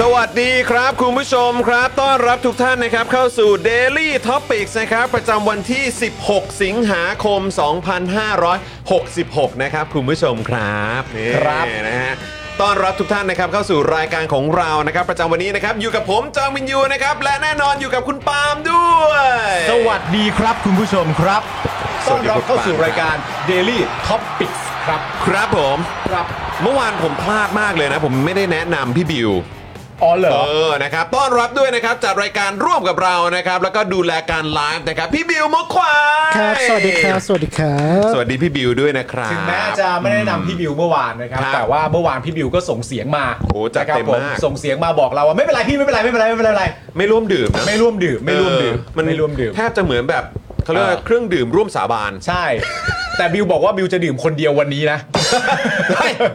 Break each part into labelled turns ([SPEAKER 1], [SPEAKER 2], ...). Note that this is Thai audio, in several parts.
[SPEAKER 1] สวัสดีครับคุณผู้ชมครับ ต้อนรับทุกท่านนะครับ เข้าสู่ Daily Topics นะครับ ประจำวันที่ 16 สิงหาคม 2566 นะครับ คุณผู้ชมครับนี่
[SPEAKER 2] ครับ
[SPEAKER 1] นะฮะต้อนรับทุกท่านนะครับเข้าสู่รายการของเรานะครับ ประจำวันนี้นะครับ อยู่กับผมจอมวินยูนะครับ และแน่นอนอยู่กับคุณปาล์มด้วย
[SPEAKER 3] สวัสดีครับคุณผู้ชมครับ
[SPEAKER 1] ส
[SPEAKER 3] ต้
[SPEAKER 1] วั
[SPEAKER 3] อน
[SPEAKER 1] สดี
[SPEAKER 3] รับ
[SPEAKER 1] คุณ
[SPEAKER 3] เข้าสู่
[SPEAKER 1] ปาล์ม
[SPEAKER 3] รายการ Daily Topics ครับ
[SPEAKER 1] ครับผม
[SPEAKER 3] ครับ
[SPEAKER 1] เมื่อวานผมพลาดมากเลยนะ ผมไม่ได้แนะนำพี่บิว
[SPEAKER 3] อ๋อเหรอ
[SPEAKER 1] เออ นะครับ ต้อนรับด้วยนะครับ จัดรายการร่วมกับเรา นะครับ แล้วก็ดูแลการไลฟ์นะครับ พี่บิวมกควาย
[SPEAKER 4] ครับ สวัสดีครับ สวัสดีครับ
[SPEAKER 1] สวัสดีพี่บิวด้วยนะครับ
[SPEAKER 3] ถึงแม้จะไม่ได้นำพี่บิวเมื่อวานนะครับ
[SPEAKER 1] ครับ
[SPEAKER 3] แต่ว่าเมื่อวานพี่บิวก็ส่งเสียงมา
[SPEAKER 1] โอ้จัดเต็ม
[SPEAKER 3] นะครับผม
[SPEAKER 1] าก
[SPEAKER 3] ส่งเสียงมาบอกเราว่าไม่เป็นไรพี่ไม่เป็นไรไม่เป็นไรไม่เป็นไรไม่เป็นไร
[SPEAKER 1] ไม่ร่วมดื่มนะ
[SPEAKER 3] ไม่ร่วมดื่มไม่ร่วมดื่ม
[SPEAKER 1] เออมัน
[SPEAKER 3] ไม่ร่วมดื่ม
[SPEAKER 1] แทบจะเหมือนแบบเขาเรียกว่า
[SPEAKER 3] เออ
[SPEAKER 1] เครื่องดื่มร่วมสาบาน
[SPEAKER 3] ใช่ แต่บิวบอกว่าบิวจะดื่มคนเดียววันนี้นะ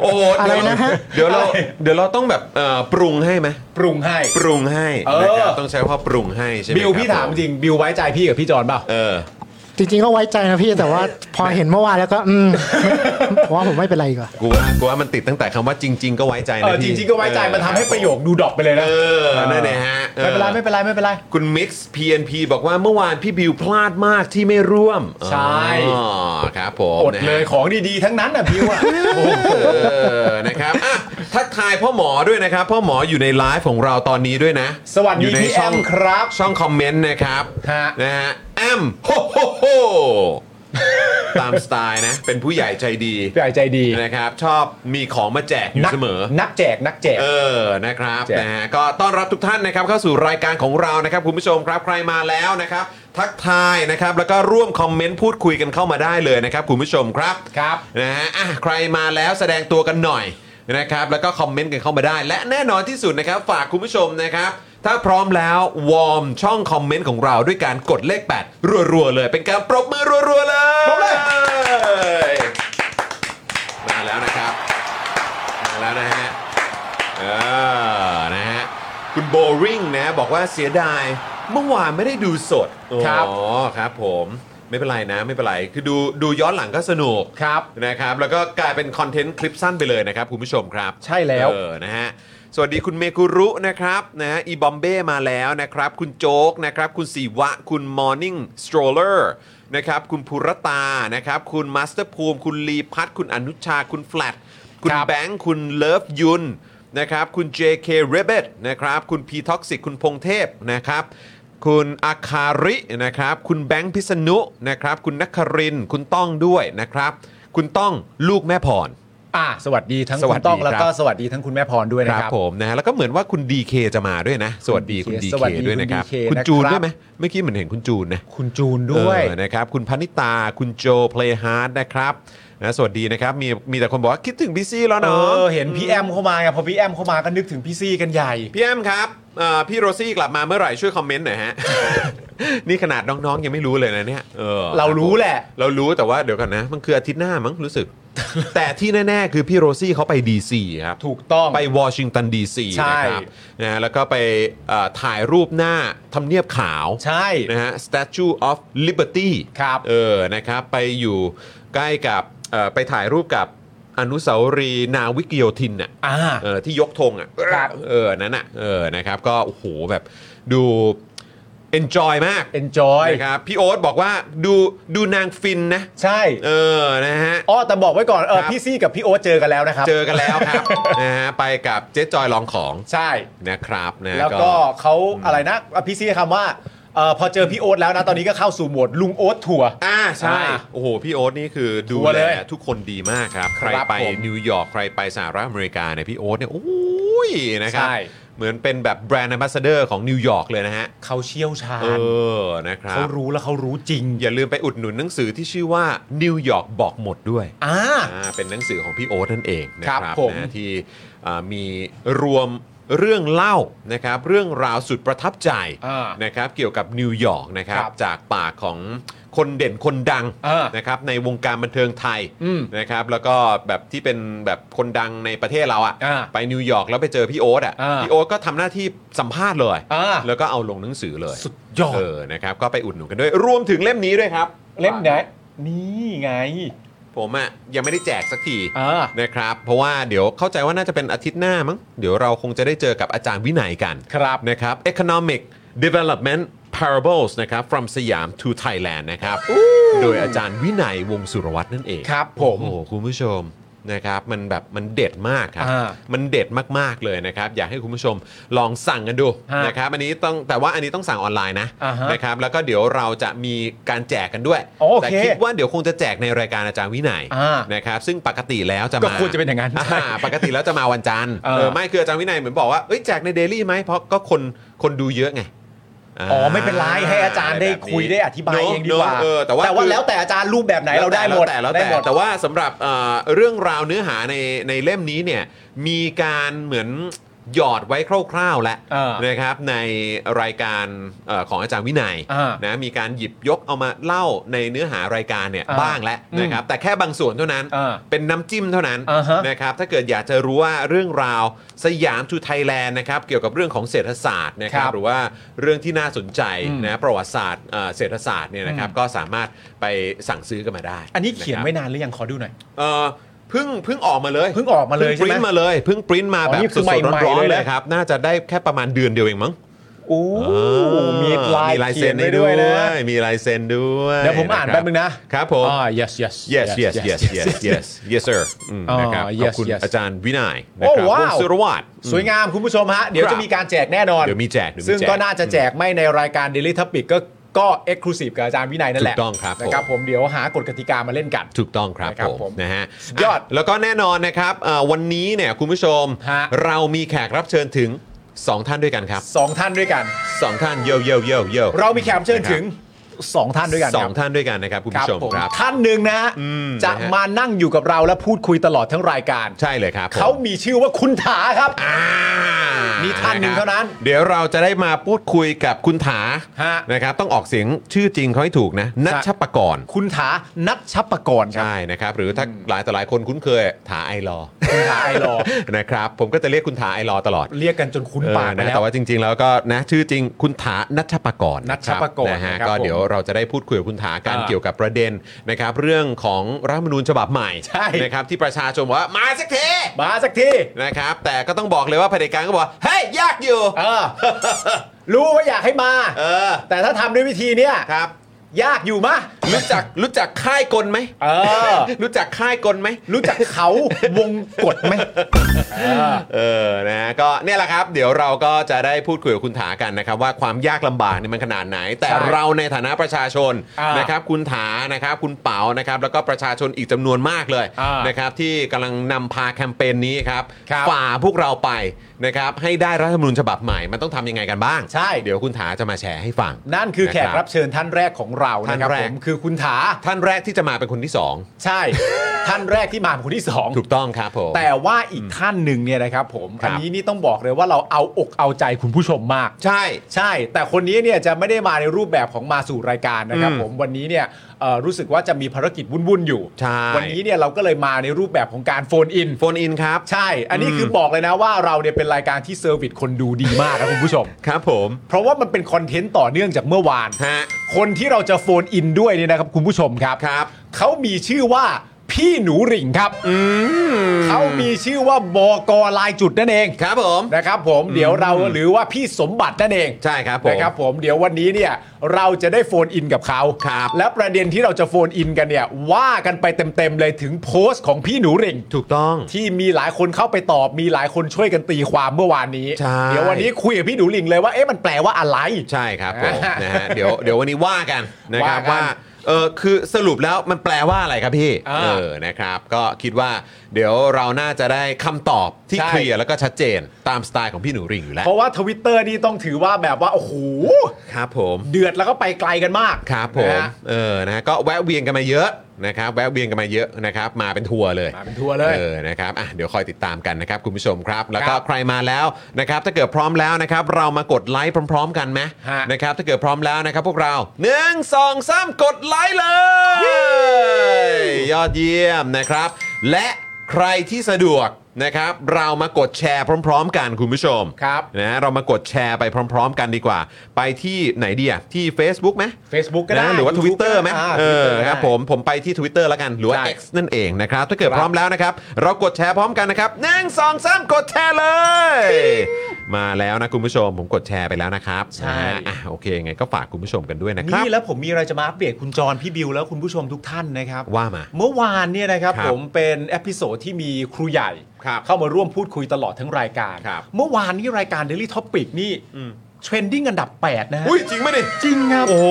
[SPEAKER 1] โอ้โห
[SPEAKER 4] อะไรนะฮะ
[SPEAKER 1] เดี๋ยวเรา
[SPEAKER 3] อะไร
[SPEAKER 1] เดี๋ยวเราต้องแบบเอ่อปรุงให้ไหม
[SPEAKER 3] ปรุงให้
[SPEAKER 1] ปรุงให้
[SPEAKER 3] เออ
[SPEAKER 1] นะครับต้องใช้คำว่าปรุงให้ใช่ไหม
[SPEAKER 3] บิวพี่
[SPEAKER 1] ค
[SPEAKER 3] ถา
[SPEAKER 1] บ
[SPEAKER 3] มจริงบิวไว้ใจพี่กับพี่จอนเปล่า
[SPEAKER 1] เออ
[SPEAKER 4] จริงๆก็ไว้ใจนะพี่ แต่ว่าพอเห็นเมื่อวานแล้วก็ อืมว่าผมไม่เป็นไรดีกว่า
[SPEAKER 1] กูว่ากูว่ามันติดตั้งแต่คำว่าจริง ๆ ก็ไว้ใจ
[SPEAKER 3] เอ
[SPEAKER 1] นะ
[SPEAKER 3] อจ
[SPEAKER 1] พี่
[SPEAKER 3] ริงๆก็ไว้ใจ
[SPEAKER 1] เออ
[SPEAKER 3] มันทำให้ประโยคดูดรอปไปเลยนะ
[SPEAKER 1] เออนั่นแหละฮะอ
[SPEAKER 3] ไม่
[SPEAKER 1] อ
[SPEAKER 3] เป็นไรไม่เป็นไรไม่เป็นไร
[SPEAKER 1] คุณ Mix PNP บอกว่าเมื่อวานพี่บิวพลาดมากที่ไม่ร่วม
[SPEAKER 3] ใช่
[SPEAKER 1] อ๋อครับผม
[SPEAKER 3] อดเลย
[SPEAKER 1] นะฮะ
[SPEAKER 3] ของดีๆทั้งนั้นอ่ะบิว อ่ะ
[SPEAKER 1] เออนะครับอ่ะทักทายพ่อหมอด้วยนะครับ พ่อหมออยู่ในไลฟ์ของเราตอนนี้ด้วยนะ
[SPEAKER 3] สวัสดี
[SPEAKER 1] อยู่ใน
[SPEAKER 3] พี่แอม
[SPEAKER 1] ช่อง
[SPEAKER 3] ครับ
[SPEAKER 1] ช่องคอมเมนต์นะครับ
[SPEAKER 3] ฮะ
[SPEAKER 1] นะฮะแอมโฮโฮโฮตามสไตล์นะ เป็นผู้ใหญ่ใจดี
[SPEAKER 3] พี่ใหญ่ใจดี
[SPEAKER 1] นะครับ ชอบมีของมาแจกอยู่
[SPEAKER 3] นัก
[SPEAKER 1] เสมอ
[SPEAKER 3] นักแจกนักแจก
[SPEAKER 1] เออ นะครับ
[SPEAKER 3] แจก
[SPEAKER 1] นะฮะ ก็ต้อนรับทุกท่านนะครับเข้าสู่รายการของเรานะครับคุณผู้ชมครับ ใครมาแล้วนะครับ ทักทายนะครับ แล้วก็ร่วมคอมเมนต์พูดคุยกันเข้ามาได้เลยนะครับคุณผู้ชมครับ
[SPEAKER 3] ครับ
[SPEAKER 1] นะฮะอ่ะใครมาแล้วแสดงตัวกันหน่อยนะครับ แล้วก็คอมเมนต์กันเข้ามาได้ และแน่นอนที่สุดนะครับ ฝากคุณผู้ชมนะครับ ถ้าพร้อมแล้ววอร์มช่องคอมเมนต์ของเราด้วยการกดเลข 8 รัวๆเลย เป็นการปรบมือรัวๆเลย
[SPEAKER 3] ปรบเลย
[SPEAKER 1] มาแล้วนะครับ มาแล้วนะฮะ เออ นะฮะ คุณโบริงนะ บอกว่าเสียดายเมื่อวานไม่ได้ดูสด
[SPEAKER 3] ครับ
[SPEAKER 1] อ๋อครับผมไม่เป็นไรนะไม่เป็นไร คือดูดูย้อนหลังก็สนุก
[SPEAKER 3] ครับ
[SPEAKER 1] นะครับแล้วก็กลายเป็นคอนเทนต์คลิปสั้นไปเลยนะครับ คุณผู้ชมครับ
[SPEAKER 3] ใช่แล้ว
[SPEAKER 1] เออนะฮะสวัสดีคุณเมกุรุนะครับนะฮะอีบอมเบ้มาแล้วนะครับ คุณโจ๊กนะครับ คุณสีวะ คุณมอร์นิ่งสโตรเลอร์นะครับคุณภูรตานะครับ คุณมาสเตอร์ภูมิคุณลีพัทคุณอนุชา คุณแฟลตคุณแบงค์คุณเลิฟยุนนะครับคุณ JK r a b b i t นะครับคุณ P Toxic คุณพงเทพนะครับ คุณอาคารินะครับ คุณแบงค์พิษณุนะครับ คุณนัครินทร์คุณต้องด้วยนะครับ คุณต้องลูกแม่พร
[SPEAKER 3] อ่ะสวัสดีทั้ง
[SPEAKER 1] สวั
[SPEAKER 3] คุ
[SPEAKER 1] สดี
[SPEAKER 3] ณต้องแล้ว
[SPEAKER 1] ครับ
[SPEAKER 3] ก็สวัสดีทั้งคุณแม่พรด้วย
[SPEAKER 1] ค
[SPEAKER 3] นะ
[SPEAKER 1] รับ
[SPEAKER 3] ครับ
[SPEAKER 1] ผมนะฮะแล้วก็เหมือนว่าคุณ DK จะมาด้วยนะ สวัสดีคุณ
[SPEAKER 3] DK
[SPEAKER 1] DK
[SPEAKER 3] สวัสดี
[SPEAKER 1] ด้วยนะครับ
[SPEAKER 3] คุณ DK
[SPEAKER 1] คุณจูน
[SPEAKER 3] นะครับ
[SPEAKER 1] ด้วยไหมเมื่อกี้เหมือนเห็นคุณจูนนะ
[SPEAKER 3] คุณจูนด้วย
[SPEAKER 1] เออนะครับ คุณพนิตาคุณโจเพลย์ฮาร์ดนะครับนะสวัสดีนะครับ มีมีแต่คนบอกว่าคิดถึงพี่ซี่แล้ว
[SPEAKER 3] เอ
[SPEAKER 1] เนาะ
[SPEAKER 3] อเห็นพี่แอมเข้ามาไงพอพี่แอมเข้ามาก็นึกถึงพี่ซี่กันใหญ่
[SPEAKER 1] พี่แอมครับเอ่อพี่โรซี่กลับมาเมื่อไหร่ช่วยคอมเมนต์หน่อย ฮะ นี่ขนาดน้องๆยังไม่รู้เลยนะเนี่ยออ
[SPEAKER 3] เรารู้แหละ
[SPEAKER 1] เรารู้แต่ว่าเดี๋ยวกันนะ มันคืออาทิตย์หน้ามั้งรู้สึก แต่ที่แน่ ๆ คือพี่โรซี่เขาไปดีซีครับ
[SPEAKER 2] ถูกต้อง
[SPEAKER 1] ไปวอชิงตันดีซี
[SPEAKER 2] ใช่
[SPEAKER 1] นะครับนะฮะแล้วก็ไปเอ่อถ่ายรูปหน้าทำเนียบขาว
[SPEAKER 2] ใช่
[SPEAKER 1] นะฮะ Statue of Liberty
[SPEAKER 2] ครับ
[SPEAKER 1] เออนะครับไปอยู่ใกล้กับเอ่อไปถ่ายรูปกับอนุสาวรีย์นาวิกโยธินน่ะ
[SPEAKER 2] อ่า
[SPEAKER 1] เออที่ยกธงอ่ะ
[SPEAKER 2] ครับ
[SPEAKER 1] เออนั่นน่ะเออนะครับก็โอ้โหแบบดู enjoy มาก
[SPEAKER 2] enjoy
[SPEAKER 1] นะครับพี่โอ๊ตบอกว่าดูดูนางฟินนะ
[SPEAKER 2] ใช่
[SPEAKER 1] เออนะฮะ
[SPEAKER 2] อ้อแต่บอกไว้ก่อนเออ
[SPEAKER 1] ครับ
[SPEAKER 2] พี่ซี่กับพี่โอ๊ตเจอกันแล้วนะครับ
[SPEAKER 1] เจอกันแล้วครับ นะฮะไปกับเจ๊จอยลองของ
[SPEAKER 2] ใช่
[SPEAKER 1] นะครับนะ
[SPEAKER 2] แล้วก็เขาอะไรนะอ่ะพี่ซี่คำว่าเอ่อพอเจอพี่โอ๊ตแล้วนะตอนนี้ก็เข้าสู่โหมดลุงโอ๊ตทัวร์
[SPEAKER 1] อ่าใช่
[SPEAKER 2] อ่า
[SPEAKER 1] โอ้โห พี่โอ๊ตนี่คือดู
[SPEAKER 2] ทัวร์
[SPEAKER 1] แล
[SPEAKER 2] เลย
[SPEAKER 1] ทุกคนดีมากครับ ใคร
[SPEAKER 2] ครับ
[SPEAKER 1] ไป
[SPEAKER 2] ผม
[SPEAKER 1] นิวยอร์กใครไปสหรัฐอเมริกาเนี่ยพี่โอ๊ตเนี่ยโอ้ยนะครับ
[SPEAKER 2] ใช่
[SPEAKER 1] เหมือนเป็นแบบแบรนด์ a m บ a สเดอร์ของนิวยอร์กเลยนะฮะ
[SPEAKER 2] เขาเชี่ยวชา
[SPEAKER 1] เอ
[SPEAKER 2] ญ
[SPEAKER 1] อ นะครั
[SPEAKER 2] เขา
[SPEAKER 1] บ
[SPEAKER 2] รู้แล้วเขารู้จริง
[SPEAKER 1] อย่าลืมไปอุดหนุนหนังสือที่ชื่อว่านิวยอร์กบอกหมดด้วย
[SPEAKER 2] อ่า
[SPEAKER 1] อ่าเป็นหนังสือของพี่โอ๊ตนั่นเองนะค
[SPEAKER 2] ครั
[SPEAKER 1] รับบ
[SPEAKER 2] ผม
[SPEAKER 1] นะที่อ่ามีรวมเรื่องเล่านะครับเรื่องราวสุดประทับใจ
[SPEAKER 2] อ่า
[SPEAKER 1] นะครับเกี่ยวกับนิวยอร์กนะครับ
[SPEAKER 2] ครับ
[SPEAKER 1] จากปากของคนเด่นคนดัง
[SPEAKER 2] อ่าน
[SPEAKER 1] นะครับในวงการบันเทิงไทย
[SPEAKER 2] อืม
[SPEAKER 1] นะครับแล้วก็แบบที่เป็นแบบคนดังในประเทศเรา
[SPEAKER 2] อ่า
[SPEAKER 1] อะ่ะไปนิวยอร์กแล้วไปเจอพี่โอ๊ต
[SPEAKER 2] อ่า
[SPEAKER 1] อะ่ะพี่โอ๊ตก็ทำหน้าที่สัมภาษณ์เลย
[SPEAKER 2] อ่า
[SPEAKER 1] แล้วก็เอาลงหนังสือเลย
[SPEAKER 2] สุดยอด
[SPEAKER 1] เออนะครับก็ไปอุดหนุนกันด้วย รวมถึงเล่มนี้ด้วยครับ
[SPEAKER 2] เล่มไหนนี่ไง
[SPEAKER 1] ผมอะ่ะยังไม่ได้แจกสักที
[SPEAKER 2] อ่า
[SPEAKER 1] นะครับเพราะว่าเดี๋ยวเข้าใจว่าน่าจะเป็นอาทิตย์หน้ามั้งเดี๋ยวเราคงจะได้เจอกับอาจารย์วินัยกัน
[SPEAKER 2] ครับ
[SPEAKER 1] นะครับ Economic Development Parables นะครับ from สยามทูไทยแลนด์นะครับ โดยอาจารย์วินัยวงศ์สุรวัตรนั่นเอง
[SPEAKER 2] ครับผม
[SPEAKER 1] โอ้โหคุณผู้ชมนะครับมันแบบมันเด็ดมากครับ
[SPEAKER 2] อ่า
[SPEAKER 1] มันเด็ดมากๆเลยนะครับ อยากให้คุณผู้ชมลองสั่งกันดู
[SPEAKER 2] ฮะ
[SPEAKER 1] นะครับอันนี้ต้องแต่ว่าอันนี้ต้องสั่งออนไลน์นะ
[SPEAKER 2] อ่าฮะ
[SPEAKER 1] นะครับแล้วก็เดี๋ยวเราจะมีการแจกกันด้วย
[SPEAKER 2] โอเค
[SPEAKER 1] แต่คิดว่าเดี๋ยวคงจะแจกในรายการอาจารย์วินัย
[SPEAKER 2] อ่าน
[SPEAKER 1] นะครับซึ่งปกติแล้วจะ
[SPEAKER 2] ก็ควรจะเป็นอย่างนั้น
[SPEAKER 1] อ่ปกติแล้วจะมาวันจันทร์
[SPEAKER 2] เออ
[SPEAKER 1] เออไม่คืออาจารย์วินัยเหมือนบอกว่าเอ้ยแจกในเดลี่ไหมเพราะก็คนคนดูเยอะไงา
[SPEAKER 2] อ๋อไม่เป็นไรให้อาจารย์ได้
[SPEAKER 1] แบบนี้
[SPEAKER 2] คุยได้อธิบาย
[SPEAKER 1] นะ
[SPEAKER 2] เองดีกว่า
[SPEAKER 1] นะเออแต่ว่า
[SPEAKER 2] แต่ว่า
[SPEAKER 1] คือ
[SPEAKER 2] แล้วแต่อาจารย์รูปแบบไหนเราได้หมด
[SPEAKER 1] แล้วแต่แล้ว
[SPEAKER 2] ได้
[SPEAKER 1] แต่
[SPEAKER 2] หมด
[SPEAKER 1] แต่ว่าสำหรับเอ่อเรื่องราวเนื้อหาในในเล่มนี้เนี่ยมีการเหมือนหยอดไว้คร่าวๆแล้ว
[SPEAKER 2] เออ
[SPEAKER 1] นะครับในรายการเอ่อของอาจารย์วินัย
[SPEAKER 2] เออ
[SPEAKER 1] นะมีการหยิบยกเอามาเล่าในเนื้อหารายการเนี่ย
[SPEAKER 2] เออ
[SPEAKER 1] บ้างแล้วนะครับแต่แค่บางส่วนเท่านั้น
[SPEAKER 2] เออ
[SPEAKER 1] เป็นน้ำจิ้มเท่านั้น
[SPEAKER 2] อ่าฮะ
[SPEAKER 1] นะครับถ้าเกิดอยากจะรู้ว่าเรื่องราวสยามทูไทยแลนด์นะครับเกี่ยวกับเรื่องของเศรษฐศาสตร์นะครับ
[SPEAKER 2] ครับ
[SPEAKER 1] หรือว่าเรื่องที่น่าสนใจนะประวัติศาสตร์เอ่อเศรษฐศาสตร์เนี่ยนะครับ
[SPEAKER 2] อืม
[SPEAKER 1] ก็สามารถไปสั่งซื้อกันมาได้
[SPEAKER 2] อันนี้เขียนะครับ ไม่นานหรือยังขอดูหน่อย
[SPEAKER 1] เอ่อเพิ่งเพิ่งออกมาเลย
[SPEAKER 2] เพิ่งออกมาเลย
[SPEAKER 1] พิ่งปริ้น
[SPEAKER 2] ใช่ไหม
[SPEAKER 1] มาเลยเพิ่งปริ้นมา
[SPEAKER 2] อ๋อ
[SPEAKER 1] แบบ
[SPEAKER 2] นี่
[SPEAKER 1] ส
[SPEAKER 2] คือใหม่
[SPEAKER 1] ดๆ
[SPEAKER 2] ๆ
[SPEAKER 1] ร้อนๆ
[SPEAKER 2] เลยนะ
[SPEAKER 1] เลยครับน่าจะได้แค่ประมาณเดือนเดียวเองมั้ง
[SPEAKER 2] โอ้
[SPEAKER 1] เออ
[SPEAKER 2] มีลายเขียน
[SPEAKER 1] ให้
[SPEAKER 2] ไว้ด้วยนะ
[SPEAKER 1] มีลายเซ็นด้วย
[SPEAKER 2] เดี๋ยวผมอ่าน
[SPEAKER 1] ครั
[SPEAKER 2] แป๊บนึงนะ
[SPEAKER 1] ครับผม
[SPEAKER 2] อ่า yes yes
[SPEAKER 1] yes yes yes yes yes yes sir อืม
[SPEAKER 2] อ๋อ
[SPEAKER 1] นะครับขอบ
[SPEAKER 2] yes
[SPEAKER 1] คุณ
[SPEAKER 2] yes
[SPEAKER 1] อาจารย์วินัย
[SPEAKER 2] โอ้
[SPEAKER 1] นะครับ
[SPEAKER 2] ว้าว ว
[SPEAKER 1] งศ์สุรวัตร
[SPEAKER 2] สวยงามคุณผู้ชมฮะ เดี๋ย
[SPEAKER 1] ค
[SPEAKER 2] ว
[SPEAKER 1] รับ
[SPEAKER 2] จะมีการแจกแน่นอน
[SPEAKER 1] เดี๋ยวมีแจกเดี๋ยวมีแจก
[SPEAKER 2] ซึ่งก็น่าจะแจกไม่ในรายการ Daily Topic ก็ก็เอ็กซ์คลูซีฟกับอาจารย์วินัยนั่นแหละ
[SPEAKER 1] ถูกต้องครับผม
[SPEAKER 2] นะครับผมเดี๋ยวหากฎกติกามาเล่นกัน
[SPEAKER 1] ถูกต้องครับ
[SPEAKER 2] นะครับ
[SPEAKER 1] ผ
[SPEAKER 2] ผม ม
[SPEAKER 1] นะฮะ
[SPEAKER 2] สุดยอด
[SPEAKER 1] ะแล้วก็แน่นอนนะครับเอ่อวันนี้เนี่ยคุณผู้ชม
[SPEAKER 2] ฮะ
[SPEAKER 1] เรามีแขกรับเชิญถึง 2 ท่านด้วยกันครับ
[SPEAKER 2] สองท่านด้วยกัน
[SPEAKER 1] 2 ท่านเย่เย่เย่เย่
[SPEAKER 2] เรามีแขกรับเชิญถึงสองท่านด้วยกัน
[SPEAKER 1] ส
[SPEAKER 2] ค
[SPEAKER 1] อ
[SPEAKER 2] รั
[SPEAKER 1] ง
[SPEAKER 2] บ
[SPEAKER 1] ท่านด้วยกันนะครับคุณ
[SPEAKER 2] ครับ
[SPEAKER 1] ผู้ชม
[SPEAKER 2] ผม
[SPEAKER 1] ครับ
[SPEAKER 2] ท่านหนึ่งนะฮะ
[SPEAKER 1] อืม
[SPEAKER 2] จะ
[SPEAKER 1] นะฮะ
[SPEAKER 2] มานั่งอยู่กับเราและพูดคุยตลอดทั้งรายการ
[SPEAKER 1] ใช่เลยครับผม
[SPEAKER 2] เขามีชื่อว่าคุณถาครับ
[SPEAKER 1] อ่า
[SPEAKER 2] มีท่านหนึ่ง
[SPEAKER 1] ะครับ
[SPEAKER 2] เท่านั้น
[SPEAKER 1] เดี๋ยวเราจะได้มาพูดคุยกับคุณถา
[SPEAKER 2] ฮะ
[SPEAKER 1] นะครับต้องออกเสียงชื่อจริงเขาให้ถูกนะนัชชปกรณ์
[SPEAKER 2] คุณถานัทชปกรณ์ครับ
[SPEAKER 1] ใช่นะครับ หรือถ้าหลายต่อหลายคนคุ้นเคยถาไอรอว์
[SPEAKER 2] คุณถาไอรอว์
[SPEAKER 1] นะครับผมก็จะเรียกคุณถาไอรอว์ตลอด
[SPEAKER 2] เรียกกันจนคุ้น
[SPEAKER 1] เอ
[SPEAKER 2] ปา
[SPEAKER 1] อกนะ
[SPEAKER 2] ไปแล้ว
[SPEAKER 1] แต่ว่าจริง ๆ แล้วก็นะชื่อจริงคุณถานัชปกรณ์
[SPEAKER 2] นัชปกรณ์
[SPEAKER 1] นะฮะ
[SPEAKER 2] นะครับ
[SPEAKER 1] ก็
[SPEAKER 2] ผม
[SPEAKER 1] เดี๋ยวเราจะได้พูดคุยกับคุณถาการ
[SPEAKER 2] อ่า
[SPEAKER 1] เกี่ยวกับประเด็นนะครับ เรื่องของรัฐธรรมนูญฉบับใหม่
[SPEAKER 2] ใช่
[SPEAKER 1] นะครับที่ประชาชนบอกว่ามาสักที
[SPEAKER 2] มาสักที
[SPEAKER 1] นะครับ แต่ก็ต้องบอกเลยว่าเผด็จการก็บอกว่าเฮ้ยยากอยู่
[SPEAKER 2] เอ อ รู้ว่าอยากให้มา
[SPEAKER 1] เออ
[SPEAKER 2] แต่ถ้าทำด้วยวิธีเนี้ย
[SPEAKER 1] ครับ
[SPEAKER 2] ยากอยู่มะ
[SPEAKER 1] รู้จักรู้จักค่ายกลไหม
[SPEAKER 2] เออ
[SPEAKER 1] รู้จักค่ายกลไหม
[SPEAKER 2] รู้จักเขาวงกฎไหม
[SPEAKER 1] เออ นะฮะก็เนี่ยแหละครับ เดี๋ยวเราก็จะได้พูดคุยกับคุณถากันนะครับ ว่าความยากลำบากเนี่ยมันขนาดไหน แต่
[SPEAKER 2] ใช่
[SPEAKER 1] เราในฐานะประชาชน
[SPEAKER 2] อ่าน
[SPEAKER 1] นะครับ คุณถานะครับ คุณเปานะครับ แล้วก็ประชาชนอีกจำนวนมากเลย
[SPEAKER 2] อ่าน
[SPEAKER 1] นะครับ ที่กำลังนำพาแคมเปญนี้ครับ
[SPEAKER 2] ครับ
[SPEAKER 1] ฝ่าพวกเราไปนะครับ ให้ได้รัฐธรรมนูญฉบับใหม่ มันต้องทำยังไงกันบ้าง
[SPEAKER 2] ใช่
[SPEAKER 1] เดี๋ยวคุณถาจะมาแชร์ให้ฟัง
[SPEAKER 2] นั่นคือแขก
[SPEAKER 1] นะครับ
[SPEAKER 2] รับเชิญท่านแรกของเรา
[SPEAKER 1] ท่า
[SPEAKER 2] นะ
[SPEAKER 1] น
[SPEAKER 2] ครับ
[SPEAKER 1] แรก
[SPEAKER 2] ผมคือคุณถา
[SPEAKER 1] ท่านแรกที่จะมาเป็นคนที่สอง
[SPEAKER 2] ใช่ ท่านแรกที่มาเป็นคนที่สอง
[SPEAKER 1] ถูกต้องครับผม
[SPEAKER 2] แต่ว่าอีกท่านหนึ่งเนี่ยนะครับผม
[SPEAKER 1] ครั
[SPEAKER 2] อั
[SPEAKER 1] บ
[SPEAKER 2] นนี้นี่ต้องบอกเลยว่าเราเอาอกเอาใจคุณผู้ชมมาก
[SPEAKER 1] ใช่
[SPEAKER 2] ใช่ แต่คนนี้เนี่ยจะไม่ได้มาในรูปแบบของมาสู่รายการนะครับ
[SPEAKER 1] อืม
[SPEAKER 2] ผมวันนี้เนี่ย เอ่อรู้สึกว่าจะมีภารกิจวุ่นๆอยู่
[SPEAKER 1] ใช่
[SPEAKER 2] วันี้เนี่ยเราก็เลยมาในรูปแบบของการโฟนอิน
[SPEAKER 1] โฟนอินครับ
[SPEAKER 2] ใช่ อันนี้
[SPEAKER 1] อืม
[SPEAKER 2] คือบอกเลยนะว่าเราเนี่ยเป็นรายการที่เซอร์วิสคนดูดีมากนะคุณผู้ช ม
[SPEAKER 1] ครับผม
[SPEAKER 2] เพราะว่ามันเป็นคอนเทนต์ต่อเนื่องจากเมื่อวาน
[SPEAKER 1] ฮะ
[SPEAKER 2] คนที่เราจะโฟนอินด้วยเนี่ยนะครับคุณผู้ชมครับ
[SPEAKER 1] ครับ
[SPEAKER 2] เขามีชื่อว่าพี่หนูหริ่งครับ เขามีชื่อว่าบอกอลายจุดนั่นเอง
[SPEAKER 1] ครับผม
[SPEAKER 2] นะครับผม เดี๋ยวเราหรือว่าพี่สมบัตินั่นเอง
[SPEAKER 1] ใช่ครับผม
[SPEAKER 2] นะครับผม เดี๋ยววันนี้เนี่ยเราจะได้โฟนอินกับเขา
[SPEAKER 1] ครับ
[SPEAKER 2] และประเด็นที่เราจะโฟนอินกันเนี่ยว่ากันไปเต็มๆเลยถึงโพสต์ของพี่หนูหริ่ง
[SPEAKER 1] ถูกต้อง
[SPEAKER 2] ที่มีหลายคนเข้าไปตอบมีหลายคนช่วยกันตีความเมื่อวานนี้
[SPEAKER 1] ใช่
[SPEAKER 2] เดี๋ยววันนี้คุยกับพี่ดูหลิงเลยว่าเอ๊ะมันแปลว่าอะไร
[SPEAKER 1] ใช่ครับผม
[SPEAKER 2] อ่า
[SPEAKER 1] นะฮะเดี๋ยวเดี๋ยววันนี้ว่ากันนะครับว่า
[SPEAKER 2] ว่ากัน
[SPEAKER 1] เออคือสรุปแล้วมันแปลว่าอะไรครับพี่
[SPEAKER 2] อ่า
[SPEAKER 1] เออนะครับก็คิดว่าเดี๋ยวเราน่าจะได้คำตอบที่
[SPEAKER 2] ใช่
[SPEAKER 1] เคลียร์แล้วก็ชัดเจนตามสไตล์ของพี่หนูริ่งอยู่แล้ว
[SPEAKER 2] เพราะว่าทวิตเตอร์นี่ต้องถือว่าแบบว่า โอ้โห
[SPEAKER 1] ครับผม
[SPEAKER 2] เดือดแล้วก็ไปไกลกันมาก
[SPEAKER 1] ครับผม
[SPEAKER 2] นะฮะ
[SPEAKER 1] เออนะฮะก็แวะเวียนกันมาเยอะนะครับแวะเวียนกันมาเยอะนะครับมาเป็นทัวร์เลย
[SPEAKER 2] มาเป็นทัวร์เลย
[SPEAKER 1] ออนะครับอ่ะเดี๋ยวคอยติดตามกันนะครับคุณผู้ชมครับ แล้วก็
[SPEAKER 2] ครับ
[SPEAKER 1] ใครมาแล้วนะครับถ้าเกิดพร้อมแล้วนะครับเรามากดไลค์พร้อม ๆ กันไหม
[SPEAKER 2] ฮะ
[SPEAKER 1] นะครับถ้าเกิดพร้อมแล้วนะครับพวกเราหนึ่งสองสามกดไลค์เลย ยอดเยี่ยมนะครับ และใครที่สะดวกนะครับ เรามากดแชร์พร้อม ๆ กันคุณผู้ชม
[SPEAKER 2] ครับ
[SPEAKER 1] นะเรามากดแชร์ไปพร้อม ๆ กันดีกว่า ไปที่ไหนดีอะที่ Facebook ไหม
[SPEAKER 2] Facebook ก็ได้
[SPEAKER 1] นะหรือว่า
[SPEAKER 2] YouTube
[SPEAKER 1] Twitter ไหม
[SPEAKER 2] ก็ได้
[SPEAKER 1] เออ
[SPEAKER 2] Twitter ก็ได้
[SPEAKER 1] ครับผมผมไปที่ Twitter แล้วกันหรือว่า
[SPEAKER 2] ใช่
[SPEAKER 1] X นั่นเองนะครับ ถ้าเกิด
[SPEAKER 2] ครับ
[SPEAKER 1] พร้อมแล้วนะครับ เรากดแชร์พร้อมกันนะครับหนึ่งสองสามกดแชร์เลย มาแล้วนะคุณผู้ชมผมกดแชร์ไปแล้วนะครับ
[SPEAKER 2] ใช่
[SPEAKER 1] นะฮะอ่ะโอเคไงก็ฝากคุณผู้ชมกันด้วยนะครับ
[SPEAKER 2] นี่แล้วผมมีอะไรจะมาอัปเดตคุณจรพี่บิวแล้วคุณผู้ชมทุกท่านนะครับ
[SPEAKER 1] ว่ามา
[SPEAKER 2] เมื่อวานเนี่ยนะครับ
[SPEAKER 1] ครับ
[SPEAKER 2] ผมเป็นเอพิโซดที่มีครูใหญ่
[SPEAKER 1] ครับ
[SPEAKER 2] เข้ามาร่วมพูดคุยตลอดทั้งรายการ
[SPEAKER 1] ครับ
[SPEAKER 2] เมื่อวานนี้รายการ Daily Topic นี่เทรนดิ้งอันดับ 8 นะฮะ
[SPEAKER 1] อุ้ยจริงไหมดิ
[SPEAKER 2] จริงครับ
[SPEAKER 1] โอ้โห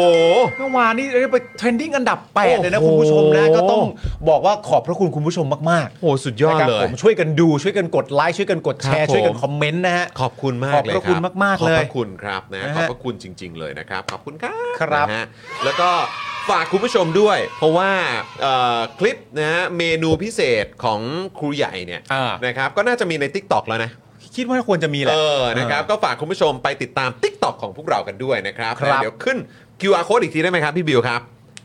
[SPEAKER 2] เมื่อวานนี้เรียกไปเทรนดิ้งอันดับ 8 เลยนะ
[SPEAKER 1] โอ้
[SPEAKER 2] คุณ
[SPEAKER 1] โห
[SPEAKER 2] ผู้ชมนะก็ต้องบอกว่าขอบพระคุณคุณผู้ชมมาก
[SPEAKER 1] โอ้โหสุดย
[SPEAKER 2] ๆ
[SPEAKER 1] อด
[SPEAKER 2] นะครับ
[SPEAKER 1] เล
[SPEAKER 2] ผ
[SPEAKER 1] ย
[SPEAKER 2] มช่วยกันดูช่วยกันกดไลค์ช่วยกันกดแช
[SPEAKER 1] ครั
[SPEAKER 2] ร์
[SPEAKER 1] บผม
[SPEAKER 2] ช่วยกันคอมเมนต์นะฮะ
[SPEAKER 1] ขอบคุณมากเลย
[SPEAKER 2] ขอบพระคุณมากๆเล
[SPEAKER 1] ขอ
[SPEAKER 2] ย
[SPEAKER 1] บพระคุณครับนะ
[SPEAKER 2] นะฮะ
[SPEAKER 1] ขอบพระคุณจริง ๆ เลยนะครับ ขอบคุณครับ
[SPEAKER 2] ครับ
[SPEAKER 1] นะฮะแล้วก็ฝากคุณผู้ชมด้วย เพราะว่าเอ่อคลิปนะฮะเมนูพิเศษของครูใหญ่เนี่ย
[SPEAKER 2] อ่าน
[SPEAKER 1] นะครับก็น่าจะมีใน Tik t o อกแล้วนะ
[SPEAKER 2] คิดว่าควรจะมีแหละ
[SPEAKER 1] เออ นะครับ ก็ฝากคุณผู้ชมไปติดตาม Tik t o อกของพวกเรากันด้วยนะครับ
[SPEAKER 2] ครับ
[SPEAKER 1] นะเดี๋ยวขึ้น QR code อีกทีได้ไหมครับ พี่บิวครับ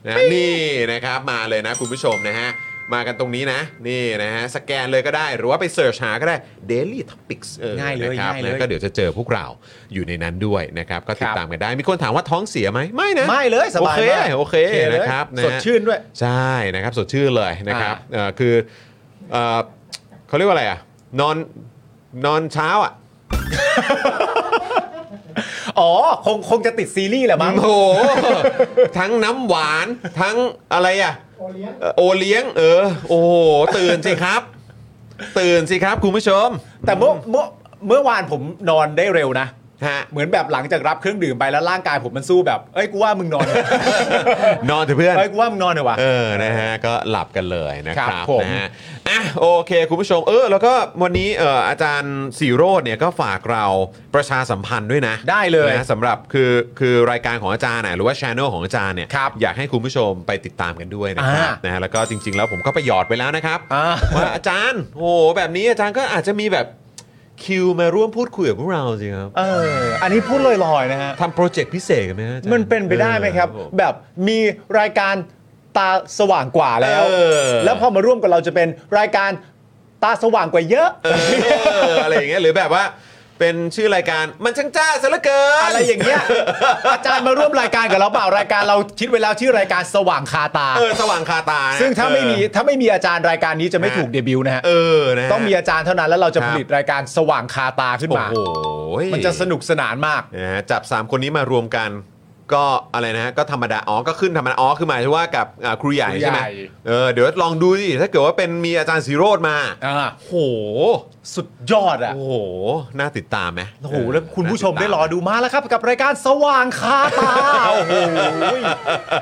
[SPEAKER 1] นะนี่นะครับมาเลยนะคุณผู้ชมนะฮะ มากันตรงนี้นะ นี่นะฮะ สแกนเลยก็ได้ หรือว่าไปเสิร์ชหาก็ได้ Daily Topics ออ
[SPEAKER 2] ง่ายเลย
[SPEAKER 1] นะครับ
[SPEAKER 2] ง่ายเลย
[SPEAKER 1] นะก็เดี๋ยวจะเจอพวกเราอยู่ในนั้นด้วยนะครับ ก็ติด
[SPEAKER 2] ครับ
[SPEAKER 1] ตามกันได้ มีคนถามว่าท้องเสียไหมไม่นะ
[SPEAKER 2] ไม่เลยส
[SPEAKER 1] โอ
[SPEAKER 2] บาย
[SPEAKER 1] เค
[SPEAKER 2] มาก
[SPEAKER 1] โอเค
[SPEAKER 2] ลย
[SPEAKER 1] นะครับะฮะ
[SPEAKER 2] สดชื่นด้วย
[SPEAKER 1] ใช่นะครับสดชื่นเลยนะครับ
[SPEAKER 2] อ่า
[SPEAKER 1] เอ่อคือเอ่อเขาเรียกว่าอะไรอ่ะนอนนอนเช้าอ่ะ
[SPEAKER 2] อ๋อ คงคงจะติดซีรีส์แหละมั้ง
[SPEAKER 1] โอ้โห ทั้งน้ำหวานทั้งอะไรอ่ะเอ่อโอเลี้ยงเออโอ้โหตื่นสิครับ ตื่นสิครับคุณผู้ชม
[SPEAKER 2] แต่เมื่อเมื่อเมื่อวานผมนอนได้เร็วนะ
[SPEAKER 1] ฮะ
[SPEAKER 2] เหมือนแบบหลังจากรับเครื่องดื่มไปแล้วร่างกายผมมันสู้แบบ เอ้ยกูว่ามึงนอนเถอะ
[SPEAKER 1] นอนเถอะเพื่อน
[SPEAKER 2] เอ้ยกูว่ามึงนอนเถอะวะ
[SPEAKER 1] เออ นะฮะ ก็หลับกันเลยนะค
[SPEAKER 2] ครั
[SPEAKER 1] รับบ
[SPEAKER 2] ผม
[SPEAKER 1] นะฮะ อ่ะ โอเค คุณผู้ชม เออ แล้วก็วันนี้เอ่ออาจารย์สีโรดเนี่ยก็ฝากเราประชาสัมพันธ์ด้วยนะ
[SPEAKER 2] ได้เลย
[SPEAKER 1] นะสำหรับคือคือรายการของอาจารย์น่ะหรือว่าช anel ของอาจารย์เนี่ย
[SPEAKER 2] ครับ
[SPEAKER 1] อยากให้คุณผู้ชมไปติดตามกันด้วยนะครับ
[SPEAKER 2] อ่าน
[SPEAKER 1] นะฮะแล้วก็จริง ๆ แล้วผมก็ไปหยอดไปแล้วนะครับ
[SPEAKER 2] อ่า
[SPEAKER 1] ว่าอาจารย์ โอ้โห แบบนี้อาจารย์ก็อาจจะมีแบบคิวมาร่วมพูดคุยกับพวกเราสิครับ
[SPEAKER 2] เออ อันนี้พูดลอยๆนะฮะ
[SPEAKER 1] ทำโปรเจกต์พิเศษกันไหมฮะอาจารย์
[SPEAKER 2] มันเป็นไปได้ไหมครับ
[SPEAKER 1] เออ
[SPEAKER 2] แบบมีรายการตาสว่างกว่าแล้ว
[SPEAKER 1] เออ
[SPEAKER 2] แล้วพอมาร่วมกับเราจะเป็นรายการตาสว่างกว่าเยอะ
[SPEAKER 1] เอออะไรอย่างเงี้ยหรือแบบว่าเป็นชื่อรายการมันช่างจ้าซะเหลือเกิน
[SPEAKER 2] อะไรอย่างเงี้ย อาจารย์มาร่วมรายการกับเราเปล่ารายการเราคิดไว้แล้วชื่อรายการสว่างคาตา
[SPEAKER 1] เออสว่างคาตานะ
[SPEAKER 2] ซึ่งถ้าไม่มี
[SPEAKER 1] เออ
[SPEAKER 2] ถ้าไม่มีอาจารย์รายการนี้จะไม่ถูกเดบิวต์นะฮะ
[SPEAKER 1] เออนะฮะ
[SPEAKER 2] ต้องมีอาจารย์เท่านั้นแล้วเราจะ
[SPEAKER 1] ครั
[SPEAKER 2] ผ
[SPEAKER 1] บ
[SPEAKER 2] ลิตรายการสว่างคาตาขึ้น
[SPEAKER 1] โอ้
[SPEAKER 2] มา
[SPEAKER 1] โห
[SPEAKER 2] มันจะสนุกสนานมาก
[SPEAKER 1] นะฮะจับ 3 คนนี้มารวมกัน ก็อะไรนะฮะก็ธรรมดาอ๋อก็ขึ้นธรรมดาอ๋อคือหมายถึงว่ากับอ่าครูใหญ่
[SPEAKER 2] ครูใหญ่
[SPEAKER 1] ใช่ไหมเออเดี๋ยวลองดูสิถ้าเกิดว่าเป็นมีอาจารย์สีโรดมา
[SPEAKER 2] อ่า
[SPEAKER 1] โอ้โห
[SPEAKER 2] สุดยอดอ่ะ
[SPEAKER 1] โอ้โหน่าติดตามไหม
[SPEAKER 2] โอ้โหแล้วคุณผู้ชม
[SPEAKER 1] น่า
[SPEAKER 2] ได้
[SPEAKER 1] ติตาร
[SPEAKER 2] อดูมาแล้วครับ กับรายการสว่างคาตาโอ้โห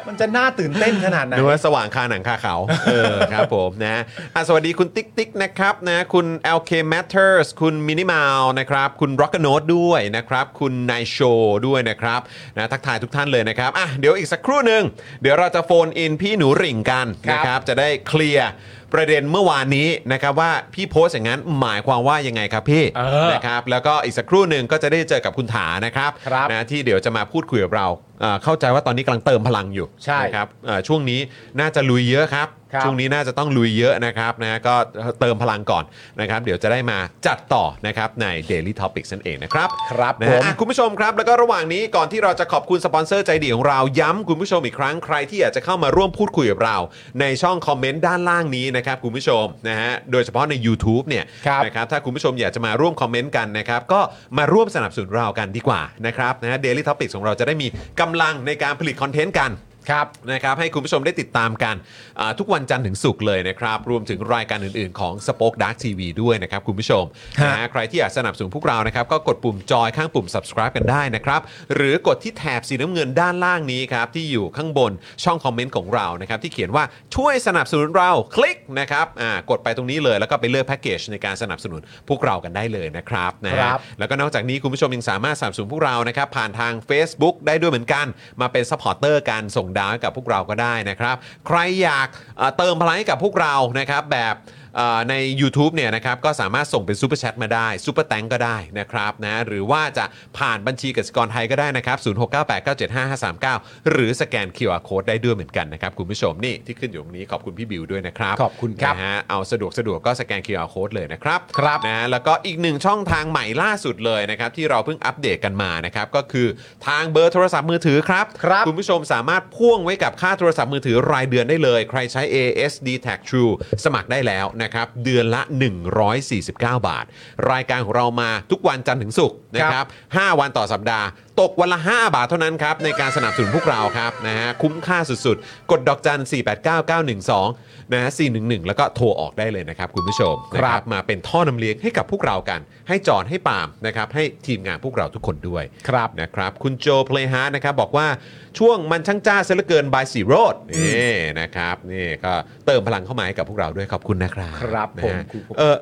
[SPEAKER 2] มันจะน่าตื่นเต้นขนาดไหน
[SPEAKER 1] ดูว่าสว่างคาหนังคาเขาเออครับผมนะฮะอ่ะสวัสดีคุณติ๊กติ๊กนะครับนะคุณ LK Matters คุณ Minimal นะครับคุณ Rock n o t e ด้วยนะครับคุณ n i s h o ด้วยนะครับนะทักทายทุกท่านเลยนะครับอ่ะเดี๋ยวอีกสักครู่หนึ่งเดี๋ยวเราจะโฟนอินพี่หนูหริ่งกัน
[SPEAKER 2] ครับ
[SPEAKER 1] นะครับจะได้เคลียร์ ประเด็นเมื่อวานนี้นะครับว่าพี่โพสต์อย่างนั้นหมายความว่ายังไงครับพี่
[SPEAKER 2] เออ
[SPEAKER 1] นะครับแล้วก็อีกสักครู่หนึ่งก็จะได้เจอกับคุณถานะครับ
[SPEAKER 2] ครับ
[SPEAKER 1] นะที่เดี๋ยวจะมาพูดคุยกับเราเอ่อเข้าใจว่าตอนนี้กำลังเติมพลังอยู่
[SPEAKER 2] ใช่
[SPEAKER 1] นะครับเอ่อช่วงนี้น่าจะลุยเยอะครับ
[SPEAKER 2] ครับ
[SPEAKER 1] ช่วงนี้น่าจะต้องลุยเยอะนะครับนะก็เติมพลังก่อนนะครับเดี๋ยวจะได้มาจัดต่อนะครับใน Daily Topics นั่นเองนะครับ
[SPEAKER 2] ครับ
[SPEAKER 1] นะ
[SPEAKER 2] ผ
[SPEAKER 1] ฮะ
[SPEAKER 2] ม
[SPEAKER 1] อ่ะคุณผู้ชมครับ แล้วก็ระหว่างนี้ก่อนที่เราจะขอบคุณสปอนเซอร์ใจดีของเราย้ำคุณผู้ชมอีกครั้งใครที่อยากจะเข้ามาร่วมพูดคุยกับเรา ในช่องคอมเมนต์ด้านล่างนี้นะครับคุณผู้ชมนะฮะโดยเฉพาะใน u t u b e เนี่ย
[SPEAKER 2] ครับ
[SPEAKER 1] นะครับถ้าคุณผู้ชมอยากจะมาร่วมคอมเมนต์กันนะครับก็มาร่วมสนับสนุนเรากันดีกว่านะครับนะฮะเดลิทอพิกของเราจะได้มีกำลังในการผลิตคอนเทนต์กัน
[SPEAKER 2] ครับ
[SPEAKER 1] นะครับให้คุณผู้ชมได้ติดตามกันอ่าทุกวันจันทร์ถึงศุกร์เลยนะครับ รวมถึงรายการอื่นๆของ Spoke Dark TV ด้วยนะครับ คุณผู้ชมนะฮะใครที่อยากสนับสนุนพวกเรานะครับ ก็กดปุ่มจอยข้างปุ่ม subscribe กันได้นะครับ หรือกดที่แถบสีน้ำเงินด้านล่างนี้ครับ ที่อยู่ข้างบนช่องคอมเมนต์ของเรานะครับ ที่เขียนว่าช่วยสนับสนุนเราคลิกนะครับอ่ากดไปตรงนี้เลยแล้วก็ไปเลือกแพ็กเกจในการสนับสนุนพวกเรากันได้เลยนะครับนะ
[SPEAKER 2] ค
[SPEAKER 1] ฮะ
[SPEAKER 2] รับ
[SPEAKER 1] แล้วก็นอกจากนี้คุณผู้ชมยังสามารถสนับสนุนพวกเรานะครับ ผ่านทาง Facebook ได้ด้วยเหมือนกัน มาเป็นซัพพอร์เตอร์การส่งดาวให้กับพวกเราก็ได้นะครับ ใครอยากเอ่อเติมพลังให้กับพวกเรานะครับแบบเอ่อใน u t u b e เนี่ยนะครับก็สามารถส่งเป็นซูเปอร์แชทมาได้ซูเปอร์แตงก็ได้นะครับนะหรือว่าจะผ่านบัญชีกสิกรไทยก็ได้นะครับ0698975539 หรือสแกน QR Code ได้ด้วยเหมือนกันนะครับคุณผู้ชมนี่ที่ขึ้นอยู่ตรงนี้ขอบคุณพี่บิวด้วยนะครับ
[SPEAKER 2] ขอบคุณครับ
[SPEAKER 1] นะฮะเอาสะดวกสะดวกก็สแกน QR Code เลยนะครับ
[SPEAKER 2] ครับ
[SPEAKER 1] นะฮะแล้วก็อีกหนึ่งช่องทางใหม่ล่าสุดเลยนะครับ ที่เราเพิ่งอัปเดตกันมานะครับ ก็คือทางเบอร์โทรศัพท์มือถือครับ
[SPEAKER 2] ครับ
[SPEAKER 1] คุณผู้ชมสามารถพ่วงไว้กับค่าโทรศัพท์มือถือรายเดือนได้เลย ใครใช้ ASD Tag True สมัครได้แล้วนะครับ เดือนละ 149 บาท รายการของเรามาทุกวันจันทร์ถึงศุกร์นะค
[SPEAKER 2] ครั
[SPEAKER 1] รับ
[SPEAKER 2] บ
[SPEAKER 1] 5 วันต่อสัปดาห์ ตกวันละ 5 บาทเท่านั้นครับ ในการสนับสนุนพวกเราครับนะฮะคุ้มค่าสุดๆ กดดอกจัน 489912นะฮะ411 แล้วก็โทรออกได้เลยนะครับ คุณผู้ชม
[SPEAKER 2] ครับ
[SPEAKER 1] นะมาเป็นท่อนำเลี้ยงให้กับพวกเรากัน ให้จอนให้ปาล์มนะครับ ให้ทีมงานพวกเราทุกคนด้วย
[SPEAKER 2] ครับ
[SPEAKER 1] นะครับคุณโจเพลฮาร์นะครับบอกว่าช่วงมันช่างจ้าเสียเหลือเกินบายสีโรดนี่นะครับนี่ก็เติมพลังเข้ามาให้กับพวกเราด้วยขอบคุณนะครับ
[SPEAKER 2] ครับ
[SPEAKER 1] นะ
[SPEAKER 2] ผม
[SPEAKER 1] ฮะ
[SPEAKER 2] คุณ
[SPEAKER 1] เออ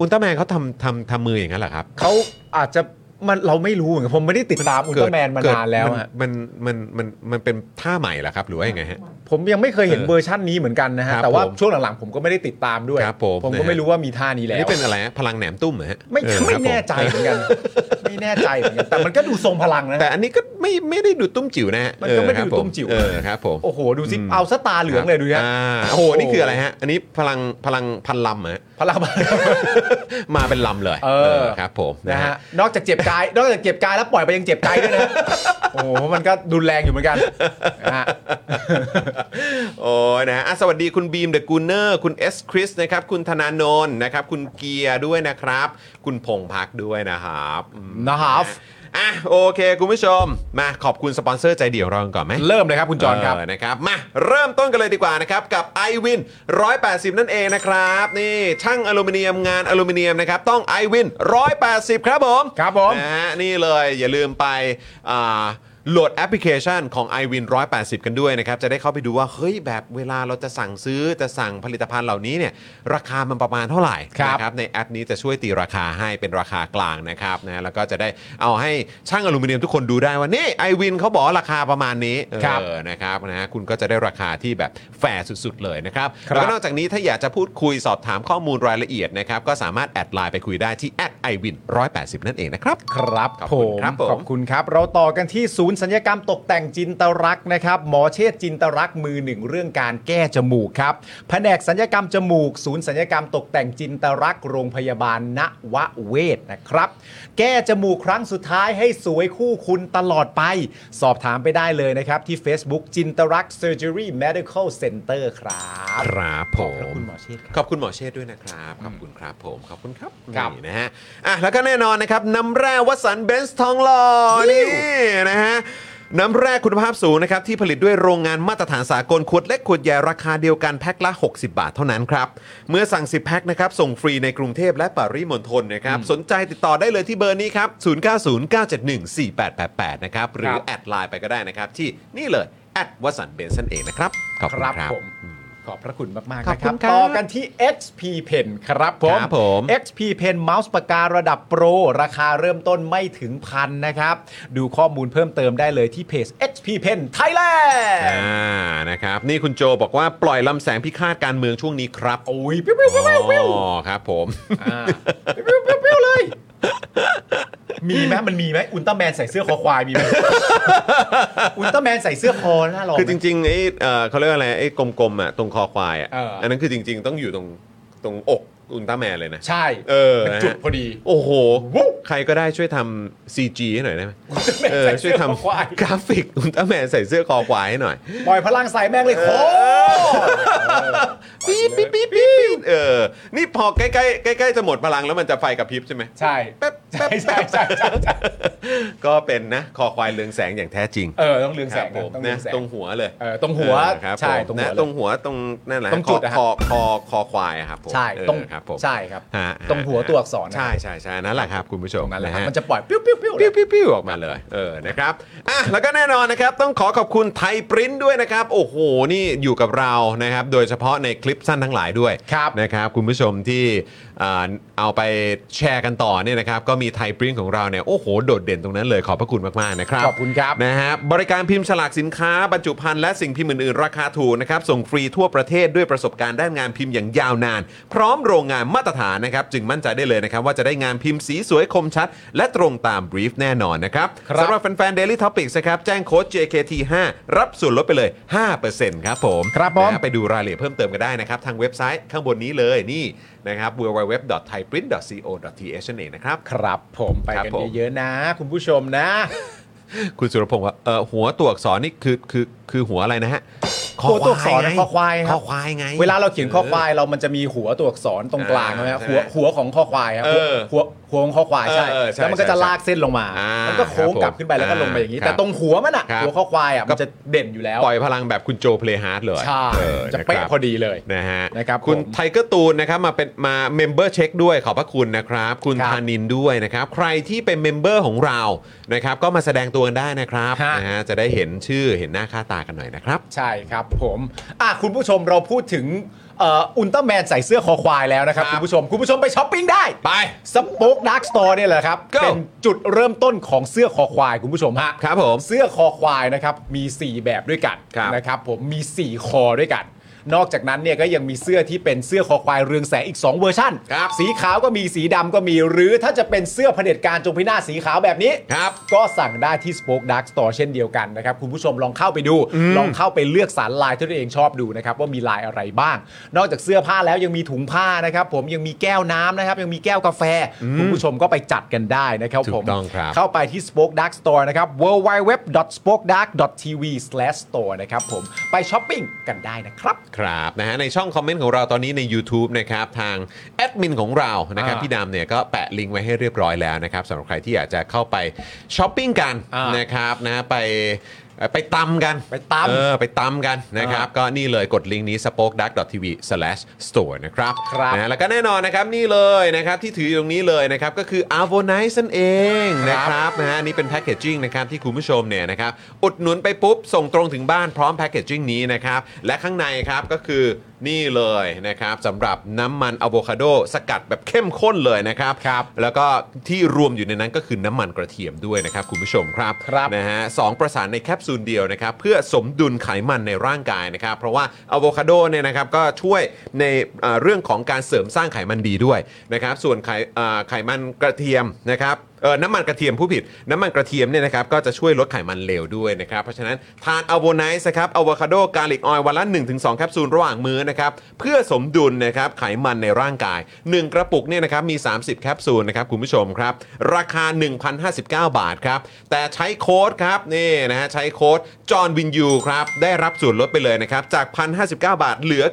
[SPEAKER 1] อุลตร้าแมนเขาทำทำทำมืออย่างนั้นเหรอครับ
[SPEAKER 2] เขาอาจจะมันเราไม่รู้เหมือนกันผมไม่ได้ติดตามอุลตร้าแมนมา
[SPEAKER 1] เกิด
[SPEAKER 2] นานแล้ว
[SPEAKER 1] มั
[SPEAKER 2] ฮะ
[SPEAKER 1] มันมันมันมันเป็นท่าใหม่เหรอครับ หรือว่ายังไงฮะ
[SPEAKER 2] ผมยังไม่เคยเห็น
[SPEAKER 1] เออ
[SPEAKER 2] เวอร์ชั่นนี้เหมือนกันนะฮะ
[SPEAKER 1] ครับ
[SPEAKER 2] แต่ว่า
[SPEAKER 1] ผม
[SPEAKER 2] ช่วงหลังๆผมก็ไม่ได้ติดตามด้วย
[SPEAKER 1] ครับผม
[SPEAKER 2] ผมก็
[SPEAKER 1] นะฮะ
[SPEAKER 2] ไม่รู้ว่ามีท่านี้แล้ว
[SPEAKER 1] นี่เป็นอะไรฮะพลังแหนมตุ้มเหรอฮะ
[SPEAKER 2] ไม่
[SPEAKER 1] เออค
[SPEAKER 2] ไม่
[SPEAKER 1] รับผ
[SPEAKER 2] แน่ใจเห มือนกัน ไม่แน่ใจเหมือนกันแต่มันก็ดูทรงพลังนะ
[SPEAKER 1] แต่อันนี้ก็ไม่ไม่ได้ดูตุ้มจิ๋วนะฮะ
[SPEAKER 2] มันก็ไม่ได้
[SPEAKER 1] เออค
[SPEAKER 2] ดู
[SPEAKER 1] รับผ
[SPEAKER 2] ตุ้มจิ๋ว
[SPEAKER 1] เออครับผม
[SPEAKER 2] โอ้โหดูสิเอาสตาเหลืองเลยดูฮะ
[SPEAKER 1] อ่าโอ้โหนี่คืออะไรฮะ อันนี้พลังพลังพันลำเหรอฮะ
[SPEAKER 2] พลัง
[SPEAKER 1] มาเป็นลำเลย
[SPEAKER 2] เออ
[SPEAKER 1] ครับผม
[SPEAKER 2] นะฮะนอกจากเจ็บกายนอกจากเจ็บกายแล้วปล่อยไปยังเจ็บใจด้วยนะ โอ้โหมันก็ดุนแรงอยู่เหมือนกันนะฮะ
[SPEAKER 1] โอ้ยนะฮะอ่ะสวัสดีคุณบีมเดอะกูเนอร์คุณเอสคริสนะครับ คุณธนาโนนนะครับ คุณเกียร์ด้วยนะครับ คุณพงพักด้วยนะครับอืม
[SPEAKER 2] นะครับ
[SPEAKER 1] อ่ะโอเค คุณผู้ชม มาขอบคุณสปอนเซอร์ใจเดียวเรากันก่อนไหม
[SPEAKER 2] เริ่มเลยครับคุณจอห์นครับ
[SPEAKER 1] เนะครับมาเริ่มต้นกันเลยดีกว่านะครับ กับ i w วิน180 นั่นเองนะครับ นี่ช่างอลูมิเนียมงานอลูมิเนียมนะครับ ต้อง i w วิน180 ครับผม
[SPEAKER 2] ครับผม
[SPEAKER 1] นะฮะนี่เลยอย่าลืมไปอ่าโหลดแอปพลิเคชันของ i w วิน180 กันด้วยนะครับ จะได้เข้าไปดูว่า เฮ้ย แบบเวลาเราจะสั่งซื้อจะสั่งผลิตภัณฑ์เหล่านี้เนี่ยราคามันประมาณเท่าไหร่
[SPEAKER 2] ครับ
[SPEAKER 1] นะ นะครับในแอปนี้จะช่วยตีราคาให้เป็นราคากลางนะครับนะแล้วก็จะได้เอาให้ช่างอลูมิเนียมทุกคนดูได้ว่านี่ไอวินเขาบอกว่าราคาประมาณนี้
[SPEAKER 2] ครับ
[SPEAKER 1] เออนะครับนะฮะคุณก็จะได้ราคาที่แบบแฟร์สุดๆเลยนะครับ
[SPEAKER 2] ครับ
[SPEAKER 1] แล้วก็นอกจากนี้ถ้าอยากจะพูดคุยสอบถามข้อมูลรายละเอียดนะครับก็สามารถแอดไลน์ไปคุยได้ที่แอดไอวินร้อยแปดสิบนั่นเองนะครับ
[SPEAKER 2] ครับ
[SPEAKER 1] ขอบ
[SPEAKER 2] ผ
[SPEAKER 1] คุณ
[SPEAKER 2] ม
[SPEAKER 1] ครับผม
[SPEAKER 2] ขอบคุณครับ เราต่อกันที่ศูนย์สัญญกรรมตกแต่งจินตรักษณ์นะครับ หมอเชษฐ์จินตรักษณ์มือหนึ่งเรื่องการแก้จมูกครับแผนกสัญญกรรมจมูก ศูนย์สัญญกรรมตกแต่งจินตรักษณ์โรงพยาบาลณวเวศนะครับ แก้จมูกครั้งสุดท้ายให้สวยคู่คุณตลอดไป สอบถามไปได้เลยนะครับ ที่ Facebook จินตรักเซอร์เจอรี่เมดิคอลเซ็นเตอร์ครับ
[SPEAKER 1] ครับผ
[SPEAKER 2] ขอ
[SPEAKER 1] ม
[SPEAKER 2] บคุณหมอเชษฐ์ครับ
[SPEAKER 1] ขอบคุณหมอเชษฐ์ด้วยนะครับ ขอบคุณครับผม ขอบคุณครับ
[SPEAKER 2] ครับ
[SPEAKER 1] นี่นะฮะอ่ะแล้วก็แน่นอนนะครับ น้ำแร่วัสสันเบนซ์ทองหล่อนี่นะฮะน้ำแร่คุณภาพสูงนะครับ ที่ผลิตด้วยโรงงานมาตรฐานสากลขวดเล็กขวดใหญ่ราคาเดียวกันแพ็คละ 60 บาทเท่านั้นครับ เมื่อสั่ง 10 แพ็คนะครับ ส่งฟรีในกรุงเทพและปริมณฑลนะครับ สนใจติดต่อได้เลยที่เบอร์นี้ครับ 0909714888 นะครับ หรื
[SPEAKER 2] ค
[SPEAKER 1] อ
[SPEAKER 2] รับ
[SPEAKER 1] แอดไลน์ไปก็ได้นะครับ ที่นี่เลยแอดวัสันเบนซ์นั่นเองนะครับขอบคุณครับ
[SPEAKER 2] ผม ขอบพระคุณมากๆ
[SPEAKER 1] ขอบ
[SPEAKER 2] นะค
[SPEAKER 1] คุ
[SPEAKER 2] รับ
[SPEAKER 1] ณครับ
[SPEAKER 2] ต่อกันที่ XP Pen ครับผม
[SPEAKER 1] ครับผม
[SPEAKER 2] XP Pen เมาส์ปากการะดับโปร ราคาเริ่มต้นไม่ถึงพันนะครับ ดูข้อมูลเพิ่มเติมได้เลยที่เพจ XP Pen Thailand
[SPEAKER 1] อ่านะครับนี่คุณโจบอกว่าปล่อยลำแสงพิฆาตการเมืองช่วงนี้ครับ
[SPEAKER 2] โอ้ยปิ้วปิ้วปิ้วปิ้วปิ้ว
[SPEAKER 1] อ๋อครับผม
[SPEAKER 2] อ่าปิ้วปิ้วปิ้วเลย มีไหมมันมีไหมอุลตร้าแมนใส่เสื้อคอควาย มีไหม อุลตร้าแมนใส่เสื้อคอน่าลอง
[SPEAKER 1] คือจริงๆไอ้เอ่อเขาเรียกว่าอะไรไอ้กลมๆอ่ะตรงคอควายอ่ะ
[SPEAKER 2] เอออั
[SPEAKER 1] อันนั้นคือจริง ๆ ต้องอยู่ตรงตรงอกอุลตร้าแมนเลยนะ
[SPEAKER 2] ใช่
[SPEAKER 1] เออ
[SPEAKER 2] มันจุดพอดี
[SPEAKER 1] โอ้โห
[SPEAKER 2] วู้
[SPEAKER 1] ใครก็ได้ช่วยทำ CG ให้หน่อยได้ไหม
[SPEAKER 2] แมน
[SPEAKER 1] เออ
[SPEAKER 2] ใส่
[SPEAKER 1] ช่
[SPEAKER 2] เสื้อ
[SPEAKER 1] วยท
[SPEAKER 2] คอควาย
[SPEAKER 1] ำกราฟิกอุลตร้าแมนใส่เสื้อคอควายให้หน่อย
[SPEAKER 2] ปล่อยพลังใส่แม่งเลยโค
[SPEAKER 1] ปี๊ดปี๊ดปี๊ดปี๊ดเออ นี่พอใกล้ๆใกล้ๆจะหมดพลังแล้วมันจะไฟกับพริบใช่ไหม
[SPEAKER 2] ใช่
[SPEAKER 1] แป๊บ
[SPEAKER 2] ใช่
[SPEAKER 1] แป๊บ
[SPEAKER 2] ใช่ใช่ใช่ใช่
[SPEAKER 1] ก็เป็นนะ คอควายเรืองแสงอย่างแท้จริง
[SPEAKER 2] เออต้องเรืองแสง
[SPEAKER 1] ครับผม
[SPEAKER 2] ต้องเรื
[SPEAKER 1] นะ
[SPEAKER 2] องแสง
[SPEAKER 1] ตรงหัวเลย
[SPEAKER 2] เออตรงหัว
[SPEAKER 1] เออครับ
[SPEAKER 2] ใช่
[SPEAKER 1] ผม
[SPEAKER 2] ตรงหั
[SPEAKER 1] นะต
[SPEAKER 2] วเล
[SPEAKER 1] ร
[SPEAKER 2] ย
[SPEAKER 1] งหัวตรงนั่นแหละ
[SPEAKER 2] ตรงจุดอะ
[SPEAKER 1] ค
[SPEAKER 2] ฮะ
[SPEAKER 1] อคอคอควายอะครับผม
[SPEAKER 2] ใช่
[SPEAKER 1] เออ
[SPEAKER 2] ตรง
[SPEAKER 1] ครับผม
[SPEAKER 2] ใช่ครับ
[SPEAKER 1] ฮะ
[SPEAKER 2] ตรงหัวตัวอักษรนะ
[SPEAKER 1] ใช่ใช่ใช่นั่นแหละครับคุณผู้ชม
[SPEAKER 2] นั่นแหละ
[SPEAKER 1] ฮ
[SPEAKER 2] มันจะปล่อยปิ้วปิ้วปิ้วเล
[SPEAKER 1] ปิ้
[SPEAKER 2] ย
[SPEAKER 1] วปิ้วปิ้วออกมาเลยเออนะครับอ่ะแล้วก็แน่นอนนะครับ ต้องขอขอบคุณไทยปริ้นด้วยนะครับ โอ้โห นี่อยู่กับเรานะครับ โดยเฉพาะในคลิปสั้นทั้งหลายด้วย
[SPEAKER 2] ครับ
[SPEAKER 1] นะครับ คุณผู้ชมที่อ่าเอาไปแชร์กันต่อเนี่ยนะครับ ก็มีไทยปริ้นของเราเนี่ยโอ้โห โดดเด่นตรงนั้นเลยขอบพระคุณมาก ๆ นะครับ
[SPEAKER 2] ขอบคุณครับ
[SPEAKER 1] นะฮะบริการพิมพ์ฉลากสินค้าบรรจุภัณฑ์และสิ่งพิมพ์อื่นๆราคาถูกนะครับส่งฟรีทั่วประเทศด้วยประสบการณ์ด้านงานพิมพ์อย่างยาวนาน พร้อมโรงงานมาตรฐานนะครับจึงมั่นใจได้เลยนะครับว่าจะได้งานพิมพ์สีสวยคมชัด และตรงตามบรีฟแน่นอนนะครับ
[SPEAKER 2] ครับ
[SPEAKER 1] สำหรับแฟนๆ Daily Topics นะครับแจ้งโค้ด JKT5 รับส่วนลดไปเลย 5%ครับผม
[SPEAKER 2] ครับผม
[SPEAKER 1] นะไปดูรายละเอียดเพิ่มเติมกันได้นะครับ ทางเว็บไซต์ข้างบนนี้เลยนี่นะครับ www.thaiprint.co.th นั่นเองนะครับ
[SPEAKER 2] ครับผมไป
[SPEAKER 1] ครับ
[SPEAKER 2] กัน
[SPEAKER 1] ผม
[SPEAKER 2] เยอะๆนะ คุณผู้ชมนะ
[SPEAKER 1] คุณสุรพงศ์ว่าเออหัวตัวอักษรนี่คือคือคือหัวอะไรนะฮะ
[SPEAKER 2] หัวตัวอักษรนะคอควายครับ
[SPEAKER 1] คอควายไง
[SPEAKER 2] เวลาเราเขียนข้อควายเรามันจะมีหัวตัวอักษรตรงกลาง
[SPEAKER 1] อ่า
[SPEAKER 2] ใช่ไหมฮะ
[SPEAKER 1] ใช่
[SPEAKER 2] หัวหัวของข้อควายครับ
[SPEAKER 1] เออ
[SPEAKER 2] หัวหัวของข้อควายใช่
[SPEAKER 1] เออใช่
[SPEAKER 2] แล้วมันก็จะ
[SPEAKER 1] ใช่
[SPEAKER 2] ลากเส้นลงมา
[SPEAKER 1] อ่ามั
[SPEAKER 2] มันก็โค้งก
[SPEAKER 1] ค
[SPEAKER 2] ลั
[SPEAKER 1] รับผม
[SPEAKER 2] บขึ้นไปแล้วก็ลงไปอย่าง
[SPEAKER 1] ค
[SPEAKER 2] นี้
[SPEAKER 1] รับ
[SPEAKER 2] แต่ตรงหัวมันอ่ะ
[SPEAKER 1] ครับ
[SPEAKER 2] หัวข้อควายอ่ะ
[SPEAKER 1] ก็
[SPEAKER 2] มันจะเด่นอยู่แล้ว
[SPEAKER 1] ปล่อยพลังแบบคุณโจเพลย์ฮาร์ดเลย
[SPEAKER 2] ใช่
[SPEAKER 1] เออ
[SPEAKER 2] จะ
[SPEAKER 1] นค
[SPEAKER 2] เป๊ะ
[SPEAKER 1] รับ
[SPEAKER 2] พอดีเลย
[SPEAKER 1] นะฮะ
[SPEAKER 2] นะครับ
[SPEAKER 1] คุณ
[SPEAKER 2] ผม
[SPEAKER 1] ไทเกอร์ตูนนะครับมาเป็นมาเมมเบอร์เช็คด้วยขอบพระคุณนะครับ คุณ
[SPEAKER 2] ครับ
[SPEAKER 1] ธานินด้วยนะครับ ใครที่เป็นเมมเบอร์ของเรานะครับก็มาแสดงตัวกันได้นะครับ
[SPEAKER 2] ฮะ
[SPEAKER 1] นะฮะจะได้เห็นชื่อเห็นหน้าค่าตากันหน่อยนะครับ
[SPEAKER 2] ใช่ครับผมอ่ะคุณผู้ชมเราพูดถึงเอ่ออุลตร้าแมนใส่เสื้อคอควายแล้วนะครับ
[SPEAKER 1] ครับ
[SPEAKER 2] คุณผู้ชม คุณผู้ชมไปช้อปปิ้งได้
[SPEAKER 1] ไป
[SPEAKER 2] สป็อกดาร์กสโตร์เนี่ยแหละครับ
[SPEAKER 1] Go
[SPEAKER 2] เป็นจุดเริ่มต้นของเสื้อคอควายคุณผู้ชมฮะ
[SPEAKER 1] ครับผม
[SPEAKER 2] เสื้อคอควายนะครับ มี 4 แบบด้วยกัน
[SPEAKER 1] ครับ
[SPEAKER 2] นะครับผมมี 4 คอด้วยกัน นอกจากนั้นเนี่ยก็ยังมีเสื้อที่เป็นเสื้อคอควายเรืองแสงอีก 2 เวอร์ชัน
[SPEAKER 1] ครับ
[SPEAKER 2] สีขาวก็มีสีดำก็มี หรือถ้าจะเป็นเสื้อเผด็จการจงพินาศสีขาวแบบนี้
[SPEAKER 1] ครับ
[SPEAKER 2] ก็สั่งได้ที่ Spoke Dark Store เช่นเดียวกันนะครับ คุณผู้ชมลองเข้าไปดู ลองเข้าไปเลือกสารลายที่ตัวเองชอบดูนะครับ ว่ามีลายอะไรบ้าง นอกจากเสื้อผ้าแล้วยังมีถุงผ้านะครับผมยังมีแก้วน้ำนะครับ ยังมีแก้วกาแฟ คุณผู้ชมก็ไปจัดกันได้นะครับ
[SPEAKER 1] ถูก
[SPEAKER 2] ผม
[SPEAKER 1] ต้องครับ
[SPEAKER 2] เข้าไปที่ Spoke Dark Store นะครับ www.spokedark.tv/store นะครับผมไปช้อปปิ้งกันได้นะครับ
[SPEAKER 1] ครับนะฮะในช่องคอมเมนต์ของเราตอนนี้ใน YouTube นะครับทางแอดมินของเรานะครับ
[SPEAKER 2] อ่า
[SPEAKER 1] พี่ดำเนี่ยก็แปะลิงก์ไว้ให้เรียบร้อยแล้วนะครับสำหรับใครที่อยากจะเข้าไปช้อปปิ้งกัน
[SPEAKER 2] อ่าน
[SPEAKER 1] นะครับนะฮะไปไปตำกัน
[SPEAKER 2] ไปตำ
[SPEAKER 1] เออไปตำกันนะครับก็นี่เลยกดลิงก์นี้ spokedark.tv/store นะครับ
[SPEAKER 2] ครับ
[SPEAKER 1] นะฮะแล้วก็แน่นอนนะครับนี่เลยนะครับที่ถืออยู่ตรงนี้เลยนะครับก็คือ a v o n i c e นั่นเองนะค
[SPEAKER 2] ครั
[SPEAKER 1] รับ
[SPEAKER 2] บ
[SPEAKER 1] นะฮะนี่เป็นแพคเกจจิ้งนะครับที่คุณผู้ชมเนี่ยนะครับอุดหนุนไปปุ๊บ ส่งตรงถึงบ้านพร้อมแพคเกจจิ้งนี้นะครับ และข้างในครับก็คือนี่เลยนะครับสำหรับน้ำมันอะโวคาโดสกัดแบบเข้มข้นเลยนะครับ
[SPEAKER 2] ครับ
[SPEAKER 1] แล้วก็ที่รวมอยู่ในนั้นก็คือน้ำมันกระเทียมด้วยนะครับคุณผู้ชมครับ
[SPEAKER 2] ครับ
[SPEAKER 1] นะฮะสองประสานในแคปซูลเดียวนะครับ เพื่อสมดุลไขมันในร่างกายนะครับ เพราะว่าอะโวคาโดเนี่ยนะครับก็ช่วยในเอ่อเรื่องของการเสริมสร้างไขมันดีด้วยนะครับส่วนไขเอ่อไขมันกระเทียมนะครับ เออน้ำมันกระเทียมผู้ผิด น้ำมันกระเทียมเนี่ยนะครับก็จะช่วยลดไขมันเลวด้วยนะครับ เพราะฉะนั้นทานอ v o ไนซ์นะครับอะโวคาโดกาลิกออยวันละ 1-2 แคปซูลระหว่างมื้อนะครับ เพื่อสมดุลนะครับไขมันในร่างกาย 1 กระปุกเนี่ยนะครับมี 30 แคปซูลนะครับคุณผู้ชมครับ ราคา 1,059 บาทครับ แต่ใช้โค้ดครับนี่นะฮะใช้โค้ดจอห์นวินยูครับ ได้รับส่วนลดไปเลยนะครับ จาก 1,059 บาทเหลือ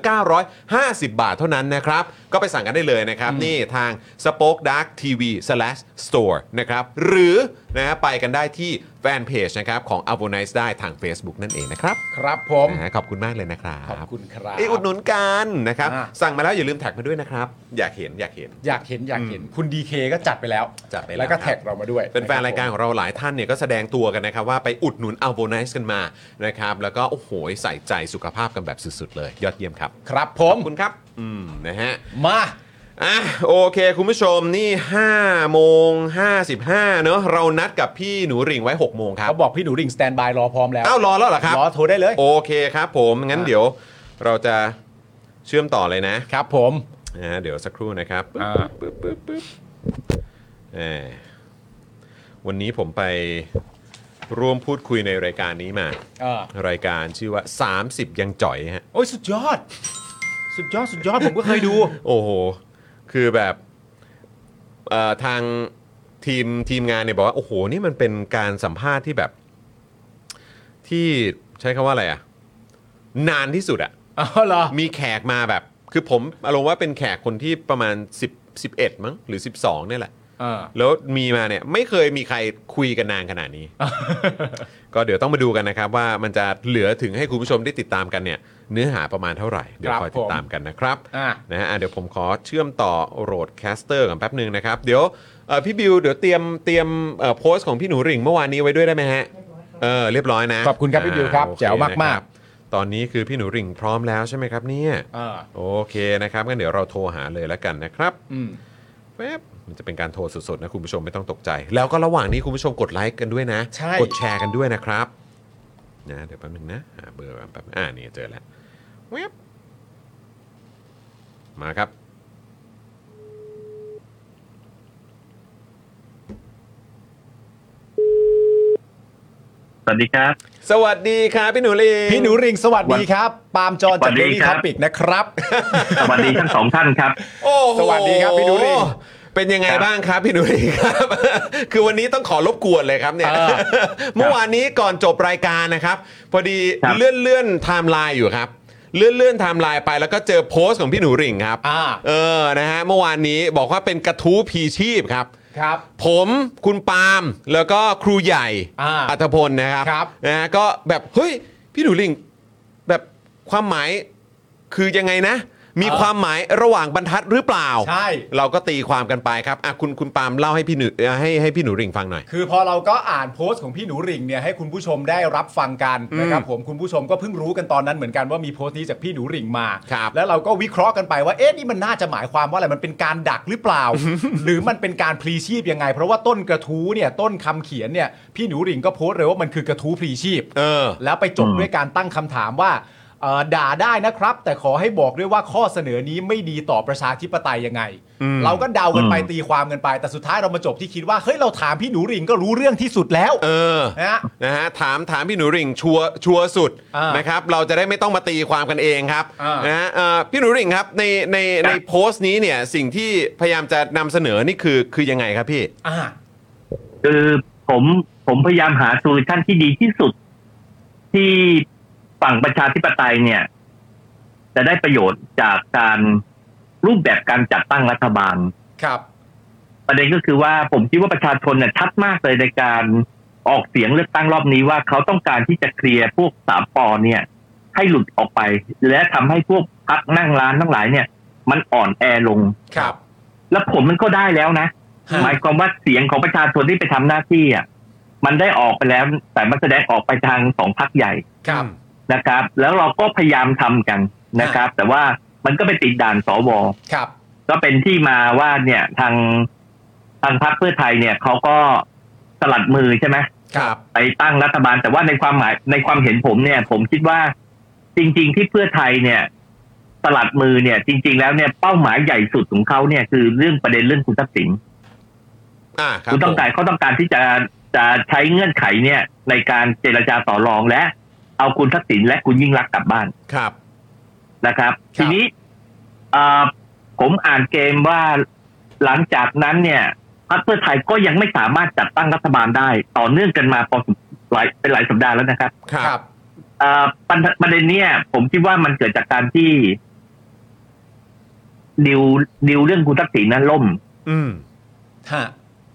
[SPEAKER 1] 950 บาทเท่านั้นนะครับ ก็ไปสั่งกันได้เลยนะครับ นี่ทาง spoke dark tv slash store นะครับหรือนะฮะไปกันได้ที่แฟนเพจนะครับของ a v o n i c e ได้ทาง Facebook นั่นเองนะครับ
[SPEAKER 2] ครับผม
[SPEAKER 1] นะฮะขอบคุณมากเลยนะครับ
[SPEAKER 2] ขอบคุณครับ
[SPEAKER 1] เอยอุดหนุนกันนะครับ
[SPEAKER 2] อ่า
[SPEAKER 1] สั่งมาแล้วอย่าลืมแท็กมาด้วยนะครับ อยากเห็นอยากเห็น
[SPEAKER 2] อยากเห็นอยากเห็นคุณดีเคก็จัดไปแล้ว
[SPEAKER 1] จัดไปแล้ว
[SPEAKER 2] แล้ว
[SPEAKER 1] ค
[SPEAKER 2] ก็
[SPEAKER 1] รับ
[SPEAKER 2] แท็กเรามาด้วย
[SPEAKER 1] เป็นแฟนรายการของเราหลายท่านเนี่ยก็แสดงตัวกันนะครับ ว่าไปอุดหนุนอัลโบน c สกันมานะครับ แล้วก็โอ้โหใส่ใจสุขภาพกันแบบสุดๆเลย ยอดเยี่ยมครับ
[SPEAKER 2] ครับผ
[SPEAKER 1] ข
[SPEAKER 2] ม
[SPEAKER 1] อบคุณครับ อืมนะฮะ
[SPEAKER 2] มา
[SPEAKER 1] อ่ะโอเค คุณผู้ชมนี่5โมง55เนอะเรานัดกับพี่หนูหริ่งไว้ 6 โมงครับ
[SPEAKER 2] เขาบอกพี่หนูริงสแตนบายรอพร้อมแล้ว
[SPEAKER 1] อ้าวรอแล้วเหรอครับ
[SPEAKER 2] รอโทรได้เลย
[SPEAKER 1] โอเคครับผม งั้น
[SPEAKER 2] อ่ะ
[SPEAKER 1] เดี๋ยวเราจะเชื่อมต่อเลยนะครับ
[SPEAKER 2] ผม
[SPEAKER 1] นะฮะเดี๋ยวสักครู่นะครับ
[SPEAKER 2] อ่า
[SPEAKER 1] เอ่อวันนี้ผมไปร่วมพูดคุยในรายการนี้มา
[SPEAKER 2] อ่าร
[SPEAKER 1] ายการชื่อว่า 30 ยังจ่อยฮะ
[SPEAKER 2] โอ้ยสุดยอด สุดยอดสุดยอดผมก็เคยดู
[SPEAKER 1] โอ้โห คือแบบเอ่อทางทีมทีมงานเนี่ยบอกว่า โอ้โห นี่มันเป็นการสัมภาษณ์ที่แบบ ที่ใช้คำว่าอะไรอะนานที่สุดอะ
[SPEAKER 2] อ๋อเหรอ
[SPEAKER 1] มีแขกมาแบบ คือผมอารมณ์ว่าเป็นแขกคนที่ประมาณ 10 11 มั้งหรือ 12เนี่ยแหละ
[SPEAKER 2] เออ
[SPEAKER 1] แล้วมีมาเนี่ยไม่เคยมีใครคุยกันนานขนาด นี้ ก็เดี๋ยวต้องมาดูกันนะครับ ว่ามันจะเหลือถึงให้คุณผู้ชมได้ติดตามกันเนี่ย เนื้อหาประมาณเท่าไหร่ เดี๋ยว
[SPEAKER 2] ค
[SPEAKER 1] คอ
[SPEAKER 2] รับ
[SPEAKER 1] ยติดตามกันนะครับ
[SPEAKER 2] อ่ะ
[SPEAKER 1] นะฮะอ่ะเดี๋ยวผมขอเชื่อมต่อโรดแคสเตอร์กันแป๊บหนึ่งนะครับ เดี๋ยวเอ่อพี่บิวเดี๋ยวเตรียมเตรียมเอ่อโพสต์ของพี่หนูหริ่งเมื่อวานนี้ไว้ด้วยได้ไหมฮะเออเรียบร้อยนะ
[SPEAKER 2] ขอบคุณครับพี่บิวครับ
[SPEAKER 1] อ่าโอเค
[SPEAKER 2] แจ๋ว
[SPEAKER 1] นะค
[SPEAKER 2] มาก
[SPEAKER 1] รับตอนนี้คือพี่หนูหริ่งพร้อมแล้วใช่ไหมครับเนี่ย
[SPEAKER 2] ๆเออ
[SPEAKER 1] โอเคนะครับงั้นเดี๋ยวเราโทรหาเลยแล้วกันนะครับ
[SPEAKER 2] อืม
[SPEAKER 1] แป๊บมันจะเป็นการโทรสดๆนะคุณผู้ชมไม่ต้องตกใจ แล้วก็ระหว่างนี้คุณผู้ชมกดไลค์กันด้วยนะ
[SPEAKER 2] ใช่
[SPEAKER 1] กดแชร์กันด้วยนะครับนะเดี๋ยวแป๊บหนึงนะหาเบอร์แป๊บอ่านี่เจอแล้วแวบมาครับ
[SPEAKER 5] สวัสดีครับ
[SPEAKER 1] สวัสดีครับพี่หนูลี
[SPEAKER 2] พี่หนูริงสวัสดีครับ ปาล์มจอน
[SPEAKER 5] สวั
[SPEAKER 2] จาก
[SPEAKER 5] ส
[SPEAKER 2] เด
[SPEAKER 5] ดี
[SPEAKER 2] ลี่
[SPEAKER 5] ค
[SPEAKER 2] ท็
[SPEAKER 5] รั
[SPEAKER 2] อบ ปิกนะครับ
[SPEAKER 5] สวัสดีทั้งสองท่านครับ
[SPEAKER 1] โอ้โห
[SPEAKER 2] สวัสดีครับพี่หนูริ่ง
[SPEAKER 1] เป็นยังไง
[SPEAKER 5] ครับ
[SPEAKER 1] บ้างครับพี่หนูลีครับ คือวันนี้ต้องขอรบกวนเลยครับเนี่ย
[SPEAKER 2] เออ
[SPEAKER 1] เมื่อวานนี้ก่อนจบรายการนะครับ พอดีเลื่อนเลื่อนไทม์ไลน์อยู่ครับ เลื่อนเลื่อนไทม์ไลน์ไปแล้วก็เจอโพสต์ของพี่หนูริ่งครับ
[SPEAKER 2] อ่า
[SPEAKER 1] เออ นะฮะ เมื่อวานนี้บอกว่าเป็นกระทู้พีชีพครับ
[SPEAKER 2] ครับ
[SPEAKER 1] ผมคุณปาล์มแล้วก็ครูใหญ่
[SPEAKER 2] อ่า
[SPEAKER 1] อัธพลนะครับ
[SPEAKER 2] ครับ
[SPEAKER 1] นะฮะก็แบบเฮ้ยพี่หนูลิงแบบความหมายคือยังไงนะ มี
[SPEAKER 2] เออ
[SPEAKER 1] ความหมายระหว่างบรรทัดหรือเปล่า
[SPEAKER 2] ใช่
[SPEAKER 1] เราก็ตีความกันไปครับอ่ะคุณคุณปาล์มเล่าให้พี่หนูเอ่อให้ให้พี่หนูริงฟังหน่อย
[SPEAKER 2] คือพอเราก็อ่านโพสต์ของพี่หนูหริ่งเนี่ยให้คุณผู้ชมได้รับฟังกันนะครับผมคุณผู้ชมก็เพิ่งรู้กันตอนนั้นเหมือนกันว่ามีโพสต์นี้จากพี่หนูหริ่งมา
[SPEAKER 1] ครับ
[SPEAKER 2] แล้วเราก็วิเคราะห์กันไปว่าเอ๊ะนี่มันน่าจะหมายความว่าอะไรมันเป็นการดักหรือเปล่า หรือมันเป็นการพลีชีพยังไง เพราะว่าต้นกระทู้เนี่ยต้นคำเขียนเนี่ยพี่หนูหริ่งก็โพสต์เลยว่ามันคือกระทู้พลีชีพ
[SPEAKER 1] เออ
[SPEAKER 2] แล้วไปจบด้วยการตั้งคำถามว่าเอ่อด่าได้นะครับ แต่ขอให้บอกด้วยว่าข้อเสนอนี้ไม่ดีต่อประชาธิปไตยยังไง เราก็เดากันไปตีความกันไป แต่สุดท้ายเรามาจบที่คิดว่าเฮ้ยเราถามพี่หนูหริ่งก็รู้เรื่องที่สุดแล้ว
[SPEAKER 1] เออ
[SPEAKER 2] นะ
[SPEAKER 1] นะฮะถามถามพี่หนูหริ่งชัวร์ชัวร์สุด
[SPEAKER 2] อ่าน
[SPEAKER 1] นะครับเราจะได้ไม่ต้องมาตีความกันเองครับ
[SPEAKER 2] อ่าน
[SPEAKER 1] นะฮะเอ่อพี่หนูหริ่งครับในในใน
[SPEAKER 5] ครับ
[SPEAKER 1] โพสต์นี้เนี่ยสิ่งที่พยายามจะนำเสนอนี่คือคือยังไงครับพี่
[SPEAKER 2] อ่า
[SPEAKER 5] คือผมผมพยายามหาโซลูชันที่ดีที่สุด ที่ฝั่งประชาธิปไตยเนี่ย จะได้ประโยชน์จากการรูปแบบการจัดตั้งรัฐบาล
[SPEAKER 2] ครับ
[SPEAKER 5] ประเด็นก็คือว่าผมคิดว่าประชาชนเนี่ยชัดมากเลยในการออกเสียงเลือกตั้งรอบนี้ว่าเขาต้องการที่จะเคลียร์พวกสามปอเนี่ย ให้หลุดออกไป และทำให้พวกพักนั่งร้านทั้งหลายเนี่ย มันอ่อนแอลง
[SPEAKER 2] ครับ
[SPEAKER 5] แล้วผลมันก็ได้แล้วนะ
[SPEAKER 2] ฮะ
[SPEAKER 5] หมายความว่าเสียงของประชาชนที่ไปทำหน้าที่อ่ะมันได้ออกไปแล้ว แต่มันแสดงออกไปทางสองพักใหญ่
[SPEAKER 2] ครับ
[SPEAKER 5] นะครับ แล้วเราก็พยายามทำกันนะครับ แต่ว่ามันก็ไปติดด่านสว
[SPEAKER 2] ครับ
[SPEAKER 5] ก็เป็นที่มาว่าเนี่ยทางทางพรรคเพื่อไทยเนี่ยเขาก็สลัดมือใช่ไหม
[SPEAKER 2] ครับ
[SPEAKER 5] ไปตั้งรัฐบาลแต่ว่าในความหมายในความเห็นผมเนี่ย ผมคิดว่าจริง ๆ ที่เพื่อไทยเนี่ย สลัดมือเนี่ย จริง ๆ แล้วเนี่ยเป้าหมายใหญ่สุดของเขาเนี่ยคือเรื่องประเด็นเรื่องคุณทักษิณ
[SPEAKER 1] อ่าครับ
[SPEAKER 5] คุณต้องการเขาต้องการที่จะจะใช้เงื่อนไขเนี่ย ในการเจรจาต่อรองและ เอาคุณทักษิณและคุณยิ่งรักษณ์กลับบ้าน
[SPEAKER 1] ครับ
[SPEAKER 5] นะครับ
[SPEAKER 2] ครับ
[SPEAKER 5] ทีนี้เอ่อผมอ่านเกมว่าหลังจากนั้นเนี่ยพรรคเพื่อไทยก็ยังไม่สามารถจัดตั้งรัฐบาลได้ ต่อเนื่องกันมาพอสมหลายเป็นหลายสัปดาห์แล้วนะครับ
[SPEAKER 1] ครั
[SPEAKER 2] ครับ บ
[SPEAKER 5] เอ่อปัญหาประเด็นเนี่ย ผมคิดว่ามันเกิดจากการที่ ดิวดิวเรื่องคุณทักษิณนะล่ม
[SPEAKER 1] อืม
[SPEAKER 2] ฮะ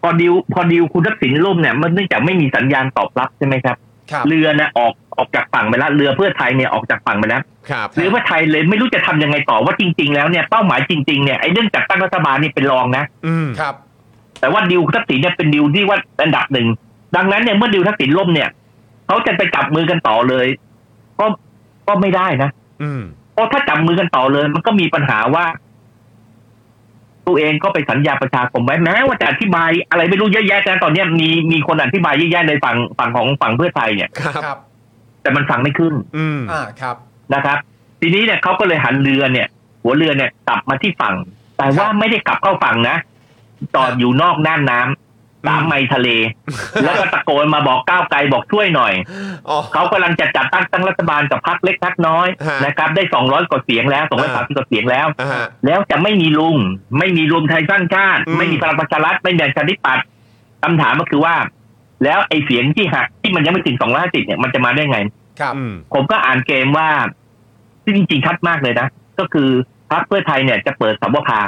[SPEAKER 5] พอดิวพอดิวคุณทักษิณล่มเนี่ยมันเนื่องจากไม่มีสัญญาณตอบรับใช่ไหมครับ
[SPEAKER 2] ครับ
[SPEAKER 5] เรือนะออกออกจากฝั่งไปแล้วเรือเพื่อไทยเนี่ยออกจากฝั่งไปแล้ว
[SPEAKER 1] ครับ
[SPEAKER 5] เรือเพื่อไทยเลยไม่รู้จะทำยังไงต่อว่าจริง ๆ แล้วเนี่ยเป้าหมายจริงๆเนี่ยไอ้เรื่องจัดตั้งรัฐบาลนี่เป็นรองนะ
[SPEAKER 1] อืม
[SPEAKER 2] ครับ
[SPEAKER 5] แต่ว่าดิวทักษิณเนี่ยเป็นดิวที่ว่าอันดับหนึ่งดังนั้นเนี่ยเมื่อดิวทักษิณล่มเนี่ยเขาจะไปจับมือกันต่อเลย ก็ก็ไม่ได้นะ
[SPEAKER 1] อืม
[SPEAKER 5] เพราะถ้าจับมือกันต่อเลย มันก็มีปัญหาว่า ตัวเองก็ไปสัญญาประชาคมไว้แม้ว่าจะอธิบายอะไรไม่รู้เยอะแยะนะตอนเนี้ยมีมีคนอธิบายเยอะแยะในฝั่งฝั่งของฝั่งเพื่อไทยเนี่ย
[SPEAKER 1] ครับ
[SPEAKER 2] ครับ
[SPEAKER 5] แต่มันฟังไม่ขึ้น
[SPEAKER 1] อืม
[SPEAKER 2] อ่าครับ
[SPEAKER 5] นะครับ ทีนี้เนี่ยเขาก็เลยหันเรือเนี่ย หัวเรือเนี่ยกลับมาที่ฝั่ง แต่ว่าไม่ได้กลับเข้าฝั่งนะจอดอยู่นอกน่านน้ำตามไมล์ ทะเล แล้วก็ตะโกนมาบอกก้าวไกลบอกช่วยหน่อย
[SPEAKER 1] อ๋อ
[SPEAKER 5] เขากำลังจะจัดตั้งตั้งรัฐบาลกับพรรคเล็กพรรคน้อย
[SPEAKER 1] ฮะ
[SPEAKER 5] นะครับ ได้สองร้อยกว่าเสียงแล้วสองร้อยสามสิบกว่าเสียงแล้ว
[SPEAKER 1] อ่าฮะ
[SPEAKER 5] แล้วจะไม่มีลุง ไม่มีรวมไทยสร้างชาติ
[SPEAKER 1] อืม
[SPEAKER 5] ไม่มีพลังประชารัฐไม่มีประชาธิปัตย์คำถามก็คือว่า แล้วไอ้เสียงที่หักที่มันยังไม่ถึงสองร้อยห้าสิบเนี่ยมันจะมาได้ไง
[SPEAKER 2] ครับ
[SPEAKER 1] อืม
[SPEAKER 5] ผมก็อ่านเกมว่าที่งจริงๆชัดมากเลยนะ ก็คือพรรคเพื่อไทยเนี่ยจะเปิดสวภา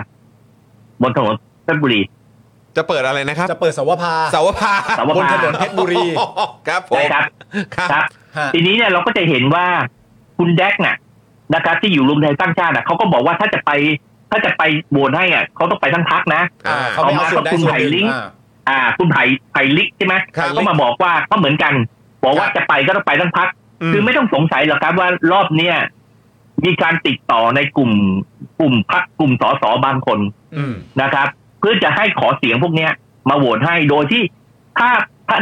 [SPEAKER 5] บนถนนเพชรบุรี
[SPEAKER 1] จะเปิดอะไรนะครับ
[SPEAKER 2] จะเปิดสวภา
[SPEAKER 1] เสาวภา
[SPEAKER 5] เสาวภา
[SPEAKER 1] บนถนนเพชรบุรี
[SPEAKER 2] อ๋อ
[SPEAKER 1] ครับผม
[SPEAKER 5] นะครับ
[SPEAKER 1] ครับ
[SPEAKER 5] ครับ
[SPEAKER 2] ฮะ
[SPEAKER 5] ทีนี้เนี่ยเราก็จะเห็นว่าคุณแดกน่ะนะครับที่อยู่รวมไทยสร้างชาติน่ะเขาก็บอกว่าถ้าจะไป ถ้าจะไปโหวตให้อ่ะเขาต้องไปทั้งพักนะ
[SPEAKER 1] อ่า
[SPEAKER 2] อ่าเขาไม่เอาส่วนได้ส่วนหนึ่งอ่า
[SPEAKER 5] อ่า คุณไผ่ไผ่ลิกใช่ไหม
[SPEAKER 1] ครับ
[SPEAKER 5] เขามาบอกว่าก็เหมือนกัน บอกว่า
[SPEAKER 2] ครับ
[SPEAKER 5] จะไปก็ต้องไปทั้งพัก คือไม่ต้องสงสัยหรอกครับว่ารอบเนี้ยมีการติดต่อในกลุ่มกลุ่มพักกลุ่มสสบางคน
[SPEAKER 1] อืม
[SPEAKER 5] นะครับเพื่อจะให้ขอเสียงพวกเนี้ย มาโหวตให้โดยที่ถ้าถ้า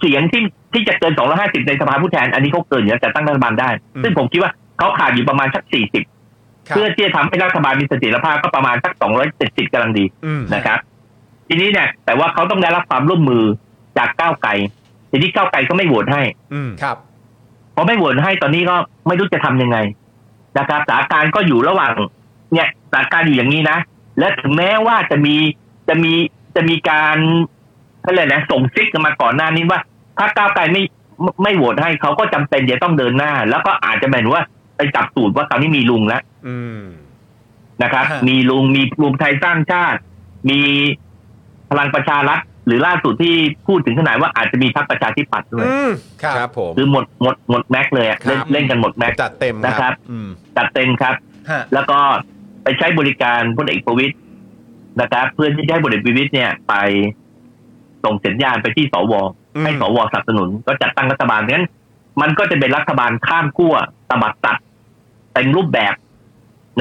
[SPEAKER 5] เสียงที่ที่จะเกิน 250 ในสภาผู้แทน อันนี้เขาเกินอยู่แล้วแต่ตั้งรัฐบาลได้
[SPEAKER 1] อืม
[SPEAKER 5] ซึ่งผมคิดว่าเขาขาดอยู่ประมาณสัก 40
[SPEAKER 2] ครับ
[SPEAKER 5] เพื่อที่จะทำให้รัฐบาลมีเสถียรภาพก็ประมาณสัก 270กำลังดี
[SPEAKER 1] อืม
[SPEAKER 5] นะครับ ทีนี้เนี่ยแต่ว่าเขาต้องได้รับความร่วมมือจากก้าวไกลทีนี้ก้าวไกลก็ไม่โหวตให้
[SPEAKER 1] อืม
[SPEAKER 2] ครับ
[SPEAKER 5] พอไม่โหวตให้ตอนนี้ก็ไม่รู้จะทำยังไงนะครับสถานการณ์ก็อยู่ระหว่าง เนี่ยสถานการณ์อยู่อย่างนี้นะ และถึงแม้ว่าจะมีจะมีจะมีการอะไรยกนะส่งซิกกันมาก่อนหน้านี้ว่า ถ้าก้าวไกลไม่ไม่ไม่โหวตให้เขาก็จำเป็นจะต้องเดินหน้า แล้วก็อาจจะหมายถึงว่าไปจับสูตรว่าตอนนี้มีลุงแล้ว
[SPEAKER 1] อืม
[SPEAKER 5] นะครับ มีลุงมีรวมไทยสร้างชาติ มีพลังประชารัฐหรือล่าสุดที่พูดถึงขนาดว่าอาจจะมีพรรคประชาธิปัตย์ด้วย
[SPEAKER 1] อืม
[SPEAKER 2] ครั
[SPEAKER 1] ครับ บผม
[SPEAKER 5] คือหมดหมดหมดแม็กซ์เลยอะเล่น
[SPEAKER 1] ครับ
[SPEAKER 5] เล่นกันหมดแม็กซ์
[SPEAKER 1] จัดเต็ม
[SPEAKER 5] นะครับ
[SPEAKER 1] อืม
[SPEAKER 5] จัดเต็มครับ
[SPEAKER 2] ฮะ
[SPEAKER 5] แล้วก็ไปใช้บริการพลเอกประวิตยนะครับ เพื่อที่จะให้พลเอกประวิตยเนี่ยไปส่งสัญญาณไปที่สว
[SPEAKER 1] อืม
[SPEAKER 5] ให้สวสนับสนุน ก็จัดตั้งรัฐบาลงั้น มันก็จะเป็นรัฐบาลข้ามขั้วตบัดตัดเต็มรูปแบบ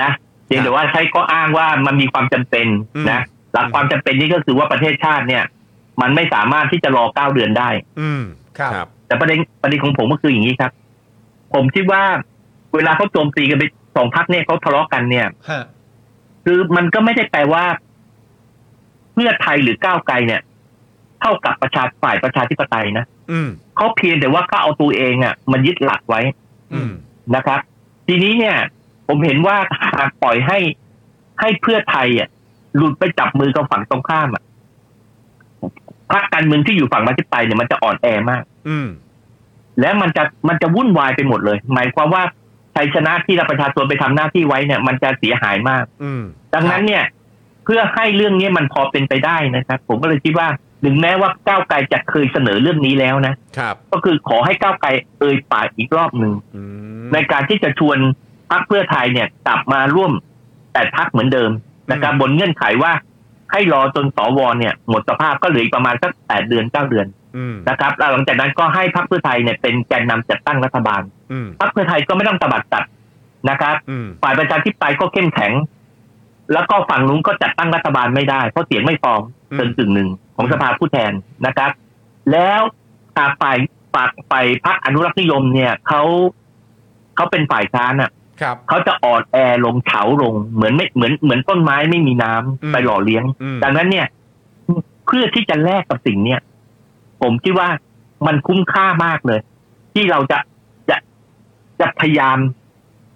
[SPEAKER 5] นะเพียงแต่ว่าใช้ก็อ้างว่ามันมีความจำเป็นนะหลักความจำเป็นนี่ก็คือว่าประเทศชาติเนี่ย มันไม่สามารถที่จะรอเก้าเดือนได้
[SPEAKER 1] อืม
[SPEAKER 2] ครับ
[SPEAKER 1] ครับ
[SPEAKER 5] แต่ประเด็นประเด็นของผมก็คืออย่างนี้ครับ ผมคิดว่า เวลาเขาโจมตีกันไปสองพักเนี่ยเขาทะเลาะกันเนี่ย
[SPEAKER 2] ฮะ
[SPEAKER 5] คือมันก็ไม่ได้แปลว่า เพื่อไทยหรือก้าวไกลเนี่ย เท่ากับประชาฝ่ายประชาธิปไตยนะ
[SPEAKER 1] อืม
[SPEAKER 5] เขาเพียงแต่ว่าเขาเอาตัวเองอะ่ะมันยึดหลักไว้
[SPEAKER 1] อืม
[SPEAKER 5] นะครับ ทีนี้เนี่ย ผมเห็นว่า หากปล่อยให้ให้เพื่อไทยอะ่ะหลุดไปจับมือกับฝั่งตรงข้ามอะ่ะพรรคการเมืองที่อยู่ฝั่งประชาธิปไตยเนี่ยมันจะอ่อนแอมาก
[SPEAKER 1] อืม
[SPEAKER 5] และมันจะมันจะวุ่นวายไปหมดเลย หมายความว่าชัยชนะที่ประชาชนไปทำหน้าที่ไว้เนี่ย มันจะเสียหายมาก
[SPEAKER 1] อืม
[SPEAKER 5] ดังนั้นเนี่ย เพื่อให้เรื่องนี้มันพอเป็นไปได้นะครับ ผมก็เลยคิดว่าถึงแม้ว่าก้าวไกลจะเคยเสนอเรื่องนี้แล้วนะครับ ก็คือขอให้ก้าวไกลเอ่ยปากอีกรอบหนึ่ง
[SPEAKER 1] อืม
[SPEAKER 5] ในการที่จะชวนพรรคเพื่อไทยเนี่ยกลับมาร่วมแต่พักเหมือนเดิมนะครับ
[SPEAKER 1] อืม
[SPEAKER 5] บนเงื่อนไขว่า ให้รอจนสวเนี่ย หมดสภาพก็เหลืออีกประมาณสักแปดเดือนเก้าเดือน
[SPEAKER 1] อืม
[SPEAKER 5] นะครับแล้วหลังจากนั้นก็ให้พรรคเพื่อไทยเนี่ยเป็นแกนนำจัดตั้งรัฐบาล
[SPEAKER 1] อืม
[SPEAKER 5] พรรคเพื่อไทยก็ไม่ต้องตบัดตัดนะครับ
[SPEAKER 1] อืม
[SPEAKER 5] ฝ่ายประชาธิปไตยก็เข้มแข็ง แล้วก็ฝั่งนู้นก็จัดตั้งรัฐบาลไม่ได้ เพราะเสียงไม่พอ
[SPEAKER 1] อืม
[SPEAKER 5] เกินกึ่งหนึ่งของสภาผู้แทนนะครับ แล้วหากฝ่ายฝ่ายฝ่ายพรรคอนุรักษ์นิยมเนี่ยเขาเขาเป็นฝ่ายค้านอ่ะ
[SPEAKER 2] ครับ
[SPEAKER 5] เขาจะอ่อนแอลงเฉาลงเหมือนไม่เหมือนเหมือนต้นไม้ไม่มีน้ำ
[SPEAKER 1] อืม
[SPEAKER 5] ไปหล่อเลี้ยง
[SPEAKER 1] อืม
[SPEAKER 5] ดังนั้นเนี่ย เพื่อที่จะแลกกับสิ่งเนี้ยผมคิดว่ามันคุ้มค่ามากเลย ที่เราจะจะจะพยายาม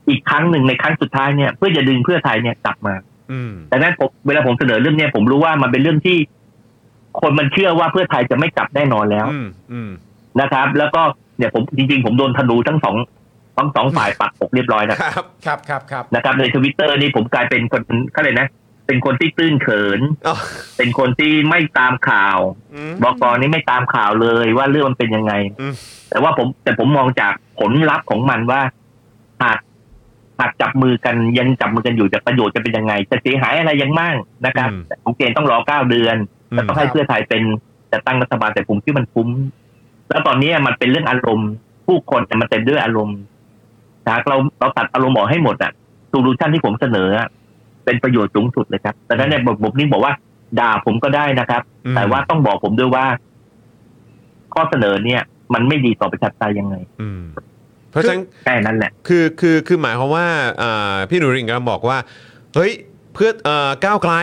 [SPEAKER 5] อีกครั้งหนึ่งในครั้งสุดท้ายเนี่ย เพื่อจะดึงเพื่อไทยเนี่ยกลับมา
[SPEAKER 1] อืม
[SPEAKER 5] ดังนั้นผมเวลาผมเสนอเรื่องเนี้ยผมรู้ว่ามันเป็นเรื่องที่ คนมันเชื่อว่าเพื่อไทยจะไม่กลับแน่นอนแล้ว
[SPEAKER 1] อืม อืม
[SPEAKER 5] นะครับ แล้วก็เนี่ยผมจริงๆ ผมโดนธนูทั้งสอง ทั้งสองฝ่ายปักอกเรียบร้อยนะครับ
[SPEAKER 2] ครับครับครับ
[SPEAKER 5] นะครับในทวิตเตอร์นี่ผมกลายเป็นคนเขาเลยกนะ เป็นคนที่ตื้นเขิน
[SPEAKER 1] อ๋อ
[SPEAKER 5] เป็นคนที่ไม่ตามข่าว
[SPEAKER 1] อืม
[SPEAKER 5] บอกรนี้ไม่ตามข่าวเลยว่าเรื่องมันเป็นยังไง
[SPEAKER 1] อืม
[SPEAKER 5] แต่ว่าผมแต่ผมมองจากผลลัพธ์ของมันว่าหากหากจับมือกันยังจับมือกันอยู่จะประโยชน์จะเป็นยังไง จะเสียหายอะไรยังมั่งนะครับ
[SPEAKER 1] อืม
[SPEAKER 5] ผมเกณฑ์ต้องรอเก้าเดือน
[SPEAKER 1] อื
[SPEAKER 5] แล้ว
[SPEAKER 1] ม
[SPEAKER 5] ต้องให้เพื่อไทยเป็นจะตั้งรัฐบาลแต่ผมคิดมันคุ้ม แล้วตอนนี้มันเป็นเรื่องอารมณ์ ผู้คนเนี่ยมันเต็มด้วยอารมณ์หากเราเราตัดอารมณ์ออกให้หมดอ่ะโซลูชันที่ผมเสนออะเป็นประโยชน์สูงสุดเลยครับแต่นั้นเนี่ยผมนี่บอกว่า ด่าผมก็ได้นะครับ แต่ว่าต้องบอกผมด้วยว่า ข้อเสนอเนี่ย มันไม่ดีต่อประชาธิปไตยยังไง
[SPEAKER 1] อืมเพราะฉะนั้น
[SPEAKER 5] แค่นั้นแหละ
[SPEAKER 1] คือคือคือหมายความว่าอ่าพี่หนูริ่งกำลังบอกว่า เฮ้ยเพื่อเอ่อก้าวไกล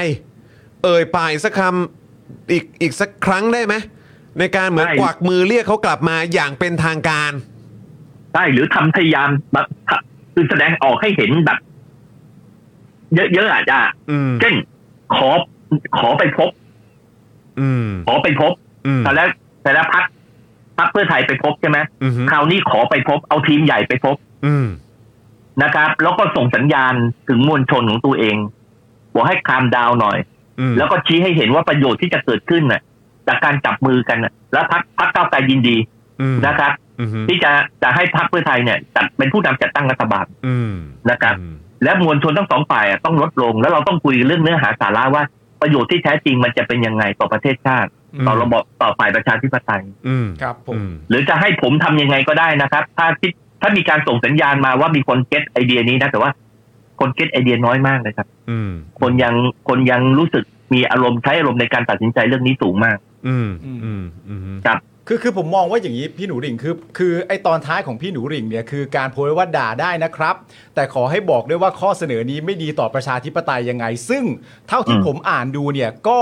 [SPEAKER 1] เอ่ยปายสักคำอีกอีกสักครั้งได้ไหมในการเหมือน
[SPEAKER 5] ได้
[SPEAKER 1] กวักมือเรียกเขากลับมาอย่างเป็นทางการ
[SPEAKER 5] ใช่หรือทำพยายามแบบคือแสดงออกให้เห็นแบบ เยอะๆอาจจะ
[SPEAKER 1] อืม
[SPEAKER 5] เช่นขอขอไปพบ
[SPEAKER 1] อืม
[SPEAKER 5] ขอไปพบ
[SPEAKER 1] อืม
[SPEAKER 5] แต่แล้วแต่แล้วพักพักเพื่อไทยไปพบใช่ไหม
[SPEAKER 1] อืม
[SPEAKER 5] คราวนี้ขอไปพบ เอาทีมใหญ่ไปพบ
[SPEAKER 1] อืม
[SPEAKER 5] นะครับ แล้วก็ส่งสัญญาณถึงมวลชนของตัวเอง บอกให้คามดาวหน่อย
[SPEAKER 1] อืม
[SPEAKER 5] แล้วก็ชี้ให้เห็นว่าประโยชน์ที่จะเกิดขึ้นน่ะ จากการจับมือกันน่ะ แล้วพักพักก้าวไกลยินดี
[SPEAKER 1] อืม
[SPEAKER 5] นะครับ
[SPEAKER 1] อืม
[SPEAKER 5] ที่จะจะให้พักเพื่อไทยเนี่ยจัดเป็นผู้นำจัดตั้งรัฐบาล
[SPEAKER 1] อืม
[SPEAKER 5] นะครับ และมวลชนทั้งสองฝ่ายอ่ะต้องลดลง แล้วเราต้องคุยเรื่องเนื้อหาสาระว่าประโยชน์ที่แท้จริงมันจะเป็นยังไงต่อประเทศชาติ ต่อระบอบต่อฝ่ายประชาธิปไตย
[SPEAKER 1] อืม
[SPEAKER 2] ครับผม
[SPEAKER 1] อืม
[SPEAKER 5] หรือจะให้ผมทำยังไงก็ได้นะครับ ถ้าคิดถ้ามีการส่งสัญญาณมาว่ามีคนเก็ตไอเดียนี้นะ แต่ว่าคนเก็ตไอเดียน้อยมากเลยครับ
[SPEAKER 1] อืม
[SPEAKER 5] คนยังคนยังรู้สึกมีอารมณ์ใช้อารมณ์ในการตัดสินใจเรื่องนี้สูงมาก
[SPEAKER 1] อืมอืมอืม
[SPEAKER 2] คือคือผมมองว่าอย่างนี้พี่หนูหริ่งคือคือไอตอนท้ายของพี่หนูหริ่งเนี่ยคือการโพสต์ว่าด่าได้นะครับ แต่ขอให้บอกด้วยว่าข้อเสนอนี้ไม่ดีต่อประชาธิปไตยยังไง ซึ่งเท่าที่
[SPEAKER 5] อืม
[SPEAKER 2] ผมอ่านดูเนี่ยก็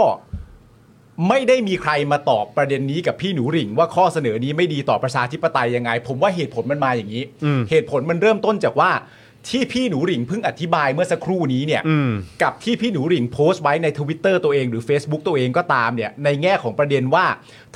[SPEAKER 2] ไม่ได้มีใครมาตอบประเด็นนี้กับพี่หนูหริ่ง ว่าข้อเสนอนี้ไม่ดีต่อประชาธิปไตยยังไง ผมว่าเหตุผลมันมาอย่างนี้
[SPEAKER 1] อืม
[SPEAKER 2] เหตุผลมันเริ่มต้นจากว่าที่พี่หนูหริ่งเพิ่งอธิบายเมื่อสักครู่นี้เนี่ย
[SPEAKER 1] อืม
[SPEAKER 2] กับที่พี่หนูหริ่งโพสต์ไว้ในทวิตเตอร์ตัวเองหรือ Facebook ตัวเองก็ตามเนี่ยในแง่ของประเด็นว่า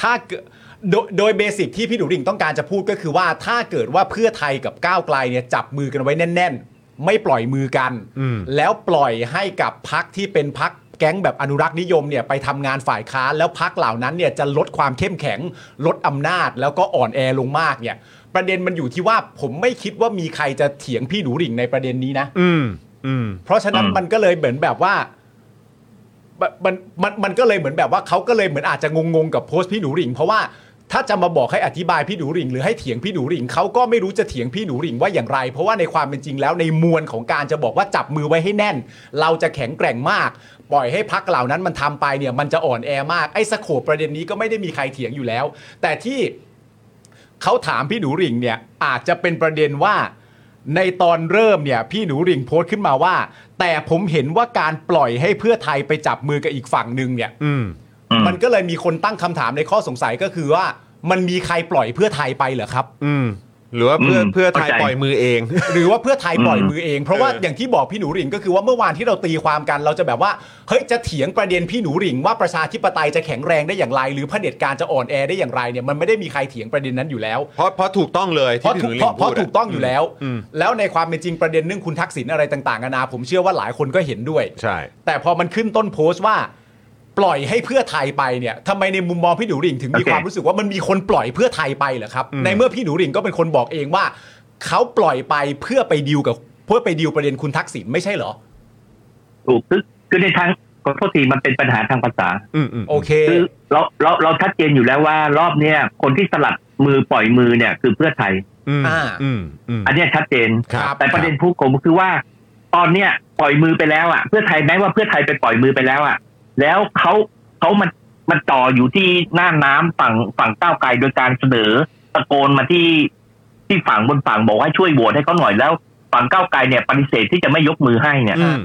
[SPEAKER 2] ถ้าเกิดโดยโดยเบสิกที่พี่หนูหริ่งต้องการจะพูดก็คือว่าถ้าเกิดว่าเพื่อไทยกับก้าวไกลเนี่ยจับมือกันไว้แน่น ๆ ไม่ปล่อยมือกัน
[SPEAKER 1] อืม
[SPEAKER 2] แล้วปล่อยให้กับพักที่เป็นพักแก๊งแบบอนุรักษ์นิยมเนี่ยไปทำงานฝ่ายค้านแล้วพักเหล่านั้นเนี่ยจะลดความเข้มแข็ง ลดอำนาจแล้วก็อ่อนแอลงมากเนี่ยประเด็นมันอยู่ที่ว่าผมไม่คิดว่ามีใครจะเถียงพี่หนูหริ่งในประเด็นนี้นะ
[SPEAKER 1] อืมอืม
[SPEAKER 2] เพราะฉะนั้น
[SPEAKER 5] อืม
[SPEAKER 2] มันก็เลยเหมือนแบบว่าแบบมันมันมันก็เลยเหมือนแบบว่าเขาก็เลยเหมือนอาจจะงงๆกับโพสต์พี่หนูหริ่งเพราะว่าถ้าจะมาบอกให้อธิบายพี่หนูหริ่งหรือให้เถียงพี่หนูหริ่งเขาก็ไม่รู้จะเถียงพี่หนูหริ่งว่าอย่างไร เพราะว่าในความเป็นจริงแล้วในมวลของการจะบอกว่าจับมือไว้ให้แน่น เราจะแข็งแกร่งมาก ปล่อยให้พักเหล่านั้นมันทำไปเนี่ย มันจะอ่อนแอมากไอ้สโคปประเด็นนี้ก็ไม่ได้มีใครเถียงอยู่แล้ว แต่ที่ เขาถามพี่หนูหริ่งเนี่ยอาจจะเป็นประเด็นว่าในตอนเริ่มเนี่ยพี่หนูหริ่งโพสต์ขึ้นมาว่า แต่ผมเห็นว่าการปล่อยให้เพื่อไทยไปจับมือกับอีกฝั่งหนึ่งเนี่ย
[SPEAKER 1] อืม
[SPEAKER 5] อืม
[SPEAKER 2] มันก็เลยมีคนตั้งคำถามในข้อสงสัยก็คือว่า มันมีใครปล่อยเพื่อไทยไปเหรอครับ
[SPEAKER 1] อืม หรือว่าเพื่อ
[SPEAKER 5] อืม
[SPEAKER 1] เพื่อไทย
[SPEAKER 5] เข้าใจ
[SPEAKER 1] ปล่อยมือเอง
[SPEAKER 2] หรือว่าเพื่อไทยปล่อย
[SPEAKER 5] อืม
[SPEAKER 2] มือเอง เพราะว่า
[SPEAKER 1] เอออ
[SPEAKER 2] อย่างที่บอกพี่หนูหริ่งก็คือว่าเมื่อวานที่เราตีความกันเราจะแบบว่าเฮ้ยจะเถียงประเด็นพี่หนูหริ่งว่าประชาธิปไตยจะแข็งแรงได้อย่างไรหรือเผด็จการจะอ่อนแอได้อย่างไรเนี่ยมันไม่ได้มีใครเถียงประเด็นนั้นอยู่แล้ว
[SPEAKER 1] เพราะเพราะถูกต้องเลย
[SPEAKER 2] เพ
[SPEAKER 1] ที่
[SPEAKER 2] ราะ
[SPEAKER 1] พี่ห
[SPEAKER 2] ถู
[SPEAKER 1] นู
[SPEAKER 2] ก
[SPEAKER 1] ลิง
[SPEAKER 2] เพราะเพ
[SPEAKER 1] พู
[SPEAKER 2] ราะ
[SPEAKER 1] ด
[SPEAKER 2] ถูกต้องอยู่แล้ว
[SPEAKER 1] อืม
[SPEAKER 2] แล้วในความเป็นจริงประเด็นเรื่องคุณทักษิณอะไรต่างๆนานาผมเชื่อว่าหลายคนก็เห็นด้วย
[SPEAKER 1] ใช่
[SPEAKER 2] แต่พอมันขึ้นต้นโพสต์ว่า ปล่อยให้เพื่อไทยไปเนี่ยทำไมในมุมมองพี่หนูหริ่งถึงมี
[SPEAKER 5] โอเค
[SPEAKER 2] ความรู้สึกว่ามันมีคนปล่อยเพื่อไทยไปเหรอครับ ในเมื่อพี่หนูหริ่งก็เป็นคนบอกเองว่า เขาปล่อยไปเพื่อไปดิวกับเพื่อไปดิวประเด็นคุณทักษิณไม่ใช่เหรอ
[SPEAKER 5] ถูกคือคือในทางขอโทษทีมันเป็นปัญหาทางภาษา
[SPEAKER 1] อืมอืม
[SPEAKER 2] โอเค
[SPEAKER 5] คือเราเราเราชัดเจนอยู่แล้วว่ารอบเนี้ยคนที่สลัดมือปล่อยมือเนี่ย คือเพื่อไทย
[SPEAKER 1] อืม
[SPEAKER 2] อ่า
[SPEAKER 1] อืมอืม
[SPEAKER 5] อันเนี้ยชัดเจน
[SPEAKER 1] ครับ
[SPEAKER 5] แต่ประเด็นผู้ผมคือว่า ตอนเนี้ยปล่อยมือไปแล้วอ่ะเพื่อไทยแม้ว่าเพื่อไทยไปปล่อยมือไปแล้วอ่ะ แล้วเขาเขามันมันต่ออยู่ที่หน้าน้ำฝั่งฝั่งก้าวไกลโดยการเสนอตะโกนมาที่ที่ฝั่งบนฝั่งบอกให้ช่วยโหวตให้เขาหน่อยแล้ว ฝั่งก้าวไกลเนี่ยปฏิเสธที่จะไม่ยกมือให้เนี่ย
[SPEAKER 1] อืม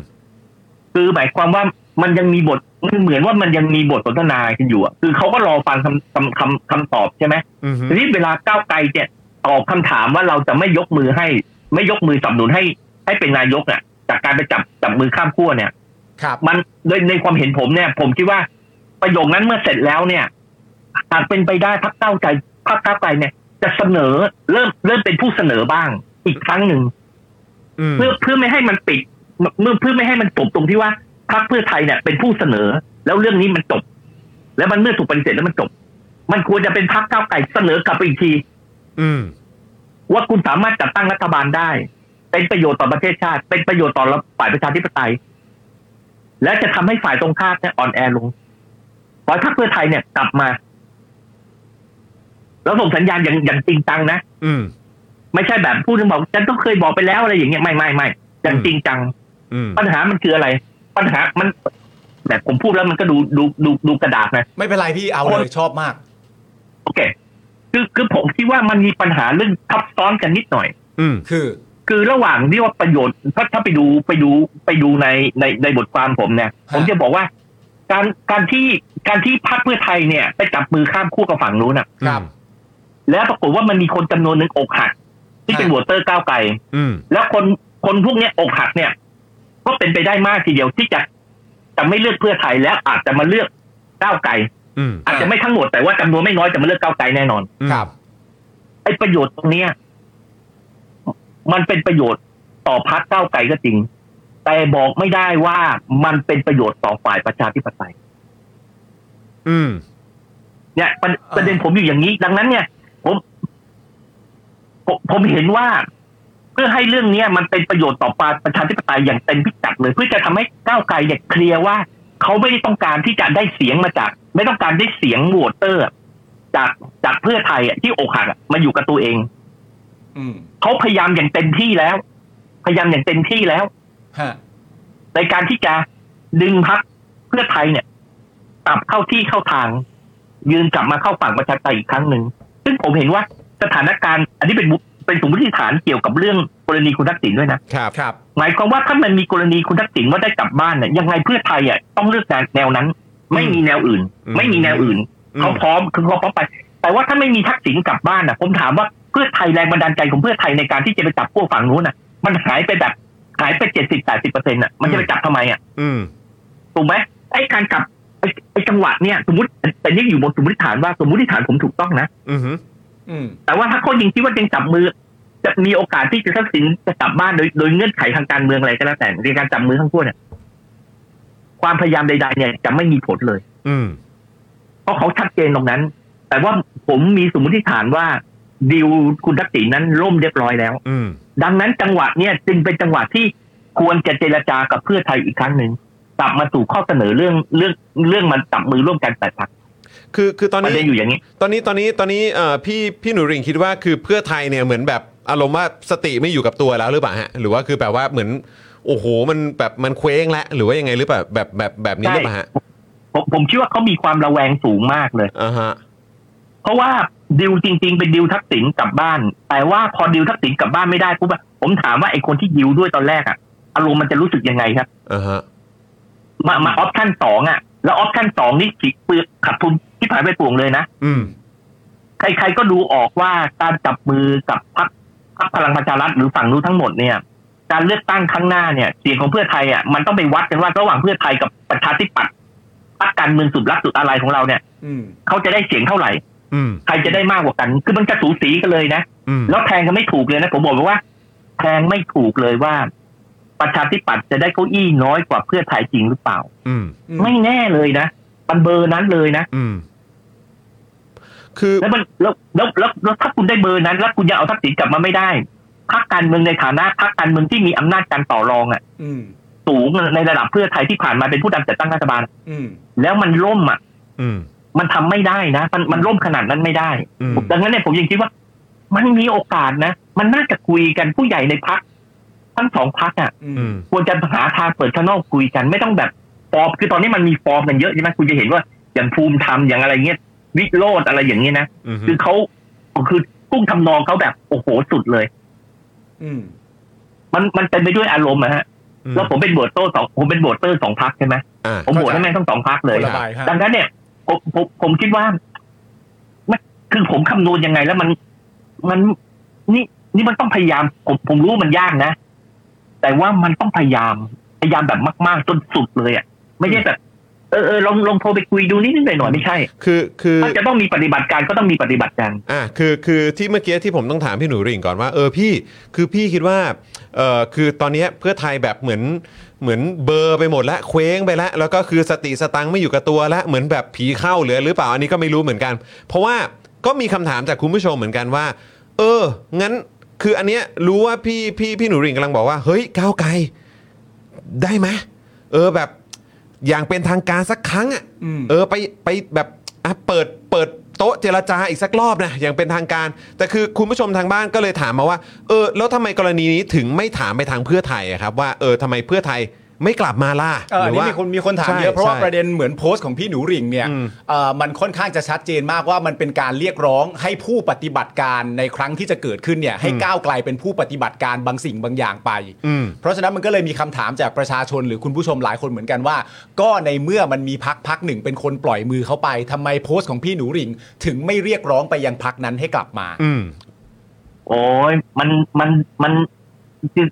[SPEAKER 5] คือหมายความว่ามันยังมีบทมันเหมือนว่ามันยังมีบทสนทนากันอยู่อะคือเขาก็รอฟังคำคำคำคำตอบใช่ไหม
[SPEAKER 1] อืม
[SPEAKER 5] ทีนี้เวลาก้าวไกลเนี่ยตอบคำถามว่าเราจะไม่ยกมือให้ ไม่ยกมือสนับสนุนให้ ให้เป็นนายกอ่ะ จากการไปจับจับมือข้ามขั้วเนี่ย
[SPEAKER 2] ครับ
[SPEAKER 5] มันโดยในความเห็นผมเนี่ย ผมคิดว่าประโยคนั้นเมื่อเสร็จแล้วเนี่ยหากเป็นไปได้พักเก้าวไกลพักก้าวไกลเนี่ย จะเสนอเริ่มเริ่มเป็นผู้เสนอบ้าง อีกครั้งหนึ่ง
[SPEAKER 1] อืม
[SPEAKER 5] เพื่อเพื่อไม่ให้มันปิดเมื่อเพื่อไม่ให้มันจบตรงที่ว่าพรรคเพื่อไทยเนี่ยเป็นผู้เสนอ แล้วเรื่องนี้มันจบ แล้วมันเมื่อถูกปฏิเสธแล้วมันจบ มันควรจะเป็นพรรคก้าวไกลเสนอกลับไปอีกที
[SPEAKER 1] อืม
[SPEAKER 5] ว่าคุณสามารถจัดตั้งรัฐบาลได้ เป็นประโยชน์ต่อประเทศชาติ เป็นประโยชน์ต่อฝ่ายประชาธิปไตย และจะทำให้ฝ่ายตรงข้ามเนี่ยอ่อนแอลงขอให้พรรคเพื่อไทยเนี่ยกลับมา แล้วส่งสัญญาณอย่างอย่างจริงจังนะ
[SPEAKER 1] อืม
[SPEAKER 5] ไม่ใช่แบบพูดถึงบอกฉันต้องเคยบอกไปแล้วอะไรอย่างเงี้ยไม่ไม่ไม่อย่างจริงจัง
[SPEAKER 1] อืม
[SPEAKER 5] ปัญหามันคืออะไร ปัญหามันแต่ผมพูดแล้วมันก็ดูดูดูดูกระดาษนะ
[SPEAKER 2] ไม่เป็นไรพี่เอาเลยชอบมาก
[SPEAKER 5] โอเค คือคือผมคิดว่ามันมีปัญหาเรื่องทับซ้อนกันนิดหน่อย
[SPEAKER 1] อืม
[SPEAKER 2] คือ
[SPEAKER 5] คือระหว่างที่ว่าประโยชน์ถ้าถ้าไปดูไปดูไปดูในในในบทความผมเนี่ย
[SPEAKER 2] ฮะ
[SPEAKER 5] ผมจะบอกว่า การการที่การที่พรรคเพื่อไทยเนี่ย ไปจับมือข้ามคู่กับฝั่งนู้นนะครับ แล้วปรากฏว่ามันมีคนจำนวนหนึ่งอกหัก ที่เป็น
[SPEAKER 2] ฮะ
[SPEAKER 5] วอเตอร์ก้าวไกล
[SPEAKER 1] อืม
[SPEAKER 5] แล้วคนคนพวกเนี้ยอกหักเนี่ย ก็เป็นไปได้มากทีเดียวที่จะจะไม่เลือกเพื่อไทยแล้วอาจจะมาเลือกก้าวไกล
[SPEAKER 1] อืม
[SPEAKER 5] อาจจะไม่ทั้งหมดแต่ว่าจำนวนไม่น้อยจะมาเลือกก้าวไกลแน่นอน
[SPEAKER 2] ครับ
[SPEAKER 5] ไอ้ประโยชน์ตรงเนี้ยมันเป็นประโยชน์ต่อพรรคก้าวไกลก็จริง แต่บอกไม่ได้ว่ามันเป็นประโยชน์ต่อฝ่ายประชาธิปไตย
[SPEAKER 1] อืม
[SPEAKER 5] เนี่ยประประเด็นผมอยู่อย่างนี้ ดังนั้นเนี่ย ผมผมผมเห็นว่า เพื่อให้เรื่องเนี้ยมันเป็นประโยชน์ต่อประชาธิปไตยอย่างเต็มพิกัดเลย เพื่อจะทำให้ก้าวไกลเนี่ยเคลียร์ว่า เขาไม่ได้ต้องการที่จะได้เสียงมาจาก ไม่ต้องการได้เสียงโหวตเตอร์ จากจากเพื่อไทยอะที่อกหักอะมาอยู่กับตัวเอง
[SPEAKER 2] อืม
[SPEAKER 5] เขาพยายามอย่างเต็มที่แล้ว พยายามอย่างเต็มที่แล้ว
[SPEAKER 2] ฮะ
[SPEAKER 5] ในการที่จะดึงพักเพื่อไทยเนี่ยกลับเข้าที่เข้าทาง ยืนกลับมาเข้าฝั่งประชาธิปไตยอีกครั้งหนึ่งซึ่งผมเห็นว่าสถานการณ์ อันนี้เป็นมุเป็นสมมติฐานเกี่ยวกับเรื่องกรณีคุณทักษิณด้วยนะครับ
[SPEAKER 2] ครับ
[SPEAKER 5] หมายความว่าถ้ามันมีกรณีคุณทักษิณว่าได้กลับบ้านเนี่ยยังไงเพื่อไทยอ่ะต้องเลือกแนวนั้น ไม่มีแนวอื่น
[SPEAKER 1] อืม
[SPEAKER 5] ไม่มีแนวอื่นเขาพร้อมคือเขาพร้อมไป แต่ว่าถ้าไม่มีทักษิณกลับบ้านอ่ะ ผมถามว่าเพื่อไทยแรงบันดาลใจของเพื่อไทยในการที่จะไปจับพวกฝั่งนู้นอ่ะ มันหายไปแบบหายไปเจ็ดสิบแปดสิบเปอร์เซ็นต์อ่ะมันจะไปจับทำไมอ่ะ
[SPEAKER 1] อืม
[SPEAKER 5] ถูกไหมไอ้การกลับไอ้ไอ้จังหวะเนี่ยสมมติแต่นี่อยู่บนสมมติฐานว่าสมมติฐานผมถูกต้องนะ
[SPEAKER 1] อืมอืม
[SPEAKER 2] อืม
[SPEAKER 5] แต่ว่าถ้าเขายิงคิดว่ายังจับมือ จะมีโอกาสที่จะทักษิณจะกลับบ้านโดยโดยเงื่อนไขทางการเมืองอะไรก็แล้วแต่ในการจับมือทั้งคู่เนี่ยความพยายามใด ๆ เนี่ยจะไม่มีผลเลย
[SPEAKER 1] อืม
[SPEAKER 5] เพราะเขาชัดเจนตรงนั้น แต่ว่าผมมีสมมติฐานว่าดีลคุณทักษิณนั้นล่มเรียบร้อยแล้ว
[SPEAKER 1] อืม
[SPEAKER 5] ดังนั้นจังหวะเนี่ยจึงเป็นจังหวะที่ควรจะเจรจากับเพื่อไทยอีกครั้งหนึ่งกลับมาสู่ข้อเสนอเรื่องเรื่องเรื่องมันจับมือร่วมกันแปดพัก
[SPEAKER 1] คือคือตอน
[SPEAKER 5] ประ
[SPEAKER 1] นี้
[SPEAKER 5] เด็นอยู่อย่างนี้
[SPEAKER 1] ตอนนี้ตอนนี้ตอนนี้เอ่อพี่พี่หนูริงคิดว่าคือเพื่อไทยเนี่ยเหมือนแบบอารมณ์ว่าสติไม่อยู่กับตัวแล้วหรือเปล่าฮะหรือว่าคือแบบว่าเหมือนโอ้โหมันแบบมันเคว้งแล้วหรือว่ายังไงหรือเปล่าแบบแบบแบบนี้หรือเปล่าฮะ
[SPEAKER 5] ผมผมเชื่อว่าเขามีความระแวงสูงมากเลย
[SPEAKER 1] อ่าฮะ
[SPEAKER 5] เพราะว่าดิวจริง ๆ เป็นดิวทักษิณกลับบ้าน แต่ว่าพอดิวทักษิณกลับบ้านไม่ได้ปุ๊บอะผมถามว่าไอ้คนที่ดิวด้วยตอนแรกอะอารมณ์มันจะรู้สึกยังไงครับ
[SPEAKER 1] อ่าฮะ
[SPEAKER 5] มามาออปชั่นสองอะแล้วออปชั่นสองนี่ขีดเปลือกขาดทุนที่ผ่านไปป่วงเลยนะ
[SPEAKER 1] อืม
[SPEAKER 5] ใครๆก็ดูออกว่าการจับมือกับพรรคพรรคพลังประชารัฐหรือฝั่งนู้นทั้งหมดเนี่ย การเลือกตั้งครั้งหน้าเนี่ย เสียงของเพื่อไทยอ่ะมันต้องไปวัดกันว่าระหว่างเพื่อไทยกับประชาธิปัตย์พรรคการเมืองสุดรักสุดอะไรของเราเนี่ย
[SPEAKER 2] อืม
[SPEAKER 5] เขาจะได้เสียงเท่าไหร่
[SPEAKER 1] อืม
[SPEAKER 5] ใครจะได้มากกว่ากัน คือมันจะสูสีกันเลยนะ
[SPEAKER 1] อืม
[SPEAKER 5] แล้วแทงกันไม่ถูกเลยนะผมบอกเลยว่าแทงไม่ถูกเลยว่า ประชาธิปัตย์จะได้เก้าอี้น้อยกว่าเพื่อไทยจริงหรือเปล่า
[SPEAKER 1] อืม
[SPEAKER 2] อื
[SPEAKER 5] ไม่แน่เลยนะมันเบอร์นั้นเลยนะ
[SPEAKER 1] อืม คือ
[SPEAKER 5] แล้วมันแล้วแล้วแล้วแล้วถ้าคุณได้เบอร์นั้น แล้วคุณยังเอาทักษิณกลับมาไม่ได้พรรคการเมืองในฐานะพรรคการเมืองที่มีอำนาจการต่อรองอ่ะ
[SPEAKER 2] อืม
[SPEAKER 5] สูงในระดับเพื่อไทยที่ผ่านมาเป็นผู้นำจัดตั้งรัฐบาล
[SPEAKER 2] อืม
[SPEAKER 5] แล้วมันล่มอ่ะ
[SPEAKER 1] อืม
[SPEAKER 5] มันทำไม่ได้นะ มันมันล่มขนาดนั้นไม่ได้
[SPEAKER 1] อืม
[SPEAKER 5] ดังนั้นเนี่ยผมยังคิดว่า มันมีโอกาสนะ มันน่าจะคุยกันผู้ใหญ่ในพักทั้งสองพักอ่ะ
[SPEAKER 2] อื
[SPEAKER 1] อื
[SPEAKER 2] ม
[SPEAKER 1] ม
[SPEAKER 5] ควรจะหาทางเปิดช่องคุยกันไม่ต้องแบบฟอร์มคือตอนนี้มันมีฟอร์มกันเยอะใช่ไหมคุณจะเห็นว่าอย่างภูมิธรรมอย่างอะไรเงี้ยวิโรดอะไรอย่างเงี้ยนะ
[SPEAKER 1] อืม
[SPEAKER 5] คือเขาคือกุ้งทำนองเขาแบบโอ้โหสุดเลย
[SPEAKER 2] อืม
[SPEAKER 5] มันมันเต็มไปด้วยอารมณ์นะฮะ
[SPEAKER 1] อืม
[SPEAKER 5] แล้วผมเป็นโบวตเตอร์สองผมเป็นโบวตเตอร์สองพักใช่ไหม
[SPEAKER 1] อ่า
[SPEAKER 5] ผมโบวตให้แม่งทั้งสองพักเลย
[SPEAKER 2] คนละใบฮะ
[SPEAKER 5] ดังนั้นเนี่ยผมผมผมคิดว่ามันคือผมคำนวณยังไงแล้วมันมันนี่นี่มันต้องพยายาม ผมผมรู้มันยากนะ แต่ว่ามันต้องพยายาม พยายามแบบมาก ๆ จนสุดเลยอ่ะไม่ใช่แบบเอ ออเออลองลองโทรไปคุยดูนิดนิดหน่อยหน่อยไม่ใช่
[SPEAKER 1] คือคือ
[SPEAKER 5] ถ้าจะต้องมีปฏิบัติการก็ต้องมีปฏิบัติการ
[SPEAKER 1] อ่ะคือคือที่เมื่อกี้ที่ผมต้องถามพี่หนูริ่งก่อนว่าเออพี่คือพี่คิดว่าเออคือตอนเนี้ยเพื่อไทยแบบเหมือนเหมือนเบลอร์ไปหมดแล้วเคว้งไปแล้ว แล้วก็คือสติสตังค์ไม่อยู่กับตัวแล้วเหมือนแบบผีเข้าเหลือหรือเปล่าอันนี้ก็ไม่รู้เหมือนกัน เพราะว่าก็มีคำถามจากคุณผู้ชมเหมือนกันว่า เออ งั้นคืออันเนี้ยรู้ว่าพี่พี่พี่หนูริ่งกำลังบอกว่าเฮ้ยก้าวไกล ได้ไหมเออแบบอย่างเป็นทางการสักครั้งอ่ะ
[SPEAKER 2] อืม
[SPEAKER 1] เออไปไปแบบอ่ะเปิดเปิดโต๊ะเจรจาอีกสักรอบนะอย่างเป็นทางการ แต่คือคุณผู้ชมทางบ้านก็เลยถามมาว่า เออ แล้วทำไมกรณีนี้ถึงไม่ถามไปทางเพื่อไทยอะครับ ว่าเออทำไมเพื่อไทยไม่กลับมาล่ะ
[SPEAKER 2] เอออันนี้
[SPEAKER 1] ว่า
[SPEAKER 2] มีคนมีคนถาม
[SPEAKER 1] ใช่
[SPEAKER 2] เยอะเพราะว่า
[SPEAKER 1] ใช่
[SPEAKER 2] ประเด็นเหมือนโพสต์ของพี่หนูหริ่งเนี่ย
[SPEAKER 1] อืม
[SPEAKER 2] เอ่อมันค่อนข้างจะชัดเจนมากว่ามันเป็นการเรียกร้องให้ผู้ปฏิบัติการในครั้งที่จะเกิดขึ้นเนี่ยให้ก้าวไกลเป็นผู้ปฏิบัติการบางสิ่งบางอย่างไป
[SPEAKER 1] อืม
[SPEAKER 2] เพราะฉะนั้นมันก็เลยมีคำถามจากประชาชนหรือคุณผู้ชมหลายคนเหมือนกันว่า ก็ในเมื่อมันมีพักพักหนึ่งเป็นคนปล่อยมือเข้าไปทำไมโพสต์ของพี่หนูหริ่งถึงไม่เรียกร้องไปยังพักนั้นให้กลับมา
[SPEAKER 1] อืม
[SPEAKER 5] โอ้ยมันมันมันคือ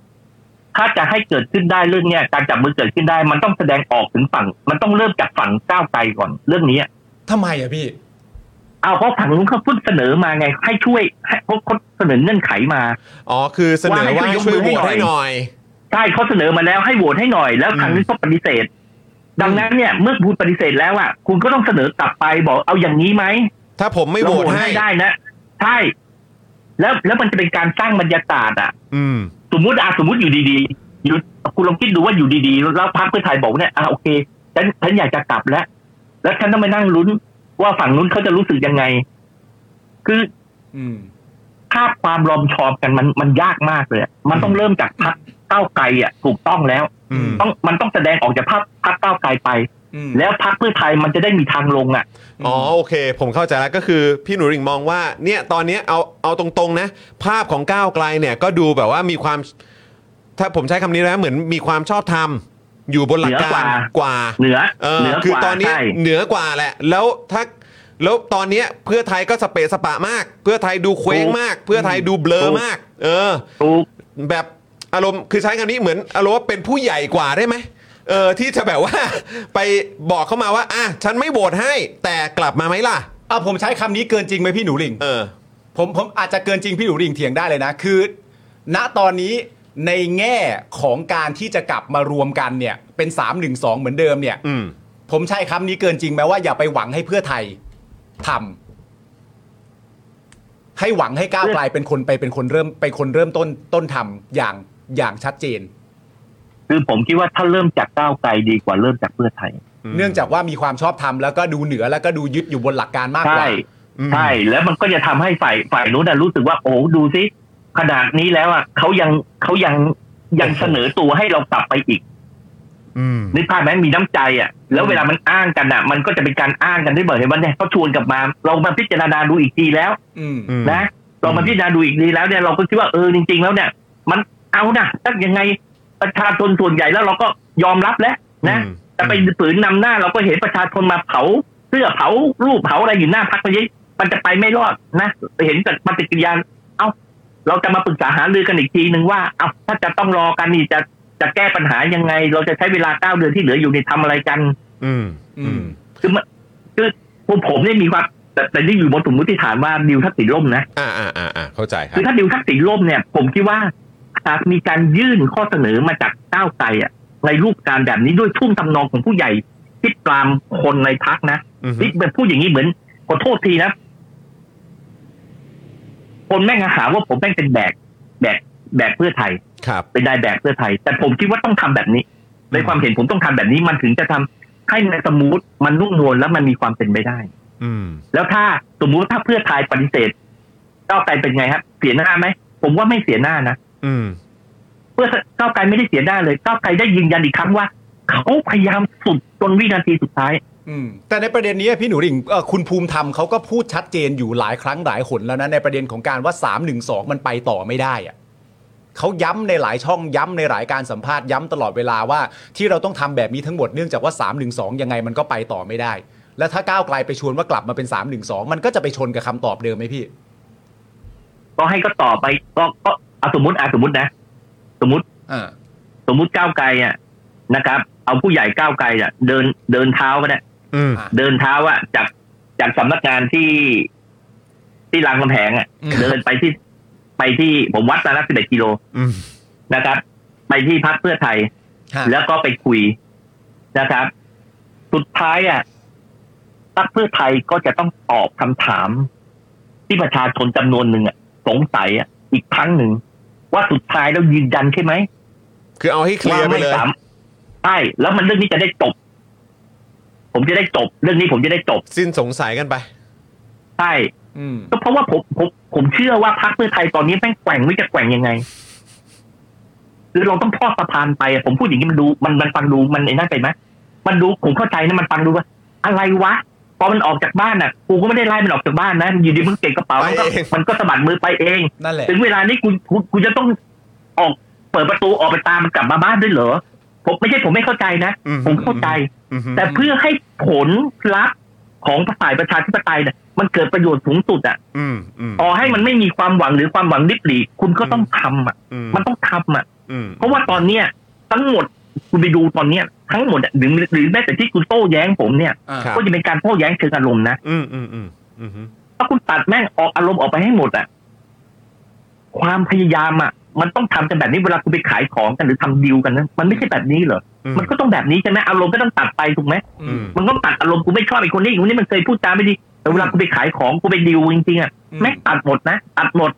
[SPEAKER 5] ถ้าจะให้เกิดขึ้นได้เรื่องเนี้ยการจับมือเกิดขึ้นได้ มันต้องแสดงออกถึงฝั่ง มันต้องเริ่มจากฝั่งก้าวไกลก่อนเรื่องนี้อะ
[SPEAKER 2] ทำไมอะพี่
[SPEAKER 5] เอาเพราะฝั่งนู้นเขาเพูดเสนอมาไง ให้ช่วยให้เขาเขาเสนอเงื่อนไขมา
[SPEAKER 1] อ๋อคือเสนอว่า
[SPEAKER 5] ว่าให้
[SPEAKER 1] ให้
[SPEAKER 5] ช่
[SPEAKER 1] ช่วโหวต
[SPEAKER 5] วยยยกมือให้
[SPEAKER 1] ให้ห
[SPEAKER 5] หน่
[SPEAKER 1] น่อ
[SPEAKER 5] อย ย ใช่เขาเสนอมาแล้วให้โหวตให้หน่อย แล้วทางนี้ก็ปฏิเสธ ดังนั้นเนี่ย เมื่อคุณปฏิเสธแล้วอ่ะคุณก็ต้องเสนอกลับไปบอกเอาอย่างนี้ไหม
[SPEAKER 1] ถ้าผมไม่โหวตให้
[SPEAKER 5] ได้นะ ใช่ แล้วแล้วมันจะเป็นการสร้างบรรยากาศอ่ะ
[SPEAKER 1] อืม
[SPEAKER 5] สมมติอ่ะสมมติอยู่ดีๆอยู่คุณลองคิดดูว่าอยู่ดีๆ แล้วพรรคเพื่อไทยบอกว่าเนี่ยอ่ะโอเคฉันฉันอยากจะกลับแล้ว แล้วฉันต้องไปนั่งลุ้น ว่าฝั่งนู้นเขาจะรู้สึกยังไง คือ
[SPEAKER 2] อืม
[SPEAKER 5] ภาพความรอมชอบกันมันมันยากมากเลยอะมันต้องเริ่มจากพรรคก้าวไกลอ่ะถูกต้องแล้ว
[SPEAKER 1] อืม
[SPEAKER 5] ต้องมันต้องแสดงออกจากพรรคพรรคก้าวไกลไป
[SPEAKER 2] อืม
[SPEAKER 5] แล้วพรรคเพื่อไทยมันจะได้มีทางลงอ่ะ
[SPEAKER 1] อ๋อโอเค ผมเข้าใจแล้วก็คือพี่หนูริ่งมองว่าเนี่ยตอนเนี้ยเอาเอาตรงๆนะ ภาพของก้าวไกลเนี่ยก็ดูแบบว่ามีความ ถ้าผมใช้คำนี้นะเหมือนมีความชอบธรรมอยู่บนหลัก
[SPEAKER 5] เหนื
[SPEAKER 1] การ
[SPEAKER 5] อกว่า
[SPEAKER 1] กว่า
[SPEAKER 5] เหนือ
[SPEAKER 1] เออ
[SPEAKER 5] เหนือ
[SPEAKER 1] คื
[SPEAKER 5] ก
[SPEAKER 1] อ
[SPEAKER 5] ว่า
[SPEAKER 1] ตอนเนี้ย
[SPEAKER 5] ใช่
[SPEAKER 1] เหนือกว่าแหละ แล้วถ้าแล้วตอนเนี้ยเพื่อไทยก็สเปะสปะมาก เพื่อไทยดูเคว้งมาก เพื่อไทยดูเบลอมาก เออ
[SPEAKER 5] ถูก
[SPEAKER 1] แบบอารมณ์คือใช้คำนี้เหมือนอารมณ์ว่าเป็นผู้ใหญ่กว่าได้ไหมเออที่จะแบบว่า ไปบอกเข้ามาว่าอ่ะฉันไม่โหวตให้ แต่กลับมาไหมล่ะ
[SPEAKER 2] อ่ะผมใช้คำนี้เกินจริงไหมพี่หนูหลิง
[SPEAKER 1] เออ
[SPEAKER 2] ผมผมอาจจะเกินจริงพี่หนูริ่งเถียงได้เลยนะ คือ ณตอนนี้ในแง่ของการที่จะกลับมารวมกันเนี่ยเป็น 3 1 2 เหมือนเดิมเนี่ย
[SPEAKER 1] อืม
[SPEAKER 2] ผมใช้คำนี้เกินจริงไหมว่าอย่าไปหวังให้เพื่อไทยทำให้หวังให้ก้าวไกลเป็นคนไปเป็นคนเริ่มไปคนเริ่มต้นต้นทำอย่างอย่างชัดเจน
[SPEAKER 5] คือผมคิดว่าถ้าเริ่มจากก้าวไกลดีกว่าเริ่มจากเพื่อไทย
[SPEAKER 2] เนื่องจากว่ามีความชอบธรรมแล้วก็ดูเหนือแล้วก็ดูยึดอยู่บนหลักการมากก
[SPEAKER 5] ใช่
[SPEAKER 2] ว่า
[SPEAKER 5] ใช่ แล้วมันก็จะทำให้ฝ่ายฝ่ายนู้นนะรู้สึกว่า โอ้โหดูสิขนาดนี้แล้วอ่ะเขายังเขายังยังเสนอตัวให้เรากลับไปอีก
[SPEAKER 3] อืม
[SPEAKER 5] นึกภาพไหมมีน้ำใจอ่ะ แล้วเวลามันอ้างกันอ่ะ มันก็จะเป็นการอ้างกันด้วยเบอร์เห็นว่าเนี่ยเขาชวนกลับมา เรามาพิจารณาดูอีกทีแล้ว
[SPEAKER 2] อืม
[SPEAKER 3] อืม
[SPEAKER 5] นะเรามาพิจารณาดูอีกทีแล้วเนี่ยเราก็คิดว่าเออจริง ๆ แล้วเนี่ย มันเอานะถ้ายังไงประชาชนส่วนใหญ่แล้วเราก็ยอมรับแล้วนะ
[SPEAKER 3] อืม
[SPEAKER 5] แต่ไปฝืนนำหน้าเราก็เห็นประชาชนมาเผาเสื้อเผารูปเผาอะไรอยู่หน้าพักนี้มันจะไปไม่รอดนะเห็นจากปฏิกิริยาเอ้า เราจะมาปรึกษาหารือกันอีกทีหนึ่งว่าเอ้าถ้าจะต้องรอกันนี่จะจะแก้ปัญหายังไง เราจะใช้เวลาเก้าเดือนที่เหลืออยู่ในยทำอะไรกัน
[SPEAKER 3] อืม
[SPEAKER 2] อืม
[SPEAKER 5] คือมันคือพวกผมเนี่ยมีความแต่แต่ที่อยู่บนสมมติฐานว่าดิวทัศน์ติดล่มนะ
[SPEAKER 1] อ่าอ่าอ่าอ่าเข้าใจครับ
[SPEAKER 5] คือถ้าดิวทักษิณล่มเนี่ย ผมคิดว่าหากมีการยื่นข้อเสนอมาจากก้าวไกลอ่ะในรูปการแบบนี้ด้วยทุ่วงทำนองของผู้ใหญ่คิดปรามคนในพักนะ
[SPEAKER 3] อือฮึ
[SPEAKER 5] นี่เป็นพูดอย่างนี้เหมือนขอโทษทีนะ คนแม่งหาว่าผมแม่งเป็นแบกแบกแบกเพื่อไทย
[SPEAKER 1] ครับ
[SPEAKER 5] เป็นนายแบกเพื่อไทย แต่ผมคิดว่าต้องทำแบบนี้ ในความเห็นผมต้องทำแบบนี้ มันถึงจะทำให้มันสมูทมันนุ่มนวลและมันมีความเป็นไปได้
[SPEAKER 3] อืม
[SPEAKER 5] แล้วถ้าสมมุติว่าถ้าเพื่อไทยปฏิเสธก้าวไกลเป็นไงครับเสียหน้าไหมผมว่าไม่เสียหน้านะ
[SPEAKER 3] อืม
[SPEAKER 5] เพื่อก้าวไกลไม่ได้เสียหน้าเลยก้าวไกลได้ยืนยันอีกครั้งว่า เขาพยายามสุดจนวินาทีสุดท้าย
[SPEAKER 2] อืมแต่ในประเด็นนี้พี่หนูหริ่งเอ่อคุณภูมิธรรมเขาก็พูดชัดเจนอยู่หลายครั้งหลายหนแล้วนะในประเด็นของการว่า 3 1 2 มันไปต่อไม่ได้อะเขาย้ำในหลายช่องย้ำในหลายการสัมภาษณ์ย้ำตลอดเวลาว่าที่เราต้องทำแบบนี้ทั้งหมดเนื่องจากว่า 3 1 2 ยังไงมันก็ไปต่อไม่ได้ แล้วถ้าก้าวไกลไปชวนว่ากลับมาเป็น 3 1 2 มันก็จะไปชนกับคำตอบเดิมไหมพี่
[SPEAKER 5] ก็ให้ก็ต่อไปก็ก็อ่ะสมมติอ่ะสมมตินะ สมมติ
[SPEAKER 2] อ่า
[SPEAKER 5] สมมติก้าวไกลอ่ะนะครับ เอาผู้ใหญ่ก้าวไกลอ่ะเดินเดินเท้าก็ได้
[SPEAKER 3] อืม
[SPEAKER 5] เดินเท้าอ่ะจากจากสำนักงานที่ ที่รางกำแพงอ่ะ
[SPEAKER 2] อืม
[SPEAKER 5] เดินไปที่ไปที่ผมวัดมาละสิบเอ็ดกิโล
[SPEAKER 3] อืม
[SPEAKER 5] นะครับ ไปที่พักเพื่อไทย
[SPEAKER 2] ฮะ
[SPEAKER 5] แล้วก็ไปคุยนะครับ สุดท้ายอ่ะพักเพื่อไทยก็จะต้องตอบคำถาม ที่ประชาชนจำนวนหนึ่งอ่ะสงสัยอ่ะอีกครั้งหนึ่ง ว่าสุดท้ายแล้วยืนยันใช่ไหม
[SPEAKER 1] คือเอาให้เคลี
[SPEAKER 5] ว่าย
[SPEAKER 1] ร์ไป
[SPEAKER 5] ไม่
[SPEAKER 1] เลย
[SPEAKER 5] สามใช่แล้วมันเรื่องนี้จะได้จบ ผมจะได้จบ เรื่องนี้ผมจะได้จบ
[SPEAKER 1] สิ้นสงสัยกันไป
[SPEAKER 5] ใช่
[SPEAKER 2] อืม
[SPEAKER 5] ก็เพราะว่าผมผมผมเชื่อว่าพักเพื่อไทยตอนนี้แม่งแกว่งไม่จะแกว่งยังไงคือเราต้องทอดสะพานไปอะผมพูดอย่างนี้มันดูมันมันฟังดูมันไอ้นั่นไปไหมมันดูผมเข้าใจนะมันฟังดูว่าอะไรวะพอมันออกจากบ้านอ่ะกูก็ไม่ได้ไล่มันออกจากบ้านนะอยู่ดีมึงเก็บกระเป๋ามันก็
[SPEAKER 1] ไปเอง
[SPEAKER 5] มันก็สะบัดมือไปเอง
[SPEAKER 2] นั่นแหละ
[SPEAKER 5] ถึงเวลานี้กูกูกูจะต้องออกเปิดประตูออกไปตามมันกลับมาบ้านด้วยเหรอ ผมไม่ใช่ผมไม่เข้าใจนะ
[SPEAKER 1] อืม
[SPEAKER 5] ผมเข้าใจ
[SPEAKER 1] อือฮึ
[SPEAKER 5] แต่เพื่อให้ผลลัพธ์ของฝ่ายประชาธิปไตยเนี่ยมันเกิดประโยชน์สูงสุดอ่ะ
[SPEAKER 1] อืมอืม
[SPEAKER 5] ต่อให้มันไม่มีความหวังหรือความหวังลิบหลีคุณก็ต้องทำอ่ะ
[SPEAKER 1] อืม
[SPEAKER 5] มันต้องทำอ่ะ
[SPEAKER 1] อืม
[SPEAKER 5] เพราะว่าตอนเนี้ย ทั้งหมดคุณไปดูตอนเนี้ย ทั้งหมดอะหรือหรือแม้แต่ที่คุณโต้แย้งผมเนี่ย
[SPEAKER 2] อ่า
[SPEAKER 1] ครับ
[SPEAKER 5] ก็จะเป็นการโต้แย้งเชิงอารมณ์นะ
[SPEAKER 1] อืมอืมอืมอืมอืม
[SPEAKER 5] ถ้าคุณตัดแม่งออกอารมณ์ออกไปให้หมดอะความพยายามอะมันต้องทำกันแบบนี้เวลาคุณไปขายของกันหรือทำดีลกันนะมันไม่ใช่แบบนี้เหรอ
[SPEAKER 1] อืม
[SPEAKER 5] มันก็ต้องแบบนี้ใช่ไหมอารมณ์ก็ต้องตัดไปถูกไหม
[SPEAKER 2] อืม
[SPEAKER 5] มันต้องตัดอารมณ์กูไม่ชอบไอ้คนนี้ไอีคนนี้มันเคยพูดจาไม่ดีแต่เวลากูไปขายของกูไปดีลจริงๆอะ
[SPEAKER 2] อืม
[SPEAKER 5] แม่งตัดหมดนะตัดหมด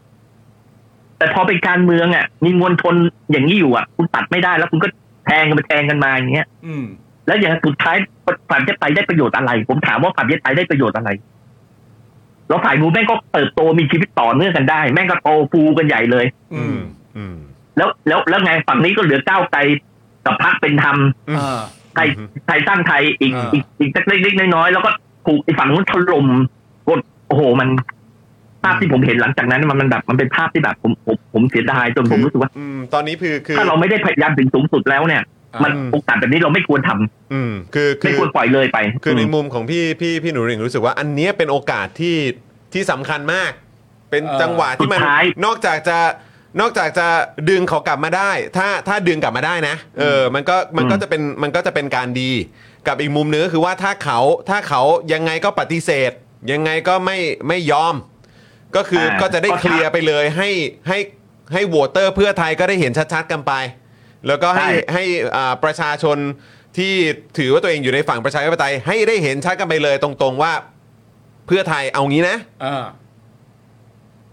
[SPEAKER 5] แต่พอเป็นการเมืองอะมีมวลชนอย่างนี้อยู่อะคุณตัดไม่ได้แล้วคุณก็แทงกันไปแทงกันมาอย่างเงี้ย
[SPEAKER 2] อืม
[SPEAKER 5] แล้วอย่างสุดท้ายฝ่ายประชาธิปไตยได้ประโยชน์อะไร ผมถามว่าฝ่ายประชาธิปไตยได้ประโยชน์อะไร แล้วฝ่ายนู้นแม่งก็เติบโตมีชีวิตต่อเนื่องกันได้ แม่งก็โตฟูกันใหญ่เลย
[SPEAKER 2] อืม
[SPEAKER 1] อืม
[SPEAKER 5] แล้วแล้วแล้วไงฝั่งนี้ก็เหลือก้าวไกลกับพักเป็นธรรม
[SPEAKER 2] อ่า
[SPEAKER 5] ไทยไทยสร้างไทยอีก
[SPEAKER 2] อ่า
[SPEAKER 5] อีกอีกสักเล็กๆน้อยๆแล้วก็ถูกไอ้ฝั่งนู้นถล่มกดโอ้โหมัน ภาพที่ผมเห็นหลังจากนั้นมันมันแบบมันเป็นภาพที่แบบผมผมผมเสียดายจนผมรู้สึกว่า
[SPEAKER 1] อืมตอนนี้คือคือ
[SPEAKER 5] ถ้าเราไม่ได้พยายามถึงสูงสุดแล้วเนี่ย มัน
[SPEAKER 1] อืม
[SPEAKER 5] โอกาสแบบนี้เราไม่ควรทำ
[SPEAKER 1] อืมคือคื
[SPEAKER 5] ไม่
[SPEAKER 1] อ
[SPEAKER 5] ควรปล่อยเลยไป
[SPEAKER 1] คือใน
[SPEAKER 5] ม
[SPEAKER 1] มุมของพี่พี่พี่หนูหริ่งรู้สึกว่าอันเนี้ยเป็นโอกาสที่ที่สำคัญมาก เป็น
[SPEAKER 2] เออ
[SPEAKER 1] จังหวะที่มัน
[SPEAKER 5] สุดท้าย
[SPEAKER 1] นอกจากจะนอกจากจะดึงเขากลับมาได้ ถ้าถ้าดึงกลับมาได้นะเออมันก็มันก็
[SPEAKER 5] อืม
[SPEAKER 1] จะเป็นมันก็จะเป็นการดี กับอีกมุมหนึงก็คือว่าถ้าเขาถ้าเขายังไงก็ปฏิเสธ ยังไงก็ไม่ไม่ยอม ก็คืออา ก็จะได้
[SPEAKER 5] ก็ชัด
[SPEAKER 1] เคลียร์ไปเลยให้ให้ให้โหวตเตอร์เพื่อไทยก็ได้เห็นชัดๆกันไป แล้วก็ให้
[SPEAKER 5] ใช่
[SPEAKER 1] ให้อ่าประชาชนที่ถือว่าตัวเองอยู่ในฝั่งประชาธิปไตย ให้ได้เห็นชัดกันไปเลยตรงๆว่าเพื่อไทยเอางี้นะ
[SPEAKER 2] อ่า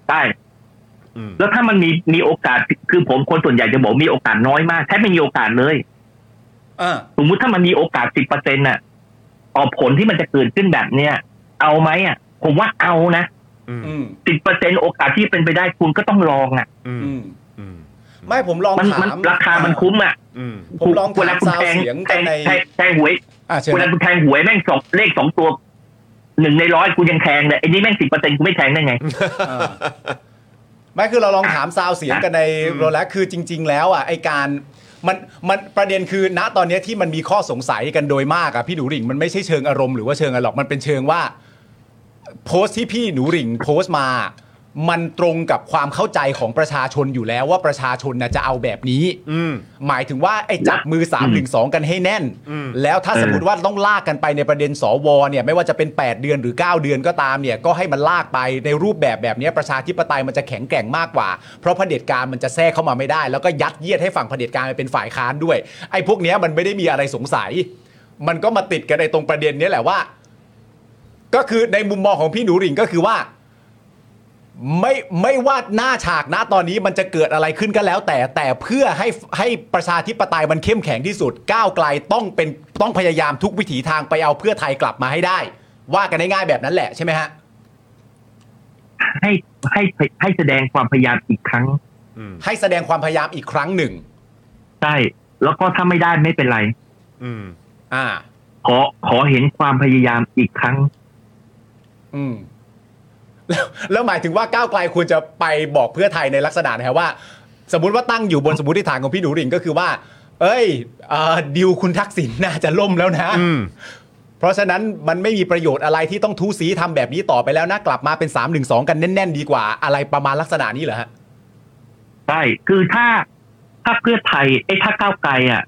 [SPEAKER 5] ได้
[SPEAKER 1] อืม
[SPEAKER 5] แล้วถ้ามันมีมีโอกาสคือผมคนส่วนใหญ่จะบอกมีโอกาสน้อยมากแทบไม่มีโอกาสเลย
[SPEAKER 2] อ่า
[SPEAKER 5] สมมุติถ้ามันมีโอกาสสิบเปอร์เซ็นต์น่ะออกผลที่มันจะเกิดขึ้นแบบเนี้ยเอาไหมอ่ะ ผมว่าเอานะ
[SPEAKER 1] อืม
[SPEAKER 2] อืม
[SPEAKER 5] สิบเปอร์เซ็นต์โอกาสที่เป็นไปได้คุณก็ต้องลองอ่ะ
[SPEAKER 1] อืม
[SPEAKER 2] อืม
[SPEAKER 1] อืม
[SPEAKER 2] ไม่ผมลอง
[SPEAKER 5] มัน
[SPEAKER 2] ถาม
[SPEAKER 5] มันราคามันคุ้มอ่ะ
[SPEAKER 1] อืม
[SPEAKER 2] ผมลอง
[SPEAKER 5] เว
[SPEAKER 2] ถา
[SPEAKER 5] ลาม คุณ
[SPEAKER 2] ซาว
[SPEAKER 5] แทง
[SPEAKER 2] เสียง
[SPEAKER 5] แทง
[SPEAKER 2] ใน
[SPEAKER 5] แทงแทงหวย
[SPEAKER 2] อ่าเชิญ
[SPEAKER 5] เวลาคุณแทงหวยแม่งสองเลขสองตัวหนึ่งในร้อยคุณยังแทงเลยไอ้นี่แม่งสิบเปอร์เซ็นต์คุณไม่แทงได้ไง
[SPEAKER 2] อ่าไม่คือเราลองถามซาวเสียงกันในโรแล็กคือจริง ๆ แล้วอ่ะไอการมันมันประเด็นคือณตอนเนี้ยที่มันมีข้อสงสัยกันโดยมากอ่ะพี่หนูหริ่งมันไม่ใช่เชิงอารมณ์หรือว่าเชิงอะไรหรอกมันเป็นเชิงว่า โพสต์ที่พี่หนูหริ่งโพสต์มา มันตรงกับความเข้าใจของประชาชนอยู่แล้วว่าประชาชนนะจะเอาแบบนี้
[SPEAKER 1] อืม
[SPEAKER 2] หมายถึงว่าไอ้จับมือ3ามถึงสกันให้แน่น
[SPEAKER 1] อืม
[SPEAKER 2] แล้วถ้าสมมติว่าต้องลากกันไปในประเด็นสวเนี่ยไม่ว่าจะเป็น 8 เดือนหรือ 9 เดือนก็ตามเนี่ยก็ให้มันลากไปในรูปแบบแบบเนี้ยประชาธิปไตยมันจะแข็งแกร่งมากกว่า เพราะเผด็จการมันจะแทรกเข้ามาไม่ได้ แล้วก็ยัดเยียดให้ฝั่งเผด็จการไปเป็นฝ่ายค้านด้วย ไอ้พวกเนี้ยมันไม่ได้มีอะไรสงสัย มันก็มาติดกันในตรงประเด็นเนี้ยแหละว่า ก็คือในมุมมองของพี่หนูหริ่งก็คือว่า ไม่ไม่ว่าหน้าฉากหน้าตอนนี้มันจะเกิดอะไรขึ้นก็แล้ว แต่แต่เพื่อให้ให้ประชาธิปไตยมันเข้มแข็งที่สุด ก้าวไกลต้องเป็นต้องพยายามทุกวิถีทางไปเอาเพื่อไทยกลับมาให้ได้ ว่ากันง่ายๆแบบนั้นแหละใช่ไหมฮะ
[SPEAKER 5] ให้ให้ให้แสดงความพยายามอีกครั้ง
[SPEAKER 1] อืม
[SPEAKER 2] ให้แสดงความพยายามอีกครั้งหนึ่ง
[SPEAKER 5] ใช่แล้วก็ถ้าไม่ได้ไม่เป็นไร
[SPEAKER 1] อืม
[SPEAKER 2] อ่า
[SPEAKER 5] ขอขอเห็นความพยายามอีกครั้ง
[SPEAKER 2] อืมแล้วแล้วหมายถึงว่าก้าวไกลควรจะไปบอกเพื่อไทยในลักษณะนะฮะว่า สมมติว่าตั้งอยู่บนสมมติฐานของพี่หนูหริ่งก็คือว่า เอ้ยเอ่อดิวคุณทักษิณน่าจะล่มแล้วนะ
[SPEAKER 1] อืม
[SPEAKER 2] เพราะฉะนั้นมันไม่มีประโยชน์อะไรที่ต้องทูสีทำแบบนี้ต่อไปแล้วนะ กลับมาเป็น 3 1 2 กันแน่น ๆ ดีกว่าอะไรประมาณลักษณะนี้เหรอฮะ
[SPEAKER 5] ใช่ คือถ้าถ้าเพื่อไทยไอ้ยถ้าก้าวไกลอ่ะ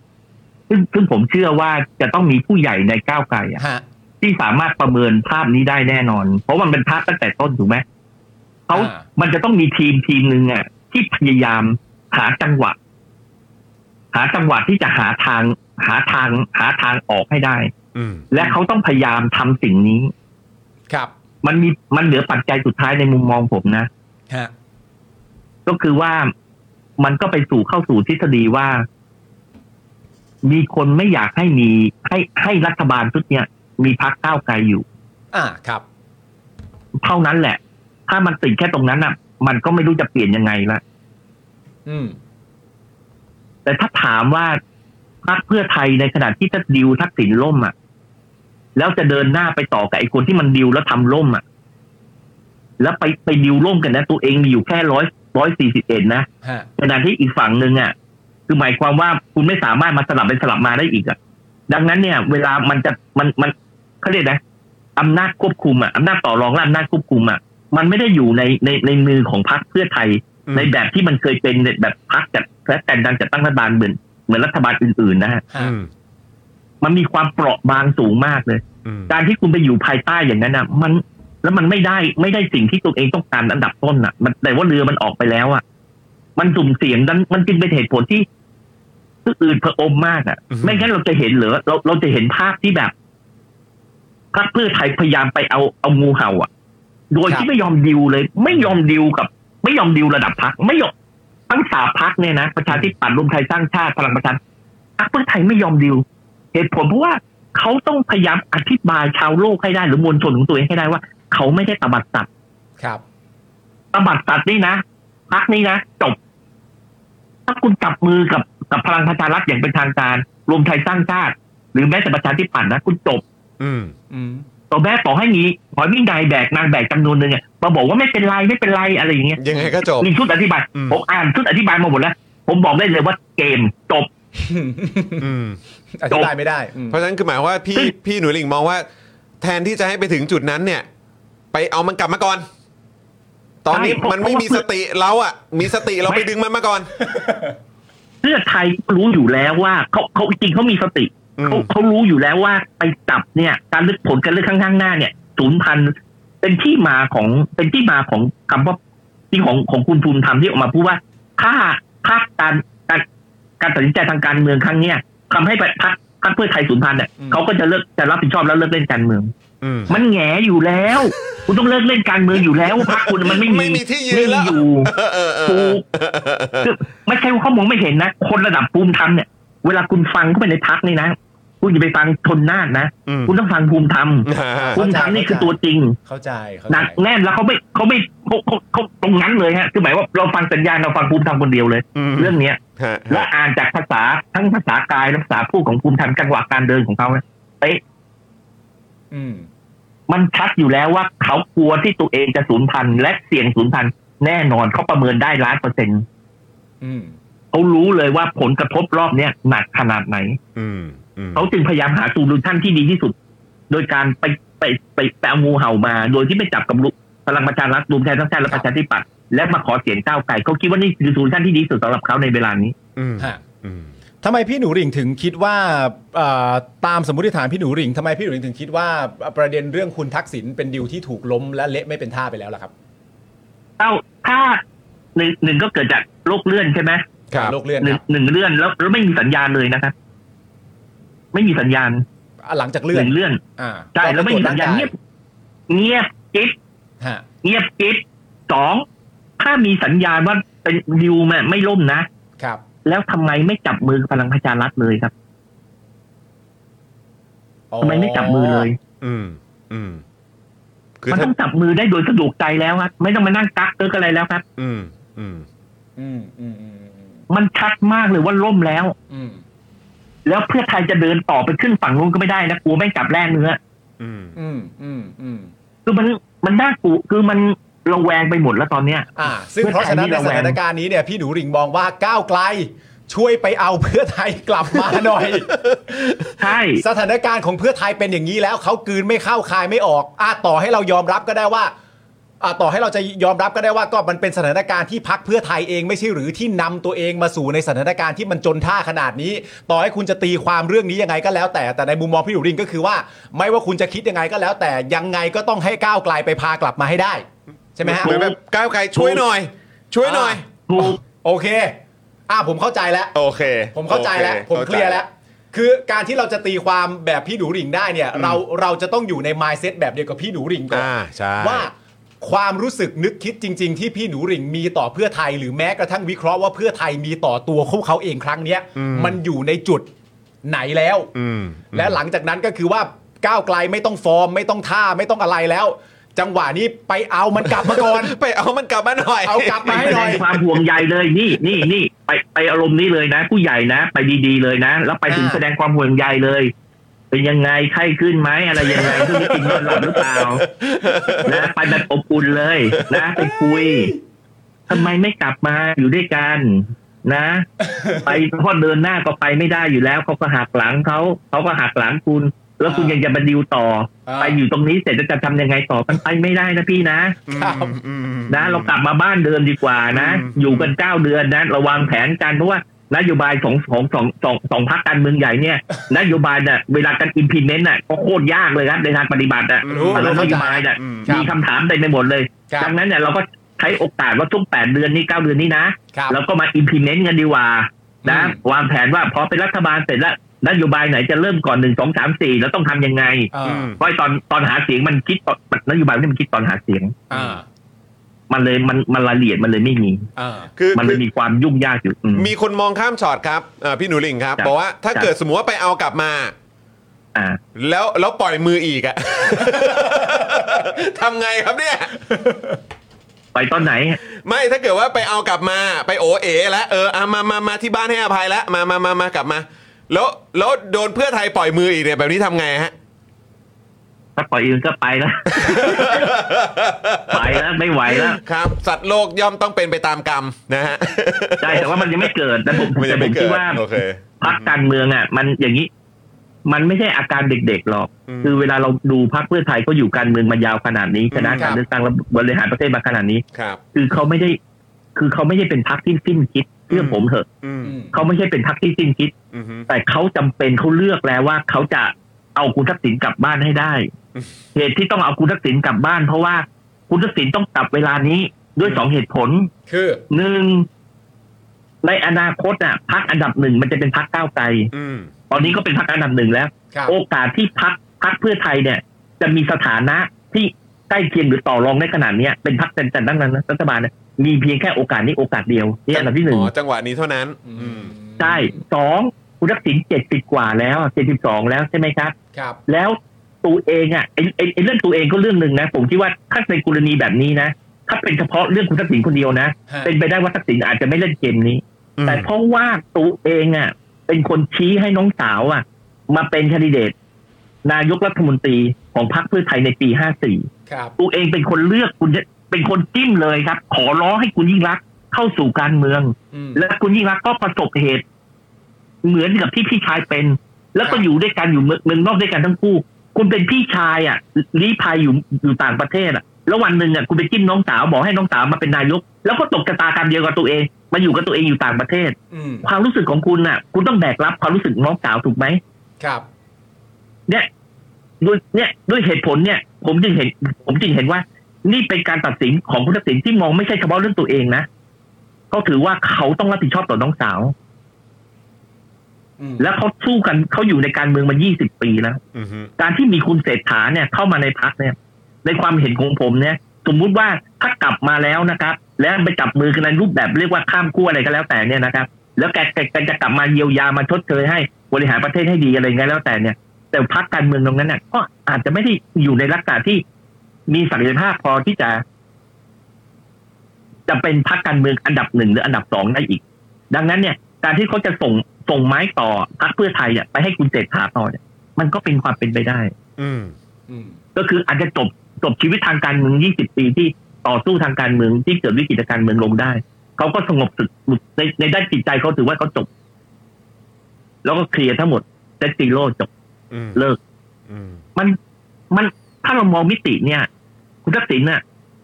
[SPEAKER 5] ซึ่งซึ่งผมเชื่อว่าจะต้องมีผู้ใหญ่ในก้าวไกลอะ
[SPEAKER 2] ฮะ
[SPEAKER 5] ที่สามารถประเมินภาพนี้ได้แน่นอน เพราะมันเป็นภาพตั้งแต่ต้นถูกไหมเขา
[SPEAKER 2] อ่า
[SPEAKER 5] มันจะต้องมีทีมทีมหนึ่งอ่ะ ที่พยายามหาจังหวะ หาจังหวะที่จะหาทาง หาทาง หาทางออกให้ได้
[SPEAKER 1] อืม
[SPEAKER 5] และเขาต้องพยายามทำสิ่งนี้
[SPEAKER 2] ครับ
[SPEAKER 5] มันมีมันเหลือปัจจัยสุดท้ายในมุมมองผมนะ
[SPEAKER 2] ฮะ
[SPEAKER 5] ก็คือว่ามันก็ไปสู่เข้าสู่ทฤษฎีว่า มีคนไม่อยากให้มีให้ให้รัฐบาลชุดเนี้ยมีพักก้าวไกลอยู่
[SPEAKER 2] อ่าครับ
[SPEAKER 5] เท่านั้นแหละ ถ้ามันติดแค่ตรงนั้นน่ะ มันก็ไม่รู้จะเปลี่ยนยังไงละ
[SPEAKER 2] อืม
[SPEAKER 5] แต่ถ้าถามว่าพักเพื่อไทยในขณะที่ถ้าดิวทักษิณล่มอ่ะ แล้วจะเดินหน้าไปต่อกับไอ้คนที่มันดิวแล้วทำล่มอ่ะ แล้วไปไปดิวล่มกันนะ ตัวเองมีอยู่แค่ร้อยร้อยสี่สิบเอ็ดนะ
[SPEAKER 2] ฮะ
[SPEAKER 5] ขณะที่อีกฝั่งหนึ่งอ่ะ คือหมายความว่าคุณไม่สามารถมาสลับไปสลับมาได้อีกอ่ะ ดังนั้นเนี่ย เวลามันจะมันมันเขาเรียกนะอำนาจควบคุมอ่ะอำนาจต่อรองและอำนาจควบคุมอ่ะมันไม่ได้อยู่ในในในมือของพรรคเพื่อไทย ในแบบที่มันเคยเป็นในแบบพรรคจัดและแต่ดันจัดตั้งรัฐบาลเหมือนเหมือนรัฐบาลอื่นๆนะฮะ
[SPEAKER 2] ฮะ
[SPEAKER 1] อืม
[SPEAKER 5] มันมีความเปราะบางสูงมากเลย
[SPEAKER 1] อืม
[SPEAKER 5] การที่คุณไปอยู่ภายใต้อย่างนั้นอ่ะ มันแล้วมันไม่ได้ไม่ได้สิ่งที่ตัวเองต้องการอันดับต้นอ่ะ มันแต่ว่าเรือมันออกไปแล้วอ่ะ มันสุ่มเสี่ยงนั้นมันจึงเป็นเหตุผลที่ที่อื่นเผอมมากอ่ะ ไม่งั้นเราจะเห็นเหรอเราเราจะเห็นภาพที่แบบพรรคเพื่อไทยพยายามไปเอาเอางูเห่า อ่ะ โดยที่ไม่ยอมดิวเลย ไม่ยอมดิวกับ ไม่ยอมดิวระดับพรรคไม่ยอมทั้งสามพรรคเนี่ยนะประชาธิปัตย์รวมไทยสร้างชาติพลังประชารัฐพรรคเพื่อไทยไม่ยอมดิว เหตุผลเพราะว่าเขาต้องพยายามอธิบายชาวโลกให้ได้ หรือมวลชนของตัวเองให้ได้ว่า เขาไม่ได้ตบัดสัตว์
[SPEAKER 2] ครับ
[SPEAKER 5] ตบัดสัตว์นี่นะพักนี้นะจบ ถ้าคุณจับมือกับกับพลังประชารัฐอย่างเป็นทางการ รวมไทยสร้างชาติ หรือแม้แต่ประชาธิปัตย์นะคุณจบ
[SPEAKER 1] อืม
[SPEAKER 2] อืม
[SPEAKER 5] ต่อแม่ต่อให้มีหอยมิ่งใดแบกนางแบกจำนวนหนึ่งอะมาบอกว่าไม่เป็นไรไม่เป็นไรอะไรอย่างเงี้ย
[SPEAKER 1] ยังไงก็จบ
[SPEAKER 5] มีชุดอธิบาย
[SPEAKER 1] อืม
[SPEAKER 5] ผมอ่านชุดอธิบายมาหมดแล้ว ผมบอกได้เลยว่าเกมจบ
[SPEAKER 1] อืม
[SPEAKER 2] อธิบายไม่ได้อืม
[SPEAKER 1] เพราะฉะนั้นคือหมายว่าพี่
[SPEAKER 5] ซึ่ง
[SPEAKER 1] พี่หนุ่ยหลิงมองว่า แทนที่จะให้ไปถึงจุดนั้นเนี่ย ไปเอามันกลับมาก่อน ตอนนี้มันไม่มีสติเราอะมีสติเราไปดึงมันมาก่อน
[SPEAKER 5] เพื่อไทยรู้อยู่แล้วว่าเขาเขาจริงเขามีสติ
[SPEAKER 1] อืม
[SPEAKER 5] เขาเขารู้อยู่แล้วว่าไปจับเนี่ย การเลือกผลการเลือกข้างข้างหน้าเนี่ยศูนย์พันเป็นที่มาของเป็นที่มาของคำว่าที่ของของคุณภูมิธรรมที่ออกมาพูดว่าค่าค่าการการการตัดสินใจทางการเมืองครั้งเนี้ยทำให้พรรคพรรคพรรคเพื่อไทยศูนย์พันเนี่ยเขาก็จะเลิกจะรับผิดชอบแล้วเลิกเล่นการเมือง
[SPEAKER 1] อืม
[SPEAKER 5] มันแหงอยู่แล้ว คุณต้องเลิกเล่นการเมืองอยู่แล้วพรรคคุณมันไม่มี
[SPEAKER 1] ไม่มีที่ยืน
[SPEAKER 5] ไม่มี
[SPEAKER 1] แล้ว
[SPEAKER 5] อยู่
[SPEAKER 1] เออเออ
[SPEAKER 5] ถูกคือไม่ใช่ว่าเขามองไม่เห็นนะ คนระดับภูมิธรรมเนี่ย เวลาคุณฟังเข้าไปในพักนี่นะ คุณอย่าไปฟังชนนาดนะ
[SPEAKER 1] อืม
[SPEAKER 5] คุณต้องฟังภูมิธรรม
[SPEAKER 1] อ่า
[SPEAKER 5] ภูมิธรรมนี่คือตัวจริง
[SPEAKER 2] เข้าใจเข้า
[SPEAKER 5] ห
[SPEAKER 2] ใจ
[SPEAKER 5] นักแน่นแล้วเขาไม่เขาไม่เขาเขาเขาตรงนั้นเลยฮะ คือหมายว่าเราฟังสัญญาณเราฟังภูมิธรรมคนเดียวเลย
[SPEAKER 1] อืม
[SPEAKER 5] เรื่องเนี้ย
[SPEAKER 1] ฮะ
[SPEAKER 5] และ
[SPEAKER 1] ฮะ
[SPEAKER 5] อ่านจากภาษาทั้งภาษากายและภาษาพูดของภูมิธรรมจังหวะการเดินของเขาเนี่ยเอ๊ะ
[SPEAKER 2] อืม
[SPEAKER 5] มันชัดอยู่แล้วว่าเขากลัวที่ตัวเองจะสูญพันธุ์และเสี่ยงสูญพันธุ์แน่นอนเขาประเมินได้ล้านเปอร์เซ็นต์
[SPEAKER 2] อืม
[SPEAKER 5] เขารู้เลยว่าผลกระทบรอบเนี้ยหนักขนาดไหน
[SPEAKER 1] อืมอืม
[SPEAKER 5] เขาจึงพยายามหาโซูลูชันที่ดีที่สุด โดยการไปไปไปไปเอางูเห่ามา โดยที่ไม่จับกับลุพลังประชารัฐรวมไทยทั้างชาติและประชาธิปัตย์และมาขอเสียงก้าวไกลเขาคิดว่านี่คือโซูลูชันที่ดีที่สุดสำหรับเขาในเวลานี้
[SPEAKER 1] อืม
[SPEAKER 2] ฮะ
[SPEAKER 1] อืม
[SPEAKER 2] ทำไมพี่หนูหริ่งถึงคิดว่าเอ่อตามสมมติฐานพี่หนูหริ่งทำไมพี่หนูหริ่งถึงคิดว่าประเด็นเรื่องคุณทักษิณเป็นดิวที่ถูกล้มและเละไม่เป็นท่าไปแล้วล่ะครับ
[SPEAKER 5] เอ้าถ้าหนึ่งหนึ่งก็เกิดจากโรคเลื่อนใช่ไหม
[SPEAKER 1] ครับ
[SPEAKER 2] โลกเลื่อน
[SPEAKER 5] ห
[SPEAKER 2] ค
[SPEAKER 5] นึ่ง
[SPEAKER 2] รับ
[SPEAKER 5] หนึ่งเลื่อนแล้วแล้วไม่มีสัญญาณเลยนะครับ ไม่มีสัญญาณ
[SPEAKER 2] อ่ะหลังจากเลื่
[SPEAKER 5] ห
[SPEAKER 2] อน
[SPEAKER 5] นึ่งเลื่อน
[SPEAKER 2] อ่า
[SPEAKER 5] ใช่แล้วไม่มีสัญญาณเงียบ เงียบกิ๊บ
[SPEAKER 2] ฮะ
[SPEAKER 5] เงียบกริบสองถ้ามีสัญญาณว่าเป็นดิวไม่ไม่ล่มนะ
[SPEAKER 2] ครับ
[SPEAKER 5] แล้วทำไมไม่จับมือกับพลังประชารัฐเลยครับ
[SPEAKER 2] อ๋อ
[SPEAKER 5] ทำไมไม่จับมือเลย
[SPEAKER 1] อืมอืมคือ
[SPEAKER 5] มัน
[SPEAKER 1] ถ้า
[SPEAKER 5] ต้องจับมือได้โดยสะดวกใจแล้วครับ ไม่ต้องมานั่งกักเกิกอะไรแล้วครับ
[SPEAKER 1] อืมอืม
[SPEAKER 2] อืมอืมอืมอืม
[SPEAKER 5] มันชัดมากเลยว่าล่มแล้ว
[SPEAKER 2] อืม
[SPEAKER 5] แล้วเพื่อไทยจะเดินต่อไปขึ้นฝั่งนู้นก็ไม่ได้นะกลัวไม่งจับแร่เนื้อ
[SPEAKER 1] อืม
[SPEAKER 2] อืมอืมอืม
[SPEAKER 5] คือมันมันน่ากลัวคือมันระแวงไปหมดแล้วตอนเนี้ย
[SPEAKER 2] อ่า ซึ่งเพราะฉะนั้นในสถานการณ์นี้เนี่ยพี่หนูหริ่งมองว่าก้าวไกล ช่วยไปเอาเพื่อไทยกลับมาหน่อย
[SPEAKER 5] ใช่
[SPEAKER 2] สถานการณ์ของเพื่อไทยเป็นอย่างนี้แล้วเขากลืนไม่เข้าคายไม่ออกอาต่อให้เรายอมรับก็ได้ว่า อ่ะต่อให้เราจะยอมรับก็ได้ว่าก็มันเป็นสถานการณ์ที่พักเพื่อไทยเองไม่ใช่หรือที่นำตัวเองมาสู่ในสถานการณ์ที่มันจนท่าขนาดนี้ ต่อให้คุณจะตีความเรื่องนี้ยังไงก็แล้วแต่แต่ในมุมมองพี่หนูริงก็คือว่า ไม่ว่าคุณจะคิดยังไงก็แล้ว แต่ยังไงก็ต้องให้ก้าวไกลไปพากลับมาให้ได้ ใช่ไหมฮะ
[SPEAKER 1] เหมือนแบบก้าวไกลช่วยหน่อย ช่วยหน่อย
[SPEAKER 5] ถูก
[SPEAKER 2] โอเค อ่ะผมเข้าใจแล้ว
[SPEAKER 1] โอเค
[SPEAKER 2] ผมเข้าใจแล้ว
[SPEAKER 1] โอ
[SPEAKER 2] ผมเคลียร์แล้ว คือการที่เราจะตีความแบบพี่หนูหริ่งได้เนี่ย เราเราจะต้องอยู่ในมายเซตแบบเดียวกับพี่หนูหริ่งก่อน
[SPEAKER 1] อ่าใช่
[SPEAKER 2] ว่าความรู้สึกนึกคิดจริง ๆ ที่พี่หนูหริ่งมีต่อเพื่อไทย หรือแม้กระทั่งวิเคราะห์ว่าเพื่อไทยมีต่อตัวเขาเขาเองครั้งเนี้ย
[SPEAKER 1] อืม
[SPEAKER 2] มันอยู่ในจุดไหนแล้ว
[SPEAKER 1] อืม
[SPEAKER 2] และหลังจากนั้นก็คือว่าก้าวไกลไม่ต้องฟอร์ม ไม่ต้องท่าไม่ต้องอะไรแล้ว จังหวะนี้ไปเอามันกลับมาก่อน
[SPEAKER 1] ไปเอามันกลับมาหน่อย
[SPEAKER 2] เอากลับมาให้
[SPEAKER 5] แส
[SPEAKER 2] หน่อง
[SPEAKER 5] ด
[SPEAKER 2] ย
[SPEAKER 5] ความห่วงใยเลยนี่นี่นี่ไปไปอารมณ์นี้เลยนะ ผู้ใหญ่นะ ไปดีๆเลยนะ แล้วไปถึง
[SPEAKER 2] อ่า
[SPEAKER 5] แสดงความห่วงใยเลย เป็นยังไงไข้ขึ้นไหมอะไรยังไงพรุ่งนี้กินนอนหลับหรือเปล่านะไปแบบอบอุ่นเลยนะไปคุยทำไมไม่กลับมาอยู่ด้วยกันนะ ไปเพราะเดินหน้าก็ไปไม่ได้อยู่แล้วเขาก็หักหลังเขาเขาก็หักหลังคุณ แล้วคุณยังจะมาดิวต่อ
[SPEAKER 2] อ่า
[SPEAKER 5] ไปอยู่ตรงนี้เสร็จแล้วจะทำยังไงต่อมันไปไม่ได้นะพี่นะ นะเรากลับมาบ้านเดิมดีกว่านะ
[SPEAKER 1] อืม
[SPEAKER 5] อยู่กันเก้าเดือนนะระวังแผนกันเพราะว่านโยบายของของสองสองสองพักการเมืองใหญ่เนี่ย นโยบายเนี่ยเวลาการ implement น่ะก็โคตรยากเลยครับในทางปฏิบัติอ่ะ
[SPEAKER 2] รู้
[SPEAKER 5] แต่ละ
[SPEAKER 2] เข้านใจ
[SPEAKER 5] โยบายเนี่ย
[SPEAKER 1] อืม
[SPEAKER 5] มีคำถามเต็มไปหมดเลย
[SPEAKER 2] ครับ
[SPEAKER 5] ดังนั้นเนี่ยเราก็ใช้โอกาสว่าทุกแปดเดือนนี้เก้าเดือนนี้นะ
[SPEAKER 2] ครับ
[SPEAKER 5] แล้วก็มา implement กันดีกว่านะ
[SPEAKER 2] อืม
[SPEAKER 5] วางแผนว่าพอเป็นรัฐบาลเสร็จแล้วนโยบายไหนจะเริ่มก่อนหนึ่งสองสามสี่แล้วต้องทำยังไง
[SPEAKER 2] เออ
[SPEAKER 5] เพราะไอ้ตอนตอนหาเสียงมันคิดตอนนโยบายนี่มันคิดตอนหาเสียง
[SPEAKER 2] อ่า
[SPEAKER 5] มันเลยมันมันรายละเอียดมันเลยไม่มี
[SPEAKER 2] อ่า
[SPEAKER 1] คือ
[SPEAKER 5] มันเลยมีความยุ่งยากอยู่อืม
[SPEAKER 1] มีคนมองข้ามช็อตครับอ่าพี่หนูหลิงครับ
[SPEAKER 5] ครับ
[SPEAKER 1] บอกว่าถ้า
[SPEAKER 5] ครับ
[SPEAKER 1] เกิดสมมติว่าไปเอากลับมา
[SPEAKER 5] อ่า
[SPEAKER 1] แล้วแล้วปล่อยมืออีกอะ ทำไงครับเนี่ย
[SPEAKER 5] ไปตอนไหน
[SPEAKER 1] ไม่ถ้าเกิดว่าไปเอากลับมาไปโอเอแล้วเอออ่ะมามามาที่บ้านให้อภัยแล้วมามามามากลับมา แล้วแล้วโดนเพื่อไทยปล่อยมืออีกเนี่ยแบบนี้ทำไงฮะ
[SPEAKER 5] ถ้าปล่อยอื่นก็ไป แล้ว ไปแล้วไม่ไหวแล้ว
[SPEAKER 1] ครับ สัตว์โลกย่อมต้องเป็นไปตามกรรมนะฮะ
[SPEAKER 5] ใช่แต่ว่ามันยังไม่เกิดแต่ผม
[SPEAKER 1] มันยั
[SPEAKER 5] แต่
[SPEAKER 1] งไม่
[SPEAKER 5] ผม
[SPEAKER 1] เกิ
[SPEAKER 5] คิ
[SPEAKER 1] ด
[SPEAKER 5] ดว่า
[SPEAKER 1] โอเค
[SPEAKER 5] พักการเมืองอ่ะ มันอย่างนี้ มันไม่ใช่อาการเด็กๆหรอก
[SPEAKER 1] อืม
[SPEAKER 5] คือเวลาเราดูพักเพื่อไทยก็อยู่การเมืองมายาวขนาดนี้ชนะ
[SPEAKER 2] อืมครั
[SPEAKER 5] การ
[SPEAKER 2] บ
[SPEAKER 5] เลือกตั้งและบริหารประเทศมาขนาดนี้
[SPEAKER 1] ครับ
[SPEAKER 5] คือเขาไม่ได้ คือเขาไม่ได้เป็นพักที่สิ้นคิดเชื่อผมเถอะ
[SPEAKER 1] อืม
[SPEAKER 2] อืม
[SPEAKER 5] เขาไม่ใช่เป็นพักที่สิ้นคิด
[SPEAKER 1] อืม
[SPEAKER 5] แต่เขาจำเป็นเขาเลือกแล้วว่าเขาจะเอาคุณทักษิณกลับบ้านให้ได้
[SPEAKER 1] อืม
[SPEAKER 5] เหตุที่ต้องเอาคุณทักษิณกลับบ้าน เพราะว่าคุณทักษิณต้องกลับเวลานี้ด้วยสองเหตุผล
[SPEAKER 2] คือ
[SPEAKER 5] หนึ่งในอนาคตอ่ะพักอันดับหนึ่งมันจะเป็นพักก้าวไกล
[SPEAKER 1] อืม
[SPEAKER 5] ตอนนี้ก็เป็นพักอันดับหนึ่งแล้ว
[SPEAKER 2] ครับ
[SPEAKER 5] โอกาสที่พักพักเพื่อไทยเนี่ย จะมีสถานะที่ใกล้เคียงหรือต่อรองได้ขนาดเนี้ยเป็นพักแต่ตั้งนั้นรัฐบาลเนี่ยมีเพียงแค่โอกาสนี้โอกาสเดียวนี่อันดับที่หนึ่ง
[SPEAKER 1] อ๋อจังหวะนี้เท่านั้น อืม
[SPEAKER 5] ใช่สองคุณทักษิณเจ็ดสิบกว่าแล้วเจ็ดสิบสองแล้วใช่ไหมครับ
[SPEAKER 2] ครับ
[SPEAKER 5] แล้วตัวเองอ่ะไอ้ไอ้ไอ้เรื่องตัวเองก็เรื่องหนึ่งนะ ผมคิดว่าถ้าในกรณีแบบนี้นะ ถ้าเป็นเฉพาะเรื่องคุณทักษิณคนเดียวนะ
[SPEAKER 2] ฮะ
[SPEAKER 5] เป็นไปได้ว่าทักษิณอาจจะไม่เล่นเกมนี้
[SPEAKER 1] อืม
[SPEAKER 5] แต่เพราะว่าตัวเองอ่ะ เป็นคนชี้ให้น้องสาวอ่ะ มาเป็นแคนดิเดต นายกรัฐมนตรีของพรรคเพื่อไทยในปีห้าสี่
[SPEAKER 2] ครับ
[SPEAKER 5] ตัวเองเป็นคนเลือกคุณเป็นคนจิ้มเลยครับ ขอร้องให้คุณยิ่งรักษณ์เข้าสู่การเมือง
[SPEAKER 2] อืม
[SPEAKER 5] และคุณยิ่งรักษณ์ก็ประสบเหตุเหมือนกับที่พี่ชายเป็น แล้ว
[SPEAKER 2] ค
[SPEAKER 5] ก็
[SPEAKER 2] รับ
[SPEAKER 5] อยู่ด้วยกันอยู่เมืองเมืองนอกด้วยกันทั้งคู่ คุณเป็นพี่ชายอ่ะลี้ภัยอยู่อยู่ต่างประเทศอ่ะ แล้ววันหนึ่งอ่ะคุณไปจิ้มน้องสาวบอกให้น้องสาวมาเป็นนายก แล้วก็ตกกระตากรรมเดียวกับตัวเอง มาอยู่กับตัวเองอยู่ต่างประเทศ
[SPEAKER 2] อืม
[SPEAKER 5] ความรู้สึกของคุณอ่ะ คุณต้องแบกรับความรู้สึกน้องสาวถูกไหม
[SPEAKER 2] ครับ
[SPEAKER 5] เนี่ยด้วยเนี่ยด้วยเหตุผลเนี่ย ผมจึงเห็น ผมจึงเห็นว่า นี่เป็นการตัดสินของผู้ตัดสินที่มองไม่ใช่เฉพาะเรื่องตัวเองนะเขาถือว่าเขาต้องรับผิดชอบต่อน้องสาว
[SPEAKER 2] อืม
[SPEAKER 5] แล้วเขาสู้กันเขาอยู่ในการเมืองมา 20 ปีแล้ว
[SPEAKER 1] อืม
[SPEAKER 5] การที่มีคุณเศรษฐาเนี่ย เข้ามาในพักเนี่ย ในความเห็นของผมเนี่ย สมมุติว่าถ้ากลับมาแล้วนะครับ แล้วไปจับมือกันในรูปแบบเรียกว่าข้ามขั้วอะไรก็แล้วแต่เนี่ยนะครับ แล้วแกแกแกจะกลับมาเยียวยามาชดเชยให้บริหารประเทศให้ดีอะไรเงี้ยแล้วแต่เนี่ย แต่พักการเมืองตรงนั้นเนี่ยก็อาจจะไม่ได้อยู่ในลักษณะที่มีศักยภาพพอที่จะ จะเป็นพักการเมืองอันดับหนึ่งหรืออันดับสองได้อีก ดังนั้นเนี่ย การที่เขาจะส่งส่งไม้ต่อพักเพื่อไทยอ่ะไปให้คุณเศรษฐาต่อเนี่ย มันก็เป็นความเป็นไปได้
[SPEAKER 1] อืม
[SPEAKER 2] อืม
[SPEAKER 5] ก็คืออาจจะจบจบชีวิตทางการเมือง 20 ปีที่ต่อสู้ทางการเมืองที่เกิดวิกฤตการเมืองลงได้ เขาก็สงบสึกในในด้านจิตใจเขาถือว่าเขาจบ แล้วก็เคลียร์ทั้งหมดเซตติโร่จบ
[SPEAKER 1] อืม
[SPEAKER 5] เลิก
[SPEAKER 1] อืม
[SPEAKER 5] มันมันถ้าเรามองมิติเนี่ย คุณทักษิณน่ะ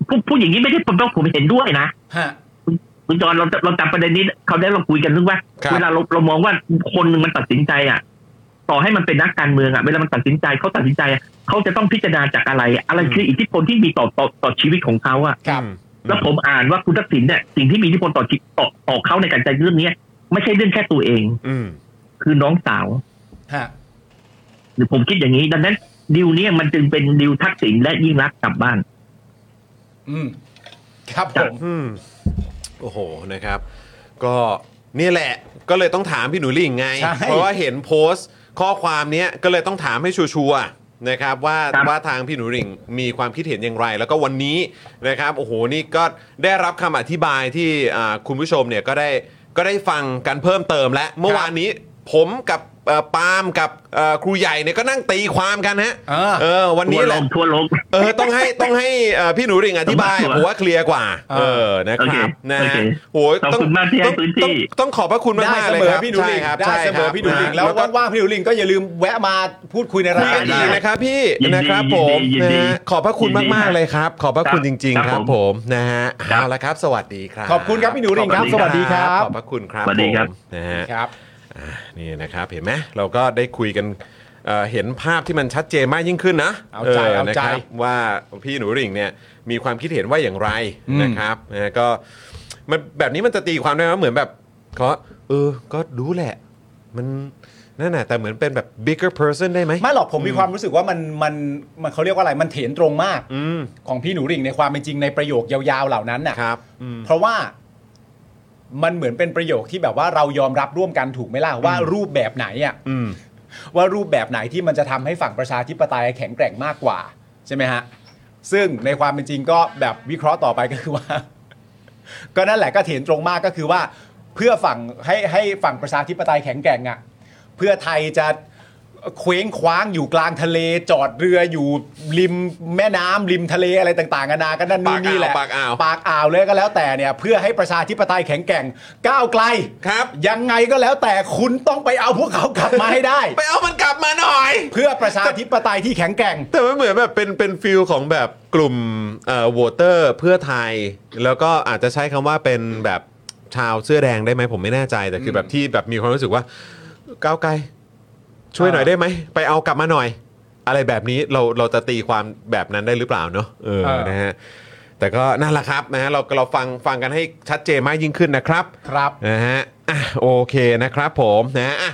[SPEAKER 5] พูดพูดอย่างนี้ไม่ได้ผมต้องผมเห็นด้วยนะ
[SPEAKER 2] ฮะ
[SPEAKER 5] คุณจอนเราเราจำประเด็นนี้เขาได้เราคุยกันเรื่องว่า
[SPEAKER 1] ครับ
[SPEAKER 5] เวลาเราเรามองว่าคนหนึ่งมันตัดสินใจอ่ะ ต่อให้มันเป็นนักการเมืองอ่ะเวลามันตัดสินใจเขาตัดสินใจอะเขาจะต้องพิจารณาจากอะไรอะอะไรคืออิทธิพลที่มีต่อต่อต่อชีวิตของเขาอ่ะ
[SPEAKER 2] ครับ
[SPEAKER 1] อืม
[SPEAKER 5] แล้วผมอ่านว่าคุณทักษิณเนี่ยสิ่งที่มีอิทธิพลต่อชีวิตต่อต่อเขาในการใจเรื่องเนี้ยไม่ใช่เรื่องแค่ตัวเอง
[SPEAKER 1] อืม
[SPEAKER 5] คือน้องสาว
[SPEAKER 2] ฮะ
[SPEAKER 5] หรือผมคิดอย่างนี้ ดังนั้นดิวเนี้มันจึงเป็นดิวทักษิณและยิ่งรักษณ์กลับบ้าน
[SPEAKER 2] อืม ครับผม
[SPEAKER 1] อืมโอ้โหนะครับ ก็เนี่ยแหละก็เลยต้องถามพี่หนูลิ่งไง
[SPEAKER 2] ใช่
[SPEAKER 1] เพราะว่าเห็นโพสต์ ข้อความเนี้ยก็เลยต้องถามให้ชัวร์ๆนะครับ ว่า
[SPEAKER 5] ครับ
[SPEAKER 1] ว่าทางพี่หนูริ่งมีความคิดเห็นอย่างไร แล้วก็วันนี้นะครับโอ้โหนี่ก็ได้รับคำอธิบายที่อ่าคุณผู้ชมเนี่ยก็ได้ก็ได้ฟังกันเพิ่มเติมและเมื่อวานนี้ผมกับเอ่อปาล์มกับเอ่อครูใหญ่เนี่ยก็นั่งตีความกันฮะ
[SPEAKER 2] เออ
[SPEAKER 1] เออวันนี้
[SPEAKER 5] ทั่ว
[SPEAKER 1] แห
[SPEAKER 5] โล
[SPEAKER 1] ละ
[SPEAKER 5] กทั่วโลก
[SPEAKER 1] เออต้องให้ต้องให้เอ่อพี่หนูริ่งอธิบาย
[SPEAKER 5] ต้องมา
[SPEAKER 1] ผมว่าเคลียร์กว่า
[SPEAKER 2] เออ
[SPEAKER 1] เออนะครับ
[SPEAKER 5] โอเค
[SPEAKER 1] นะ
[SPEAKER 5] โอเค
[SPEAKER 1] โอ้ย
[SPEAKER 5] ขอบคุณมากที่ให้พื้น
[SPEAKER 1] ต้อ
[SPEAKER 5] ที่
[SPEAKER 1] งต้องขอบพระคุณมาก
[SPEAKER 2] ได้
[SPEAKER 1] มาก
[SPEAKER 2] เส
[SPEAKER 1] เลย
[SPEAKER 2] ม
[SPEAKER 1] ค
[SPEAKER 2] อ
[SPEAKER 1] รับ
[SPEAKER 2] พี่หนูลิง
[SPEAKER 1] ใช่ครับ
[SPEAKER 2] ได้
[SPEAKER 1] ใช่
[SPEAKER 2] เสม
[SPEAKER 1] ครั
[SPEAKER 2] อ
[SPEAKER 1] บ
[SPEAKER 2] พี่หนูลิง
[SPEAKER 1] ะ
[SPEAKER 2] แล้ว
[SPEAKER 1] ก็
[SPEAKER 2] ว่างๆพี่หนูลิงก็อย่าลืมแวะมาพูดคุยใน
[SPEAKER 1] คุย
[SPEAKER 2] ร้า
[SPEAKER 1] กัน
[SPEAKER 2] น
[SPEAKER 1] อีก
[SPEAKER 2] ได้
[SPEAKER 1] นะครับพี่
[SPEAKER 5] ยินดี
[SPEAKER 1] นะครับ
[SPEAKER 5] ยิ
[SPEAKER 1] ผ
[SPEAKER 5] นดี
[SPEAKER 1] ม
[SPEAKER 5] ยิน
[SPEAKER 1] นะ
[SPEAKER 5] ดี
[SPEAKER 1] ฮะขอบพระคุณ
[SPEAKER 5] ยินดี
[SPEAKER 1] มากๆเลยครับ ขอบพระคุณ
[SPEAKER 5] ครับ
[SPEAKER 1] จริง ๆ ค
[SPEAKER 5] ครั
[SPEAKER 1] รับบ ผ
[SPEAKER 5] ผม
[SPEAKER 1] นะฮะ
[SPEAKER 5] ครับ
[SPEAKER 1] เอาละครับ สวัสดีครับ
[SPEAKER 2] ขอบคุณครับพี่หนูริ่งครับ
[SPEAKER 1] ขอณ
[SPEAKER 2] สวัสดีครับ
[SPEAKER 1] ขอบพระคุณครับ
[SPEAKER 5] สวัสดีครับ
[SPEAKER 1] ผมนะฮะ
[SPEAKER 2] ครับ
[SPEAKER 1] อ่ะนี่นะครับเห็นไหมเราก็ได้คุยกันเอ่อเห็นภาพที่มันชัดเจนมากยิ่งขึ้นนะ
[SPEAKER 2] เอาใจเอาใจ
[SPEAKER 1] นะครับว่าพี่หนูหริ่งเนี่ยมีความคิดเห็นว่าอย่างไร
[SPEAKER 2] อืม
[SPEAKER 1] นะครับนะก็มันแบบนี้มันจะตีความได้ไหมเหมือนแบบเขาเออก็รู้แหละ มันนั่นแหะแต่เหมือนเป็นแบบ bigger person ได้ไหม
[SPEAKER 2] ไม่หรอกผมมีความรู้สึกว่ามันมันมันเขาเรียกว่าอะไรมันเถนตรงมาก
[SPEAKER 1] อืม
[SPEAKER 2] ของพี่หนูริ่งในความเป็นจริงในประโยคยาวๆเหล่านั้นน่ะ
[SPEAKER 1] ครับอืม
[SPEAKER 2] เพราะว่ามันเหมือนเป็นประโยคที่แบบว่าเรายอมรับร่วมกันถูกไหมล่ะว่ารูปแบบไหนอ่ะ
[SPEAKER 1] อืม
[SPEAKER 2] ว่ารูปแบบไหนที่มันจะทำให้ฝั่งประชาธิปไตยแข็งแกร่งมากกว่า ใช่ไหมฮะ ซึ่งในความเป็นจริงก็แบบวิเคราะห์ต่อไปก็คือว่า ก็นั่นแหละก็เห็นตรงมากก็คือว่า เพื่อฝั่งให้ให้ฝั่งประชาธิปไตยแข็งแกร่งอ่ะ เพื่อไทยจะเคว้งคว้างอยู่กลางทะเล จอดเรืออยู่ริมแม่น้ำริมทะเลอะไรต่างๆนานากันนั่นนู่นนี่แหละ
[SPEAKER 1] ปากอ่าว
[SPEAKER 2] ปากอ่าวเลยก็แล้วแต่เนี่ย เพื่อให้ประชาธิปไตยแข็งแกร่งก้าวไกล
[SPEAKER 1] ครับ
[SPEAKER 2] ยังไงก็แล้วแต่คุณต้องไปเอาพวกเขากลับมาให้ได้
[SPEAKER 1] ไปเอามันกลับมาหน่อย
[SPEAKER 2] เพื่อประชาธิปไตยที่แข็งแกร่ง
[SPEAKER 1] แต่มันเหมือนแบบเป็นเป็นฟิลของแบบกลุ่มเอ่อวอเตอร์เพื่อไทย แล้วก็อาจจะใช้คำว่าเป็นแบบชาวเสื้อแดงได้ไหมผมไม่แน่ใจแต่คือแบบที่แบบมีความรู้สึกว่าก้าวไกล ช่วยหน่อยได้ไหม ไปเอากลับมาหน่อย อะไรแบบนี้เราเราจะตีความแบบนั้นได้หรือเปล่าเนอะเออ
[SPEAKER 2] เออ
[SPEAKER 1] นะฮะแต่ก็นั่นแหละครับนะฮะเราเราฟังฟังกันให้ชัดเจนมากยิ่งขึ้นนะครับ
[SPEAKER 2] ครับ
[SPEAKER 1] นะฮะอ่ะโอเคนะครับผมนะฮะอ่ะ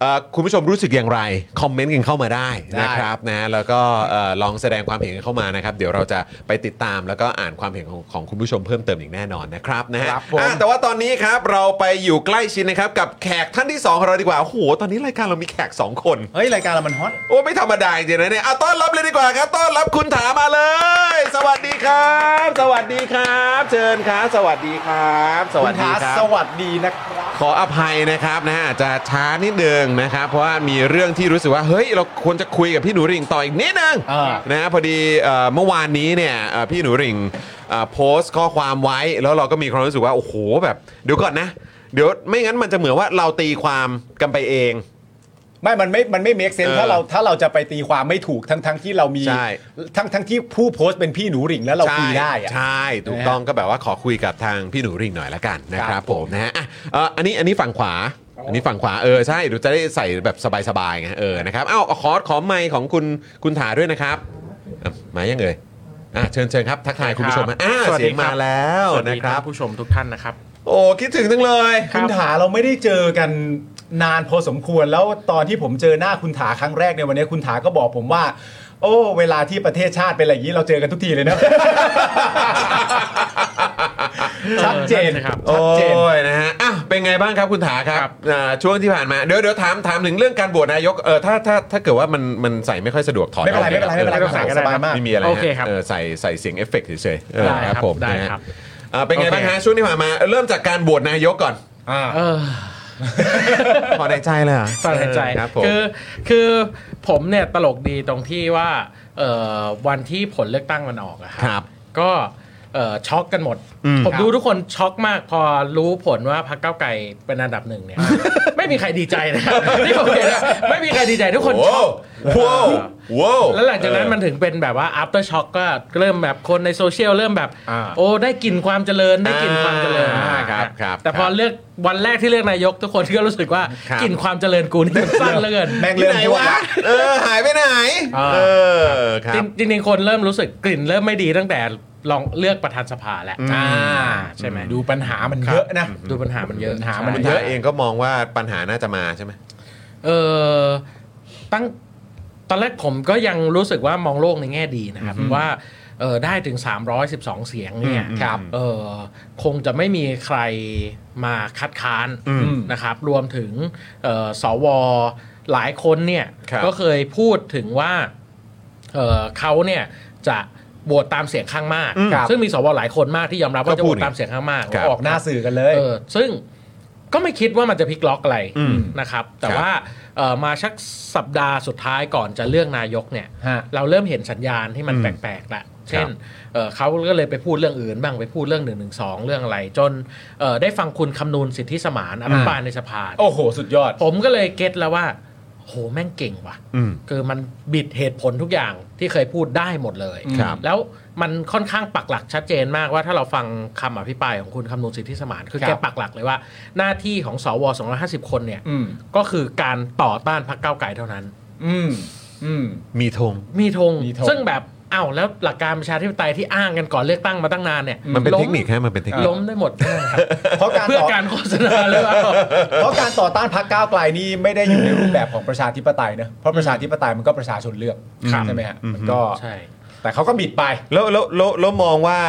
[SPEAKER 1] เอ่อคุณผู้ชมรู้สึกอย่างไร คอมเมนต์กันเข้ามาได้
[SPEAKER 2] ได้
[SPEAKER 1] นะครับนะแล้วก็เอ่อลองแสดงความเห็นกันเข้ามานะครับ เดี๋ยวเราจะไปติดตามแล้วก็อ่านความเห็นของของคุณผู้ชมเพิ่มเติมอย่างแน่นอนนะครับนะฮะอ่ะแต่ว่าตอนนี้ครับเราไปอยู่ใกล้ชิดนะครับกับแขกท่านที่สองของเราดีกว่าโอ้โหตอนนี้รายการเรามีแขกสองคน
[SPEAKER 2] เฮ้ย รายการเรามันฮอต
[SPEAKER 1] โอ้ไม่ธรรมดาจริงๆนะเนี่ยอ่ะต้อนรับเลยดีกว่าครับ ต้อนรับคุณถามาเลย สวัสดีครับ สวัสดีครับ เชิญครับสวัสดีครับสวัสดีค
[SPEAKER 2] คุณ
[SPEAKER 1] รั
[SPEAKER 2] ท้า
[SPEAKER 1] บ
[SPEAKER 2] สวัสดีนะครับ
[SPEAKER 1] ขออภัยนะครับนะอาจจะช้านิดนึงนะครับ เพราะว่ามีเรื่องที่รู้สึกว่าเฮ้ย เราควรจะคุยกับพี่หนูหริ่งต่ออีกนิดนึง
[SPEAKER 2] อ่าน
[SPEAKER 1] นะพอดีเอ่อเมื่อวานนี้เนี่ยเอ่อพี่หนูหริ่งเอ่อโพสต์ข้อความไว้ แล้วเราก็มีความรู้สึกว่า โอ้โหแบบเดี๋ยวก่อนนะ เดี๋ยวไม่งั้นมันจะเหมือนว่าเราตีความกันไปเอง
[SPEAKER 2] ไม่ มันไม่ มันไม่เมคเซน
[SPEAKER 1] เออ
[SPEAKER 2] ถ้าเราถ้าเราจะไปตีความไม่ถูกทั้งทั้งที่เรามี
[SPEAKER 1] ใช่
[SPEAKER 2] ทั้งทั้งที่ผู้โพสต์เป็นพี่หนูหริ่งแล้วเราคุยได้อะ
[SPEAKER 1] ใช่ ถูก
[SPEAKER 2] นะฮะ
[SPEAKER 1] ต้องก็แบบว่าขอคุยกับทางพี่หนูริ่งหน่อยละกันนะค
[SPEAKER 2] ครั
[SPEAKER 1] รับบ ผ
[SPEAKER 2] ผม ม
[SPEAKER 1] นะฮะอ่ะเอ่ออันนี้อันนี้ฝั่งขวา อันนี้ฝั่งขวาเออใช่เดูจะได้ใส่แบบสบายๆไงเออนะครับเอ้าขอขอไมค์ของคุณคุณถาด้วยนะครับอ่ะมายังเอ่ยอ่ะเชิญเชิญครับทักทายคุณผู้ชมฮะอ่า
[SPEAKER 6] สวัส
[SPEAKER 1] เสี
[SPEAKER 6] ดี
[SPEAKER 1] ยง
[SPEAKER 6] ครับ
[SPEAKER 1] มาแล้ว
[SPEAKER 6] สวัส
[SPEAKER 1] นะ
[SPEAKER 6] ดี
[SPEAKER 1] ค
[SPEAKER 6] ครั
[SPEAKER 1] รั
[SPEAKER 6] บบ ผู้ชมทุกท่านนะครับ
[SPEAKER 1] โอ้คิดถึงจังเลย
[SPEAKER 2] คุณถาเราไม่ได้เจอกันนานพอสมควรแล้วตอนที่ผมเจอหน้าคุณถาครั้งแรกในวันนี้คุณถาก็บอกผมว่า โอ้เวลาที่ประเทศชาติเป็นอะไรอย่างนี้เราเจอกันทุกทีเลยนะ ชัดเจน
[SPEAKER 6] เออนั่นสิครับ
[SPEAKER 1] โอ้
[SPEAKER 2] ชัดเจน
[SPEAKER 1] ยนะฮะอ่ะเป็นไงบ้างครับคุณถาครับ
[SPEAKER 6] ครับ
[SPEAKER 1] อ่าช่วงที่ผ่านมาเดี๋ยวเดี๋ยวถามถามถึงเรื่องการบวชนายกเออถ้าถ้าถ้าเกิดว่ามันมันใส่ไม่ค่อยสะดวกถอด
[SPEAKER 2] ไม่เป็นไร
[SPEAKER 1] ออกลย
[SPEAKER 2] ไม่เป็นไร
[SPEAKER 1] ออ
[SPEAKER 2] ไม่เป็นไร สบายมาก
[SPEAKER 1] ไม่มีอะไรฮะ
[SPEAKER 6] โอเคครับ
[SPEAKER 1] เออใส่ใส่เสียงเอฟเฟกต์เฉยๆเออ
[SPEAKER 6] ได้ครับ
[SPEAKER 1] ผม
[SPEAKER 6] ได้
[SPEAKER 1] นะฮะ
[SPEAKER 6] ครับ
[SPEAKER 1] อ่าเป็นไง
[SPEAKER 6] โอเค
[SPEAKER 1] บ้างฮะช่วงที่ผ่านมาเริ่มจากการบวชนายกก่อน
[SPEAKER 2] อ่า
[SPEAKER 6] เออ
[SPEAKER 1] พอในใจเลยเหรอ
[SPEAKER 6] สบายใจ
[SPEAKER 1] ครับผม
[SPEAKER 6] คือคือผมเนี่ยตลกดีตรงที่ว่าเอ่อวันที่ผลเลือกตั้งมันออกอะ
[SPEAKER 1] ครับ
[SPEAKER 6] ก็เอ่อช็อกกันหมด
[SPEAKER 1] อืม
[SPEAKER 6] ผม
[SPEAKER 2] ครับ
[SPEAKER 6] ดูทุกคนช็อกมากพอรู้ผลว่าพรรคก้าวไกล เป็นอันดับหนึ่งเนี่ย ไม่มีใครดีใจนะครับที่ผมเห็นอะไม่มีใครดีใจทุกคนช็อก
[SPEAKER 1] โ ว้าวว้าว
[SPEAKER 6] แล้วหลังจากนั้นมันถึงเป็นแบบว่า after shock ก็เริ่มแบบคนในโซเชียลเริ่มแบบ
[SPEAKER 2] อ่า
[SPEAKER 6] โอ้ได้กลิ่นความเจริญได้กลิ่นความเจริญ
[SPEAKER 2] อ่าครับครับ
[SPEAKER 6] แต่พอเลือกวันแรกที่เลือกนายกทุกคนก็รู้สึกว่า
[SPEAKER 2] ครับ
[SPEAKER 6] กลิ่นความเจริญกู นี่มันสั้นเหลือเกิน
[SPEAKER 2] แม่ง
[SPEAKER 1] ที่
[SPEAKER 2] เริ่ม
[SPEAKER 1] ไหน
[SPEAKER 2] ยั่
[SPEAKER 1] วะ
[SPEAKER 2] ละ
[SPEAKER 1] เออหายไปไหน
[SPEAKER 6] อ่า
[SPEAKER 1] เออครับ
[SPEAKER 6] จริงจริงๆคนเริ่มรู้สึกกลิ่นเริ่มไม่ดีตั้งแต่ลองเลือกประธานสภาแหละ
[SPEAKER 2] อืม
[SPEAKER 6] อ่าใช่ไหม
[SPEAKER 2] ดูปัญหามันเยอะนะ
[SPEAKER 6] ดูปัญหามันเยอะ
[SPEAKER 2] ปัญหามั
[SPEAKER 6] มัน น
[SPEAKER 1] คุณ
[SPEAKER 6] เย
[SPEAKER 1] ทา
[SPEAKER 6] อะ
[SPEAKER 1] เองก็มองว่าปัญหาน่าจะมาใช่ไหม
[SPEAKER 6] เออตั้งตอนแรกผมก็ยังรู้สึกว่ามองโลกในแง่ดีนะครับว่าเออได้ถึง 312 เสียงเนี่ย
[SPEAKER 1] อืมครับ
[SPEAKER 6] เออคงจะไม่มีใครมาคัดค้าน
[SPEAKER 1] อืม
[SPEAKER 6] นะครับ รวมถึงเออสวหลายคนเนี่ย
[SPEAKER 1] ครับ
[SPEAKER 6] ก็เคยพูดถึงว่า เอ่อเขาเนี่ยจะโหวตตามเสียงข้างมาก
[SPEAKER 1] อืมครับ
[SPEAKER 6] ซึ่งมีสวหลายคนมากที่ยอมรับว่า
[SPEAKER 1] ก็
[SPEAKER 6] จะ
[SPEAKER 1] พู
[SPEAKER 6] โหว
[SPEAKER 1] ด
[SPEAKER 6] ตตามเสียงข้างมาก
[SPEAKER 1] ครับ
[SPEAKER 6] อ
[SPEAKER 2] อ
[SPEAKER 6] อ
[SPEAKER 2] อก ก
[SPEAKER 6] ห
[SPEAKER 2] หน้า
[SPEAKER 6] น้า
[SPEAKER 2] สื่อกันเลย
[SPEAKER 6] เออซึ่งก็ไม่คิดว่ามันจะพลิกล็อกอะไร
[SPEAKER 1] อืม
[SPEAKER 6] นะครับ แต่
[SPEAKER 1] ครับ
[SPEAKER 6] ว่าเอ่อมาชักสัปดาห์สุดท้ายก่อนจะเลือกนายกเนี่ย
[SPEAKER 2] ฮะ
[SPEAKER 6] เราเริ่มเห็นสัญญาณที่มัน
[SPEAKER 1] อืม
[SPEAKER 6] แปลกๆละเช่นเอ่อเขาก็เลยไปพูดเรื่องอื่นบ้างไปพูดเรื่องหนึ่งหนึ่งสองเรื่องอะไร จนเอ่อได้ฟังคุณคำนูนสิทธิสมานอภิปรายในสภา
[SPEAKER 2] โอ้โห สุดยอด
[SPEAKER 6] ผมก็เลยเก็ตแล้วว่าโหแม่งเก่งว่ะ
[SPEAKER 1] อืม
[SPEAKER 6] คือมันบิดเหตุผลทุกอย่างที่เคยพูดได้หมดเลย
[SPEAKER 1] ครับ
[SPEAKER 6] แล้วมันค่อนข้างปักหลักชัดเจนมากว่าถ้าเราฟังคำอภิปรายของคุณคำนวณสิทธิสมาน คือ
[SPEAKER 2] ครับ
[SPEAKER 6] แกปักหลักเลยว่า หน้าที่ของสว 250 คนเนี่ย
[SPEAKER 2] อืม
[SPEAKER 6] ก็คือการต่อต้านพรรคก้าวไกลเท่านั้น
[SPEAKER 2] อืม อืม
[SPEAKER 1] มีธง
[SPEAKER 6] มีธง
[SPEAKER 2] มีธง
[SPEAKER 6] ซึ่งแบบอ้าวแล้วหลักการประชาธิปไตยที่อ้างกันก่อนเลือกตั้งมาตั้งนานเนี่ย
[SPEAKER 1] มันเป็น
[SPEAKER 6] ล้
[SPEAKER 1] เทคนิคฮะมันเป็นเทคนิค
[SPEAKER 6] ล้มได้หมดนะครับ
[SPEAKER 2] เพราะการ
[SPEAKER 6] เพื่อ
[SPEAKER 2] ต่อ
[SPEAKER 6] การโฆษณาหรือเปลยว่า
[SPEAKER 2] เพราะการต่อต้านพรรคก้าวไกลนี่ไม่ได้อยู่ในรูปแบบของประชาธิปไตยนะ เพราะประชาธิปไตยมันก็ประชาชนเลือก
[SPEAKER 6] ครับ
[SPEAKER 2] ใช่ไหมฮะมันก็
[SPEAKER 6] ใช่
[SPEAKER 2] แต่เขาก็บิดไป
[SPEAKER 1] แล้วแล้วแล้วแล้วมองว่า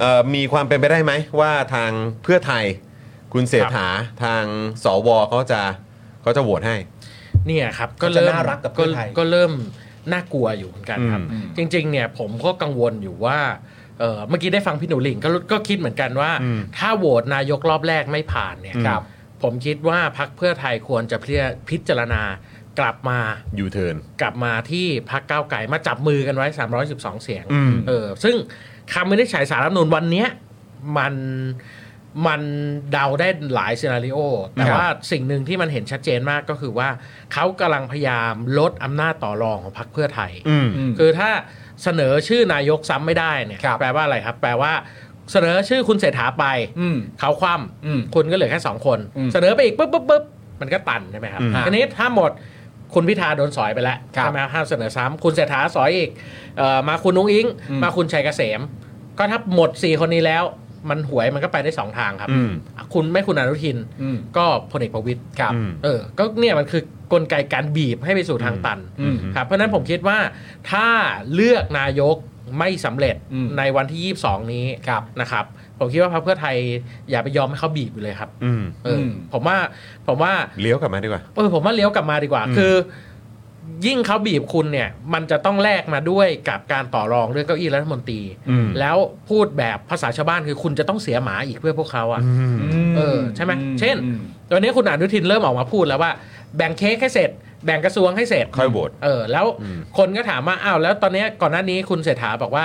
[SPEAKER 1] เอ่อมีความเป็นไปได้ไหมว่าทางเพื่อไทย คุณเสถาทางสวเขาจะเขาจะโหวตให้
[SPEAKER 6] เนี่ยครับก็
[SPEAKER 2] เขาจะ
[SPEAKER 6] เริ่ม
[SPEAKER 2] น่ารักกับเพื่อไทย
[SPEAKER 6] ก็เริ่มน่ากลัวอยู่เหมือนกันครับ
[SPEAKER 1] อืม
[SPEAKER 6] จริงๆเนี่ยผมก็กังวลอยู่ว่าเอ่อเมื่อกี้ได้ฟังพี่หนูหลิงก็รู้ก็คิดเหมือนกันว่า
[SPEAKER 1] อืม
[SPEAKER 6] ถ้าโหวตนายกรอบแรกไม่ผ่านเนี่ย
[SPEAKER 1] อืม
[SPEAKER 2] ครับ
[SPEAKER 6] ผมคิดว่าพักเพื่อไทยควรจะพิจารณากลับมา
[SPEAKER 1] ยูเทิร์น
[SPEAKER 6] กลับมาที่พักก้าวไกลมาจับมือกันไว้ 312 เสียง
[SPEAKER 1] อืม
[SPEAKER 6] เออซึ่งคำวินิจฉัยสารรัฐธรรมนูนวันเนี้ยมันมันเดาได้หลายซีนารีโอแต่ว่า ว่าสิ่งหนึ่งที่มันเห็นชัดเจนมากก็คือว่าเขากำลังพยายามลดอำนาจต่อรองของพรรคเพื่อไทย
[SPEAKER 1] อืม
[SPEAKER 6] คือถ้าเสนอชื่อนายกซ้ำไม่ได้เนี่ย
[SPEAKER 2] ครับ
[SPEAKER 6] แปลว่าอะไรครับ แปลว่าเสนอชื่อคุณเศรษฐาไป
[SPEAKER 2] อืม
[SPEAKER 6] เขาคว่
[SPEAKER 2] อืม
[SPEAKER 6] ำคุณก็เหลือแค่ 2 คน
[SPEAKER 2] อืม
[SPEAKER 6] เสนอไปอีกปุ๊บปุ๊บปุ๊บมันก็ตันใช่ไหมครับ
[SPEAKER 1] อืม
[SPEAKER 6] ทีนี้ถ้าหมดคุณพิธาโดนสอยไปแล้ว
[SPEAKER 2] ครับ
[SPEAKER 6] ใช่ไหมห้ามเสนอซ้ำคุณเศรษฐาสอยอีกเออมาคุณนุ้งอิง
[SPEAKER 2] อืม
[SPEAKER 6] มาคุณชัยเกษม ก็ถ้าหมด 4 คนนี้แล้ว มันหวยมันก็ไปได้สองทางครับ
[SPEAKER 1] อืม
[SPEAKER 6] คุณไม่คุณอนุทิน
[SPEAKER 2] อืม
[SPEAKER 6] ก็พลเอกประวิตย
[SPEAKER 2] ครับ
[SPEAKER 1] อืม
[SPEAKER 6] เออ ก็เนี่ยมันคือกลไกการบีบให้ไปสู่ทางตัน
[SPEAKER 2] อืม
[SPEAKER 6] ครับ เพราะฉะนั้นผมคิดว่าถ้าเลือกนายกไม่สำเร็จ
[SPEAKER 2] อืม
[SPEAKER 6] ในวันที่ 22 นี้
[SPEAKER 2] ครับ
[SPEAKER 6] นะครับ ผมคิดว่าพรรคเพื่อไทยอย่าไปยอมให้เขาบีบอยู่เลยครับ
[SPEAKER 1] อืม
[SPEAKER 6] เอออ
[SPEAKER 2] ม
[SPEAKER 6] ผมว่าผมว่า
[SPEAKER 1] เลี้ยวกลับมาดีกว่า
[SPEAKER 6] เออผมว่าเลี้ยวกลับมาดีกว่า
[SPEAKER 1] อืม
[SPEAKER 6] คือ ยิ่งเขาบีบคุณเนี่ย มันจะต้องแลกมาด้วยกับการต่อรองเรื่องเก้าอี้รัฐมนตรี
[SPEAKER 1] อืม
[SPEAKER 6] แล้วพูดแบบภาษาชาวบ้านคือคุณจะต้องเสียหมาอีกเพื่อพวกเขาอะ เออใช่ไหมเช่น ตอนนี้คุณอนุทินเริ่มออกมาพูดแล้วว่า แบ่งเค้กให้เสร็จ แบ่งกระทรวงให้เสร็จ
[SPEAKER 1] ค่อยโหวต
[SPEAKER 6] เออแล้ว
[SPEAKER 1] อืม
[SPEAKER 6] คนก็ถามว่าอ้าวแล้วตอนนี้ก่อนหน้านี้คุณเศรษฐาบอกว่า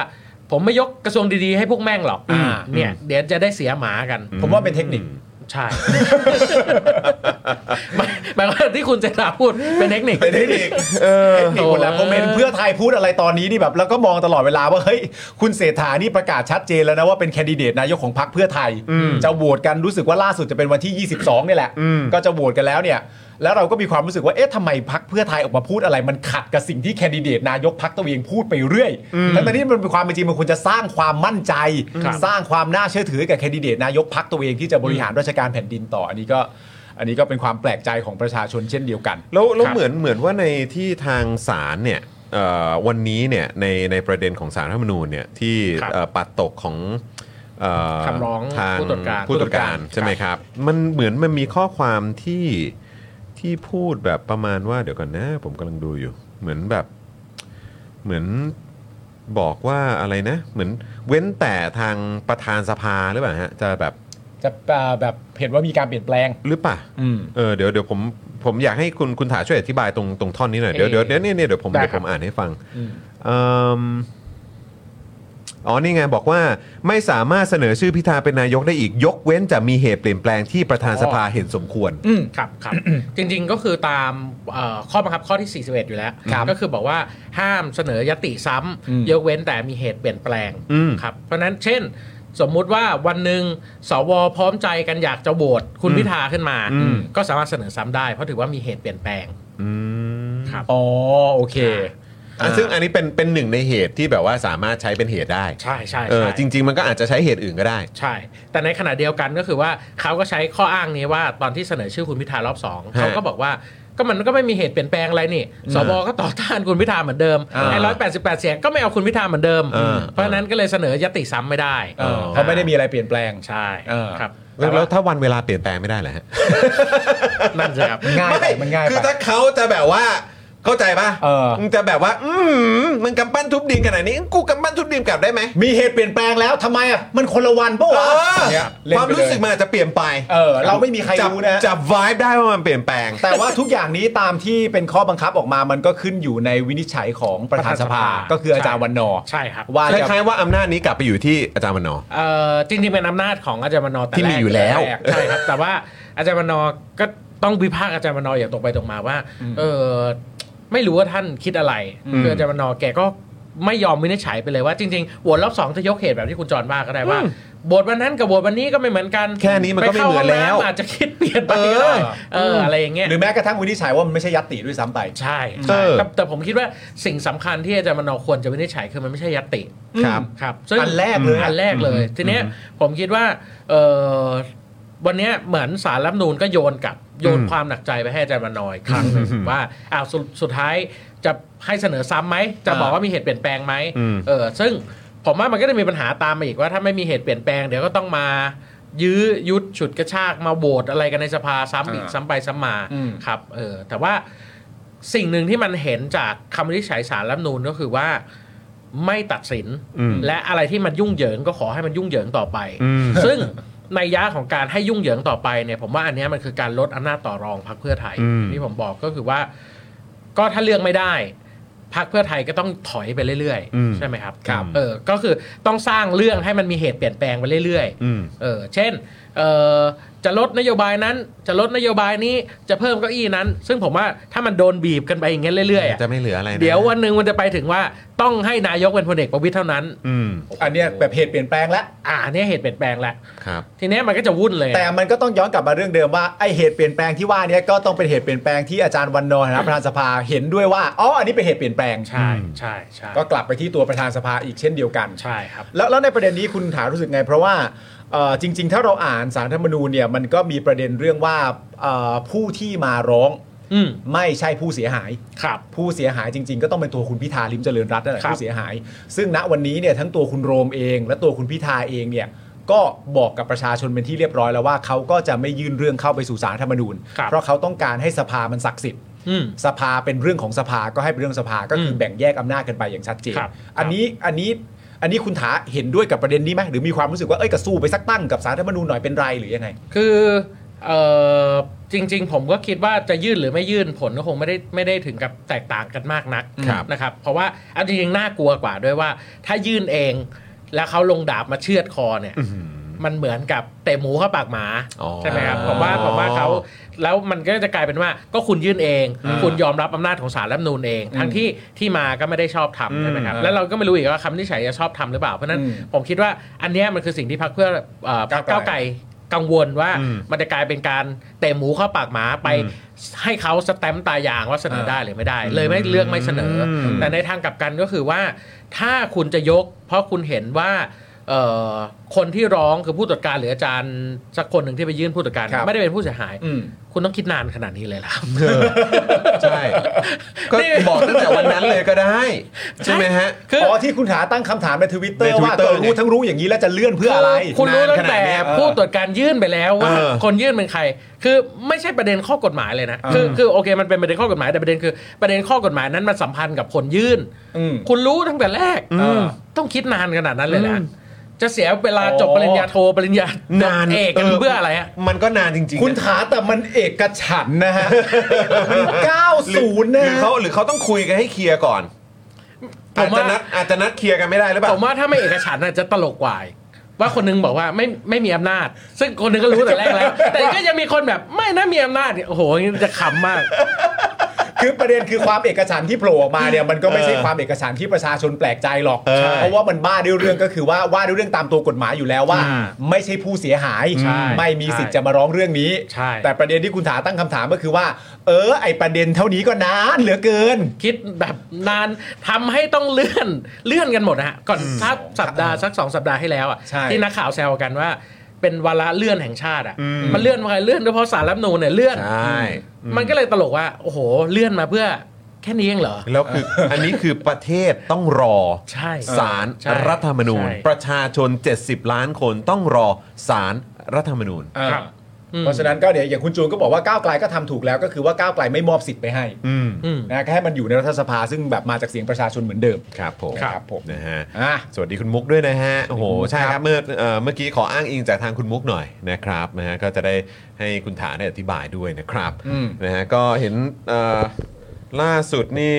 [SPEAKER 6] ผมไม่ยกกระทรวงดีๆให้พวกแม่งหรอก
[SPEAKER 2] อืม
[SPEAKER 6] เนี่ยเดี๋ยวจะได้เสียหมากัน
[SPEAKER 2] ผมว่าเป็นเทคนิค
[SPEAKER 6] ใช่ หมายหมายความว่าที่คุณเศรษฐาพูดเป็นเทคนิค
[SPEAKER 2] เป็นเทคนิคเทคนิคหมดแล้ว
[SPEAKER 6] เออ
[SPEAKER 2] ผมเห็นเพื่อไทยพูดอะไรตอนนี้นี่แบบแล้วก็มองตลอดเวลาว่าเฮ้ยคุณเศรษฐานี่ประกาศชัดเจนแล้วนะว่าเป็นแคนดิเดตนายกของพรรคเพื่อไทย จะโหวตกันรู้สึกว่าล่าสุดจะเป็นวันที่ 22นี่แหละ ก็จะโหวตกันแล้วเนี่ย แล้วเราก็มีความรู้สึกว่าเอ๊ะทำไมพรรคเพื่อไทยออกมาพูดอะไร มันขัดกับสิ่งที่แคนดิเดตนายกพรรคตัวเองพูดไปเรื่อยทั้งๆที่มันเป็นความเป็นจริงมันควรจะสร้างความมั่นใจ
[SPEAKER 6] ครับ
[SPEAKER 2] สร้างความน่าเชื่อถือให้กับแคนดิเดตนายกพรรคตัวเองที่จะบริหารราชการแผ่นดินต่ออันนี้ก็ อันนี้ก็เป็นความแปลกใจของประชาชนเช่นเดียวกัน
[SPEAKER 1] แล้วแล้ว
[SPEAKER 6] ครับ
[SPEAKER 1] เหมือนเหมือนว่าในที่ทางศาลเนี่ยเอ่อวันนี้เนี่ยในในประเด็นของสารรัฐธรรมนูญเนี่ยที่
[SPEAKER 6] ครับ
[SPEAKER 1] เอ่อปัดตกของเอ่
[SPEAKER 6] คำร้อง
[SPEAKER 1] ทาง
[SPEAKER 6] ผู้ตรวจการ
[SPEAKER 1] ผู้ตรวจการ
[SPEAKER 6] ครับ
[SPEAKER 1] ใช่ไหมครับ มันเหมือนมันมีข้อความที่ที่พูดแบบประมาณว่าเดี๋ยวก่อนนะ ผมกำลังดูอยู่ เหมือนแบบเหมือนบอกว่าอะไรนะ เหมือนเว้นแต่ทางประธานสภาหรือเปล่าฮะจะแบบ
[SPEAKER 2] จะเอ่อแบบเห็นว่ามีการเปลี่ยนแปลง
[SPEAKER 1] หรือเปล่า
[SPEAKER 2] อืม
[SPEAKER 1] เออเดี๋ยวเดี๋ยวผมผมอยากให้คุณคุณถาช่วยอธิบายตรงตรงท่อนนี้หน่อย เดี๋ยว
[SPEAKER 6] เอ่
[SPEAKER 1] เดี๋ย
[SPEAKER 6] อ
[SPEAKER 1] วเดี๋ยวเนี่ยเนี่ยเดี๋ยวผม
[SPEAKER 6] ได้
[SPEAKER 1] เดี๋ยว
[SPEAKER 6] ครั
[SPEAKER 1] ผ
[SPEAKER 6] บ
[SPEAKER 1] มอ่านให้ฟัง
[SPEAKER 2] อืม
[SPEAKER 1] เอิ่ม อ๋อนี่ไงบอกว่าไม่สามารถเสนอชื่อพิธาเป็นนายกได้อีกยกเว้นจะมีเหตุเปลี่ยนแปลงที่ประธานสภาเห็นสมควร
[SPEAKER 2] อืม
[SPEAKER 6] ครับครับ จริงๆก็คือตามเอ่อข้อบังคับข้อที่ 41 อยู่แล้ว
[SPEAKER 2] ครับ
[SPEAKER 6] ก็คือบอกว่าห้ามเสนอยติซ้
[SPEAKER 2] อืม
[SPEAKER 6] ำยกเว้นแต่มีเหตุเปลี่ยนแปลง
[SPEAKER 1] อืม
[SPEAKER 6] ครับเพราะฉะนั้นเช่น สมมุติว่าวันหนึ่งสวพร้อมใจกันอยากจะโหวตคุณพิธาขึ้นมา
[SPEAKER 1] อืม
[SPEAKER 6] ก็สามารถเสนอซ้ำได้เพราะถือว่ามีเหตุเปลี่ยนแปลง
[SPEAKER 1] อืม
[SPEAKER 6] ครับ
[SPEAKER 2] อ๋อโอเค
[SPEAKER 1] อ่ะซึ่งอันนี้เป็นเป็นหนึ่งในเหตุที่แบบว่าสามารถใช้เป็นเหตุได้
[SPEAKER 6] ใช่ใช่
[SPEAKER 1] เออ
[SPEAKER 6] ใช่
[SPEAKER 1] จริง ๆ มันก็อาจจะใช้เหตุอื่นก็ได้
[SPEAKER 6] ใช่ แต่ในขณะเดียวกันก็คือว่าเขาก็ใช้ข้ออ้างนี้ว่าตอนที่เสนอชื่อคุณพิธารอบสองเขาก็บอกว่าก็มันก็ไม่มีเหตุเปลี่ยนแปลงอะไรนี่สวก็ต่อต้านคุณพิธาเหมือนเดิม
[SPEAKER 1] อ่า
[SPEAKER 6] ไอ้ร้อยแปดสิบแปดเสียงก็ไม่เอาคุณพิธาเหมือนเดิม
[SPEAKER 1] อ่า
[SPEAKER 6] เพราะฉะนั้นก็เลยเสนอยติซ้ำไม่ได้
[SPEAKER 2] เออเขาไม่ได้มีอะไรเปลี่ยนแปลง
[SPEAKER 6] ใช่
[SPEAKER 2] เออ
[SPEAKER 6] ครับ
[SPEAKER 1] แล้วแล้วถ้าวันเวลาเปลี่ยนแปลงไม่ได้เหรอฮะ
[SPEAKER 6] นั่นสิครับ
[SPEAKER 2] ง่ายไปมันง่าย
[SPEAKER 1] คือ
[SPEAKER 2] ไป
[SPEAKER 1] ถ้าเขาจะแบบว่าเข้าใจป่ะ
[SPEAKER 2] เออ
[SPEAKER 1] มึงจะแบบว่า อืมมึงกำปั้นทุบดินขนาดนี้กูกำปั้นทุบดินกลับได้ไหม
[SPEAKER 2] มีเหตุเปลี่ยนแปลงแล้วทำไมอ่ะมันคนละวันปะ
[SPEAKER 1] เอ
[SPEAKER 2] วะ
[SPEAKER 1] อ
[SPEAKER 2] เนี่ยเล่น
[SPEAKER 1] ความ
[SPEAKER 2] ไปเลย
[SPEAKER 1] รู้สึกมันอาจจะเปลี่ยนไป
[SPEAKER 2] เออ เราไม่มีใคร
[SPEAKER 1] จับ
[SPEAKER 2] รู้นะ
[SPEAKER 1] จับวายได้ว่ามันเปลี่ยนแปลง
[SPEAKER 2] แต่ว่าทุกอย่างนี้ตามที่เป็นข้อบังคับออกมามันก็ขึ้นอยู่ในวินิจฉัยของประธานสภา
[SPEAKER 6] ประธานสภา
[SPEAKER 2] ก็คืออาจารย์วันนอร์
[SPEAKER 6] ใช่ครับ
[SPEAKER 2] ว่า
[SPEAKER 1] ค
[SPEAKER 2] จะ
[SPEAKER 1] ล้ายๆว่าอำนาจนี้กลับไปอยู่ที่อาจารย์มนอ
[SPEAKER 6] เอ่อจริงๆเป็นอำนาจของอาจารย์มนอแต่
[SPEAKER 1] ที่มี
[SPEAKER 6] รก
[SPEAKER 1] อยู่แล้ว
[SPEAKER 6] รกใช่ครับ แต่ว่าอาจารย์มนอก็ต้องวิพากษ์อาจารย์มนออย่างตรงไปตรงมาว่า เออไม่รู้ว่าท่านคิดอะไรคืออาจารย์มนอแกก็ไม่ยอมวินิจฉัยไปเลยว่าจริงๆโหวตรอบสองจะยกเหตุแบบที่คุณจรว่าก็ได้ว่าโหวตวันนั้นกับโหวตวันนี้ก็ไม่เหมือนกัน
[SPEAKER 1] แค่นี้มันก็ไม่
[SPEAKER 6] ปข้า
[SPEAKER 1] เหมือนแล้ว
[SPEAKER 6] งำอาจจะคิดเปลี่ยนไปก็ได้เอออะไรอย่างเงี้ย
[SPEAKER 2] หรือแม้กระทั่งวินิจฉัยว่ามันไม่ใช่ยัตติด้วยซ้ำไป
[SPEAKER 6] ใช่
[SPEAKER 1] เอ
[SPEAKER 6] ใช่
[SPEAKER 1] อ
[SPEAKER 6] แต่แต่ผมคิดว่าสิ่งสำคัญที่อาจารย์มโนควรจะวินิจฉัยคือมันไม่ใช่ยัตติ
[SPEAKER 1] ครับ
[SPEAKER 6] ครับ
[SPEAKER 2] อันแรกเลยอะ
[SPEAKER 6] อันแรกเลย ทีเนี้ยผมคิดว่าเอ่อวันเนี้ยเหมือนสารรัฐธรรมนูนก็โยนกลับโยน
[SPEAKER 1] อืม
[SPEAKER 6] ความหนักใจไปให้อาจารย์มโนอยครั้งหนึ่ง
[SPEAKER 1] อืม
[SPEAKER 6] ว่าอ้าวสุดสุดท้ายจะให้เสนอซ้ำไหมจะบอกว่ามีเหตุเปลี่ยนแปลงไหม
[SPEAKER 1] อืม
[SPEAKER 6] เออซึ่งผมว่ามันก็จะมีปัญหาตามมาอีกว่าถ้าไม่มีเหตุเปลี่ยนแปลงเดี๋ยวก็ต้องมา ยื้อยุดฉุดกระชากมาโหวตอะไรกันในสภาซ้ำอีกซ้ำไปซ้ำมา
[SPEAKER 2] อืม
[SPEAKER 6] ครับเออแต่ว่าสิ่งหนึ่งที่มันเห็นจากคำวินิจฉัยสารรัฐธรรมนูนก็คือว่าไม่ตัดสิน
[SPEAKER 1] อืม
[SPEAKER 6] และอะไรที่มันยุ่งเหยิงก็ขอให้มันยุ่งเหยิงต่อไป ซึ่ง ในยะของการให้ยุ่งเหยิงต่อไปเนี่ยผมว่าอันเนี้ยมันคือการลดอำนาจต่อรองพรรคเพื่อไทย
[SPEAKER 1] อืม
[SPEAKER 6] ที่ผมบอกก็คือว่า ก็ถ้าเลือกไม่ได้พรรคเพื่อไทยก็ต้องถอยไปเรื่อย
[SPEAKER 1] อืม
[SPEAKER 6] ใช่ไหมครับ
[SPEAKER 1] ครับ
[SPEAKER 6] เออก็คือต้องสร้างเรื่องให้มันมีเหตุเปลี่ยนแปลงไปเรื่อยๆ
[SPEAKER 1] อืม
[SPEAKER 6] เออเช่นเออจะลดนโยบายนั้น จะลดนโยบายนี้จะเพิ่มเก้าอี้นั้น ซึ่งผมว่าถ้ามันโดนบีบกันไปอย่างเงี้ยเรื่อยๆอะ
[SPEAKER 1] จะไม่เหลืออะไรนะ
[SPEAKER 6] เดี๋ยววันหนึ่งมันจะไปถึงว่าต้องให้นายกเป็นพลเอกประวิตยเท่านั้น
[SPEAKER 1] อืม
[SPEAKER 2] อันเนี้ยแบบเหตุเปลี่ยนแปลงแล้ว
[SPEAKER 6] อ่าเนี่ยเหตุเปลี่ยนแปลงแหละ
[SPEAKER 1] ครับ
[SPEAKER 6] ทีเนี้ยมันก็จะวุ่นเลย
[SPEAKER 2] แต่มันก็ต้องย้อนกลับมาเรื่องเดิมว่าไอเหตุเปลี่ยนแปลงที่ว่าเนี้ยก็ต้องเป็นเหตุเปลี่ยนแปลงที่อาจารย์วันนอร์ในฐานะประธานสภาเห็นด้วยว่าอ๋ออันนี้เป็นเหตุเปลี่ยนแปลง
[SPEAKER 6] ใช่ใช่ใช่
[SPEAKER 2] ก็กลับไปที่ตัวประธานสภาอีกเช่นเดียวกัน
[SPEAKER 6] ใช่ครับ
[SPEAKER 2] แล้วแล้วในประเด็นนี้คุณถารู้สึกไง เพราะว่าเอ่อจริง ๆ ถ้าเราอ่านสารรัฐธรรมนูญเนี่ยมันก็มีประเด็นเรื่องว่าเอ่อผู้ที่มาร้อง
[SPEAKER 6] อืม
[SPEAKER 2] ไม่ใช่ผู้เสียหาย
[SPEAKER 6] ครับ
[SPEAKER 2] ผู้เสียหายจริง ๆ ก็ต้องเป็นตัวคุณพิธาลิมเจริญรัตน์นั่นแหละ
[SPEAKER 6] ครับ
[SPEAKER 2] ผู้เสียหาย ซึ่งณวันนี้เนี่ยทั้งตัวคุณโรมเอง และตัวคุณพิธาเองเนี่ยก็บอกกับประชาชนเป็นที่เรียบร้อยแล้วว่าเขาก็จะไม่ยื่นเรื่องเข้าไปสู่สารรัฐธรรมนูญ
[SPEAKER 6] ครับ
[SPEAKER 2] เพราะเขาต้องการให้สภามันศักดิ์สิทธิ์
[SPEAKER 6] อืม
[SPEAKER 2] สภาเป็นเรื่องของสภาก็ให้เป็นเรื่องสภาก็คืออ
[SPEAKER 6] ม
[SPEAKER 2] แบ่งแยกอำนาจกันไปอย่างชัดเจน
[SPEAKER 6] ครับ
[SPEAKER 2] อันนี้อันนี้อันนี้คุณถาเห็นด้วยกับประเด็นนี้ไหมหรือมีความรู้สึกว่าเอ้ยกระสู้ไปสักตั้งกับสารรัฐธรรมนูญหน่อยเป็นไรหรือยังไง
[SPEAKER 6] คือเออจริง ๆ ผมก็คิดว่าจะยื่นหรือไม่ยื่นผลก็คงไม่ได้ไม่ได้ถึงกับแตกต่างกันมากนัก
[SPEAKER 2] ครับ
[SPEAKER 6] นะครับ เพราะว่าเอาจริงๆน่ากลัวกว่าด้วยว่า ถ้ายื่นเองแล้วเขาลงดาบมาเชือดคอเนี่ย มันเหมือนกับเตะหมูเข้าปากหมา
[SPEAKER 1] อ๋อ
[SPEAKER 6] ใช่ไหมครับผมว่าผมว่าเขาแล้วมันก็จะกลายเป็นว่าก็คุณยื่นเอง คุณยอมรับอำนาจของศาลรัฐธรรมนูญเอง ทั้งที่ที่มาก็ไม่ได้ชอบทำใช่ไหมครับ
[SPEAKER 2] อืม
[SPEAKER 6] แล้วเราก็ไม่รู้อีกว่าคำวินิจฉัยจะชอบทำหรือเปล่าเพราะฉะนั้น
[SPEAKER 2] อืม
[SPEAKER 6] ผมคิดว่าอันเนี้ยมันคือสิ่งที่พรรคเพื่อเอ่อพรรคก้า
[SPEAKER 2] ก้าว ว
[SPEAKER 6] ไก
[SPEAKER 2] ไกล
[SPEAKER 6] ล กังวลว่า
[SPEAKER 1] อืม
[SPEAKER 6] มันจะกลายเป็นการเตะหมูเข้าปากหมาไปให้เขาสแตมป์ตายางว่าเสนอได้หรือไม่ได้ เลยไม่เลือกไม่เสนออ
[SPEAKER 1] ม
[SPEAKER 6] แต่ในทางกลับกันก็คือว่า ถ้าคุณจะยก เพราะคุณเห็นว่าเอ่อคนที่ร้องคือผู้ตรวจการหรืออาจารย์สักคนหนึ่งที่ไปยื่นผู้ตรวจการ
[SPEAKER 2] ครับ
[SPEAKER 6] ไม่ได้เป็นผู้เสียหาย
[SPEAKER 2] อืม
[SPEAKER 6] คุณต้องคิดนานขนาดนี้เลยล่ะ
[SPEAKER 1] ใช่ ก็
[SPEAKER 6] นี่
[SPEAKER 1] บอกตั้งแต่วันนั้นเลยก็ได้ ใช่ไหมฮะ
[SPEAKER 6] คือ
[SPEAKER 2] อ๋อที่คุณถาตั้งคำถามในทวิตเตอ
[SPEAKER 1] ใน
[SPEAKER 2] ร์
[SPEAKER 1] Twitter
[SPEAKER 2] ว่าเกิดรู้
[SPEAKER 1] ไง
[SPEAKER 2] ทั้งรู้อย่างนี้แล้วจะเลื่อนเพื่ออะไร
[SPEAKER 6] คุณรู้ตั้ง
[SPEAKER 1] นานขนา
[SPEAKER 6] แต่
[SPEAKER 1] ดเนี้ย
[SPEAKER 6] ผู้ตรวจการยื่นไปแล้วว่า
[SPEAKER 1] เออ
[SPEAKER 6] คนยื่นเป็นใคร คือไม่ใช่ประเด็นข้อกฎหมายเลยนะ คือคือโอเคมันเป็นประเด็นข้อกฎหมายแต่ประเด็นคือประเด็นข้อกฎหมายนั้นมันสัมพันธ์กับคนยื่น
[SPEAKER 2] อืม
[SPEAKER 6] คุณรู้ตั้งแต่แรก
[SPEAKER 2] อืม
[SPEAKER 6] ต้องคิดนานขนาดนั้นเลยนะจะเสียเวลาจบปริญญาโทปริญญา
[SPEAKER 1] นา
[SPEAKER 6] เอกกันเพื่ออะไรอะ
[SPEAKER 1] มันก็นานจริงๆ
[SPEAKER 2] คุณ
[SPEAKER 1] นะ
[SPEAKER 2] ถาแต่มันเอกฉันท์นะ ฮะ 90 นะ
[SPEAKER 1] หรือ
[SPEAKER 2] ฮะ
[SPEAKER 1] เขาหรือเขาต้องคุยกันให้เคลียร์ก่อน
[SPEAKER 6] ผ
[SPEAKER 1] อาม จ
[SPEAKER 6] ว่า
[SPEAKER 1] จะนัดอาจจะนัดเคลียร์กันไม่ได้หรือเปล่า
[SPEAKER 6] ผมว่าถ้าไม่เอกฉันท์น่ะจะตลกกว่าอีกว่าคนนึงบอกว่าไม่ไม่มีอำนาจ ซึ่งคนนึงก็รู้แต่แรกแล้ว แต่ก็ยังมีคนแบบไม่นะมีอำนาจเนี่ยโอ้โหอย่างนี้จะขำมาก
[SPEAKER 2] คือประเด็นคือความเอกฉันท์ที่โผล่ออกมาเนี่ยมันก็ไม่ใช่ความเอกฉันท์ที่ประชาชนแปลกใจหรอก
[SPEAKER 1] เออ
[SPEAKER 2] เพราะว่ามันบ้าด้วยเรื่องก็คือว่าว่าด้วยเรื่องตามตัวกฎหมายอยู่แล้วว่า
[SPEAKER 6] อืม
[SPEAKER 2] ไม่ใช่ผู้เสียหาย
[SPEAKER 6] ใช่
[SPEAKER 2] ไม่มีสิทธิ์
[SPEAKER 6] ใช่
[SPEAKER 2] จะมาร้องเรื่องนี้
[SPEAKER 6] ใช่
[SPEAKER 2] แต่ประเด็นที่คุณถาตั้งคำถามก็คือว่า เออ ไอประเด็นเท่านี้ก็นานเหลือเกิน
[SPEAKER 6] คิดแบบนานทำให้ต้องเลื่อนเลื่อนกันหมดนะฮะก่อนสักสัปดาห์สักสองสัปดาห์ให้แล้วอ่ะ
[SPEAKER 2] ใช่
[SPEAKER 6] ที่นักข่าวแซวกันว่า เป็นวาระเลื่อนแห่งชาติอ่ะมันเลื่อนมาเลื่อนด้วยเพราะสารรัฐธรรมนูญเนี่ยเลื่อน
[SPEAKER 1] ใช่
[SPEAKER 6] มันก็เลยตลกว่าโอ้โหเลื่อนมาเพื่อแค่นี้เองเหรอ
[SPEAKER 1] แล้วคือ อันนี้คือประเทศต้องรอ
[SPEAKER 6] ใช่
[SPEAKER 1] สาร
[SPEAKER 6] ใช่
[SPEAKER 1] รัฐธรรมนูญ
[SPEAKER 6] ใช่
[SPEAKER 1] ประชาชน 70 ล้านคนต้องรอสารรัฐธรรมนูญ
[SPEAKER 6] ครับ อืม
[SPEAKER 2] เพราะฉะนั้นก็เดี๋ยวอย่างคุณจูนก็บอกว่าก้าวไกลก็ทำถูกแล้วก็คือว่าก้าวไกลไม่มอบสิทธิ์ไปให้
[SPEAKER 1] อืม
[SPEAKER 6] อืม
[SPEAKER 2] นะแค่ให้มันอยู่ในรัฐสภาซึ่งแบบมาจากเสียงประชาชนเหมือนเดิม
[SPEAKER 1] ครับผม
[SPEAKER 2] ครับผม
[SPEAKER 1] นะฮะ
[SPEAKER 2] อ่ะ
[SPEAKER 1] สวัสดีคุณมุกด้วยนะฮะ โอ้โห ใช่ค
[SPEAKER 2] ครั
[SPEAKER 1] รับบ เมื่อเอ่อเมื่อกี้ขออ้างอิงจากทางคุณมุกหน่อยนะครับนะฮะก็จะได้ให้คุณฐานได้อธิบายด้วยนะครับนะฮะก็เห็นเอ่อล่าสุดนี่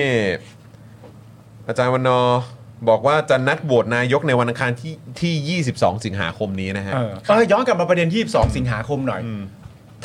[SPEAKER 1] อาจารย์วันนอร์บอกว่าจะนัดโหวตนายกในวันอังคารที่ที่ 22 สิงหาคมนี้นะฮะ
[SPEAKER 2] เออเออย้อนกลับมาประเด็น 22 สิงหาคมหน่อย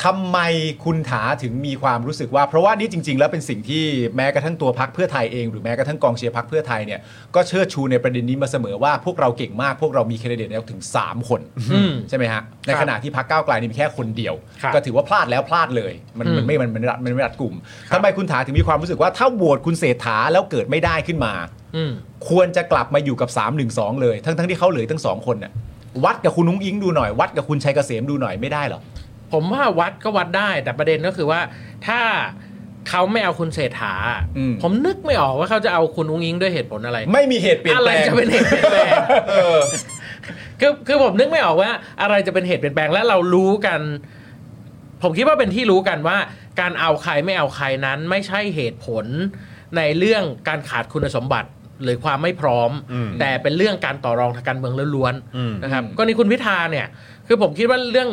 [SPEAKER 2] ทำไมคุณถาถึงมีความรู้สึกว่า เพราะว่านี่จริง ๆ แล้วเป็นสิ่งที่แม้กระทั่งตัวพักเพื่อไทยเองหรือแม้กระทั่งกองเชียร์พักเพื่อไทยเนี่ยก็เชิดชูในประเด็นนี้มาเสมอว่าพวกเราเก่งมาก พวกเรามีแคนดิเดตนายกถึง 3 คน
[SPEAKER 6] อืม
[SPEAKER 2] ใช่ไหมฮะในขณะที่พักก้าวไกลนี่มีแค่คนเดียว
[SPEAKER 6] ครับ
[SPEAKER 2] ก็ถือว่าพลาดแล้วพลาดเลย มัน
[SPEAKER 6] อืม
[SPEAKER 2] มันไม่มันมันมันไม่รัดกลุ่มทำไมคุณถาถึงมีความรู้สึกว่าถ้าโหวตคุณเศรษฐาแล้วเกิดไม่ได้ขึ้นมา
[SPEAKER 6] อืม
[SPEAKER 2] ควรจะกลับมาอยู่กับ 3 1 2 เลย ทั้งทั้งที่เขาเหลือทั้งสองคนน่ะวัดกับคุณนุ้งอิงดูหน่อย วัดกับคุณชัยเกษมดูหน่อยไม่ได้เหรอ
[SPEAKER 6] ผมว่าวัดก็วัดได้แต่ประเด็นก็คือว่าถ้าเขาไม่เอาคุณเศรษฐา
[SPEAKER 2] อืม
[SPEAKER 6] ผมนึกไม่ออกว่าเขาจะเอาคุณอุ้งอิงด้วยเหตุผลอะไร
[SPEAKER 2] ไม่มีเหตุเปลี่ยน
[SPEAKER 6] อะไร
[SPEAKER 2] แปลง
[SPEAKER 6] จะเป็นเหตุเปลี่ยนแปลงคือคือผมนึกไม่ออกว่า อะไรจะเป็นเหตุเปลี่ยนแปลงและเรารู้กัน ผมคิดว่าเป็นที่รู้กันว่า การเอาใครไม่เอาใครนั้น ไม่ใช่เหตุผลในเรื่องการขาดคุณสมบัติหรือความไม่พร้อม แต่เป็นเรื่องการต่อรองทางการเมืองล้วน
[SPEAKER 1] อืม
[SPEAKER 6] ๆนะครับกรณีคุณพิธาเนี่ย คือผมคิดว่าเรื่อง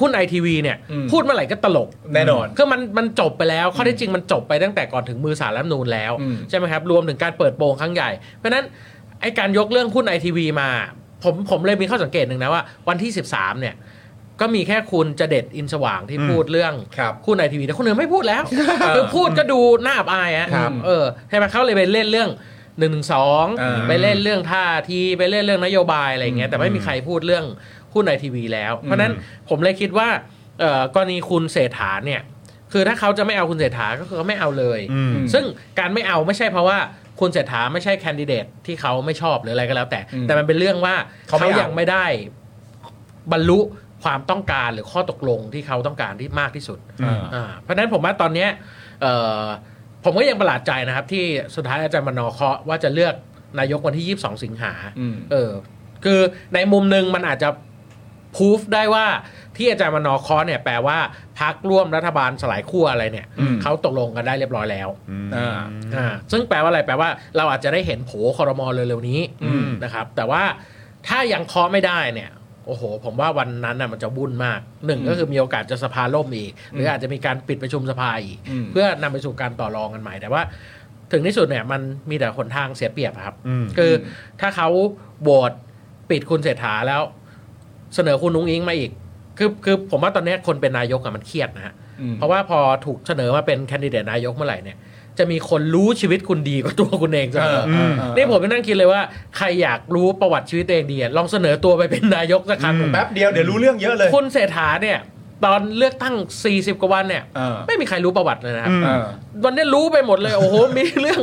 [SPEAKER 6] หุ้นไอทีวีเนี่ยพูดเมื่อไหร่ก็ตลก
[SPEAKER 2] แน่นอน
[SPEAKER 6] คือมันมันจบไปแล้วข้อเท็จจริงมันจบไปตั้งแต่ก่อนถึงมือสารรัฐธรรมนูนแล้ว
[SPEAKER 2] อืม
[SPEAKER 6] ใช่ไหมครับ รวมถึงการเปิดโปงครั้งใหญ่ เพราะฉะนั้นไอการยกเรื่องหุ้นไอทีวีมา ผมผมเลยมีข้อสังเกตหนึ่งนะว่าวันที่ 13 เนี่ย ก็มีแค่คุณจะเด็ดอินสว่างที่พูดเรื่อง
[SPEAKER 2] ครับ
[SPEAKER 6] หุ้นไอทีวีแต่คนอื่นไม่พูดแล้วคือพูดก็ดูหน้าอับอายอะ
[SPEAKER 2] ครับ
[SPEAKER 6] เออใช่ไหมเขาเลยไปเล่นเรื่องหนึ่งหนึ่งสอง
[SPEAKER 2] อ่า
[SPEAKER 6] ไปเล่นเรื่องท่าทีไปเล่นเรื่องนโยบายอะไรอย่างเงี้ยแต่ไม่มีใครพูดเรื่องหุ้นไอทีวีแล้ว เพราะฉะนั้นผมเลยคิดว่าเอ่อกรณีคุณเศรษฐาเนี่ย คือถ้าเขาจะไม่เอาคุณเศรษฐาก็คือเขาไม่เอาเลย
[SPEAKER 1] อืม
[SPEAKER 6] ซึ่งการไม่เอาไม่ใช่เพราะว่าคุณเศรษฐาไม่ใช่แคนดิเดตที่เขาไม่ชอบหรืออะไรก็แล้วแต่
[SPEAKER 2] อืม
[SPEAKER 6] แต่มันเป็นเรื่องว่า
[SPEAKER 2] เขาไม่เอา
[SPEAKER 6] ยังไม่ได้บรรลุความต้องการหรือข้อตกลงที่เขาต้องการที่มากที่สุดอ่าเพราะฉะนั้นผมว่าตอนเนี้ยเอ่อผมก็ยังประหลาดใจนะครับ ที่สุดท้ายอาจารย์มนอเคาะว่าจะเลือกนายกวันที่ 22 สิงหา
[SPEAKER 2] อืม
[SPEAKER 6] เออคือในมุมหนึ่งมันอาจจะพูฟได้ว่าที่อาจารย์มนอเคอเนี่ยแปลว่าพักร่วมรัฐบาลสลายขั้วอะไรเนี่ย
[SPEAKER 2] อืม
[SPEAKER 6] เขาตกลงกันได้เรียบร้อยแล้ว
[SPEAKER 2] อ่า
[SPEAKER 6] อ่าซึ่งแปลว่าอะไรแปลว่าเราอาจจะได้เห็นโผคอรมอเร็วๆนี้
[SPEAKER 2] อืม
[SPEAKER 6] นะครับ แต่ว่าถ้ายังเคาะไม่ได้เนี่ยโอ้โห ผมว่าวันนั้นน่ะมันจะวุ่นมากหนึ่งก็คือมีโอกาสจะสภาล่มอีก หรืออาจจะมีการปิดประชุมสภาอีก เพื่อนำไปสู่การต่อรองกันใหม่แต่ว่า ถึงที่สุดเนี่ยมันมีแต่หนทางเสียเปรียบอะครับ
[SPEAKER 1] อืม
[SPEAKER 6] คือถ้าเขาโหวตปิดคุณเศรษฐาแล้ว เสนอคุณนุ้งอิงมาอีก คือคือผมว่าตอนเนี้ยคนเป็นนายกอะมันเครียดนะฮะ
[SPEAKER 2] อืม
[SPEAKER 6] เพราะว่าพอถูกเสนอมาเป็นแคนดิเดตนายกเมื่อไหร่เนี่ย จะมีคนรู้ชีวิตคุณดีกว่าตัวคุณเองเสมอ
[SPEAKER 2] อืม
[SPEAKER 6] นี่ผมไปนั่งคิดเลยว่าใครอยากรู้ประวัติชีวิตตัวเองดีอะลองเสนอตัวไปเป็นนายกสักครั้ง
[SPEAKER 1] อืม
[SPEAKER 2] แป๊บเดียวเดี๋ยวรู้เรื่องเยอะเลย
[SPEAKER 6] คุณเศรษฐาเนี่ย ตอนเลือกตั้ง 40 กว่าวันเนี่ย
[SPEAKER 2] เออ
[SPEAKER 6] ไม่มีใครรู้ประวัติเลยนะครับ
[SPEAKER 2] เออ
[SPEAKER 6] วันนี้รู้ไปหมดเลย โอ้โห มีเรื่อง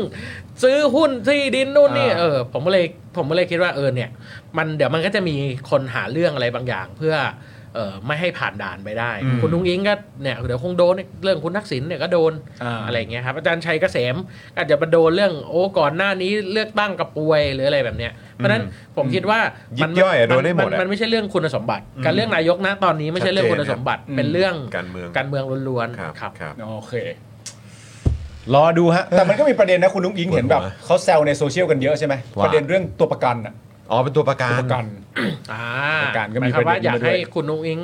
[SPEAKER 6] ซื้อหุ้นที่ดินนู่นนี่
[SPEAKER 2] อ่า
[SPEAKER 6] เออผมก็เลยผมก็เลยคิดว่าเออเนี่ย มันเดี๋ยวมันก็จะมีคนหาเรื่องอะไรบางอย่าง เพื่อเออไม่ให้ผ่านด่านไปได้ คุณนุ้งอิงก็เนี่ยเดี๋ยวคงโดนเรื่องคุณทักษิณเนี่ยก็โดน
[SPEAKER 2] อ่า
[SPEAKER 6] อะไรอย่างเงี้ยครับอาจารย์ชัยเกษมก็อาจจะมาโดนเรื่องโอ้ก่อนหน้านี้เลือกตั้งกับป่วยหรืออะไรแบบเนี้ยเพราะฉะนั้นผมคิดว่า
[SPEAKER 1] ยิ
[SPEAKER 6] มั
[SPEAKER 1] บย่อยอะโดนได้หมดอะ
[SPEAKER 6] นมันไม่ใช่เรื่องคุณสมบัติ การเรื่องนายกนะตอนนี้ไม่ใช่เรื่องคุณสมบัติเป็นเรื่อง
[SPEAKER 1] การเมือง
[SPEAKER 6] การเมืองล้วนๆ
[SPEAKER 1] ครับ
[SPEAKER 6] ครับ
[SPEAKER 1] ครับ
[SPEAKER 2] โอเค รอดูฮะ แต่มันก็มีประเด็นนะคุณนุ้งอิงเห็นแบบ
[SPEAKER 1] ปวดหัว
[SPEAKER 2] เขาแซวในโซเชียลกันเยอะใช่ไหม
[SPEAKER 1] ว่า
[SPEAKER 2] ประเด็นเรื่องตัวประกันอ่ะ
[SPEAKER 1] อ๋อเป็นตัวประกั
[SPEAKER 2] ตัวน ประกัน
[SPEAKER 6] อ่า
[SPEAKER 2] การก็
[SPEAKER 6] ห
[SPEAKER 2] มี
[SPEAKER 6] มายความว่า
[SPEAKER 2] ประเด็น
[SPEAKER 6] อยาก
[SPEAKER 2] มาด้วย
[SPEAKER 6] ให้คุณนุ้งอิง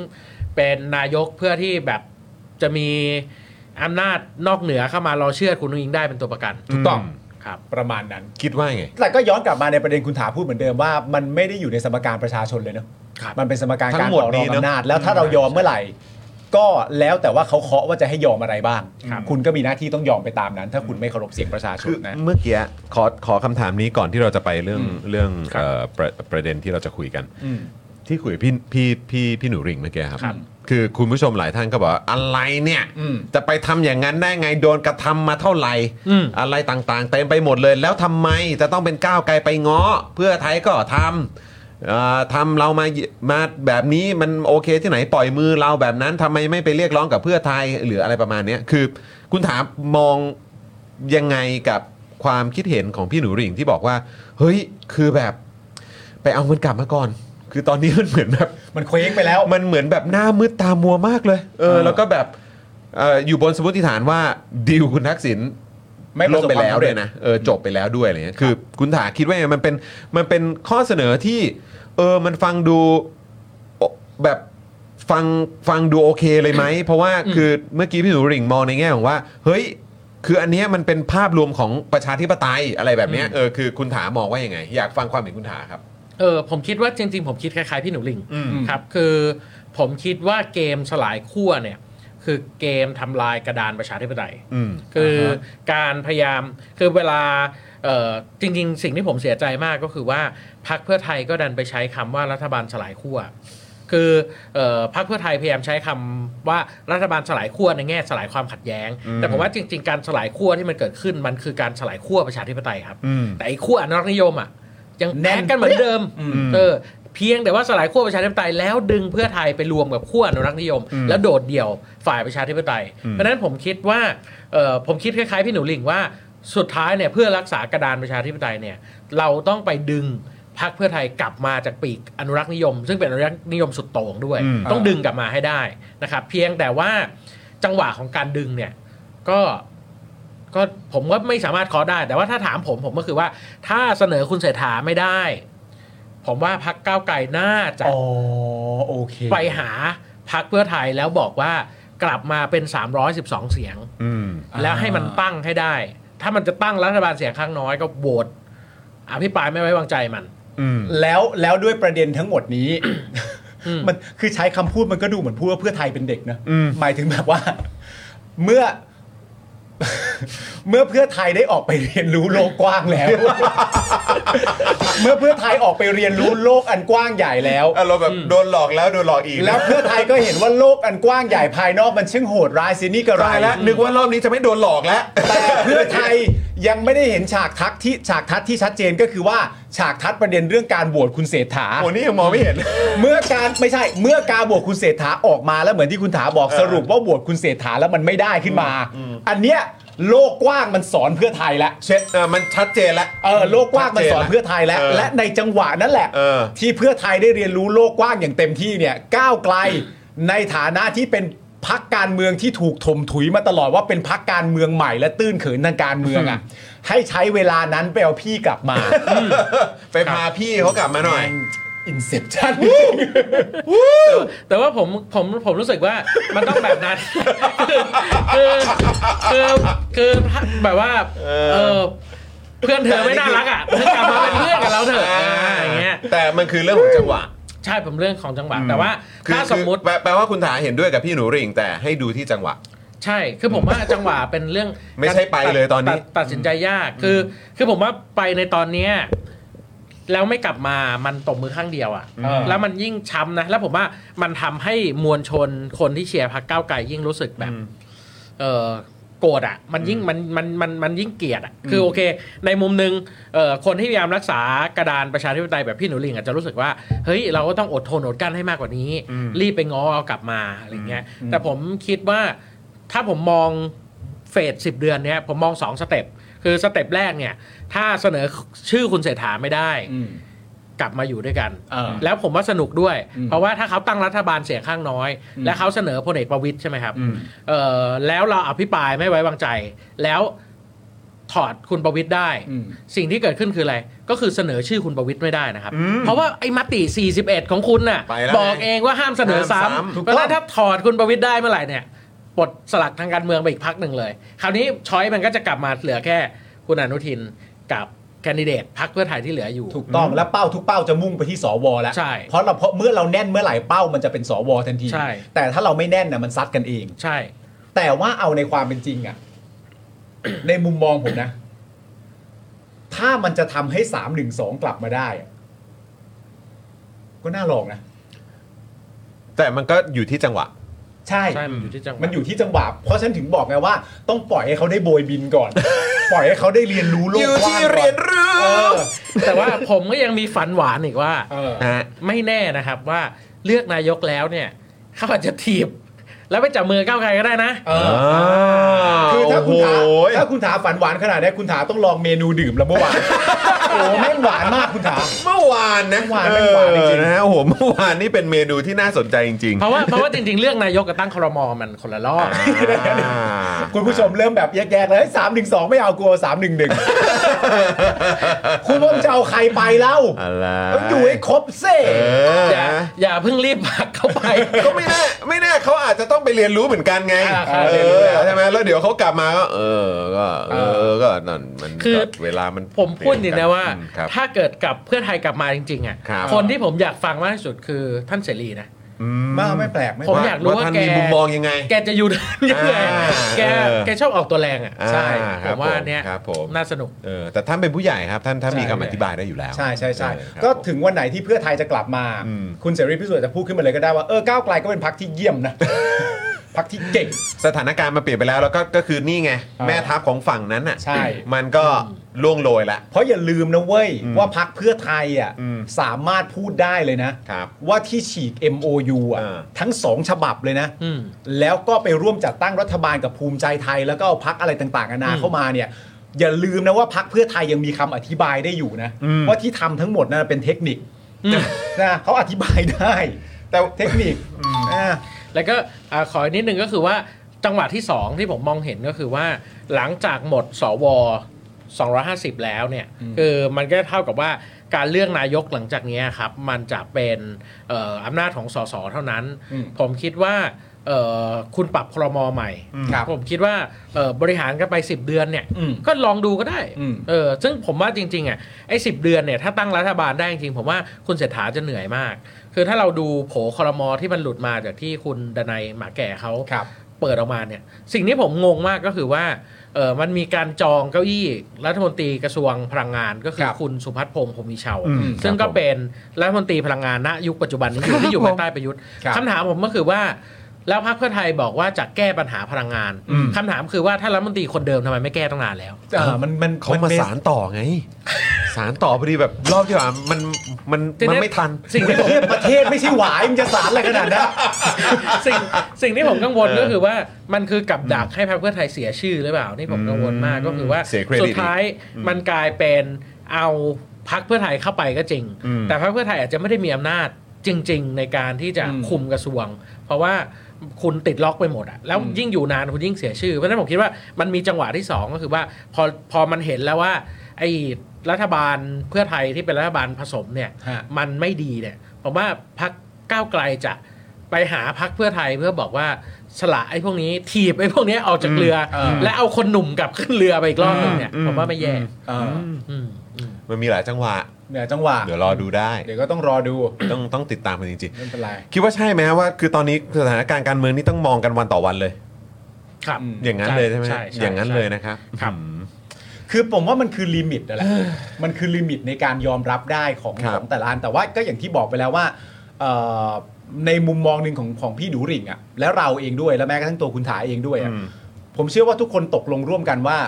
[SPEAKER 6] เป็นนายกเพื่อที่แบบจะมีอำนาจนอกเหนือเข้ามารอเชื่อดคุณนุ้งอิงได้เป็นตัวประกัน
[SPEAKER 2] ถูกต้อง
[SPEAKER 6] ครับ
[SPEAKER 2] ประมาณนั้น
[SPEAKER 1] คิดว่าไง
[SPEAKER 2] แต่ก็ย้อนกลับมาในประเด็นคุณถาพูดเหมือนเดิมว่ามันไม่ได้อยู่ในสมการประชาชนเลยเนอะ
[SPEAKER 6] ครับ
[SPEAKER 2] มันเป็นสมการ
[SPEAKER 1] ทั้
[SPEAKER 2] การ
[SPEAKER 1] งหมด
[SPEAKER 2] ต่อร
[SPEAKER 1] นี้
[SPEAKER 2] อง
[SPEAKER 1] เนอะ
[SPEAKER 2] อำนาจแล้วถ้าเรายอมเมื่อไหร่ ก็แล้วแต่ว่าเขาเคาะว่าจะให้ยอมอะไรบ้าง คุณก็มีหน้าที่ต้องยอมไปตามนั้น ถ้าคุณไม่เคารพเสียงประชาช
[SPEAKER 1] คื
[SPEAKER 2] น
[SPEAKER 1] อ
[SPEAKER 2] นะ
[SPEAKER 1] เมื่อกี้ขอขอคำถามนี้ก่อนที่เราจะไปเรื่อง
[SPEAKER 2] อืม
[SPEAKER 1] เรื่อง
[SPEAKER 2] ครับ
[SPEAKER 1] เอ่อประประเด็นที่เราจะคุยกัน
[SPEAKER 2] อืม
[SPEAKER 1] ที่คุยกับพี่พี่พี่พี่หนูริ่งเมื่อกี้ครับ
[SPEAKER 2] ครับ
[SPEAKER 1] คือคุณผู้ชมหลายท่านก็บอกว่าอะไรเนี่ย
[SPEAKER 2] อืม
[SPEAKER 1] จะไปทำอย่างนั้นได้ไงโดนกระทำมาเท่าไหร่
[SPEAKER 6] อืม
[SPEAKER 1] อะไรต่างๆเต็มไปหมดเลย แล้วทำไมจะต้องเป็นก้าวไกลไปง้อ เพื่อไทยก็ทำเอ่อทำเรามามาแบบนี้มันโอเคที่ไหนปล่อยมือเราแบบนั้นทำไมไม่ไปเรียกร้องกับเพื่อไทยหรืออะไรประมาณเนี้ยคือ คุณถามมองยังไงกับความคิดเห็นของพี่หนูริ่งที่บอกว่า เฮ้ยคือแบบ ไปเอามันกลับมาก่อน คือตอนนี้มันเหมือนแบบ
[SPEAKER 2] มันเคว้งไปแล้ว
[SPEAKER 1] มันเหมือนแบบหน้ามืดตามัวมากเลย เออ
[SPEAKER 2] อ่า
[SPEAKER 1] แล้วก็แบบเอ่ออยู่บนสมมติฐานว่าดีลคุณทักษิณ
[SPEAKER 2] ไม่ประ
[SPEAKER 1] ล่ม
[SPEAKER 2] สบ
[SPEAKER 1] ไป
[SPEAKER 2] ความ
[SPEAKER 1] แล้ว
[SPEAKER 2] สำ
[SPEAKER 1] เล
[SPEAKER 2] เร็
[SPEAKER 1] ย
[SPEAKER 2] จ
[SPEAKER 1] นะ เออ จบไปแล้วด้วยอะไรเงี้ย คือคุณถาคิดว่าไงมันเป็น มันเป็นข้อเสนอที่ เออ มันฟังดูโอแบบฟังฟังดูโอเคเลยไหม เพราะว่าคือเมื่อกี้พี่หนูหริ่งมองในแง่ของว่า เฮ้ย คืออันเนี้ยมันเป็นภาพรวมของประชาธิปไตยอะไรแบบเนี้ย เออ คือคุณถามองว่ายังไง อยากฟังความเห็นคุณถาครับ
[SPEAKER 6] เออผมคิดว่าจริงๆ ผมคิดคล้ายๆพี่หนูลิง
[SPEAKER 1] อืม
[SPEAKER 6] ครับคือผมคิดว่าเกมสลายขั้วเนี่ยคือเกมทำลายกระดานประชาธิปไตย
[SPEAKER 1] อืม
[SPEAKER 6] คือการพยายามคือเวลาเอ่อจริง ๆ สิ่งที่ผมเสียใจมากก็คือว่าพักเพื่อไทยก็ดันไปใช้คำว่ารัฐบาลสลายขั้วคือเอ่อพักเพื่อไทยพยายามใช้คำว่ารัฐบาลสลายขั้วในแง่สลายความขัดแย้ง
[SPEAKER 1] อืม
[SPEAKER 6] แต่ผมว่าจริง ๆ การสลายขั้วที่มันเกิดขึ้นมันคือการสลายขั้วประชาธิปไตยครับ
[SPEAKER 1] อืม
[SPEAKER 6] แต่ไอ้ขั้วอนรักษ์นิยมอ่ะยัง
[SPEAKER 2] แน่
[SPEAKER 6] แน่
[SPEAKER 2] น
[SPEAKER 6] นกันเหมือนเดิม
[SPEAKER 1] อืม
[SPEAKER 6] เออเพียงแต่ว่าสลายขั้วประชาธิปไตยแล้วดึงเพื่อไทยไปรวมกับขั้วอนุรักษ์นิยม
[SPEAKER 1] อืม
[SPEAKER 6] แล้วโดดเดี่ยวฝ่ายประชาธิปไตย
[SPEAKER 1] อืม
[SPEAKER 6] เพราะฉะนั้นผมคิดว่าเออผมคิดคล้ายๆพี่หนูหลิงว่าสุดท้ายเนี่ยเพื่อรักษากระดานประชาธิปไตยเนี่ยเราต้องไปดึงพรรคเพื่อไทยกลับมาจากปีกอนุรักษ์นิยม ซึ่งเป็นอนุรักษ์นิยมสุดโต่งด้วย
[SPEAKER 1] อืม
[SPEAKER 6] ต้องดึงกลับมาให้ได้นะครับเพียงแต่ว่าจังหวะของการดึงเนี่ยก็ ก็ผมก็ไม่สามารถขอได้ แต่ว่าถ้าถามผมผมก็คือว่า ถ้าเสนอคุณเศรษฐาไม่ได้ ผมว่าพักก้าวไกลน่าจะ
[SPEAKER 2] อ๋อโอเค
[SPEAKER 6] ไปหาพักเพื่อไทยแล้วบอกว่ากลับมาเป็น 312 เสียง
[SPEAKER 1] อืม
[SPEAKER 6] แล้วให้มันตั้งให้ได้ ถ้ามันจะตั้งรัฐบาลเสียงข้างน้อยก็โหวตอภิปรายไม่ไว้วางใจมัน
[SPEAKER 1] อืม
[SPEAKER 2] แล้วแล้วด้วยประเด็นทั้งหมดนี้
[SPEAKER 6] อืม
[SPEAKER 2] มันคือใช้คำพูดมันก็ดูเหมือนพูดว่าเพื่อไทยเป็นเด็กนะ
[SPEAKER 1] อืม
[SPEAKER 2] หมายถึงแบบว่า เมื่อ เมื่อเพื่อไทยได้ออกไปเรียนรู้โลกกว้างแล้ว เมื่อเพื่อไทยออกไปเรียนรู้โลกอันกว้างใหญ่แล้ว
[SPEAKER 1] อารมณ์แบบโดนหลอกแล้วโดนหลอกอีกนะ
[SPEAKER 2] แล้วเพื่อไทยก็เห็นว่าโลกอันกว้างใหญ่ภายนอกมันช่างโหดร้ายซินี่กระไร
[SPEAKER 1] ตายแล้วนึกว่ารอบนี้จะไม่โดนหลอกแล้ว
[SPEAKER 2] แต่เพื่อไทยยังไม่ได้เห็นฉากทักที่ฉากทัศน์ที่ชัดเจนก็คือว่าฉากทัศน์ประเด็นเรื่องการโหวตคุณเศรษฐา
[SPEAKER 1] โอ้นี่ยังมองไม่เห็น
[SPEAKER 2] เมื่อการไม่ใช่เมื่อการโหวตคุณเศรษฐาออกมาแล้วเหมือนที่คุณถาบอก
[SPEAKER 1] เออ
[SPEAKER 2] สรุปว่าโหวตคุณเศรษฐาแล้วมันไม่ได้ขึ้นมา
[SPEAKER 1] อืม
[SPEAKER 2] อันเนี้ยโลกกว้างมันสอนเพื่อไทยแล้ว
[SPEAKER 1] เช็ดเออมันชัดเจนแล้ว
[SPEAKER 2] เออโลกกว้างมันสอนเพื่อไทยแล้ว
[SPEAKER 1] เออ
[SPEAKER 2] และในจังหวะนั่นแหละ
[SPEAKER 1] เออ
[SPEAKER 2] ที่เพื่อไทยได้เรียนรู้โลกกว้างอย่างเต็มที่เนี่ยก้าวไกลในฐานะที่เป็นพักการเมืองที่ถูกถมถุยมาตลอดว่าเป็นพักการเมืองใหม่และตื้นเขินทางการเมืองอ่ะให้ใช้เวลานั้นไปเอาพี่กลับมา
[SPEAKER 1] ไปพาพี่เขากลับมาหน่อย
[SPEAKER 2] อินเซป ชั่น
[SPEAKER 6] แต่ว่าผมผมผมรู้สึกว่ามันต้องแบบนั้น คือคือคือคือแบบว่าเออเพื่อนเธอไม่น่ารักอ่ะเธอกลับมาเป็นเพื่อนกับเราเถอะอะไรอย่างเงี้ย
[SPEAKER 1] แต่มันคือเรื่องของจังหวะ
[SPEAKER 6] ใช่ผมเรื่องของจังหวะแต่ว่า
[SPEAKER 1] คือ
[SPEAKER 6] ถ้าสมมติ
[SPEAKER 1] คือแปลแปลว่าคุณถาเห็นด้วยกับพี่หนูริ่ง แต่ให้ดูที่จังหวะ
[SPEAKER 6] ใช่ คือผมว่าจังหวะเป็นเรื่อง
[SPEAKER 1] ไม่ใช่ไปเลยตอนนี้
[SPEAKER 6] ดตัดสินใจยาก คือ คือผมว่าไปในตอนเนี้ยแล้วไม่กลับมา มันตบมือข้างเดียวอะ
[SPEAKER 2] เออ
[SPEAKER 6] ่ะ แล้วมันยิ่งช้ำนะ แล้วผมว่ามันทำให้มวลชนคนที่เชียร์พรรคก้าวไกลยิ่งรู้สึกแบบ เออโกรธอ่ะ มันยิ่งมันมันมันมันยิ่งเกลียดอ่ะ คือโอเค ในมุมหนึ่งเอ่อคนที่พยายามรักษากระดานประชาธิปไตยแบบพี่หนูลิงอาจจะรู้สึกว่า เฮ้ย เราก็ต้องอดทนอดกลั้นให้มากกว่านี้ รีบไปง้อเอากลับมาอะไรเงี้ย แต่ผมคิดว่าถ้าผมมองเฟสสิบเดือนเนี้ยผมมองสองสเต็ป คือสเต็ปแรกเนี่ย ถ้าเสนอชื่อคุณเศรษฐาไม่ได้ กลับมาอยู่ด้วยกัน
[SPEAKER 2] เออ
[SPEAKER 6] แล้วผมว่าสนุกด้วย
[SPEAKER 2] อืม
[SPEAKER 6] เพราะว่าถ้าเขาตั้งรัฐบาลเสียงข้างน้อย
[SPEAKER 2] อืม
[SPEAKER 6] และเขาเสนอพลเอกประวิตยใช่ไหมครับ
[SPEAKER 2] อืม
[SPEAKER 6] เออแล้วเราอภิปรายไม่ไว้วางใจ แล้วถอดคุณประวิตยได้ สิ่งที่เกิดขึ้นคืออะไร ก็คือเสนอชื่อคุณประวิตยไม่ได้นะครับ เพราะว่าไอ้มติ 41 ของคุณน่ะ
[SPEAKER 1] ไปแล้ว
[SPEAKER 6] บอกเองว่าห้ามเสนอซ้
[SPEAKER 1] ห้ามซ้ำถู
[SPEAKER 6] ำ
[SPEAKER 1] กต้อง
[SPEAKER 6] เพราะฉะนั้นถ้าถอดคุณประวิตยได้เมื่อไหร่เนี่ยปลดสลักทางการเมืองไปอีกพักหนึ่งเลย คราวนี้ช้อยมันก็จะกลับมาเหลือแค่ คุณอนุทินกับแคนดิเดตพรรคเพื่อไทยที่เหลืออยู่
[SPEAKER 2] ถูกต้องและเป้าทุกเป้าจะมุ่งไปที่สวแล้ว
[SPEAKER 6] ใช่
[SPEAKER 2] เพราะเราเพราะเมื่อเราแน่นเมื่อไหร่เป้ามันจะเป็นสวทันที
[SPEAKER 6] ใช่
[SPEAKER 2] แต่ถ้าเราไม่แน่นนะมันซัดกันเอง
[SPEAKER 6] ใช่
[SPEAKER 2] แต่ว่าเอาในความเป็นจริง อะ ในมุมมองผมนะ ถ้ามันจะทำให้สามหนึ่งสองกลับมาได้อะก็น่าลองนะ
[SPEAKER 1] แต่มันก็อยู่ที่จังหวะ
[SPEAKER 2] ใช่
[SPEAKER 6] ใช่ มันอยู่ที่จังหวัด
[SPEAKER 2] มันอยู่ที่จังหวะ เพราะฉันถึงบอกไงว่า ต้องปล่อยให้เขาได้โบยบินก่อน ปล่อยให้เขาได้เรียนรู้โล
[SPEAKER 1] อก ยู่
[SPEAKER 2] กว้าง
[SPEAKER 1] ที่
[SPEAKER 2] ก่อน
[SPEAKER 1] เรียนรู้
[SPEAKER 2] เออ
[SPEAKER 6] แต่ว่าผมก็ยังมีฝันหวานอีกว่า
[SPEAKER 2] เออ
[SPEAKER 1] ฮะ
[SPEAKER 6] ไม่แน่นะครับว่าเลือกนายกแล้วเนี่ย เขาอาจจะถีบ แล้วไปจับมือก้าวไกลก็ได้นะ
[SPEAKER 2] เออ
[SPEAKER 1] า
[SPEAKER 2] คือถ้าคุณถา
[SPEAKER 1] โอ้ย
[SPEAKER 2] ถ้าคุณถาฝันหวานขนาดนี้คุณถาต้องลองเมนูดื่มแล้วเมื่อวาน โอ้แม่งหวานมากคุณถา
[SPEAKER 1] เมื่อวานนะ
[SPEAKER 2] เมื่อวานเป็นหวานจริงๆ
[SPEAKER 1] เออนะฮะโอ้โหเมื่อวานนี่เป็นเมนูที่น่าสนใจจริง
[SPEAKER 6] เพราะว่าเพราะว่าจริงๆ เลือกนายกกับตั้งครมมันคนละรอบ
[SPEAKER 1] ๆอ่า
[SPEAKER 2] คุณผู้ชมเริ่มแบบแยกๆเลยสามหนึ่งสองไม่เอากลัวสามหนึ่งหนึ่ง คุณว่ามันจะเอาใครไปเล่า
[SPEAKER 1] อะไร
[SPEAKER 2] ต้องอยู่ให้ครบเซ่
[SPEAKER 1] เออ
[SPEAKER 6] อย่าอย่าเพิ่งรีบผลักเข้าไป
[SPEAKER 1] ก็ไม่แน่ไม่แน่เขาอาจจะต้องไปเรียนรู้เหมือนกันไง
[SPEAKER 6] อ่าครับ
[SPEAKER 1] เอ
[SPEAKER 6] เรียนรู้
[SPEAKER 1] อ
[SPEAKER 6] แล้ว
[SPEAKER 1] ใช่ไหมแล้วเดี๋ยวเขากลับมาก็เออก็เออก็นั่นมัน
[SPEAKER 6] คือ
[SPEAKER 1] ก็เวลามัน
[SPEAKER 6] ผมพูดจริงนะว่า
[SPEAKER 1] อืมครับ
[SPEAKER 6] ถ้าเกิดกับเพื่อไทยกลับมาจริงๆอ่ะ
[SPEAKER 1] ครับ
[SPEAKER 6] คนที่ผมอยากฟังมากที่สุดคือท่านเสรีนะ
[SPEAKER 1] อื
[SPEAKER 2] มาไม่แปลกไม่
[SPEAKER 6] ผม
[SPEAKER 2] แปลก
[SPEAKER 6] อยากรู้ว่า
[SPEAKER 1] ท่น
[SPEAKER 6] แก
[SPEAKER 1] มีมุมมองยังไง
[SPEAKER 6] แกจะอยู่ได้ยังไง
[SPEAKER 1] อ่า
[SPEAKER 6] แก
[SPEAKER 1] เออ
[SPEAKER 6] แกชอบออกตัวแรงอ่ะ
[SPEAKER 1] อ่า
[SPEAKER 6] ใช่
[SPEAKER 1] ค
[SPEAKER 6] ผ
[SPEAKER 1] รับ
[SPEAKER 6] มว่าอันเนี้ย
[SPEAKER 1] ครับผม
[SPEAKER 6] น่าสนุก
[SPEAKER 1] เออแต่ท่านเป็นผู้ใหญ่ครับ ท่านท่านมี
[SPEAKER 2] ใช่
[SPEAKER 1] คำอธิบายได้อยู่แล้ว
[SPEAKER 2] ใช่ใช่ใช่
[SPEAKER 1] เออครับ
[SPEAKER 2] ก็
[SPEAKER 1] ผม
[SPEAKER 2] ถึงวันไหนที่เพื่อไทยจะกลับมา
[SPEAKER 1] อืม
[SPEAKER 2] คุณเสรีพิสุทธิ์จะพูดขึ้นมาเลยก็ได้ว่าเออก้าวไกลก็เป็นพักที่เยี่ยมนะ พักที่เก่ง
[SPEAKER 1] สถานการณ์มันเปลี่ยนไปแล้วแล้วก็ก็คือนี่ไง
[SPEAKER 2] อ่า
[SPEAKER 1] แม่ทัพของฝั่งนั้นอ่ะ
[SPEAKER 2] ใช่
[SPEAKER 1] มันก็ล่วงโรยละ
[SPEAKER 2] เพราะอย่าลืมนะเว้ย
[SPEAKER 1] อืม
[SPEAKER 2] ว่าพักเพื่อไทยอ่ะ
[SPEAKER 1] อืม
[SPEAKER 2] สามารถพูดได้เลยนะ
[SPEAKER 1] ครับ
[SPEAKER 2] ว่าที่ฉีก MOU อ่ะ
[SPEAKER 1] อ่า
[SPEAKER 2] ทั้งสองฉบับเลยนะ
[SPEAKER 6] อืม
[SPEAKER 2] แล้วก็ไปร่วมจัดตั้งรัฐบาลกับภูมิใจไทย แล้วก็เอาพักอะไรต่างๆนานาเข้ามาเนี่ย อย่าลืมนะว่าพักเพื่อไทยยังมีคำอธิบายได้อยู่นะ ว่าที่ทำทั้งหมดนั้นเป็นเทคนิคนะเขาอธิบายได้ แต่เทคนิคอ่า
[SPEAKER 6] แล้วก็อ่าขออีกนิดนึงก็คือว่าจังหวะที่ 2 ที่ผมมองเห็นก็คือว่าหลังจากหมดสว 250 แล้วเนี่ยคือมันก็เท่ากับว่าการเลือกนายกหลังจากเนี้ยครับมันจะเป็นเอ่ออำนาจของสสเท่านั้น
[SPEAKER 2] อืม
[SPEAKER 6] ผมคิดว่าเอ่อคุณปรับครมใหม่
[SPEAKER 2] ครับ
[SPEAKER 6] ผมคิดว่าเอ่อบริหารกันไป 10 เดือนเนี่ย
[SPEAKER 2] อืม
[SPEAKER 6] ก็ลองดูก็ได้
[SPEAKER 2] อืม
[SPEAKER 6] เออซึ่งผมว่าจริงๆอ่ะไอ้สิเดือนเนี่ยถ้าตั้งรัฐบาลได้จริงๆผมว่าคุณเศรษฐาจะเหนื่อยมาก คือถ้าเราดูโผล่ครมที่มันหลุดมาจากที่คุณดนัยหมาแก่เขา
[SPEAKER 2] ครับ
[SPEAKER 6] เปิดออกมาเนี่ยสิ่งที่ผมงงมากก็คือว่าเออมันมีการจองเก้าอี้รัฐมนตรีกระทรวงพลังงานก็คือ
[SPEAKER 2] ครับ
[SPEAKER 6] คุณสุพัฒน์พงษ์พรหมวิเชาว
[SPEAKER 1] อืม
[SPEAKER 6] ซึ่ง
[SPEAKER 1] ครั
[SPEAKER 6] ก็
[SPEAKER 1] บผม
[SPEAKER 6] เป็นรัฐมนตรีพลังงานณยุคปัจจุบันนี้อยู่ที่อยู่ภายใต้ประยุทธ์
[SPEAKER 2] ครับ
[SPEAKER 6] คำถามผมก็คือว่า แล้วพรรคเพื่อไทยบอกว่าจะแก้ปัญหาพลังงานคำถามคือว่าถ้ารัฐมนตรีคนเดิมทำไมไม่แก้ตั้งนานแล้ว
[SPEAKER 2] เอ่อมันมัน
[SPEAKER 1] เขามาน
[SPEAKER 2] ป็น
[SPEAKER 1] สารต่อไง สารต่อพอดีแบบรอบที่ว่ามันมัน
[SPEAKER 6] ทีนี้
[SPEAKER 1] มันไม่ทัน
[SPEAKER 6] สิ่ง ที่ผม
[SPEAKER 2] เทียบประเทศไม่ใช่หวายมันจะสารอะไรขนาดนั้น
[SPEAKER 6] สิ่งสิ่งที่ผมกังวล
[SPEAKER 1] เออ
[SPEAKER 6] ก็คือว่ามันคือกับดักให้พรรคเพื่อไทยเสียชื่อหรือเปล่านี่ผมกังวลมากก็คือว่า
[SPEAKER 1] เสียเครดิต
[SPEAKER 6] สุดท้ายมันกลายเป็นเอาพรรคเพื่อไทยเข้าไปก็จริง
[SPEAKER 1] อืม
[SPEAKER 6] แต่พรรคเพื่อไทยอาจจะไม่ได้มีอำนาจจริง ๆ ในการที่จะ
[SPEAKER 2] อืม
[SPEAKER 6] คุมกระทรวง เพราะว่าคุณติดล็อกไปหมดอะแล้ว
[SPEAKER 2] อืม
[SPEAKER 6] ยิ่งอยู่นานคุณยิ่งเสียชื่อเพราะฉะนั้นผมคิดว่ามันมีจังหวะที่สองก็คือว่าพอพอมันเห็นแล้วว่าไอ้รัฐบาลเพื่อไทยที่เป็นรัฐบาลผสมเนี่ย
[SPEAKER 2] ฮะ
[SPEAKER 6] มันไม่ดีเนี่ยผมว่าพักก้าวไกลจะไปหาพักเพื่อไทยเพื่อบอกว่าสละไอ้พวกนี้ถีบไอ้พวกนี้ออกจากเรือ
[SPEAKER 2] เออ
[SPEAKER 6] และเอาคนหนุ่มกลับขึ้นเรือไปอีกรอบหนึงเนี่ย
[SPEAKER 1] อืม
[SPEAKER 6] ผมว่าไม่แย่
[SPEAKER 2] เออ
[SPEAKER 6] อืมอืม
[SPEAKER 1] มันมีหลายจังหวะ
[SPEAKER 2] เดี๋ยวจังหวะ
[SPEAKER 1] เดี๋ยวรอดูได้
[SPEAKER 2] เดี๋ยวก็ต้องรอดู
[SPEAKER 1] ต้องต้องติดตามมันจริง
[SPEAKER 2] ไม่เป็นไร
[SPEAKER 1] ๆ คิดว่าใช่ไหมว่าคือตอนนี้สถานการณ์การเมืองนี่ต้องมองกันวันต่อวันเลย
[SPEAKER 6] ครับ
[SPEAKER 2] อืม
[SPEAKER 1] อย่างนั้นเลยใช่ไหม
[SPEAKER 6] ใช่ใช่
[SPEAKER 1] อย่างนั้นเลยนะครับ
[SPEAKER 6] ครับ
[SPEAKER 1] อืม
[SPEAKER 2] คือผมว่ามันคือลิมิตนั่นแหละมันคือลิมิตในการยอมรับได้ของ
[SPEAKER 1] ครั
[SPEAKER 2] ข
[SPEAKER 1] บ
[SPEAKER 2] องแต่ละอันแต่ว่าก็อย่างที่บอกไปแล้วว่าเอ่อในมุมมองหนึ่งของของพี่ดูหริ่งอะและเราเองด้วยและแม้กระทั่งตัวคุณถาเองด้วยอะ
[SPEAKER 1] อืม
[SPEAKER 2] ผมเชื่อว่าทุกคนตกลงร่วมกันว่า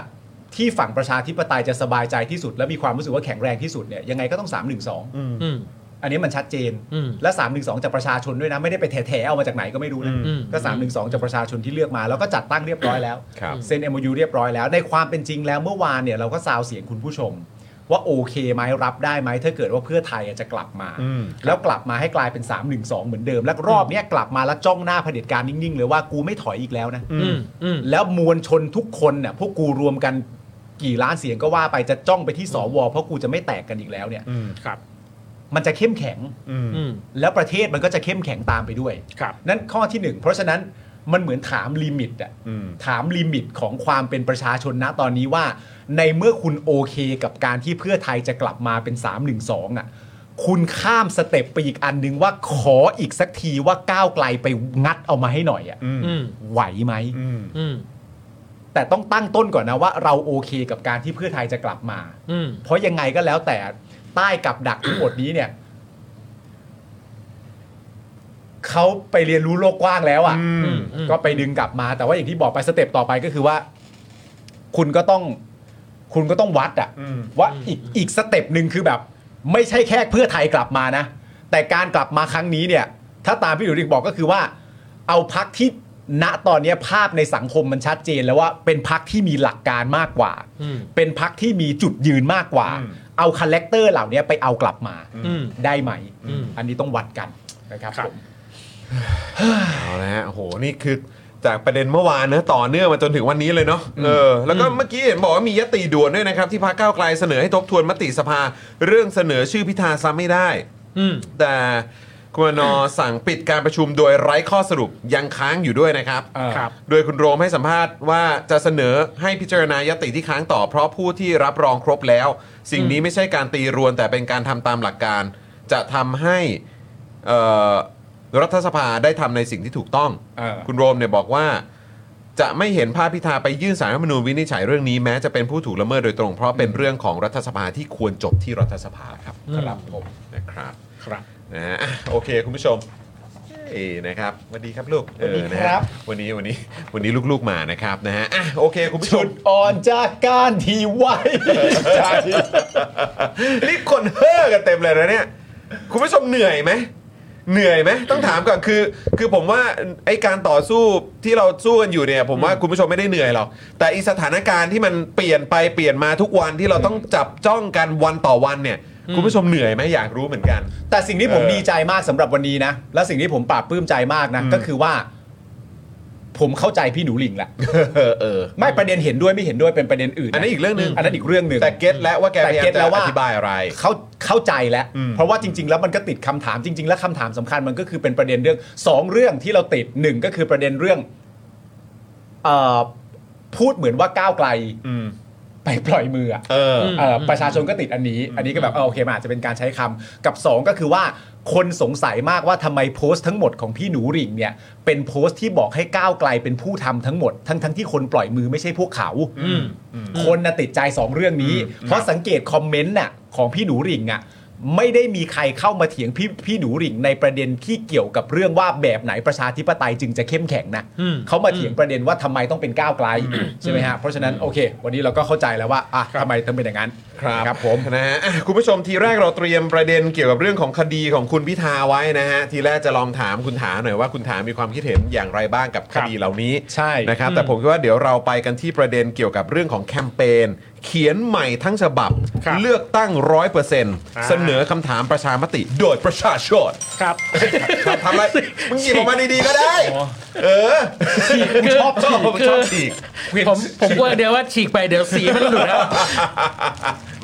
[SPEAKER 2] ที่ฝั่งประชาธิปไตยจะสบายใจที่สุด และมีความรู้สึกว่าแข็งแรงที่สุดเนี่ยยังไงก็ต้อง3 1 2
[SPEAKER 6] อืม
[SPEAKER 2] อันนี้มันชัดเจน
[SPEAKER 6] อืม
[SPEAKER 2] และ 3 1 2 จากประชาชนด้วยนะ ไม่ได้ไปแถๆเอามาจากไหนก็ไม่รู้นะ
[SPEAKER 6] อืม
[SPEAKER 2] ก็ 3 1 2 จากประชาชนที่เลือกมา แล้วก็จัดตั้งเรียบร้อยแล้ว
[SPEAKER 1] ครับ
[SPEAKER 2] เซ็น MOU เรียบร้อยแล้ว ในความเป็นจริงแล้วเมื่อวานเนี่ยเราก็ซาวเสียงคุณผู้ชม ว่าโอเคไหมรับได้ไหมถ้าเกิดว่าเพื่อไทยอาจจะกลับมา
[SPEAKER 1] อืม
[SPEAKER 2] แล้วกลับมาให้กลายเป็น 3 1 2 เหมือนเดิม แล้วรอบเนี้ยกลับมาแล้วจ้องหน้าเผด็จการนิ่งๆเลยว่ากูไม่ถอยอีกแล้วนะ
[SPEAKER 6] อืมอืม
[SPEAKER 2] แล้วมวลชนทุกคนเนี่ยพวกกูรวมกันกี่ล้านเสียงก็ว่าไปจะจ้องไปที่สวเพราะกูจะไม่แตกกันอีกแล้วเนี่ย
[SPEAKER 1] อืม
[SPEAKER 6] ครับ
[SPEAKER 2] มันจะเข้มแข็ง
[SPEAKER 1] อืม
[SPEAKER 6] อืม
[SPEAKER 2] แล้วประเทศมันก็จะเข้มแข็งตามไปด้วย
[SPEAKER 6] ครับ
[SPEAKER 2] นั่นข้อที่หนึ่งเพราะฉะนั้น มันเหมือนถามลิมิตอะ
[SPEAKER 1] อืม
[SPEAKER 2] ถามลิมิตของความเป็นประชาชนนะตอนนี้ว่า ในเมื่อคุณโอเคกับการที่เพื่อไทยจะกลับมาเป็น 3 1 2อ่ะ คุณข้ามสเต็ปไปอีกอันนึงว่าขออีกสักทีว่าก้าวไกลไปงัดเอามาให้หน่อยอ่ะ
[SPEAKER 1] อืม
[SPEAKER 6] อืม
[SPEAKER 2] ไหวไหม
[SPEAKER 1] อืม
[SPEAKER 6] อืม
[SPEAKER 2] แต่ต้องตั้งต้นก่อนนะว่าเราโอเคกับการที่เพื่อไทยจะกลับมา
[SPEAKER 6] อืม
[SPEAKER 2] เพราะยังไงก็แล้วแต่ใต้กับดักทั้งหมดนี้เนี่ย เขาไปเรียนรู้โลกกว้างแล้วอ่ะ
[SPEAKER 1] อื
[SPEAKER 6] อื
[SPEAKER 1] ม
[SPEAKER 6] มอืม
[SPEAKER 2] ก็ไปดึงกลับมา แต่ว่าอย่างที่บอกไปสเต็ปต่อไปก็คือว่า คุณก็ต้อง คุณก็ต้องวัดอ่ะ
[SPEAKER 1] อืม
[SPEAKER 2] ว่า
[SPEAKER 6] อืม
[SPEAKER 2] อีกอีกสเต็ปหนึ่งคือแบบ ไม่ใช่แค่เพื่อไทยกลับมานะ แต่การกลับมาครั้งนี้เนี่ย ถ้าตามพี่ดุริกบอกก็คือว่า เอาพักที่ณตอนเนี้ยภาพในสังคมมันชัดเจนแล้วว่าเป็นพักที่มีหลักการมากกว่า
[SPEAKER 6] อืม
[SPEAKER 2] เป็นพักที่มีจุดยืนมากกว่า
[SPEAKER 1] อืม
[SPEAKER 2] เอาคาแรคเตอร์เหล่านี้ไปเอากลับมา
[SPEAKER 6] อืม
[SPEAKER 2] ได้ไหม
[SPEAKER 6] อืม
[SPEAKER 2] อันนี้ต้องวัดกันนะครับผม
[SPEAKER 1] เอาละฮะโอ้โห นี่คือจากประเด็นเมื่อวานนะต่อเนื่องมาจนถึงวันนี้เลยเนาะ เออ แล้วก็เมื่อกี้เห็นบอกว่ามียติด่วนด้วยนะครับ ที่พรรคก้าวไกลเสนอให้ทบทวนมติสภา เรื่องเสนอชื่อพิธาซ้ำไม่ได้
[SPEAKER 6] อืม
[SPEAKER 1] แต่คุณวนอสั่งปิดการประชุมโดยไร้ข้อสรุปยังค้างอยู่ด้วยนะครับ
[SPEAKER 2] เออครับ
[SPEAKER 1] โดยคุณโรมให้สัมภาษณ์ว่าจะเสนอให้พิจารณายติที่ค้างต่อ เพราะผู้ที่รับรองครบแล้ว สิ่งนี้ไม่ใช่การตีรวนแต่เป็นการทำตามหลักการ จะทำให้เอ่อรัฐสภาได้ทำในสิ่งที่ถูกต้อง
[SPEAKER 2] เออ
[SPEAKER 1] คุณโรมเนี่ยบอกว่า จะไม่เห็นภาพพิธาไปยื่นสารรัฐธรรมนูญวินิจฉัยเรื่องนี้แม้จะเป็นผู้ถูกละเมิดโดยตรง เพราะเป็นเรื่องของรัฐสภาที่ควรจบที่รัฐสภาครับ
[SPEAKER 6] อืม
[SPEAKER 1] ครับผมนะครับ
[SPEAKER 6] ครับ
[SPEAKER 1] นะฮะอ่ะโอเค คุณผู้ชมเอ้ยนะครับสวัสดีครับลูก
[SPEAKER 2] สวัสดี
[SPEAKER 1] เออนะ
[SPEAKER 2] ครั
[SPEAKER 1] ฮะ
[SPEAKER 2] บ
[SPEAKER 1] วันนี้วันนี้วันนี้ลูกๆมานะครับนะฮะอ่ะโอเค คุณผู้ช
[SPEAKER 2] จุ
[SPEAKER 1] ม
[SPEAKER 2] ดอ่อนจากการที่ไว้ ใจ
[SPEAKER 1] นี่คนเฮ้อกันเต็มเลยนะเนี่ย คุณผู้ชมเหนื่อยไหมเหนื่อยไหมต้องถามก่อนคือ คือผมว่าไอการต่อสู้ที่เราสู้กันอยู่เนี่ย ผมว่าคุณผู้ชมไม่ได้เหนื่อยหรอกแต่อีสถานการณ์ที่มันเปลี่ยนไปเปลี่ยนมาทุกวันที่เราต้องจับจ้องกันวันต่อวันเนี่ย คุณผู้ชมเหนื่อยไหมอยากรู้เหมือนกัน
[SPEAKER 2] แต่สิ่งที่ผม
[SPEAKER 1] เออ
[SPEAKER 2] ดีใจมากสำหรับวันนี้นะ และสิ่งที่ผมปราบปลื้มใจมากนะ
[SPEAKER 1] อืม
[SPEAKER 2] ก็คือว่า ผมเข้าใจพี่หนูหลิงละ
[SPEAKER 1] เออเออ
[SPEAKER 2] ไม่ประเด็นเห็นด้วยไม่เห็นด้วยเป็นประเด็นอื่น
[SPEAKER 1] อันนั้นอีกเรื่องหนึง
[SPEAKER 2] อันนั้นอีกเรื่องหนึ่ง
[SPEAKER 1] แต่เก็ตแล้วว่าแก
[SPEAKER 2] แต่
[SPEAKER 1] พยายา
[SPEAKER 2] เก็
[SPEAKER 1] ม
[SPEAKER 2] ต
[SPEAKER 1] จะ
[SPEAKER 2] แล้วว่า
[SPEAKER 1] อธิบายอะไร
[SPEAKER 2] เข้าเข้าใจแล้ว
[SPEAKER 1] อืม
[SPEAKER 2] เพราะว่าจริง ๆ แล้วมันก็ติดคำถามจริง ๆ แล้วคำถามสำคัญมันก็คือเป็นประเด็นเรื่องสองเรื่องที่เราติดหนึ่งก็คือประเด็นเรื่องเอ่อพูดเหมือนว่าก้าวไกลไปปล่อยมืออะ
[SPEAKER 1] เออ
[SPEAKER 2] เอ่อประชาชนก็ติดอันนี้ อันนี้ก็แบบเออโอเคมันอาจจะเป็นการใช้คำกับ 2 ก็คือว่าคนสงสัยมากว่าทำไมโพสต์ทั้งหมดของพี่หนูหริ่งเนี่ยเป็นโพสต์ที่บอกให้ก้าวไกลเป็นผู้ทำทั้งหมด ทั้งทั้งที่คนปล่อยมือไม่ใช่พวกเขา
[SPEAKER 6] อืม
[SPEAKER 2] คนน่ะติดใจ 2 เรื่องนี้ เพราะสังเกตคอมเมนต์น่ะของพี่หนูหริ่งอ่ะไม่ได้มีใครเข้ามาเถียงพี่พี่หนูหริ่งในประเด็นที่เกี่ยวกับเรื่องว่าแบบไหนประชาธิปไตยจึงจะเข้มแข็งนะ
[SPEAKER 6] อืม
[SPEAKER 2] เขามาเถียงประเด็นว่าทำไมต้องเป็นก้าวไกลใช่ไหมฮะเพราะฉะนั้นโอเค วันนี้เราก็เข้าใจแล้วว่าอ่ะทำไมต้องเป็นอย่างนั้น
[SPEAKER 1] ครับ
[SPEAKER 2] ครับผม
[SPEAKER 1] นะฮะอ่ะคุณผู้ชมทีแรกเราเตรียมประเด็นเกี่ยวกับเรื่องของคดีของคุณพิธาไว้นะฮะทีแรกจะลองถามคุณถาหน่อยว่าคุณถามีความคิดเห็นอย่างไรบ้างกับคดีเหล่านี้
[SPEAKER 2] ใช่
[SPEAKER 1] นะครับแต่ผมคิดว่าเดี๋ยวเราไปกันที่ประเด็นเกี่ยวกับเรื่องของแคมเปญเขียนใหม่ทั้งฉบับ
[SPEAKER 6] ครับ
[SPEAKER 1] เลือกตั้งร้อยเปอร์เซ็นต์
[SPEAKER 6] า
[SPEAKER 1] เสนอคำถามประชามติ โดยประชาชน
[SPEAKER 6] ครับ
[SPEAKER 1] ทำ อะไรมึงหยิบออกมาดีๆก็ได้ เออ
[SPEAKER 6] คือ
[SPEAKER 1] ชอบช อบชอบฉีก
[SPEAKER 6] ผมผมกลัวเดี๋ยวว่าฉีกไปเดี๋ยวสีมันหลุดแล้ว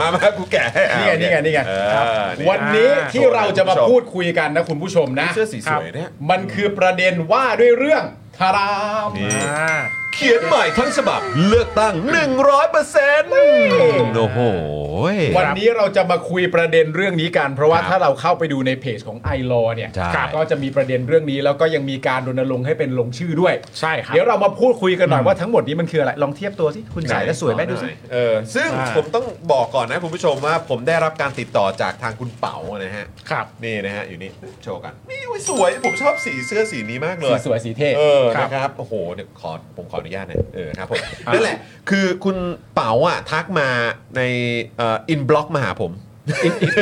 [SPEAKER 1] มามากูแก่ให้เอา
[SPEAKER 2] นี่ไงนี่ไงนี่ไง
[SPEAKER 1] เออนี่
[SPEAKER 2] วันนี้ที่เราจะมา
[SPEAKER 1] คุณผู้ชม
[SPEAKER 2] พูดคุยกันนะคุณผู้ชมนะ
[SPEAKER 1] เสื้อสีสวยเนี่ย
[SPEAKER 2] มันคือประเด็นว่าด้วยเรื่องทาราม
[SPEAKER 1] นี่ เขียนใหม่ทั้งฉบับเลือกตั้ง 100%โอ้โห
[SPEAKER 2] วันนี้เราจะมาคุยประเด็นเรื่องนี้กัน เพราะว่า
[SPEAKER 1] ครับ
[SPEAKER 2] ถ้าเราเข้าไปดูในเพจของไอรอเนี่ย
[SPEAKER 1] ใช่
[SPEAKER 2] ครับก็จะมีประเด็นเรื่องนี้แล้วก็ยังมีการรณรงค์ให้เป็นลงชื่อด้วย
[SPEAKER 6] ใช่ครับ
[SPEAKER 2] เดี๋ยวเรามาพูดคุยกันหน่อยว่าทั้งหมดนี้มันคืออะไรลองเทียบตัวสิคุณใส่แล้วสวยไหมดูสิ
[SPEAKER 1] เออซึ่ง
[SPEAKER 6] อ่า
[SPEAKER 1] ผมต้องบอกก่อนนะคุณผู้ชมว่าผมได้รับการติดต่อจากทางคุณเป๋านะฮะ
[SPEAKER 6] ครับ
[SPEAKER 1] นี่นะฮะ อยู่นี่ โชว์กัน นี่อุ๊ยสวยผมชอบสีเสื้อสีนี้มากเลย
[SPEAKER 2] สีสวยสีเท่
[SPEAKER 1] เออ
[SPEAKER 6] ครับ
[SPEAKER 1] นะครับโอ้โหเดี๋ยวขอผมขออนุญาตนะเออครับผมนั่นแหละ คือคุณเป๋าอ่ะทักมาในเอินบล็อกมาหาผม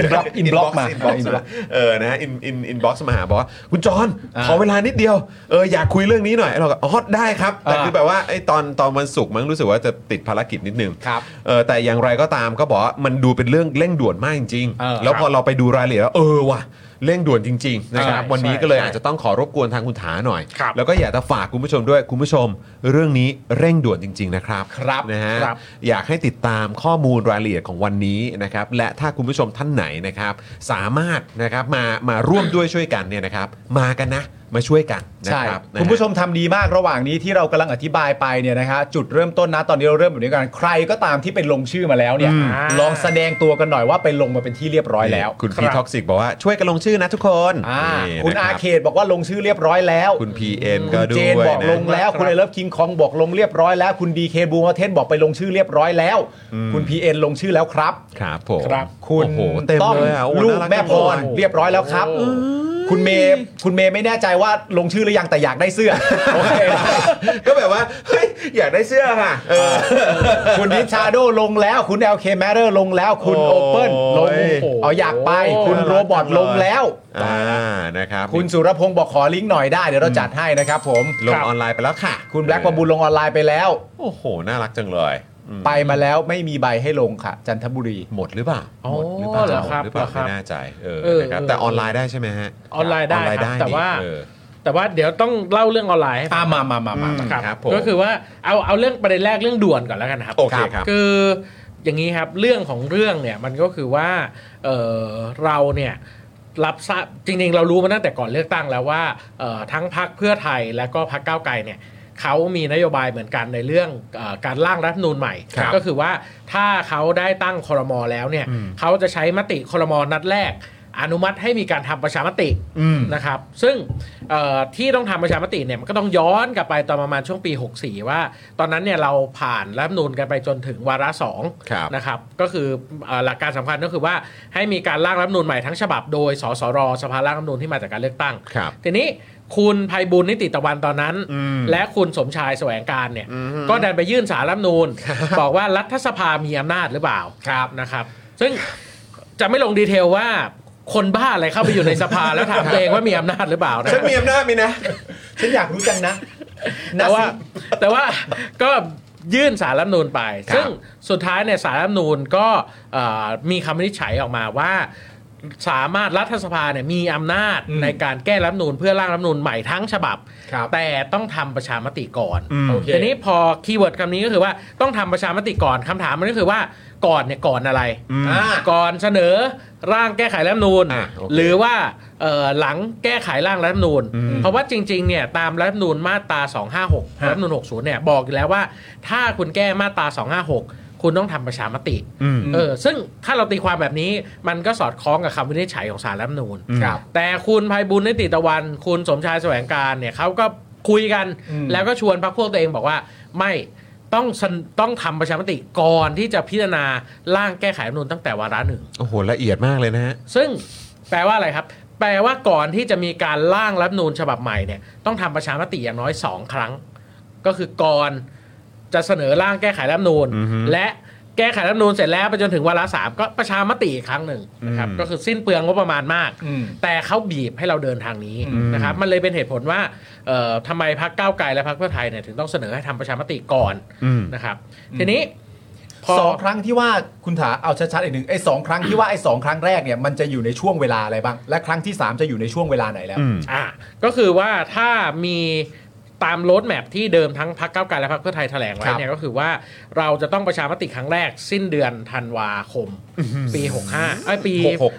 [SPEAKER 2] inbox inbox มา
[SPEAKER 1] inbox
[SPEAKER 2] inbox
[SPEAKER 1] เออนะอินอินอินบ็อกซ์มาหาบอกว่าคุณจอนขอเวลานิดเดียวเอออยากคุยเรื่องนี้หน่อยเราก็อ๋อได้ครับ แต่
[SPEAKER 2] อ่า
[SPEAKER 1] คือแบบว่าไอ้ตอนตอนวันศุกร์มั้งรู้สึกว่าจะติดภารกิจนิดนึง
[SPEAKER 2] ครับ
[SPEAKER 1] เออแต่อย่างไรก็ตามก็บอกว่ามันดูเป็นเรื่องเร่งด่วนมากจริง
[SPEAKER 2] เออ
[SPEAKER 1] ๆ แล้วพอเราไปดูรายละเอียดแล้วเออว่ะเร่งด่วนจริง ๆ นะครับ
[SPEAKER 2] ใช่
[SPEAKER 1] วันนี้ก็เลย
[SPEAKER 2] ใช่
[SPEAKER 1] อาจจะต้องขอรบกวนทางคุณถาหน่อย
[SPEAKER 6] ครับ
[SPEAKER 1] แล้วก็อยากจะฝากคุณผู้ชมด้วยคุณผู้ชม เรื่องนี้เร่งด่วนจริง ๆ นะครับ
[SPEAKER 2] ครับ
[SPEAKER 1] นะฮะ
[SPEAKER 6] ครับ
[SPEAKER 1] อยากให้ติดตามข้อมูลรายละเอียดของวันนี้นะครับและถ้าคุณผู้ชมท่านไหนนะครับ สามารถนะครับมามาร่วมด้วยช่วยกันเนี่ยนะครับ มากันนะ มาช่วยกันนะ
[SPEAKER 2] ใช่
[SPEAKER 1] ครับนะฮะ
[SPEAKER 2] คุณผู้ชมทำดีมากระหว่างนี้ที่เรากำลังอธิบายไปเนี่ยนะฮะจุดเริ่มต้นนะตอนนี้เราเริ่มแบบนี้กันใครก็ตามที่เป็นลงชื่อมาแล้วเนี่ย
[SPEAKER 1] อืม
[SPEAKER 2] ลองแสดงตัวกันหน่อยว่าไปลงมาเป็นที่เรียบร้อยแล้ว
[SPEAKER 1] นี่คุณพีท็อกซิกบอกว่าช่วยกันลงชื่อนะทุกคน
[SPEAKER 2] อ่า
[SPEAKER 1] นี่
[SPEAKER 2] คุณ
[SPEAKER 1] นะ
[SPEAKER 2] อา
[SPEAKER 1] รับ
[SPEAKER 2] เขตบอกว่าลงชื่อเรียบร้อยแล้ว
[SPEAKER 1] คุณ PM ก็
[SPEAKER 2] คุณ
[SPEAKER 1] ด้วย
[SPEAKER 2] เจนบอกลง
[SPEAKER 1] ะ
[SPEAKER 2] แล้วคุณไอเลิฟคิงคองบอกลงเรียบร้อยแล้ว คุณดีเคบูมเทนบอกไปลงชื่อเรียบร้อยแล้ว คุณพีเอ็นลงชื่อแล้วครับ
[SPEAKER 1] ครับผม
[SPEAKER 6] ครับ
[SPEAKER 2] คุณ
[SPEAKER 1] โอ้โหเต็ม
[SPEAKER 2] ต้อม
[SPEAKER 1] เลยอ่ะโอ้
[SPEAKER 2] ลูก
[SPEAKER 1] น่ารั
[SPEAKER 2] แม่พร
[SPEAKER 1] จังเลย
[SPEAKER 2] เรียบร้อยแล้วครับ
[SPEAKER 6] โอ้
[SPEAKER 2] คุณเมย์คุณเมย์ไม่แน่ใจว่าลงชื่อหรือยังแต่อยากได้เสื้อโอเค
[SPEAKER 1] ก็แบบว่าเฮ้ยอยากได้เสื้อค่ะเออ
[SPEAKER 2] คุณดิชาโดลงแล้วคุณ LK m a t t e r ลงแล้วคุณ
[SPEAKER 1] โอ้
[SPEAKER 2] โอย เปิลลง
[SPEAKER 6] โอ้
[SPEAKER 2] เอาอยากไป คุณโรบอทลงแล้ว
[SPEAKER 1] อ่านะครับ
[SPEAKER 2] คุณสุรพงศ์บอกขอลิงก์หน่อยได้ เดี๋ยวเราจัดให้นะครับผม
[SPEAKER 1] ลง
[SPEAKER 2] ครับ
[SPEAKER 1] ออนไลน์ไปแล้วค่ะ
[SPEAKER 2] คุณแบล็กประบุลงออนไลน์ไปแล้ว
[SPEAKER 1] โอ้โห น่ารักจังเลยอืม
[SPEAKER 2] ไปมาแล้วไม่มีใบให้ลงค่ะ จันทบุรี
[SPEAKER 1] หมดหรือเปล่า
[SPEAKER 6] อ๋อ
[SPEAKER 1] หมดหรือเปล่า
[SPEAKER 6] เหรอครับ
[SPEAKER 1] หรือเปล่า
[SPEAKER 6] เหรอครั
[SPEAKER 1] ไม่
[SPEAKER 6] บ
[SPEAKER 1] แน่ใจเออ
[SPEAKER 6] เออ
[SPEAKER 1] นะครับ
[SPEAKER 6] เออ
[SPEAKER 1] แต่ออนไลน์ได้ใช่ไหมฮะ
[SPEAKER 6] ออนไลน์ได้
[SPEAKER 1] ออนไลน์ได้
[SPEAKER 6] ครับแต่
[SPEAKER 1] นี่
[SPEAKER 6] ว่า
[SPEAKER 1] เออ
[SPEAKER 6] แต่ว่าเดี๋ยวต้องเล่าเรื่องออนไลน์ให้ฟัง
[SPEAKER 2] อ่ามามามามา
[SPEAKER 1] อืม ครับผม
[SPEAKER 6] ก็คือว่าเอาเอาเรื่องประเด็นแรกเรื่องด่วนก่อนแล้วกันครับ
[SPEAKER 1] โอเคครับ
[SPEAKER 6] คืออย่างนี้ครับเรื่องของเรื่องเนี่ยมันก็คือว่าเอ่อเราเนี่ยรับทราบจริงๆ เรารู้มาตั้งแต่ก่อนเลือกตั้งแล้วว่าเอ่อทั้งพรรคเพื่อไทยและก็พรรคก้าวไกลเนี่ยเขามีนโยบายเหมือนกันในเรื่องเออการร่างรัฐธรรมนูญใหม่
[SPEAKER 1] ครับ
[SPEAKER 6] ก็คือว่าถ้าเขาได้ตั้งคอรมอแล้วเนี่ยเขาจะใช้มติคอรมอนัดแรก อนุมัติให้มีการทำประชามติ นะครับซึ่งเอ่อที่ต้องทำประชามติเนี่ยมันก็ต้องย้อนกลับไปตอนประมาณช่วงปี 64 ว่า ตอนนั้นเนี่ยเราผ่านรัฐธรรมนูนกันไปจนถึงวาระสอง
[SPEAKER 1] ครับ
[SPEAKER 6] นะครับก็คือเอ่อหลักการสำคัญก็คือว่าให้มีการร่างรัฐธรรมนูนใหม่ทั้งฉบับโดยสสรสภาร่างรัฐธรรมนูนที่มาจากการเลือกตั้ง
[SPEAKER 1] ครับ
[SPEAKER 6] ทีนี้คุณภัยบุญนิติตะวันตอนนั้น
[SPEAKER 1] อืม
[SPEAKER 6] และคุณสมชายแสวงการเนี่ยก็ดันไปยื่นสารรัฐธรรมนูนบอกว่ารัฐสภามีอำนาจหรือเปล่าครับนะครับ ซึ่งจะไม่ลงดีเทลว่าคนบ้าอะไรเข้าไปอยู่ในสภา แล้วถามตัวเองว่ามีอำนาจหรือเปล่านะ
[SPEAKER 1] ฉันมีอำนาจมีนะ
[SPEAKER 2] ฉันอยากรู้จังนะ
[SPEAKER 6] แต่ว่าแต่ว่าก็ยื่นสารรัฐธรรมนูนไป
[SPEAKER 1] ครับ
[SPEAKER 6] ซึ่งสุดท้ายเนี่ยสารรัฐธรรมนูนก็เอ่อมีคำวินิจฉัยออกมาว่า สามารถรัฐสภาเนี่ยมีอำนาจในการแก้รัฐธรรมนูนเพื่อร่างรัฐธรรมนูนใหม่ทั้งฉบับ
[SPEAKER 2] ครับ
[SPEAKER 6] แต่ต้องทำประชามติก่อน
[SPEAKER 2] โอเค
[SPEAKER 6] ทีนี้พอคีย์เวิร์ดคำนี้ก็คือว่าต้องทำประชามติก่อนคำถามมันก็คือว่าก่อนเนี่ยก่อนอะไร
[SPEAKER 2] อ่า
[SPEAKER 6] ก่อนเสนอร่างแก้ไขรัฐธรรมนูญ
[SPEAKER 1] อ่ะโอเค
[SPEAKER 6] หรือว่าเอ่อหลังแก้ไขร่างรัฐธรรมนูญ
[SPEAKER 1] อืม
[SPEAKER 6] เพราะว่าจริงๆเนี่ยตามรัฐธรรมนูญมาตรา 256รัฐธรรมนูญ60เนี่ยบอกอยู่แล้วว่า ถ้าคุณแก้มาตรา 256 คุณต้องทำประชามติ
[SPEAKER 1] อืม
[SPEAKER 6] เออซึ่งถ้าเราตีความแบบนี้มันก็สอดคล้องกับคำวินิจฉัยของสารรัฐธรรมนูญ
[SPEAKER 2] ครับ
[SPEAKER 6] แต่คุณภัยบุญนิติตะวัน คุณสมชายแสวงการเนี่ยเขาก็คุยกันแล้วก็ชวนพรรคพวกตัวเองบอกว่าไม่ต้องเสนต้องทำประชามติก่อนที่จะพิจารณาร่างแก้ไขรัฐธรรมนูญตั้งแต่วาระหนึ่ง
[SPEAKER 1] โอ้โหละเอียดมากเลยนะฮะ
[SPEAKER 6] ซึ่งแปลว่าอะไรครับ แปลว่าก่อนที่จะมีการร่างรัฐธรรมนูญฉบับใหม่เนี่ยต้องทำประชามติอย่างน้อย 2 ครั้ง ก็คือก่อนจะเสนอร่างแก้ไขรัฐธรรมนูญ
[SPEAKER 1] อือฮึ
[SPEAKER 6] และแก้ไขรัฐธรรมนูญเสร็จแล้วไปจนถึงวาระสามก็ประชามติอีกครั้งหนึ่งนะครับ
[SPEAKER 1] อืม
[SPEAKER 6] ก็คือสิ้นเปลืองงบประมาณมาก
[SPEAKER 2] อืม
[SPEAKER 6] แต่เขาบีบให้เราเดินทางนี้นะครับมันเลยเป็นเหตุผลว่าเอ่อทำไมพรรคก้าวไกลและพรรคเพื่อไทยเนี่ยถึงต้องเสนอให้ทำประชามติก่อน
[SPEAKER 1] อืม
[SPEAKER 6] นะครับทีนี้พ
[SPEAKER 2] สองครั้งที่ว่าคุณถาเอาชัดๆอีกหนึ่งไอ้สองครั้งที่ว่าไอ้สองครั้งแรกเนี่ยมันจะอยู่ในช่วงเวลาอะไรบ้าง และครั้งที่ 3 จะอยู่ในช่วงเวลาไหนแล้ว
[SPEAKER 1] อืม
[SPEAKER 6] อ่ะก็คือว่าถ้ามีตามโรดแมพที่เดิมทั้งพรรคก้าวไกลและพรรคเพื่อไทยแถลงไว้
[SPEAKER 2] ครับ
[SPEAKER 6] เนี่ยก็คือว่าเราจะต้องประชามติครั้งแรก สิ้นเดือนธันวาคม ปี 65ไอ้ยปี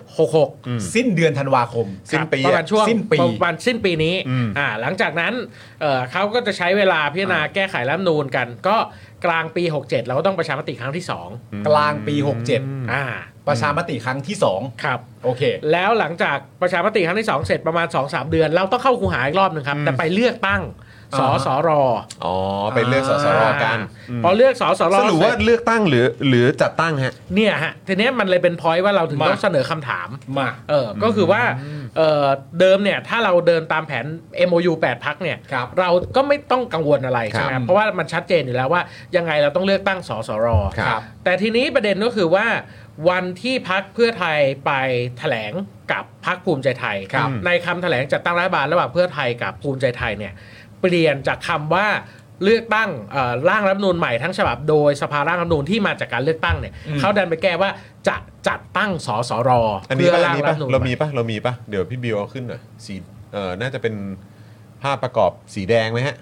[SPEAKER 6] 66
[SPEAKER 2] สิ้นเดือนธันวาคม
[SPEAKER 1] สิ้นปี
[SPEAKER 6] ประมา
[SPEAKER 1] อะ
[SPEAKER 6] ณช่วง
[SPEAKER 2] สิ้นปี
[SPEAKER 6] ประมาณสิ้นปีนี้
[SPEAKER 1] อืม
[SPEAKER 6] อ่าหลังจากนั้นเอ่อเขาก็จะใช้เวลาพิจารณาแก้ไขรัฐธรรมนูนกัน ก็กลางปี 67 เราก็ต้องประชามติครั้งที่2อง
[SPEAKER 2] กลางปี
[SPEAKER 1] ม
[SPEAKER 6] อ่า
[SPEAKER 2] 67 ประชามติครั้งที่
[SPEAKER 6] ครับ
[SPEAKER 2] 2 โอเค
[SPEAKER 6] แล้วหลังจากประชามติครั้งที่ 2 เสร็จประมาณ 2-3 เดือน เราต้องเข้าคูหาอีกรอบหนึ่งครับ แต่ไปเลือกตั้งส
[SPEAKER 2] อ่าฮะ
[SPEAKER 6] สร
[SPEAKER 1] อ๋อไปเลือกสสรกัน
[SPEAKER 6] พอเลือกสสร
[SPEAKER 1] สรุปว่า
[SPEAKER 6] เสจ
[SPEAKER 1] เลือกตั้งหรือหรือจัดตั้งฮะ
[SPEAKER 6] เนี่ยฮะทีเนี้ยมันเลยเป็นพอยต์ว่าเราถึง
[SPEAKER 2] มา
[SPEAKER 6] ต้องเสนอคำถาม
[SPEAKER 2] มา
[SPEAKER 6] เออก็คือว่าเออเดิมเนี่ยถ้าเราเดินตามแผน MOU 8พักเนี่ย
[SPEAKER 2] ครับ
[SPEAKER 6] เราก็ไม่ต้องกังวลอะไรใช่ไหม
[SPEAKER 1] ครับ
[SPEAKER 6] เพราะว่ามันชัดเจนอยู่แล้วว่ายังไงเราต้องเลือกตั้งสสร
[SPEAKER 2] ครับ
[SPEAKER 6] แต่ทีนี้ประเด็นก็คือว่าวันที่พักเพื่อไทยไปแถลงกับพักภูมิใจไทย
[SPEAKER 2] ครับ
[SPEAKER 6] ในคำแถลงจัดตั้งรัฐบาลระหว่างเพื่อไทยกับภูมิใจไทยเนี่ยเปลี่ยนจากคำว่าเลือกตั้งเอ่อร่างรัฐธรรมนูญใหม่ทั้งฉบับโดยสภาร่างรัฐธรรมนูญที่มาจากการเลือกตั้งเนี่ยเขาดันไปแก้ว่าจะจัดตั้งสสร
[SPEAKER 1] อันนี้
[SPEAKER 6] เพื่อ
[SPEAKER 1] ป่ะอัน
[SPEAKER 6] ร่าง
[SPEAKER 1] นี้
[SPEAKER 6] รัฐ
[SPEAKER 1] ป่ะ
[SPEAKER 6] ธรรมนูญ
[SPEAKER 1] เรา
[SPEAKER 6] ใหม่
[SPEAKER 1] มีป่ะเรามีป่ะเดี๋ยวพี่บิวเอาขึ้นหน่อยสีเออน่าจะเป็นภาพประกอบสีแดงไหมฮะ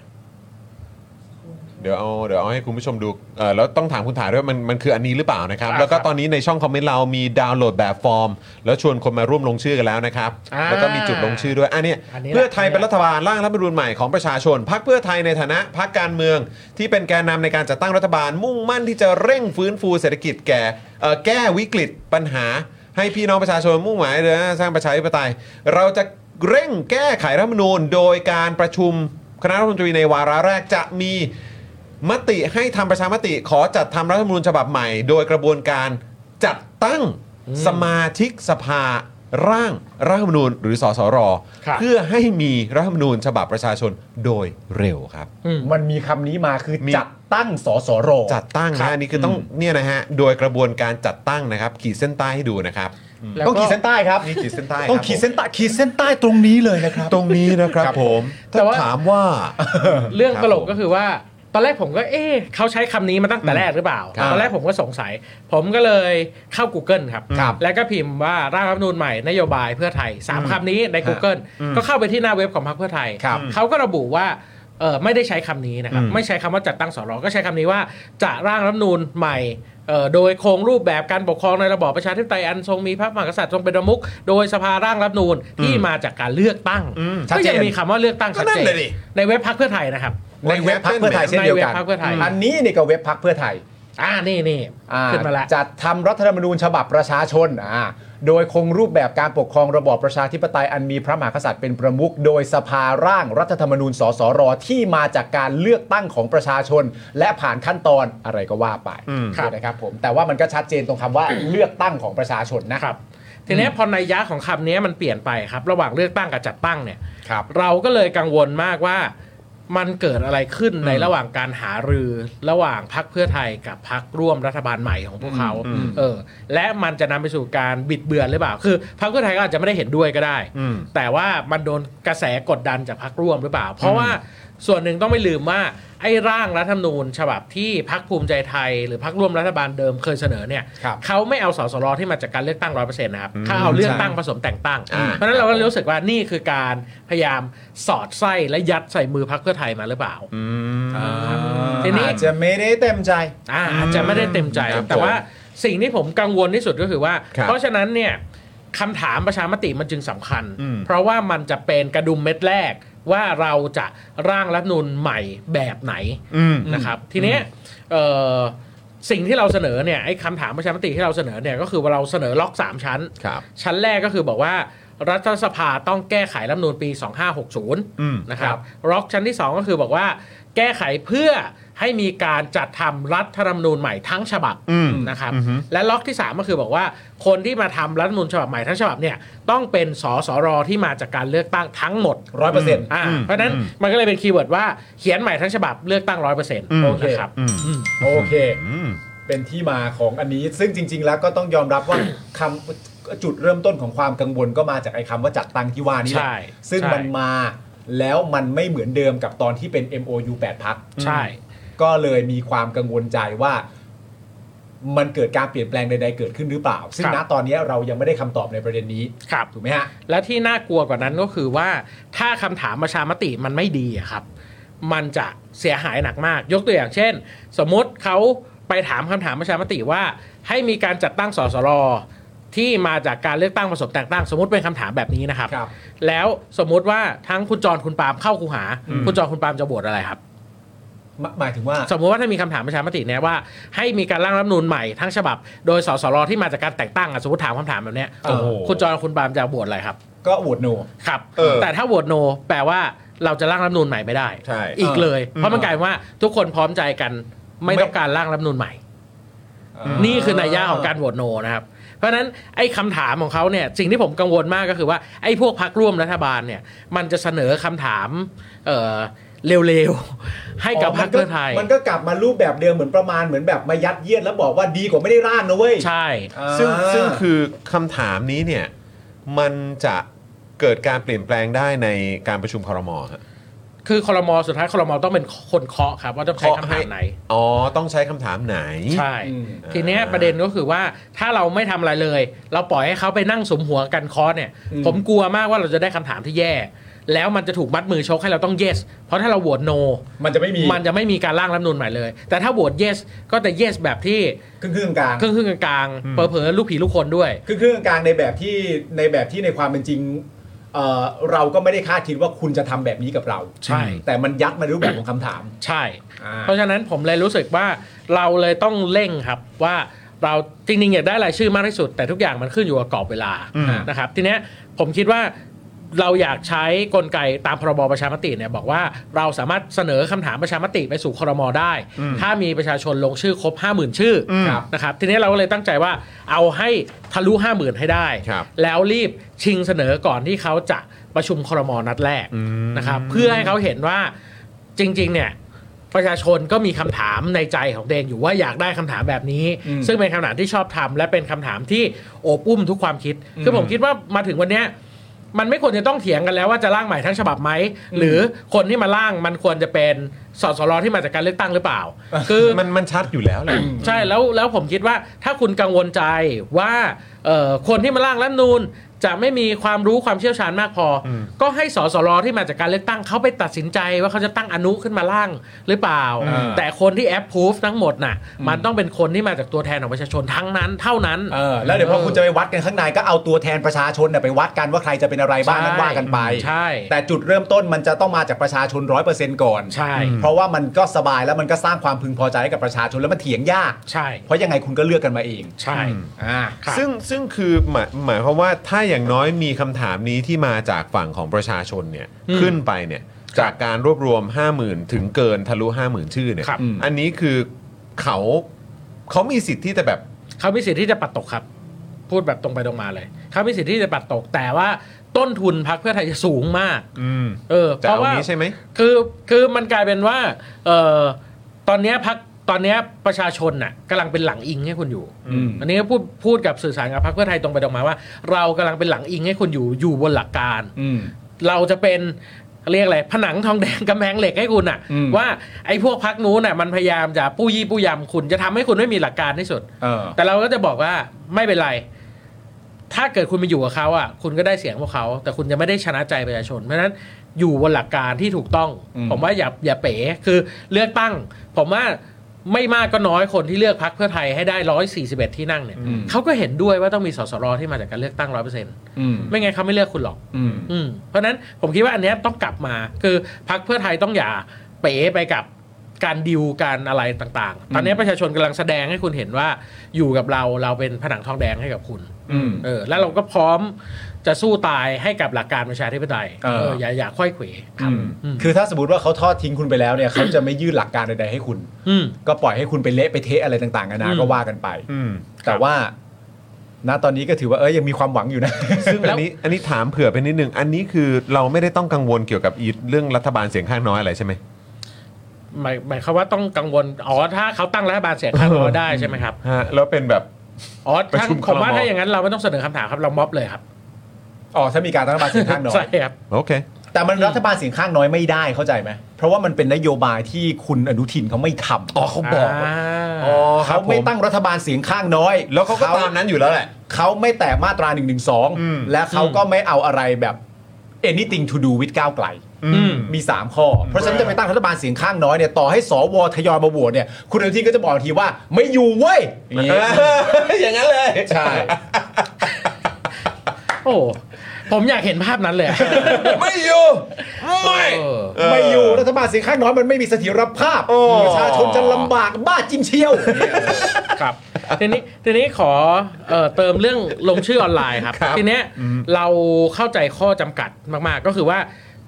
[SPEAKER 1] ดี๋ยวเอาเดี๋ยวเอาให้คุณผู้ชมดูเอ่อแล้วต้องถามคุณถาด้วยว่ามันมันคืออันนี้หรือเปล่านะครับ
[SPEAKER 6] ครับ
[SPEAKER 1] แล้วก็ตอนนี้ในช่องคอมเมนต์เรามีดาวน์โหลดแบบฟอร์ม แล้วชวนคนมาร่วมลงชื่อกันแล้วนะครับ
[SPEAKER 6] อ่า
[SPEAKER 1] แล้วก็มีจุดลงชื่อด้วยอันเนี้ย
[SPEAKER 6] อันนี้แหละ
[SPEAKER 1] เพื่อไทยเป็นรัฐบาลร่างรัฐธรรมนูญใหม่ของประชาชนพรรคเพื่อไทยในฐานะพรรคการเมือง ที่เป็นแกนนำในการจัดตั้งรัฐบาล มุ่งมั่นที่จะเร่งฟื้นฟูเศรษฐกิจแก่เอ่อแก้วิกฤตปัญหา ให้พี่น้องประชาชนมุ่งหมายเดินสร้างประชาธิปไตย เราจะเร่งแก้ไขรัฐธรรมนูญ โดยการประชุมคณะรัฐมนตรีในวาระแรกจะมีมติให้ทำประชามติขอจัดทำรัฐธรรมนูญฉบับใหม่ โดยกระบวนการจัดตั้งสมาชิกสภาร่างรัฐธรรมนูญหรือสสร
[SPEAKER 6] ครับ
[SPEAKER 1] เพื่อให้มีรัฐธรรมนูญฉบับประชาชนโดยเร็วครับ
[SPEAKER 2] มันมีคำนี้มาคือ
[SPEAKER 1] มี
[SPEAKER 2] จัดตั้งสสร
[SPEAKER 1] จัดตั้ง
[SPEAKER 2] ครั
[SPEAKER 1] นะ
[SPEAKER 2] บ
[SPEAKER 1] อันนี้คือต้องเนี่ยนะฮะโดยกระบวนการจัดตั้งนะครับ ขีดเส้นใต้ให้ดูนะครับ
[SPEAKER 6] แล้ว
[SPEAKER 2] ต้อง
[SPEAKER 6] ก็
[SPEAKER 2] ขีดเส้นใต้ครับ
[SPEAKER 1] นี่ขีดเส้นใต้
[SPEAKER 2] ต้อง
[SPEAKER 1] ครับ
[SPEAKER 2] ขีดเส้นใต้ขีดเส้นใต้ตรงนี้เลยนะครับ
[SPEAKER 1] ตรงนี้นะครับ ผม
[SPEAKER 6] แต่
[SPEAKER 1] ถ้า
[SPEAKER 6] ว่า
[SPEAKER 1] ถามว่า
[SPEAKER 6] เรื่อง
[SPEAKER 1] ครับ
[SPEAKER 6] ตลกก็คือว่าตอนแรกผมก็เอ๊ะเขาใช้คำนี้มาตั้งแต่แรกหรือเปล่า
[SPEAKER 1] ครับ
[SPEAKER 6] ตอนแรกผมก็สงสัย ผมก็เลยเข้า Google ครับ
[SPEAKER 2] ครับ
[SPEAKER 6] แล้วก็พิมพ์ว่าร่างรัฐธรรมนูญใหม่นโยบายเพื่อไทย 3คำนี้ใน Google ก็เข้าไปที่หน้าเว็บของพรรคเพื่อไทย
[SPEAKER 2] ครับ
[SPEAKER 6] เขาก็ระบุว่าเออไม่ได้ใช้คำนี้นะครับ ไม่ใช้คำว่าจัดตั้งสรก็ใช้คำนี้ว่าจะร่างรัฐธรรมนูญใหม่เอ่อโดยโครงรูปแบบการปกครองในระบอบประชาธิปไตยอันทรงมีพระมหากษัตริย์ทรงเป็นประมุขโดยสภาร่างรัฐธรรมนูญที่มาจากการเลือกตั้ง
[SPEAKER 2] ชัด
[SPEAKER 6] ก็
[SPEAKER 2] เจ
[SPEAKER 6] ยั
[SPEAKER 2] น
[SPEAKER 6] งมีคำว่าเลือกตั้งชั
[SPEAKER 1] ก็
[SPEAKER 6] ด
[SPEAKER 1] นั่น
[SPEAKER 6] เจน
[SPEAKER 1] เลยดิ
[SPEAKER 6] ในเว็บพักเพื่อไทยนะครับ
[SPEAKER 2] ในเว็บพักเพื่อไทยเช่นเดียวกัน
[SPEAKER 6] ในเว็บพรรคเพื่อไทย
[SPEAKER 2] อันนี้นี่ก็เว็บพักเพื่อไทย
[SPEAKER 6] อ่านี่นี่
[SPEAKER 2] อ่า
[SPEAKER 6] ขึ้นมาแล้ว
[SPEAKER 2] จัดทำรัฐธรรมนูญฉบับประชาชนอ่าโดยคงรูปแบบการปกครองระบอบประชาธิปไตยอันมีพระมหากษัตริย์เป็นประมุขโดยสภาร่างรัฐธรรมนูญสสรที่มาจากการเลือกตั้งของประชาชน และผ่านขั้นตอนอะไรก็ว่าไปนะครับผมแต่ว่ามันก็ชัดเจนตรงคำว่า เลือกตั้งของประชาชนนะครับ
[SPEAKER 6] ทีนี้พอนัยยะของคำนี้มันเปลี่ยนไปครับ ระหว่างเลือกตั้งกับจัดตั้งเนี่ย
[SPEAKER 2] ครับ
[SPEAKER 6] เราก็เลยกังวลมากว่ามันเกิดอะไรขึ้นในระหว่างการหารือระหว่างพักเพื่อไทยกับพักร่วมรัฐบาลใหม่ของพวกเขาเออและมันจะนำไปสู่การบิดเบือนหรือเปล่า คือพักเพื่อไทยก็อาจจะไม่ได้เห็นด้วยก็ได้ แต่ว่ามันโดนกระแสกดดันจากพักร่วมหรือเปล่า เพราะว่าส่วนหนึ่งต้องไม่ลืมว่าไอ้ร่างรัฐธรรมนูญ ฉบับที่พักภูมิใจไทย หรือพักร่วมรัฐบาลเดิมเคยเสนอเนี่ย
[SPEAKER 2] ครับ
[SPEAKER 6] เขาไม่เอาสสรที่มาจากการเลือกตั้งร้อยเปอร์เซ็นต์นะครับเขาเอาเลือกตั้งผสมแต่งตั้ง
[SPEAKER 1] อ่า
[SPEAKER 6] เพราะฉะนั้นเราก็รู้สึกว่านี่คือการพยายามสอดไส้และยัดใส่มือพักเพื่อไทยมาหรือเปล่า ทีนี้
[SPEAKER 2] อาจจะไม่ได้เต็มใจ
[SPEAKER 6] อ่าอาจจะไม่ได้เต็มใจ
[SPEAKER 1] ครับ
[SPEAKER 6] แต่ว่าสิ่งที่ผมกังวลที่สุดก็คือว่า
[SPEAKER 1] ครับ
[SPEAKER 6] เพราะฉะนั้นเนี่ยคำถามประชามติมันจึงสำคัญ
[SPEAKER 1] อืม
[SPEAKER 6] เพราะว่ามันจะเป็นกระดุมเม็ดแรกว่าเราจะร่างรัฐธรรมนูนใหม่แบบไหน
[SPEAKER 1] อืม
[SPEAKER 6] นะครับทีเนี้ยเอ่อสิ่งที่เราเสนอเนี่ยไอ้คำถามประชามติที่เราเสนอเนี่ยก็คือว่าเราเสนอล็อก 3 ชั้น
[SPEAKER 1] ครับ
[SPEAKER 6] ชั้นแรกก็คือบอกว่ารัฐสภาต้องแก้ไขรัฐธรรมนูญปี 2560
[SPEAKER 1] อืม
[SPEAKER 6] นะครับล็อกชั้นที่ 2 ก็คือบอกว่า แก้ไขเพื่อให้มีการจัดทำรัฐธรรมนูญใหม่ทั้งฉบับ
[SPEAKER 1] อืม
[SPEAKER 6] นะครับ
[SPEAKER 1] อือฮึ
[SPEAKER 6] และล็อกที่ 3 ก็คือบอกว่า คนที่มาทำรัฐธรรมนูญฉบับใหม่ทั้งฉบับเนี่ยต้องเป็นสสรที่มาจากการเลือกตั้งทั้งหมด
[SPEAKER 2] ร้อยเปอร์เซ็นต์
[SPEAKER 6] อ่าเพราะฉะนั้นมันก็เลยเป็นคีย์เวิร์ดว่าเขียนใหม่ทั้งฉบับเลือกตั้งร้อยเปอร์เซ็นต์
[SPEAKER 2] โอเค
[SPEAKER 6] นะครับ
[SPEAKER 2] โอเค
[SPEAKER 1] อืม
[SPEAKER 2] เป็นที่มาของอันนี้ ซึ่งจริง ๆ แล้วก็ต้องยอมรับว่า คำจุดเริ่มต้นของความกังวลก็มาจากไอ้คำว่าจัดตั้งที่ว่านี่แหละ
[SPEAKER 6] ใช่
[SPEAKER 2] ซึ่ง
[SPEAKER 6] ใช่
[SPEAKER 2] มันมาแล้วมันไม่เหมือนเดิมกับตอนที่เป็น MOU 8พัก
[SPEAKER 6] ใช่
[SPEAKER 2] ก็เลยมีความกังวลใจว่า มันเกิดการเปลี่ยนแปลงใดๆเกิดขึ้นหรือเปล่า ซึ่ง
[SPEAKER 6] ครับ
[SPEAKER 2] ณตอนนี้เรายังไม่ได้คำตอบในประเด็นนี้
[SPEAKER 6] ครับ
[SPEAKER 2] ถูกไหมฮะ
[SPEAKER 6] และที่น่ากลัวกว่านั้นก็คือว่าถ้าคำถามประชามติมันไม่ดีอะครับ มันจะเสียหายหนักมาก ยกตัวอย่างเช่น สมมติเขาไปถามคำถามประชามติว่า ให้มีการจัดตั้งสสรที่มาจากการเลือกตั้งผสมแต่งตั้ง สมมติเป็นคำถามแบบนี้นะครับ
[SPEAKER 2] ครับ
[SPEAKER 6] แล้วสมมติว่าทั้งคุณจรคุณปาล์มเข้าคูหา คุณจรคุณปาล์มจะโหวตอะไรครับ
[SPEAKER 2] หมหมายถึงว่า
[SPEAKER 6] สมมติว่าถ้ามีคำถามประชามติเนี่ยว่า ให้มีการร่างรัฐธรรมนูญใหม่ทั้งฉบับ โดยสสรที่มาจากการแต่งตั้งอะสมมติถามคำถามแบบเนี้ย
[SPEAKER 2] โอ้โห
[SPEAKER 6] คุณจรคุณปาล์มจะโหวตอะไรครับ
[SPEAKER 2] ก็โหวตโน
[SPEAKER 6] ครับ
[SPEAKER 1] เออ
[SPEAKER 6] แต่ถ้าโหวตโน แปลว่าเราจะร่างรัฐธรรมนูญใหม่ไม่ได้
[SPEAKER 1] ใช่
[SPEAKER 6] อีกเลย
[SPEAKER 2] เออ
[SPEAKER 6] เพราะมันกลายเป็นว่าทุกคนพร้อมใจกัน ไม่
[SPEAKER 2] ไม่
[SPEAKER 6] ต้องการร่างรัฐธรรมนูญใหม่ นี่คือนัยยะของการโหวตโนนะครับ เพราะฉะนั้นไอ้คำถามของเขาเนี่ยสิ่งที่ผมกังวลมากก็คือว่าไอ้พวกพักร่วมรัฐบาลเนี่ย มันจะเสนอคำถามเอ่อเร็วๆ ให้กับพรรคเพื่อไทย
[SPEAKER 2] มันก็กลับมารูปแบบเดิมเหมือนประมาณเหมือนแบบมายัดเยียดแล้วบอกว่าดีกว่าไม่ได้ร่างนะเว้ย
[SPEAKER 6] ใช่
[SPEAKER 1] ซึ่งซึ่งคือคำถามนี้เนี่ย มันจะเกิดการเปลี่ยนแปลงได้ในการประชุมครมฮะ
[SPEAKER 6] คือคอรมอสุดท้ายคอรมอต้องเป็นคนเคาะครับ ว่าต้องใช้คำถามไหน
[SPEAKER 1] อ๋อ ต้องใช้คำถามไหน
[SPEAKER 6] ใช่
[SPEAKER 2] อืม
[SPEAKER 6] ทีเนี้ยประเด็นก็คือว่าถ้าเราไม่ทำอะไรเลย เราปล่อยให้เขาไปนั่งสมหัวกันคอร์สเนี่ย ผมกลัวมากว่าเราจะได้คำถามที่แย่ แล้วมันจะถูกมัดมือชกให้เราต้อง yes เพราะถ้าเราโหวต no
[SPEAKER 2] มันจะไม่มี
[SPEAKER 6] มันจะไม่มีการร่างรัฐธรรมนูนใหม่เลย แต่ถ้าโหวต yes ก็จะ yes แบบที่
[SPEAKER 2] ครึ่งครึ่งๆกลาง
[SPEAKER 6] ครึ่งๆกลางๆเผลอๆลูกผีลูกคนด้วย
[SPEAKER 2] ครึ่งครึ่งๆกลางในแบบที่ในแบบที่ในความเป็นจริงเอ่อเราก็ไม่ได้คาดคิดว่าคุณจะทำแบบนี้กับเรา
[SPEAKER 6] ใช่
[SPEAKER 2] แต่มันยัดมาในรูปแบบของคำถาม
[SPEAKER 6] ใช่
[SPEAKER 2] อ่า
[SPEAKER 6] เพราะฉะนั้นผมเลยรู้สึกว่าเราเลยต้องเร่งครับว่าเราจริงๆอยากได้รายชื่อมากที่สุด แต่ทุกอย่างมันขึ้นอยู่กับกรอบเวลานะครับทีเนี้ยผมคิดว่าเราอยากใช้กลไกตามพรบประชามติเนี่ยบอกว่าเราสามารถเสนอคำถามประชามติไปสู่ครมได้ ถ้ามีประชาชนลงชื่อครบ 50,000 ชื่ออ
[SPEAKER 2] ครับ
[SPEAKER 6] นะครับทีเนี้ยเราก็เลยตั้งใจว่าเอาให้ทะลุ 50,000 ให้ได้
[SPEAKER 1] ครับ
[SPEAKER 6] แล้วรีบชิงเสนอก่อนที่เขาจะประชุมครมนัดแรกนะครับเพื่อให้เขาเห็นว่าจริง ๆ เนี่ย ประชาชนก็มีคำถามในใจของตัวเองอยู่ว่าอยากได้คำถามแบบนี้
[SPEAKER 2] อืม
[SPEAKER 6] ซึ่งเป็นคำถามที่ชอบทำและเป็นคำถามที่โอบอุ้มทุกความคิด คือผมคิดว่ามาถึงวันเนี้ยมันไม่ควรจะต้องเถียงกันแล้วว่าจะร่างใหม่ทั้งฉบับไหมหรือคนที่มาร่างมันควรจะเป็นสสรที่มาจากการเลือกตั้งหรือเปล่า คือ
[SPEAKER 1] มันมันชัดอยู่แล้วแหละ
[SPEAKER 6] ใช่แล้วแล้วผมคิดว่าถ้าคุณกังวลใจว่าเอ่อคนที่มาร่างรัฐธรรมนูนจะไม่มีความรู้ความเชี่ยวชาญมากพออก็ให้สสรที่มาจากการเลือกตั้งเขาไปตัดสินใจว่าเขาจะตั้งอนุขึ้นมาร่างหรือเปล่า
[SPEAKER 2] อ่า
[SPEAKER 6] แต่คนที่แอปพูฟทั้งหมดน่ะ มันต้องเป็นคนที่มาจากตัวแทนของประชาชนทั้งนั้นเท่านั้น
[SPEAKER 2] เออแล้วเดี๋ยวพอคุณจะไปวัดกันข้างในก็เอาตัวแทนประชาชนน่ะไปวัดกันว่าใครจะเป็นอะไรบ้าง
[SPEAKER 6] ใช่
[SPEAKER 2] นั้นว่ากันไป
[SPEAKER 6] ใช่
[SPEAKER 2] แต่จุดเริ่มต้นมันจะต้องมาจากประชาชนร้อยเปอร์เซ็นต์ก่อน
[SPEAKER 6] ใช่
[SPEAKER 2] เพราะว่ามันก็สบายแล้วมันก็สร้างความพึงพอใจให้กับประชาชนแล้วมันเถียงยาก
[SPEAKER 6] ใช่
[SPEAKER 2] เพราะยังไงคุณก็เลือกกันมาเอง
[SPEAKER 6] ใช่
[SPEAKER 2] อ่า
[SPEAKER 6] ครับ
[SPEAKER 1] ซึ่งซึ่งคือหมายหมายความว่าถ้าอย่างน้อยมีคำถามนี้ที่มาจากฝั่งของประชาชนเนี่ย
[SPEAKER 6] อืม
[SPEAKER 1] ขึ้นไปเนี่ยจากการรวบรวม 50,000 ถึงเกินทะลุ 50,000 ชื่อเนี่ย
[SPEAKER 6] ครับ
[SPEAKER 1] อันนี้คือเขาเขามีสิทธิ์ที่จะแบบ
[SPEAKER 6] เขามีสิทธิ์ที่จะปัดตกครับ พูดแบบตรงไปตรงมาเลยเขามีสิทธิ์ที่จะปัดตก แต่ว่าต้นทุนพรรคเพื่อไทยจะสูงมาก
[SPEAKER 1] อืม
[SPEAKER 6] เออ
[SPEAKER 1] จะ
[SPEAKER 6] เพ
[SPEAKER 1] เอา
[SPEAKER 6] ราะว่า
[SPEAKER 1] นี้ใช่ไหม
[SPEAKER 6] คือคือมันกลายเป็นว่าเอ่อตอนเนี้ยพักตอนเนี้ยประชาชนน่ะกำลังเป็นหลังอิงให้คุณอยู่
[SPEAKER 2] อืม
[SPEAKER 6] อันนี้ก็พูดพูดกับสื่อสารกับพรรคเพื่อไทยตรงไปตรงมาว่า เรากำลังเป็นหลังอิงให้คุณอยู่อยู่บนหลักการ
[SPEAKER 2] อืม
[SPEAKER 6] เราจะเป็นเรียกอะไรผนังทองแดงกำแพงเหล็กให้คุณอ่ะ
[SPEAKER 2] อืม
[SPEAKER 6] ว่าไอ้พวกพักนู้นน่ะมันพยายามจะปู้ยี่ปู้ยำคุณจะทำให้คุณไม่มีหลักการที่สุด
[SPEAKER 2] เออ
[SPEAKER 6] แต่เราก็จะบอกว่าไม่เป็นไร ถ้าเกิดคุณไปอยู่กับเขาอ่ะ คุณก็ได้เสียงพวกเขา แต่คุณจะไม่ได้ชนะใจประชาชน เพราะฉะนั้นอยู่บนหลักการที่ถูกต้อง
[SPEAKER 2] อืม
[SPEAKER 6] ผมว่าอย่าอย่าเป๋คือเลือกตั้ง ผมว่าไม่มากก็น้อยคนที่เลือกพักเพื่อไทยให้ได้ 141 ที่นั่งเนี่ยเขาก็เห็นด้วยว่าต้องมีสสรที่มาจากการเลือกตั้ง 100%
[SPEAKER 2] อืม
[SPEAKER 6] ไม่งั้นเขาไม่เลือกคุณหรอก
[SPEAKER 2] อืม
[SPEAKER 6] อืมเพราะฉะนั้นผมคิดว่าอันเนี้ยต้องกลับมาคือพักเพื่อไทยต้องอย่าเป๋ไปกับการดิวการอะไรต่างๆ ตอนเนี้ยประชาชนกำลังแสดงให้คุณเห็นว่าอยู่กับเราเราเป็นผนังทองแดงให้กับคุณ
[SPEAKER 2] อืม
[SPEAKER 6] เออแล้วเราก็พร้อมจะสู้ตายให้กับหลักการประชาธิปไตย
[SPEAKER 2] เออ
[SPEAKER 6] เอออย่าอย่าค่อยเขว
[SPEAKER 2] อืมคือถ้าสมมติว่าเขาทอดทิ้งคุณไปแล้วเนี่ยเขาจะไม่ยื่นหลักการใดๆให้คุณ
[SPEAKER 6] อืม
[SPEAKER 2] ก็ปล่อยให้คุณไปเละไปเทะอะไรต่างๆกันานา
[SPEAKER 6] อืม
[SPEAKER 2] ก็ว่ากันไป
[SPEAKER 1] อืม
[SPEAKER 2] แต่ว่า ณตอนนี้ก็ถือว่าเอ้ยยังมีความหวังอยู่นะ
[SPEAKER 1] ซึ่งอันนี้อันนี้ถามเผื่อไปนิดนึง อันนี้คือเราไม่ได้ต้องกังวลเกี่ยวกับอีเรื่องรัฐบาลเสียงข้างน้อยอะไรใช่ไหม
[SPEAKER 6] หมายหมายความว่าต้องกังวลอ๋อถ้าเขาตั้งรัฐบาลเสียงข้างน้อยได้ใช่ไหมครับ
[SPEAKER 1] ฮะ แล้วเป็นแบบ
[SPEAKER 6] อ๋อ
[SPEAKER 1] ประ
[SPEAKER 6] ถ้า
[SPEAKER 1] ชุมค
[SPEAKER 6] ผ
[SPEAKER 1] รม
[SPEAKER 6] มว่าถ้าอย่างนั้นเราไม่ต้องเสนอคำถามครับเราม็อบเลยครับ
[SPEAKER 2] อ๋อถ้ามีการรัฐบาลเสียงข้างน้อ
[SPEAKER 6] ใช่
[SPEAKER 2] ย
[SPEAKER 6] ครับ
[SPEAKER 1] โอเค
[SPEAKER 2] แต่มันรัฐบาลเสียงข้างน้อยไม่ได้เข้าใจไหมเพราะว่ามันเป็นนโยบายที่คุณอนุทินเขาไม่ทำ
[SPEAKER 1] อ๋อเขาบอก
[SPEAKER 6] อ่า
[SPEAKER 2] เขาไม่ตั้งรัฐบาลเสียงข้างน้อย
[SPEAKER 1] แล้วเขาก็ตามนั้นอยู่แล้วแหละ
[SPEAKER 2] เขาไม่แตะมาตรา1นึและเขาก็ไม่เอาอะไรแบบ anything to do with ก้าวไกล
[SPEAKER 6] อืม
[SPEAKER 2] มี 3 ข้อ เพราะฉะนั้นจะไปตั้งรัฐบาลเสียงข้างน้อยเนี่ยต่อให้สวทยอยมาโหวตเนี่ยคุณอนุทินก็จะบอกทีว่าไม่อยู่เว้ยอย่างนี้
[SPEAKER 1] อย่างนั้นเลย
[SPEAKER 2] ใช่
[SPEAKER 6] โอ้ผมอยากเห็นภาพนั้นเลยอะ
[SPEAKER 1] ไม่อยู่ ไม่
[SPEAKER 6] เออ
[SPEAKER 2] ไม่อยู่รัฐบาลเสียงข้างน้อยมันไม่มีเสถียรภาพ
[SPEAKER 1] โอ้
[SPEAKER 2] ประชาชนจะลำบากบ้าจิ้มเชียว
[SPEAKER 6] ครับทีนี้ทีนี้ขอเอ่อเติมเรื่องลงชื่อออนไลน์ครับ ทีเนี้ยเราเข้าใจข้อจำกัดมาก ๆ ก็คือว่า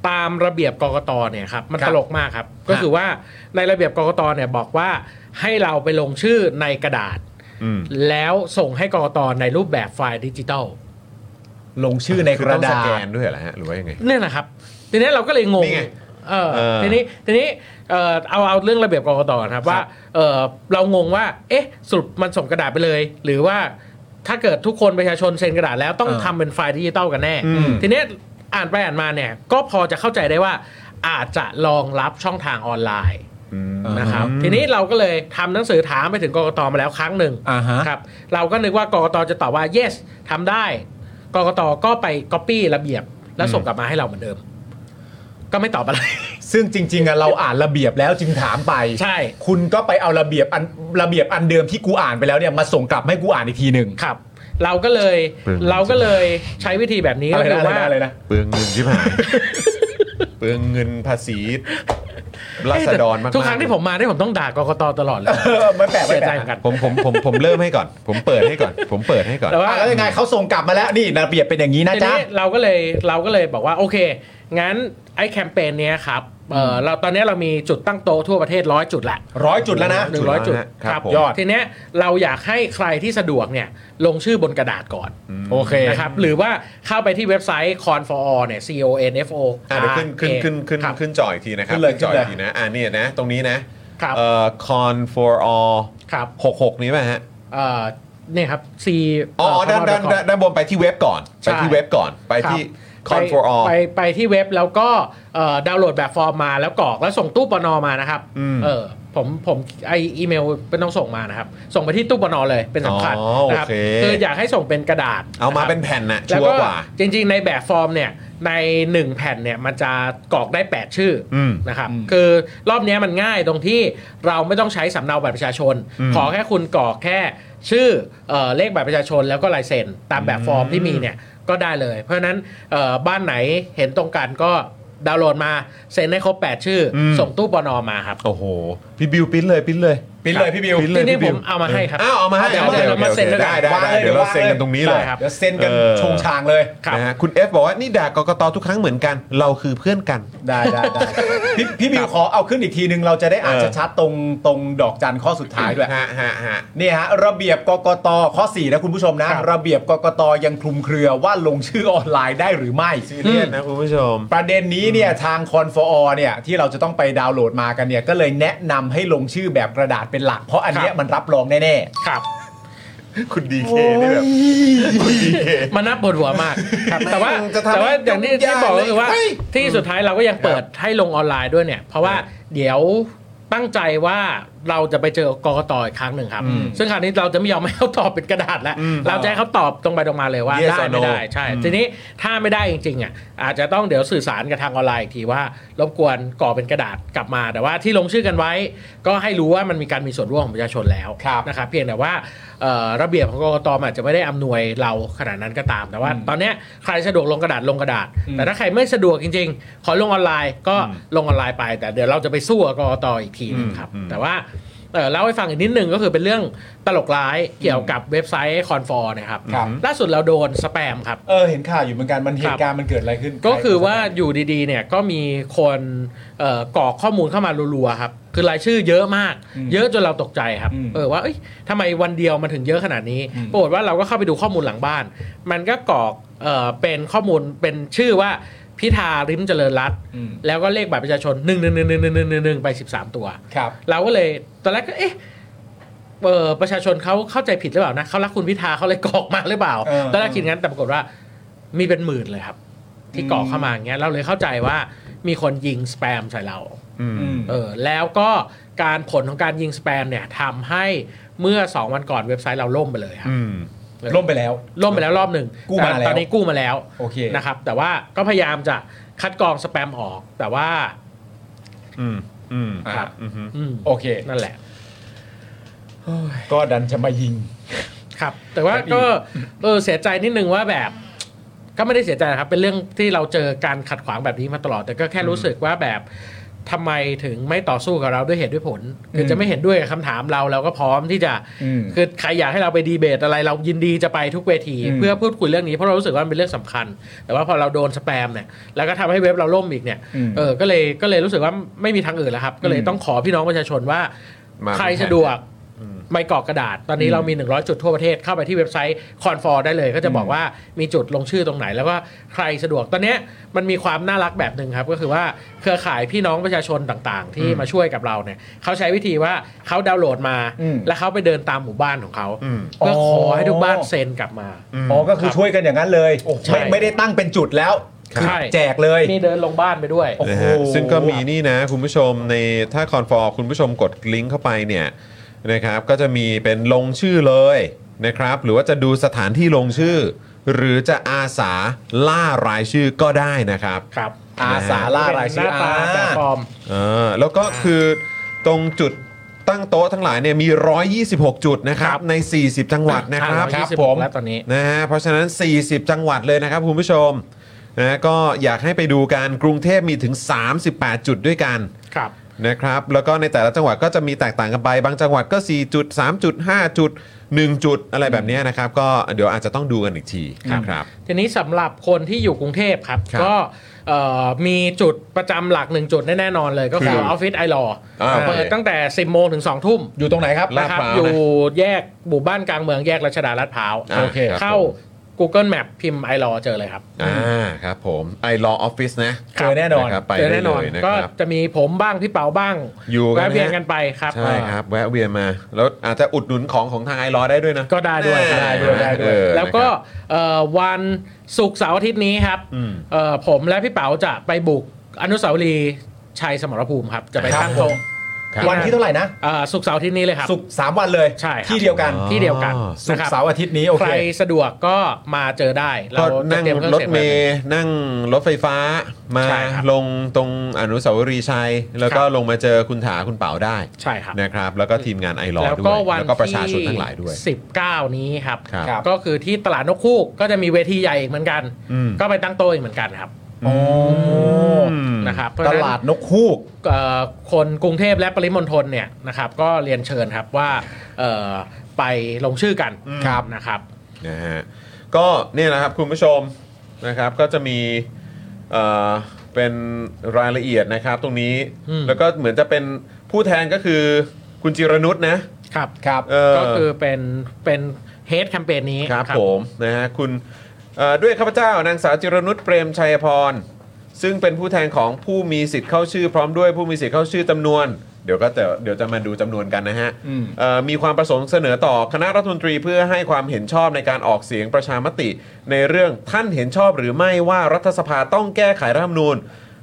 [SPEAKER 6] ตามระเบียบกกตเนี่ยครับมัน
[SPEAKER 2] ครับ
[SPEAKER 6] ตลกมากครับ ก็คือว่าในระเบียบกกตเนี่ยบอกว่าให้เราไปลงชื่อในกระดาษ
[SPEAKER 1] อืม
[SPEAKER 6] แล้วส่งให้กกตในรูปแบบไฟล์ดิจิตอล
[SPEAKER 2] ลงชื่อในกระ
[SPEAKER 1] คือต้องส
[SPEAKER 2] ดา
[SPEAKER 1] แก
[SPEAKER 2] ษ
[SPEAKER 1] นด้วยเหรอฮะ หรือว่ายังไง
[SPEAKER 6] เนี่ยนะครับ ทีนี้เราก็เลยงง
[SPEAKER 1] นี่ไง
[SPEAKER 6] เออ
[SPEAKER 1] เออ
[SPEAKER 6] ทีนี้ทีนี้เอ่อเอาเอาเรื่องระเบียบกกตก่อนครับว่าเออเรางงว่า เอ๊ะสรุปมันส่งกระดาษไปเลย หรือว่าถ้าเกิดทุกคนประชาชนเซ็นกระดาษแล้วต้อง
[SPEAKER 2] เออ
[SPEAKER 6] ทำเป็นไฟล์ดิจิตอลกันแน่
[SPEAKER 2] ม
[SPEAKER 6] ทีเนี้ยอ่านไปอ่านมาเนี่ยก็พอจะเข้าใจได้ว่า อาจจะรองรับช่องทางออนไลน์
[SPEAKER 1] อืม
[SPEAKER 6] นะครับ ทีนี้เราก็เลยทำหนังสือถามไปถึงกกตมาแล้วครั้งหนึ่ง
[SPEAKER 2] อ่าฮะ
[SPEAKER 6] ครับเราก็นึกว่ากกตจะตอบว่า yes ทำได้ กกตก็ไป copy ระเบียบ แล้วส่งกลับมาให้เราเหมือนเดิม ก็ไม่ตอบอะไร
[SPEAKER 2] ซึ่งจริงๆอะเราอ่านระเบียบแล้วจึงถามไป
[SPEAKER 6] ใช่
[SPEAKER 2] คุณก็ไปเอาระเบียบอันระเบียบอันเดิมที่กูอ่านไปแล้วเนี่ยมาส่งกลับให้กูอ่านอีกทีหนึ่ง
[SPEAKER 6] ครับ เราก็เลยเราก็เลยใช้วิธีแบบนี้
[SPEAKER 2] อะ
[SPEAKER 6] ก็
[SPEAKER 2] ไร
[SPEAKER 6] คื
[SPEAKER 2] นะอะไร
[SPEAKER 6] อว่า
[SPEAKER 2] นะอะไรนะ
[SPEAKER 1] เปลืองเงินใช่ไหม เปลืองเงินภาษีราษฎรมากๆ
[SPEAKER 6] ทุกครั้งที่ผมมาเนี่ยผมต้องด่ากกตตลอดเลย
[SPEAKER 2] เออ ไม่แปลกไม่
[SPEAKER 6] เสีย
[SPEAKER 2] แป
[SPEAKER 6] ใจ
[SPEAKER 2] ลก
[SPEAKER 6] เหมือนกัน
[SPEAKER 1] ผมผมผมผมเริ่มให้ก่อน ผมเปิดให้ก่อน ผมเปิดให้ก่อน
[SPEAKER 6] แต่ว่า
[SPEAKER 2] อ่ะแล้วยังไงเขาส่งกลับมาแล้วนี่ระเบียบเป็นอย่างนี้นะ
[SPEAKER 6] ที
[SPEAKER 2] จ๊ะ
[SPEAKER 6] นี้เราก็เลยเราก็เลยบอกว่าโอเค งั้นไอ้แคมเปญเนี้ยครับเออเราตอนเนี้ยเรามีจุดตั้งโต๊ะทั่วประเทศร้อยจุดละ
[SPEAKER 2] ร้อยจุดแล้วนะ
[SPEAKER 6] หนึ่งร้อยจุด
[SPEAKER 1] นะค
[SPEAKER 6] ครับรับ
[SPEAKER 1] ผม
[SPEAKER 6] ยอดทีเนี้ยเราอยากให้ใครที่สะดวกเนี่ยลงชื่อบนกระดาษก่อน
[SPEAKER 2] โอเค
[SPEAKER 6] นะครับหรือว่าเข้าไปที่เว็บไซต์ con for all เนี่ย c o n f o
[SPEAKER 1] อ่ะเดี๋ยวขึ้นขึ้นขึ้นขึ้น
[SPEAKER 6] ครับ
[SPEAKER 1] ขึ้นจออีกทีนะครับ
[SPEAKER 2] ขึ้นเลย
[SPEAKER 1] จออีก
[SPEAKER 2] ขึ้
[SPEAKER 1] ที
[SPEAKER 2] นเลย
[SPEAKER 1] นะอ่ะเนี่ยนะ ตรงนี้นะครับ เอ่อ con for all
[SPEAKER 6] ครับ
[SPEAKER 1] 66 นี้ไหมฮะ
[SPEAKER 6] เอ่อเนี่ยครับ c
[SPEAKER 1] อ๋อด้านด้าน
[SPEAKER 6] เอ่อ
[SPEAKER 1] ด้านด้านบนไปที่เว็บก่อน
[SPEAKER 6] ใช่
[SPEAKER 1] ไปที่เว็บก่อน ไปที่
[SPEAKER 6] คอ
[SPEAKER 1] con
[SPEAKER 6] น
[SPEAKER 1] for all
[SPEAKER 6] ไปไปที่เว็บแล้วก็เอ่อดาวน์โหลดแบบฟอร์มมาแล้วกรอกแล้วส่งตู้ปนอมานะครับ
[SPEAKER 1] อืม
[SPEAKER 6] เออผมผมไออีเมลเป็นต้องส่งมานะครับ ส่งไปที่ตู้ปนอเลยเป็นสำคัญ
[SPEAKER 1] อ๋อ
[SPEAKER 6] นะครับ
[SPEAKER 1] โอเค
[SPEAKER 6] คืออยากให้ส่งเป็นกระดาษ
[SPEAKER 1] เอามา
[SPEAKER 6] ะครับ
[SPEAKER 1] เป็นแผ่นน่ะ
[SPEAKER 6] แล้ว
[SPEAKER 1] ชัว
[SPEAKER 6] ก็
[SPEAKER 1] ร์กว่า
[SPEAKER 6] จริงๆ ในแบบฟอร์มเนี่ยใน 1 แผ่นเนี่ยมันจะกรอกได้ 8 ชื่ออ
[SPEAKER 1] ม
[SPEAKER 6] นะครับคือรอบเนี้ยมันง่ายตรงที่เราไม่ต้องใช้สำเนาบัตรประชาชน ขอแค่คุณกรอกแค่ชื่อเออเลขบัตรประชาชนแล้วก็ลายเซ็นตามแบบฟอร์มที่มีเนี่ยก็ได้เลย เพราะฉะนั้นเอ่อบ้านไหนเห็นตรงกันก็ดาวน์โหลดมาเซ็นให้ครบ 8 ชื่ออ
[SPEAKER 1] ม
[SPEAKER 6] ส่งตู้ปนอมาครับ
[SPEAKER 1] โอ้โห พี่บิวปิ้นเลยปิ้นเลย
[SPEAKER 2] ปิ้นเลยพี่บิว
[SPEAKER 1] ปิ้นเลย
[SPEAKER 6] ที่นี่
[SPEAKER 1] พี่
[SPEAKER 6] ผ
[SPEAKER 1] บิว
[SPEAKER 6] มเอามาให้ครับ
[SPEAKER 1] อ้าวเอามาให้
[SPEAKER 6] เดี๋ยว
[SPEAKER 1] โอค
[SPEAKER 6] เดี๋ยวเรามา
[SPEAKER 1] โอค
[SPEAKER 6] เซ็นด้วยกั
[SPEAKER 1] ได้
[SPEAKER 6] น
[SPEAKER 1] ได้
[SPEAKER 2] วาง
[SPEAKER 1] ได้
[SPEAKER 2] เลย
[SPEAKER 1] เดี๋ยวเรา
[SPEAKER 2] วาง
[SPEAKER 1] เซ็น
[SPEAKER 2] เลย
[SPEAKER 1] กันตรงนี้เลย
[SPEAKER 6] ได้ครับ
[SPEAKER 2] เดี๋ยวเซ็นกัน
[SPEAKER 1] เออ
[SPEAKER 2] ชงชางเลย
[SPEAKER 6] ครับ
[SPEAKER 1] นะฮะคุณเอฟบอกว่านี่ด่ากกตทุกครั้งเหมือนกัน เราคือเพื่อนกัน
[SPEAKER 2] ได้ได้ได้พี่พี่บิวขอเอาขึ้นอีกทีนึงเราจะได้อ่าน
[SPEAKER 1] เออ
[SPEAKER 2] ชัดๆตรงตรงดอกจันข้อสุดท้ายด้วย
[SPEAKER 1] ฮะฮะฮะ
[SPEAKER 2] เนี่ยฮะระเบียบกกตข้อ 4 นะคุณผู้ชมนะ ระเบียบกกตยังคลุมเครือว่าลงชื่อออนไลน์ได้หรือไม่
[SPEAKER 1] ซีเรียสนะคุณผู้ชม
[SPEAKER 2] ประเด็นนี้เนี่ยทางคอนฟอร์เนี่ยที่เราจะต้องไปดาวน์โหลดมากันเนี่ยก็เลยแนะนำให้ลงชื่อแบบกระดาษเป็นหลัก เพราะอันเนี้ย
[SPEAKER 6] ครับ
[SPEAKER 2] มันรับรองแน่
[SPEAKER 6] ครับ
[SPEAKER 1] คุณดีเคนี่แบบคุณดีเค
[SPEAKER 6] มันน่าปวดหัวมาก แต่ว่า
[SPEAKER 1] จะทำให้
[SPEAKER 6] แต่ว่าอย่างที่
[SPEAKER 1] ทุกอย่าง
[SPEAKER 6] ที่บอกก็คือว่า
[SPEAKER 1] เลยเฮ้ย
[SPEAKER 6] ที่สุดท้ายเราก็ยังเปิดให้ลงออนไลน์ด้วยเนี่ย เพราะว่าเดี๋ยวตั้งใจว่าเราจะไปเจอกกตอีกครั้งหนึ่งครับ ซึ่งคราวนี้เราจะไม่ยอมให้เขาตอบเป็นกระดาษแล้ว เราจะให้เขาตอบตรงไปตรงมาเลยว่า
[SPEAKER 1] Yes
[SPEAKER 6] ได้
[SPEAKER 1] or
[SPEAKER 6] ไม่
[SPEAKER 1] no
[SPEAKER 6] ได้ใช่ ทีนี้ถ้าไม่ได้จริงๆอ่ะอาจจะต้องเดี๋ยวสื่อสารกับทางออนไลน์อีกทีว่ารบกวนก่อเป็นกระดาษกลับมา แต่ว่าที่ลงชื่อกันไว้ ก็ให้รู้ว่ามันมีการมีส่วนร่วมของประชาชนแล้ว
[SPEAKER 2] ครับ
[SPEAKER 6] นะครับเพียงแต่ว่าเอ่อระเบียบของกรกตมันอาจจะไม่ได้อำนวยเราขนาดนั้นก็ตาม แต่ว่าตอนเนี้ยใครสะดวกลงกระดาษลงกระดาษ แต่ถ้าใครไม่สะดวกจริง ๆ ขอลงออนไลน์ก็ลงออนไลน์ไป แต่เดี๋ยวเราจะไปสู้กับกรกตอีกทีนึงครับ แต่ว่าเอ่อเล่าให้ฟังอีกนิดนึงก็คือเป็นเรื่องตลกร้ายเกี่ยวกับเว็บไซต์คอนฟอร์นะครับ
[SPEAKER 2] ครับ
[SPEAKER 6] ล่าสุดเราโดนสแปมครับ
[SPEAKER 2] ๆเออเห็นข่าวอยู่เหมือนกันมันเหตุการณ์มันเกิดอะไรขึ้น
[SPEAKER 6] ก็คือว่าอยู่ดีๆ เนี่ยก็มีคนเอ่อกรอกข้อมูลเข้ามารัวๆครับ คือรายชื่อเยอะมาก
[SPEAKER 2] อืม
[SPEAKER 6] เยอะจนเราตกใจครับ
[SPEAKER 2] อืม
[SPEAKER 6] เออว่าเอ้ยทำไมวันเดียวมันถึงเยอะขนาดนี้ปรากฏว่าเราก็เข้าไปดูข้อมูลหลังบ้าน มันก็กรอกเอ่อเป็นข้อมูลเป็นชื่อว่าพิธาริมเจริญรัตน์
[SPEAKER 2] อืม
[SPEAKER 6] แล้วก็เลขบัตรประชาชน1 1 1 1 1 1 1ไป 13 ตัว
[SPEAKER 2] ครับ
[SPEAKER 6] เราก็เลยตอนแรกก็เอ๊ะเออประชาชนเขาเข้าใจผิดหรือเปล่านะเขารักคุณพิธาเขาเลยกรอกมาหรือเปล่า
[SPEAKER 2] เออ
[SPEAKER 6] ตอนแรกคิดงั้นแต่ปรากฏว่ามีเป็นหมื่นเลยครับ ที่กรอกเข้ามาอย่างเงี้ยเราเลยเข้าใจว่ามีคนยิงสแปมใส่เรา
[SPEAKER 2] อืม
[SPEAKER 6] เออแล้วก็การผลของการยิงสแปมเนี่ยทำให้เมื่อ 2 วันก่อนเว็บไซต์เราล่มไปเลยครับ
[SPEAKER 1] อืม
[SPEAKER 2] ล่มไปแล้ว
[SPEAKER 6] ล่มไปแล้วรอบหนึ่ง
[SPEAKER 2] กู้มาแล้ว
[SPEAKER 6] ตอนนี้กู้มาแล้ว
[SPEAKER 2] โอเค
[SPEAKER 6] นะครับ แต่ว่าก็พยายามจะคัดกรองสแปมออก แต่ว่า
[SPEAKER 1] อืม อืม
[SPEAKER 2] อ่ะ
[SPEAKER 1] อืม
[SPEAKER 6] อืม
[SPEAKER 2] โอเค
[SPEAKER 6] นั่นแหละ
[SPEAKER 2] ก็ดันจะมายิง
[SPEAKER 6] ครับแต่ว่า
[SPEAKER 2] ครับ
[SPEAKER 6] ก็เออเสียใจนิดนึงว่าแบบก็ไม่ได้เสียใจนะครับ เป็นเรื่องที่เราเจอการขัดขวางแบบนี้มาตลอด แต่ก็แค่รู้สึกว่าแบบทำไมถึงไม่ต่อสู้กับเราด้วยเหตุด้วยผล คือจะไม่เห็นด้วยกับคำถามเราเราก็พร้อมที่จะ
[SPEAKER 2] อืม
[SPEAKER 6] คือใครอยากให้เราไปดีเบตอะไรเรายินดีจะไปทุกเวที
[SPEAKER 2] อืม
[SPEAKER 6] เพื่อพูดคุยเรื่องนี้เพราะเรารู้สึกว่ามันเป็นเรื่องสำคัญ แต่ว่าพอเราโดนสแปมเนี่ยแล้วก็ทำให้เว็บเราล่มอีกเนี่ยเออก็เลยก็เลยรู้สึกว่าไม่มีทางอื่นแล้วครับ ก็เลยต้องขอพี่น้องประชาชนว่า
[SPEAKER 1] มา
[SPEAKER 6] ใครสะดวก ไม่กรอกกระดาษ ตอนนี้เรามี 100 จุดทั่วประเทศเข้าไปที่เว็บไซต์คอนฟอร์ได้เลย ก็จะบอกว่ามีจุดลงชื่อตรงไหน แล้วก็ใครสะดวกตอนเนี้ยมันมีความน่ารักแบบหนึ่งครับ ก็คือว่าเครือข่ายพี่น้องประชาชนต่างๆ ที่มาช่วยกับเราเนี่ยเขาใช้วิธีว่าเขาดาวน์โหลดมา
[SPEAKER 2] อืม
[SPEAKER 6] แล้วเขาไปเดินตามหมู่บ้านของเขา
[SPEAKER 1] อืม
[SPEAKER 6] เพื่ออ
[SPEAKER 2] อ
[SPEAKER 6] ขอให้ทุกบ้านเซ็นกลับมา
[SPEAKER 2] อ๋อก็คือช่วยกันอย่างนั้นเลย
[SPEAKER 6] ใช่
[SPEAKER 2] ไม่ไม่ได้ตั้งเป็นจุดแล้ว
[SPEAKER 6] ครับ
[SPEAKER 2] แจกเลย
[SPEAKER 6] มีเดินลงบ้านไปด้วย
[SPEAKER 1] นะฮะซึ่งก็มีนี่นะคุณผู้ชมในถ้าคอนฟอร์คุณผู้ชมกดลิงก์เข้าไปเนี่ยนะครับก็จะมีเป็นลงชื่อเลยนะครับ หรือว่าจะดูสถานที่ลงชื่อ หรือจะอาสาล่ารายชื่อก็ได้นะครับ
[SPEAKER 6] ครับ
[SPEAKER 2] อาสาล่ารายชื่อ
[SPEAKER 6] เป็นหน้าตาแต่ฟอร์ม
[SPEAKER 1] เออแล้วก็คือตรงจุดตั้งโต๊ะทั้งหลายเนี่ยมี 126 จุดนะครับ ใน 40 จังหวัดนะครับ
[SPEAKER 6] อ่า126แล้วตอนนี้
[SPEAKER 1] นะฮะเพราะฉะนั้น 40 จังหวัดเลยนะครับคุณผู้ชมนะก็อยากให้ไปดูการกรุงเทพมีถึง 38 จุดด้วยกัน
[SPEAKER 6] ครับ
[SPEAKER 1] นะครับแล้วก็ในแต่ละจังหวัดก็จะมีแตกต่างกันไป บางจังหวัดก็ 4 จุด 3 จุด 5 จุด 1 จุดอะไรแบบเนี้ยนะครับ ก็เดี๋ยวอาจจะต้องดูกันอีกทีนะครับ
[SPEAKER 6] ทีนี้สำหรับคนที่อยู่กรุงเทพครับ
[SPEAKER 1] ครับ
[SPEAKER 6] ก็เอ่อมีจุดประจำหลักหนึ่งจุดแน่ๆนอนเลยก็คือ
[SPEAKER 1] ครับ
[SPEAKER 6] ออฟฟิศไอรอ
[SPEAKER 1] อ่า
[SPEAKER 6] เปิ
[SPEAKER 1] โอ
[SPEAKER 6] ด
[SPEAKER 1] เค
[SPEAKER 6] ตั้งแต่ 10 โมงถึง 2 ทุ่ม
[SPEAKER 2] อยู่ตรงไหนครับ
[SPEAKER 1] ลาด
[SPEAKER 6] นะครับ
[SPEAKER 1] พร้าวนะ
[SPEAKER 6] อยู่แยกหมู่บ้านกลางเมืองแยกรัชดาลาดพร้าว
[SPEAKER 1] อ่าโอเคครับ
[SPEAKER 6] เข้า Google Map พิมพ์ไอรอเจอเลยครับ
[SPEAKER 1] อ่าครับผมไอรอออฟฟิศนะ
[SPEAKER 2] เจอแน่นอน
[SPEAKER 1] ะครับไป
[SPEAKER 6] เจอ
[SPEAKER 1] ได้
[SPEAKER 6] แน่น
[SPEAKER 1] เล
[SPEAKER 6] อน
[SPEAKER 1] ยนะ
[SPEAKER 6] ก็
[SPEAKER 1] ครับ
[SPEAKER 6] จะมีผมบ้างพี่เป๋าบ้าง
[SPEAKER 1] อยู่กัน
[SPEAKER 6] แวะเวียน
[SPEAKER 1] นะ
[SPEAKER 6] กันไปครับ
[SPEAKER 1] ใช่ครับ แวะเวียนมา แล้วอาจจะอุดหนุนของของทางไอรอได้ด้วยนะ
[SPEAKER 6] ก็ได้ด้วย
[SPEAKER 1] แน่
[SPEAKER 6] ได้ด้วยได้ด้วย
[SPEAKER 1] เออ
[SPEAKER 6] แล้วก็
[SPEAKER 1] นะครับ
[SPEAKER 6] เอ่อวันศุกร์เสาร์อาทิตย์นี้ครับ
[SPEAKER 1] อืม
[SPEAKER 6] เอ่อผมและพี่เป๋าจะไปบุกอนุสาวรีย์ชัยสมรภูมิครับ จะไป
[SPEAKER 1] ครับ
[SPEAKER 6] ตั้งโต๊ะ
[SPEAKER 1] ครับ
[SPEAKER 2] วันที่เท่าไหร่นะ
[SPEAKER 6] เอ่อศุกร์เสาร์อาทิตย์นี้เลยครับ
[SPEAKER 2] สุกร์สามวันเลย
[SPEAKER 6] ใช่ครับ
[SPEAKER 2] ที่เดียวกัน
[SPEAKER 6] ที่เดียวกัน
[SPEAKER 2] สุ
[SPEAKER 6] นะ
[SPEAKER 2] ก
[SPEAKER 6] ค
[SPEAKER 2] ร์
[SPEAKER 6] รับ
[SPEAKER 2] เสาร์อาทิตย์นี้โอ
[SPEAKER 6] ใค
[SPEAKER 2] เค
[SPEAKER 6] รสะดวกก็มาเจอได้เรา
[SPEAKER 1] ก็
[SPEAKER 6] จะ
[SPEAKER 1] นั่ง
[SPEAKER 6] เตรียมเครื่อง
[SPEAKER 1] รถ
[SPEAKER 6] เสียง
[SPEAKER 1] เม
[SPEAKER 6] ไว้
[SPEAKER 1] ย์นั่งรถไฟฟ้ามา
[SPEAKER 6] ใช่ครับ
[SPEAKER 1] ลงตรงอนุสาวรีย์ชัย แล้วก็
[SPEAKER 6] ครับ
[SPEAKER 1] ลงมาเจอคุณถาคุณเป๋าได้
[SPEAKER 6] ใช่ครับ
[SPEAKER 1] นะครับ แล้วก็ทีมงานไอรอ
[SPEAKER 6] แล้ว
[SPEAKER 1] ด้ว
[SPEAKER 6] ก็
[SPEAKER 1] ย
[SPEAKER 6] วัน
[SPEAKER 1] แล้วก็ประชาชน
[SPEAKER 6] ที่
[SPEAKER 1] ทั้งหลายด้วย
[SPEAKER 6] 19 นี้ครับ
[SPEAKER 1] ครับ
[SPEAKER 2] ครับ
[SPEAKER 6] ก็คือที่ตลาดนกคู่ก็จะมีเวทีใหญ่อีกเหมือนกัน
[SPEAKER 1] อืม
[SPEAKER 6] ก็ไปตั้งโต๊ะอีกเหมือนกันครับ
[SPEAKER 2] โอ้
[SPEAKER 6] นะครับเพ
[SPEAKER 2] ต
[SPEAKER 6] ระฉะนั้น
[SPEAKER 2] ลาดนกฮูก
[SPEAKER 6] เอ่อคนกรุงเทพและปริมณฑลเนี่ยนะครับก็เรียนเชิญครับว่าเอ่อไปลงชื่อกัน
[SPEAKER 2] ครับ
[SPEAKER 6] นะครับ
[SPEAKER 1] นะฮะก็เนี่ยนะครับคุณผู้ชมนะครับก็จะมีเอ่อเป็นรายละเอียดนะครับตรงนี้
[SPEAKER 6] อืม
[SPEAKER 1] แล้วก็เหมือนจะเป็นผู้แทนก็คือคุณจิรนุชนะครับ
[SPEAKER 2] ครับ
[SPEAKER 1] เออ
[SPEAKER 6] ก็คือเป็นเป็นเฮดแคมเปญนี้
[SPEAKER 1] ครับผมนะฮะคุณเอ่อด้วยข้าพเจ้านางสาวจิรนุชเปรมชัยพร ซึ่งเป็นผู้แทนของผู้มีสิทธิ์เข้าชื่อ พร้อมด้วยผู้มีสิทธิ์เข้าชื่อจำนวน เดี๋ยวก็จะเดี๋ยวจะมาดูจำนวนกันนะฮะ
[SPEAKER 2] อืม
[SPEAKER 1] เอ่อมีความประสงค์เสนอต่อคณะรัฐมนตรีเพื่อให้ความเห็นชอบในการออกเสียงประชามติ ในเรื่องท่านเห็นชอบหรือไม่ว่ารัฐสภาต้องแก้ไขรัฐธรรมนูญ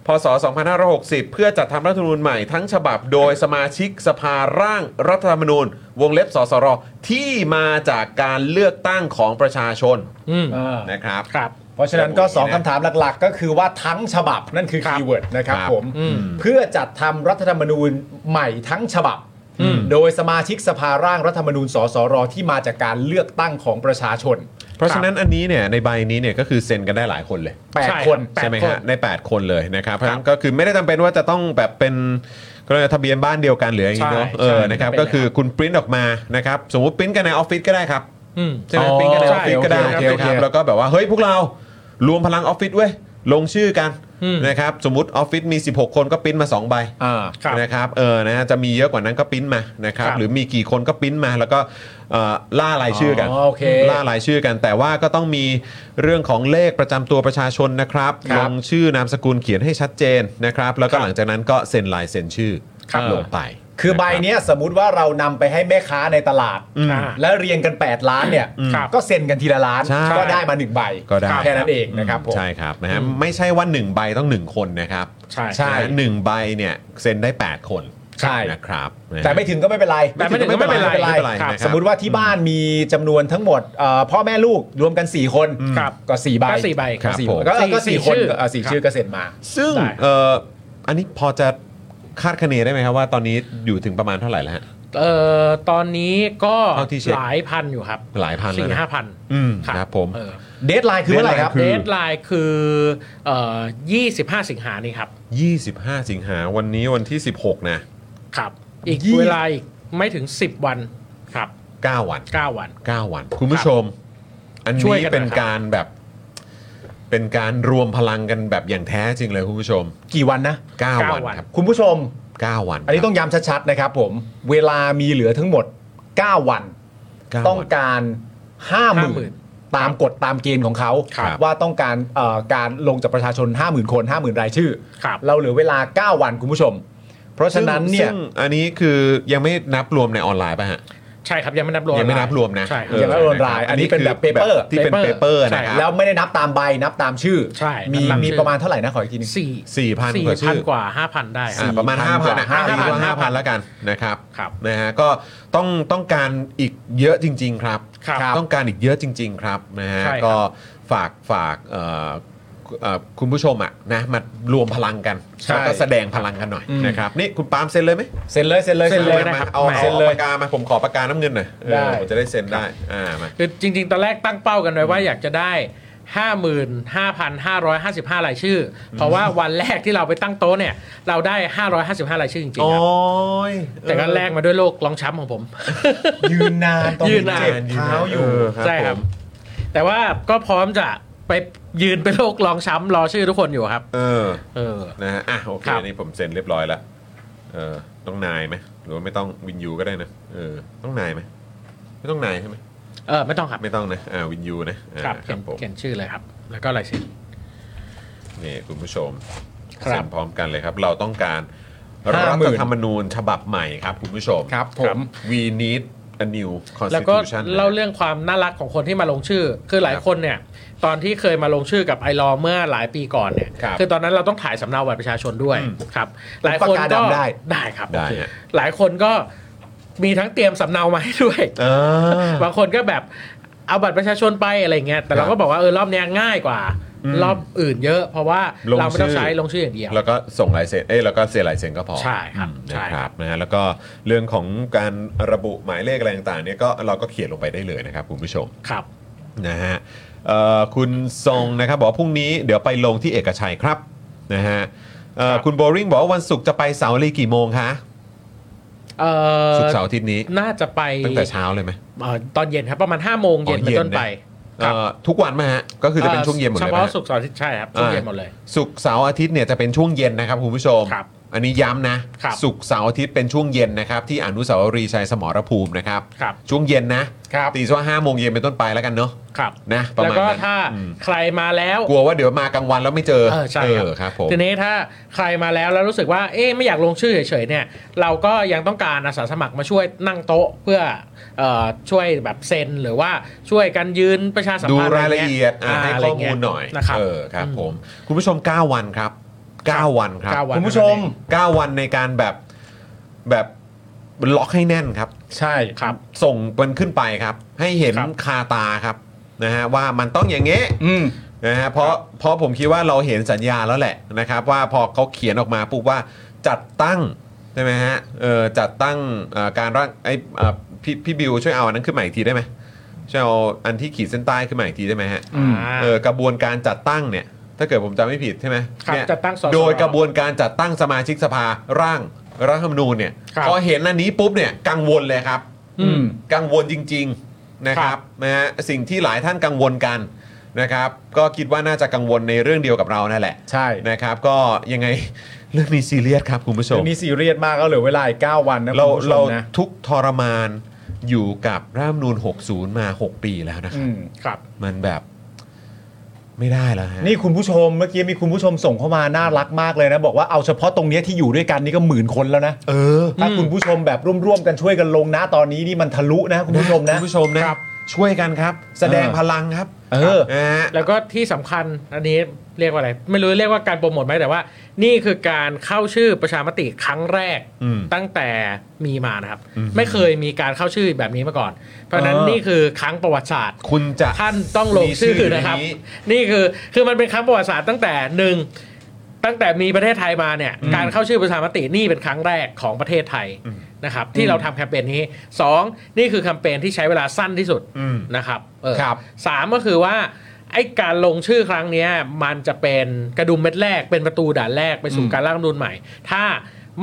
[SPEAKER 1] พศ 2560 เพื่อจัดทำรัฐธรรมนูญใหม่ทั้งฉบับโดยสมาชิกสภาร่างรัฐธรรมนูญ วงเล็บสสรที่มาจากการเลือกตั้งของประชาชน
[SPEAKER 6] อืม
[SPEAKER 1] นะครับ
[SPEAKER 6] ครับ
[SPEAKER 2] เพราะฉะนั้นก็
[SPEAKER 1] ครับผม
[SPEAKER 2] 2คำถามหลักๆ ก็คือว่าทั้งฉบับนั่นคือ
[SPEAKER 6] ครับ
[SPEAKER 2] คีย์เวิร์ดนะครับ
[SPEAKER 1] ครับ
[SPEAKER 2] ผม
[SPEAKER 6] อืม
[SPEAKER 2] เพื่อจัดทำรัฐธรรมนูญใหม่ทั้งฉบับ
[SPEAKER 6] อืม
[SPEAKER 2] โดยสมาชิกสภาร่างรัฐธรรมนูญสสรที่มาจากการเลือกตั้งของประชาชน
[SPEAKER 1] เพราะฉะนั้นอันนี้เนี่ยในใบนี้เนี่ยก็คือเซ็นกันได้หลายคนเลย
[SPEAKER 6] ใช่
[SPEAKER 2] 8 คน
[SPEAKER 6] แปด
[SPEAKER 1] ใช่ไหม
[SPEAKER 6] คน
[SPEAKER 1] ฮะใน 8 คนเลยนะครับเพราะฉะนั้นก็คือไม่ได้จำเป็นว่าจะต้องแบบเป็นก็เลยกว่าทะเบียนบ้านเดียวกันหรืออย่างนี้เนาะ
[SPEAKER 6] ใช่
[SPEAKER 1] เออ
[SPEAKER 6] ใช่
[SPEAKER 1] นะครับ
[SPEAKER 6] ไม่เป็นไร
[SPEAKER 1] ก็คือคุณปริ้นออกมานะครับสมมุติปริ้นกันในออฟฟิศก็ได้ครับ
[SPEAKER 6] อืม
[SPEAKER 1] ใช่ไหม
[SPEAKER 2] อ๋อ
[SPEAKER 1] ปริ้นกันในออฟฟิศ
[SPEAKER 2] ใช่
[SPEAKER 1] ก็ได้
[SPEAKER 2] โอเค
[SPEAKER 1] นะ
[SPEAKER 2] โอ
[SPEAKER 1] ค
[SPEAKER 2] เค
[SPEAKER 1] รับ
[SPEAKER 2] โอเค
[SPEAKER 1] แล้วก็แบบว่าเฮ้ยพวกเรารวมพลังออฟฟิศเว้ยลงชื่อกัน
[SPEAKER 6] อืม
[SPEAKER 1] นะครับสมมติออฟฟิศมี 16 คนก็ปริ้นมาสองใบ
[SPEAKER 2] อ่า
[SPEAKER 6] ครับ
[SPEAKER 1] นะครับเออนะฮะจะมีเยอะกว่านั้นก็ปริ้นมานะครับ
[SPEAKER 6] ครับ
[SPEAKER 1] หรือมีกี่คนก็ปริ้นมาแล้วก็เอ่อล่ารายชื่อกัน
[SPEAKER 2] อ๋อโอเค
[SPEAKER 1] ล่ารายชื่อกัน แต่ว่าก็ต้องมีเรื่องของเลขประจำตัวประชาชนนะครับ
[SPEAKER 2] ค
[SPEAKER 1] ล
[SPEAKER 2] รับ
[SPEAKER 1] งชื่อนามสกุลเขียนให้ชัดเจนนะครับ แล้วก็
[SPEAKER 2] ครับ
[SPEAKER 1] หลังจากนั้นก็เซ็นลายเซ็นชื่อ
[SPEAKER 6] ครับ
[SPEAKER 1] ลงไป
[SPEAKER 2] คือใบเนี้ยสมมติว่าเรานำไปให้แม่ค้าในตลาด
[SPEAKER 1] อืม
[SPEAKER 6] อ่า
[SPEAKER 2] และเรียงกัน 8 ล้านเนี่ย
[SPEAKER 6] ครับ
[SPEAKER 2] ก็เซ็นกันทีละล้าน
[SPEAKER 1] ใช่
[SPEAKER 2] ก็ได้มา 1 ใบ
[SPEAKER 1] ก็ได้
[SPEAKER 2] แค่นั้นเองนะครับผม
[SPEAKER 1] ใช่ครับนะฮะไม่ใช่ว่าหนึ่งใบต้องหนึ่งคนนะครับ
[SPEAKER 6] ใช่
[SPEAKER 2] ใช่
[SPEAKER 1] นะฮะหนึ่งใบเนี่ยเซ็นได้แปดคน
[SPEAKER 2] ใช่
[SPEAKER 1] นะครับนะฮะ
[SPEAKER 2] แต่ไม่ถึงก็ไม่เป็นไร
[SPEAKER 6] แต่ไม่ถึงก็ไม่เป็นไร
[SPEAKER 2] ม่
[SPEAKER 1] ไม่เป็นไร
[SPEAKER 2] ครับ
[SPEAKER 1] นะครับ
[SPEAKER 2] สมมติว่าที่บ้านมีจำนวนทั้งหมดเอ่อพ่อแม่ลูกรวมกัน 4 คน
[SPEAKER 6] ครับ
[SPEAKER 2] ก็4ใบ
[SPEAKER 6] ก็สี่ใบ
[SPEAKER 1] ครับ
[SPEAKER 2] สี่
[SPEAKER 1] ผม
[SPEAKER 2] ก็
[SPEAKER 6] สี่
[SPEAKER 2] ก็สี่
[SPEAKER 6] สี่
[SPEAKER 2] คน
[SPEAKER 6] ชื่อ
[SPEAKER 2] ก็เอ่อสี่
[SPEAKER 6] ครับ
[SPEAKER 2] ชื่อก็เซ็นมา
[SPEAKER 1] ซึ่ง
[SPEAKER 6] ได้
[SPEAKER 1] เอออันนี้พอจะคาดคะเนได้ไหมครับว่าตอนนี้อยู่ถึงประมาณเท่าไหร่แล้วฮะ
[SPEAKER 6] เอ่อตอนนี้ก็
[SPEAKER 1] เท่าที่เช็ค
[SPEAKER 6] หลายพันอยู่ครับ
[SPEAKER 1] หลายพันแล้ว
[SPEAKER 6] สี่
[SPEAKER 1] นะ
[SPEAKER 6] ห้าพัน
[SPEAKER 1] อืมครับผม
[SPEAKER 6] เออ
[SPEAKER 2] เดทไลน์คือเมื่อไหร่ครับ
[SPEAKER 1] คือ
[SPEAKER 6] เดทไลน์คือเอ่อยี่สิบห้าสิงหานี้ครับ
[SPEAKER 1] 25 สิงหาวันนี้วันที่ 16 นะ
[SPEAKER 6] ครับ อีก
[SPEAKER 2] ยี่
[SPEAKER 6] เวลาอีกไม่ถึง 10 วันครับ
[SPEAKER 1] 9 วัน
[SPEAKER 6] 9 วัน
[SPEAKER 1] 9 วัน คุณผู้ชม อัน
[SPEAKER 6] ช่วย
[SPEAKER 1] นี้
[SPEAKER 6] กันหน่อย
[SPEAKER 1] เป็น
[SPEAKER 6] ครับ
[SPEAKER 1] การแบบ เป็นการรวมพลังกันแบบอย่างแท้จริงเลยคุณผู้ชม
[SPEAKER 2] กี่วันนะ
[SPEAKER 1] 9
[SPEAKER 6] เก้า
[SPEAKER 1] วัน
[SPEAKER 6] วัน
[SPEAKER 1] ครับ
[SPEAKER 2] คุณผู้ชม
[SPEAKER 1] 9 วัน
[SPEAKER 2] อันนี้ต้องย้ำชัดๆนะครับผม เวลามีเหลือทั้งหมด 9 วัน
[SPEAKER 1] 9
[SPEAKER 2] ต้อง
[SPEAKER 1] วัน
[SPEAKER 2] การห้าหมื่นตามกฎตามเกณฑ์ของเขา
[SPEAKER 1] ครับ
[SPEAKER 2] ว่าต้องการเอ่อการลงจากประชาชน 50,000 คน 50,000 รายชื่อ
[SPEAKER 6] ครับ
[SPEAKER 2] เราเหลือเวลา 9 วันคุณผู้ชม เพราะฉะนั้นเนี่ย
[SPEAKER 1] ซึ่งอันนี้คือยังไม่นับรวมในออนไลน์ป่ะฮะ
[SPEAKER 6] ใช่ครับ ยังไม่นับรวม
[SPEAKER 1] ยังไม่นับรวมนะ
[SPEAKER 6] ใช่ค
[SPEAKER 1] เ
[SPEAKER 6] รับ
[SPEAKER 2] ยังไม่รวมราย
[SPEAKER 1] ะคบ
[SPEAKER 2] อันนี้เป็นแบบ
[SPEAKER 1] คือ
[SPEAKER 2] paper
[SPEAKER 1] ที่เป็น
[SPEAKER 6] paper
[SPEAKER 1] เปเปอร์นะ
[SPEAKER 6] ใช่
[SPEAKER 1] ค
[SPEAKER 6] ค
[SPEAKER 1] รับ
[SPEAKER 6] รับ
[SPEAKER 2] แล้วไม่ได้นับตามใบนับตามชื่อ
[SPEAKER 6] ใช่
[SPEAKER 2] มี
[SPEAKER 6] นับตาม
[SPEAKER 2] มี
[SPEAKER 6] ชื่อ
[SPEAKER 2] ประมาณเท่าไหร่นะขออีกทีหนึง
[SPEAKER 6] สี่
[SPEAKER 1] สี่พัน
[SPEAKER 6] สี่
[SPEAKER 1] กว่าชื่
[SPEAKER 6] พัน
[SPEAKER 1] อ
[SPEAKER 6] กว่าห้าพันได้ค
[SPEAKER 1] อ่า
[SPEAKER 6] รับ
[SPEAKER 1] ประมาณ 5,000
[SPEAKER 2] ก
[SPEAKER 1] อ่ะ
[SPEAKER 2] ว่า
[SPEAKER 1] ห้าพัน
[SPEAKER 2] 5,000
[SPEAKER 1] ห้าพันแล้วกันนะครับ
[SPEAKER 6] ครับ
[SPEAKER 1] นะฮะก็ต้องต้องการอีกเยอะจริง ๆ ครับ
[SPEAKER 6] ครับ
[SPEAKER 1] ต้องการอีกเยอะจริง ๆ ครับนะฮะ
[SPEAKER 6] ใช่ครับ
[SPEAKER 1] ก็ฝากฝากเอ่อ เอ่อคุณผู้ชมอ่ะนะมารวมพลังกัน
[SPEAKER 2] ใช่
[SPEAKER 1] แล้วก็แสดงพลังกันหน่อยนะครับนี่คุณปาล์มเซ็นเลยไหม
[SPEAKER 2] เซ็นเลยเซ็นเลย
[SPEAKER 6] ซ็นเลย
[SPEAKER 1] มา
[SPEAKER 6] นะครับ
[SPEAKER 1] เอา
[SPEAKER 2] เซ็
[SPEAKER 1] เอา
[SPEAKER 2] นเลย
[SPEAKER 1] ปากกามาผมขอปากกาน้ำเงินหน่อยเออ
[SPEAKER 2] ได้
[SPEAKER 1] ผมจะได้เซ็นได้อ่ามา
[SPEAKER 6] คือจริง ๆ ตอนแรกตั้งเป้ากันไว้ว่าอยากจะได้ 55,555รายชื่อ เพราะว่าวันแรกที่เราไปตั้งโต๊ะเนี่ย เราได้ 555รายชื่อจริง
[SPEAKER 1] โอ้
[SPEAKER 6] ๆครับ
[SPEAKER 1] ย
[SPEAKER 6] แต่ก็แลกมาด้วยโรคลองช้ำของผม
[SPEAKER 2] ยืนนานตอน
[SPEAKER 6] ยื
[SPEAKER 2] นี้
[SPEAKER 6] นนาน
[SPEAKER 2] เจ็บเท้าอยู่
[SPEAKER 6] ใช่ครับ แต่ว่าก็พร้อมจะไปยืนเป็นโรคลองช้ำรอชื่อทุกคนอยู่ครับ
[SPEAKER 1] เออ
[SPEAKER 6] เออ
[SPEAKER 1] นะฮะอ่ะโอเค
[SPEAKER 6] ครับ
[SPEAKER 1] อันนี่ผมเซ็นเรียบร้อยแล้วเออต้องนายไหมหรือว่าไม่ต้องวินยูก็ได้นะเออต้องนายไหมไม่ต้องนายใช่ไหม
[SPEAKER 6] เออไม่ต้องครับ
[SPEAKER 1] ไม่ต้องนะอ่าวินยูนะอ่า
[SPEAKER 6] ครับ
[SPEAKER 1] ค
[SPEAKER 6] เขี
[SPEAKER 1] รั
[SPEAKER 6] ย
[SPEAKER 1] บ
[SPEAKER 6] น
[SPEAKER 1] ผม
[SPEAKER 6] เขียนชื่อเลยครับ แล้วก็ลายเซ็น
[SPEAKER 1] นี่คุณผู้ชม
[SPEAKER 6] ครับ
[SPEAKER 1] เซ็นพร้อมกันเลยครับ เราต้องการรั
[SPEAKER 2] ห้าหมื่
[SPEAKER 1] ฐ
[SPEAKER 2] น
[SPEAKER 1] ธรรมนูญฉบับใหม่ครับคุณผู้ชม
[SPEAKER 2] ครับผม
[SPEAKER 1] we need a new
[SPEAKER 6] แล้วก็
[SPEAKER 1] constitution
[SPEAKER 6] เล่าเรื่องความน่ารักของคนที่มาลงชื่อ คือหลายคนเนี่ย ตอนที่เคยมาลงชื่อกับไอรอเมื่อหลายปีก่อนเนี่ย
[SPEAKER 1] ครับ
[SPEAKER 6] อตอนนั้นเราต้องถ่ายสำเนาบัตรประชาชนด้วยครับหลายคน
[SPEAKER 2] ปาก
[SPEAKER 6] ก็
[SPEAKER 2] กาดำได้
[SPEAKER 6] ได้ครับ
[SPEAKER 1] ได้
[SPEAKER 6] โอเค
[SPEAKER 1] ฮะ
[SPEAKER 6] หลายคนก็มีทั้งเตรียมสำเนามาให้ด้วย
[SPEAKER 1] เออ
[SPEAKER 6] บางคนก็แบบเอาบัตรประชาชนไปอะไรเงี้ยแต่เรา
[SPEAKER 1] ครั
[SPEAKER 6] ก็
[SPEAKER 1] บ
[SPEAKER 6] บอกว่าเออรอบเนี้ยง่ายกว่า
[SPEAKER 1] อืม
[SPEAKER 6] รอบอื่นเยอะ เพราะว่า
[SPEAKER 1] ลง
[SPEAKER 6] เราไม่ต้อง
[SPEAKER 1] ชื่อ
[SPEAKER 6] ใช้ลงชื่ออย่างเดียว
[SPEAKER 1] แล้วก็ส่งลายเซ็นเอ้ยแล้วก็เซ็นลายเซ็นก็พอ
[SPEAKER 6] ใช่ครับ
[SPEAKER 1] อืม
[SPEAKER 6] ใช่
[SPEAKER 1] นะค
[SPEAKER 6] ครั
[SPEAKER 1] รับบ นะฮะแล้วก็เรื่องของการระบุหมายเลขอะไรต่างๆเนี่ยก็เราก็เขียนลงไปได้เลยนะครับคุณผู้ชม
[SPEAKER 6] ครับ
[SPEAKER 1] นะฮะเอ่อคุณทรงนะครับบอกว่าพรุ่งนี้เดี๋ยวไปลงที่เอกชัยครับนะฮะเอ่อ
[SPEAKER 6] ครับ
[SPEAKER 1] คุณโบริงบอกว่าวันศุกร์จะไปเสาลีกี่โมงคะ
[SPEAKER 6] เอ่อ
[SPEAKER 1] ศุกร์เสาร์อาทิตย์นี้
[SPEAKER 6] น่าจะไป
[SPEAKER 1] ตั้งแต่เช้าเลยไหม
[SPEAKER 6] เอ่อตอนเย็นครับประมาณ5้าโมงเย็น
[SPEAKER 1] อ๋อ
[SPEAKER 6] เป็น
[SPEAKER 1] เย็น
[SPEAKER 6] ต้น
[SPEAKER 1] นะ
[SPEAKER 6] ไป
[SPEAKER 1] เอ่อทุกวันไหมาฮะก็คือจะเป็นช่วงเย็นหมดเลย
[SPEAKER 6] เฉ
[SPEAKER 1] ไหม
[SPEAKER 6] พาะ
[SPEAKER 1] ฮะ
[SPEAKER 6] สุกร์เสาร์อาทิตย์ใช่ครับช่วงเย็นหมดเลย
[SPEAKER 1] ศุกร์เสาร์อาทิตย์เนี่ยจะเป็นช่วงเย็นนะครับคุณผู้ชม
[SPEAKER 6] ครับ
[SPEAKER 1] อันนี้ย้ำนะครับศุกร์เสาร์อาทิตย์เป็นช่วงเย็นนะครับที่อนุสาวรีย์ชัยสมรภูมินะครับ
[SPEAKER 6] ครับ
[SPEAKER 1] ช่วงเย็นนะครับ ตีสักห้าโมงเย็นเป็นต้นไปแล้วกันเนาะ
[SPEAKER 6] ครับ
[SPEAKER 1] นะประ
[SPEAKER 6] แล้ว
[SPEAKER 1] มาณ
[SPEAKER 6] ก็
[SPEAKER 1] นั้น
[SPEAKER 6] ถ้า
[SPEAKER 1] อืม
[SPEAKER 6] ใครมาแล้ว
[SPEAKER 1] กลัวว่าเดี๋ยวมากลางวันแล้วไม่เจอ
[SPEAKER 6] เออใช่
[SPEAKER 1] เอ
[SPEAKER 6] ครับ
[SPEAKER 1] อครับผม
[SPEAKER 6] ทีนี้ถ้าใครมาแล้วแล้วรู้สึกว่าเอ๊ะไม่อยากลงชื่อเฉยๆเนี่ยเราก็ยังต้องการอาสาสมัครมาช่วยนั่งโต๊ะเพื่อเอ่อช่วยแบบเซ็นหรือว่าช่วยกันยืนประชาสัม
[SPEAKER 1] ดู
[SPEAKER 6] พันธ์
[SPEAKER 1] รายละเอียดอ่ะให้
[SPEAKER 6] ะไร
[SPEAKER 1] ข้อมู
[SPEAKER 6] เงี้
[SPEAKER 1] ลหน่อย
[SPEAKER 6] นะครับ
[SPEAKER 1] เออครับ
[SPEAKER 6] อืม
[SPEAKER 1] ผม คุณผู้ชม 9 วันครับ 9 วันครับ
[SPEAKER 6] เก้าวัน
[SPEAKER 2] คุณผู้ชม
[SPEAKER 1] 9 วันในการแบบแบบล็อกให้แน่นครับ
[SPEAKER 2] ใช่
[SPEAKER 6] ครับ
[SPEAKER 1] ส่งมันขึ้นไปครับ ให้เห็น
[SPEAKER 6] ครับ
[SPEAKER 1] คาตาครับนะฮะว่ามันต้องอย่างเงี้ย
[SPEAKER 2] อืม
[SPEAKER 1] นะฮะเพราะเพราะผมคิดว่าเราเห็นสัญญาแล้วแหละนะครับ ว่าพอเขาเขียนออกมาปุ๊บว่าจัดตั้งใช่ไหมฮะเออจัดตั้งเอ่อการร่างไอ้เอ่อพี่พี่บิวช่วยเอาอันนั้นขึ้นมาอีกทีได้ไหมช่วยเอาอันที่ขีดเส้นใต้ขึ้นมาอีกทีได้ไหมฮะ
[SPEAKER 2] อืม
[SPEAKER 6] อ่า
[SPEAKER 1] เออกระบวนการจัดตั้งเนี่ยถ้าเกิดผมจำไม่ผิดใช่ไหม
[SPEAKER 6] ครับ
[SPEAKER 1] เนี่ย
[SPEAKER 6] จัดตั้งสส
[SPEAKER 1] โดยกระบวนการจัดตั้งสมาชิกสภาร่างรัฐธรรมนูญเนี่ย
[SPEAKER 6] ครับ
[SPEAKER 1] พอเห็นอันนี้ปุ๊บเนี่ยกังวลเลยครับ
[SPEAKER 6] อืม
[SPEAKER 1] กังวลจริง ๆนะค
[SPEAKER 6] ครั
[SPEAKER 1] รับบ นะฮะสิ่งที่หลายท่านกังวลกันนะครับ ก็คิดว่าน่าจะกังวลในเรื่องเดียวกับเรานั่นแหละ
[SPEAKER 2] ใช่
[SPEAKER 1] นะครับ ก็ยังไง เรื่องนี้ซีเรียสครับคุณผู้ชม
[SPEAKER 2] เรื่องนี้ซีเรียสมากแล้วเหลือเวลาอีก9วันนะ
[SPEAKER 1] เรา
[SPEAKER 2] คุณผู้ช
[SPEAKER 1] เรา
[SPEAKER 2] มนะ
[SPEAKER 1] ทุกข์ทรมานอยู่กับรัฐธรรมนูญ60 มา 6 ปีแล้วนะค
[SPEAKER 2] อื
[SPEAKER 1] รับ
[SPEAKER 2] ม
[SPEAKER 6] ครับ
[SPEAKER 1] มันแบบไม่ได้แล้วฮะ
[SPEAKER 2] นี่คุณผู้ชมเมื่อกี้มีคุณผู้ชมส่งเข้ามาน่ารักมากเลยนะ บอกว่าเอาเฉพาะตรงเนี้ยที่อยู่ด้วยกันนี่ก็หมื่นคนแล้วนะ
[SPEAKER 1] เออ
[SPEAKER 2] ถ้าคุณผู้ชมแบบร่วมๆกันช่วยกันลงนะตอนนี้นี่มันทะลุนะคุณผู้ชมนะ
[SPEAKER 1] คุณผู้ชมนะช่วยกันครับ แสดงพลังครับ
[SPEAKER 2] เออ
[SPEAKER 1] นะฮะ
[SPEAKER 6] แล้วก็ที่สำคัญอันนี้เรียกว่าอะไร ไม่รู้เรียกว่าการโปรโมทไหมแต่ว่า นี่คือการเข้าชื่อประชามติครั้งแรก
[SPEAKER 1] อืม
[SPEAKER 6] ตั้งแต่มีมานะครับ ไม่เคยมีการเข้าชื่อแบบนี้มาก่อน เพราะฉะนั้น
[SPEAKER 2] เออ
[SPEAKER 6] นี่คือครั้งประวัติศาสตร์
[SPEAKER 1] คุณจะ
[SPEAKER 6] ท่านต้องลงชื่อนะครับ
[SPEAKER 1] มีชื่อนี้
[SPEAKER 6] นี่คือคือมันเป็นครั้งประวัติศาสตร์ตั้งแต่หนึ่งตั้งแต่มีประเทศไทยมาเนี่ยการเข้าชื่อประชามตินี่เป็นครั้งแรกของประเทศไทยนะครับที่เราทำแคมเปญนี้สองนี่คือแคมเปญที่ใช้เวลาสั้นที่สุด
[SPEAKER 1] อืม
[SPEAKER 6] นะครับเออ
[SPEAKER 2] ครับ
[SPEAKER 6] สามก็คือว่าไอ้การลงชื่อครั้งเนี้ยมันจะเป็นกระดุมเม็ดแรกเป็นประตูด่านแรกไปสู่การร่างรัฐธรรมนูนใหม่ ถ้า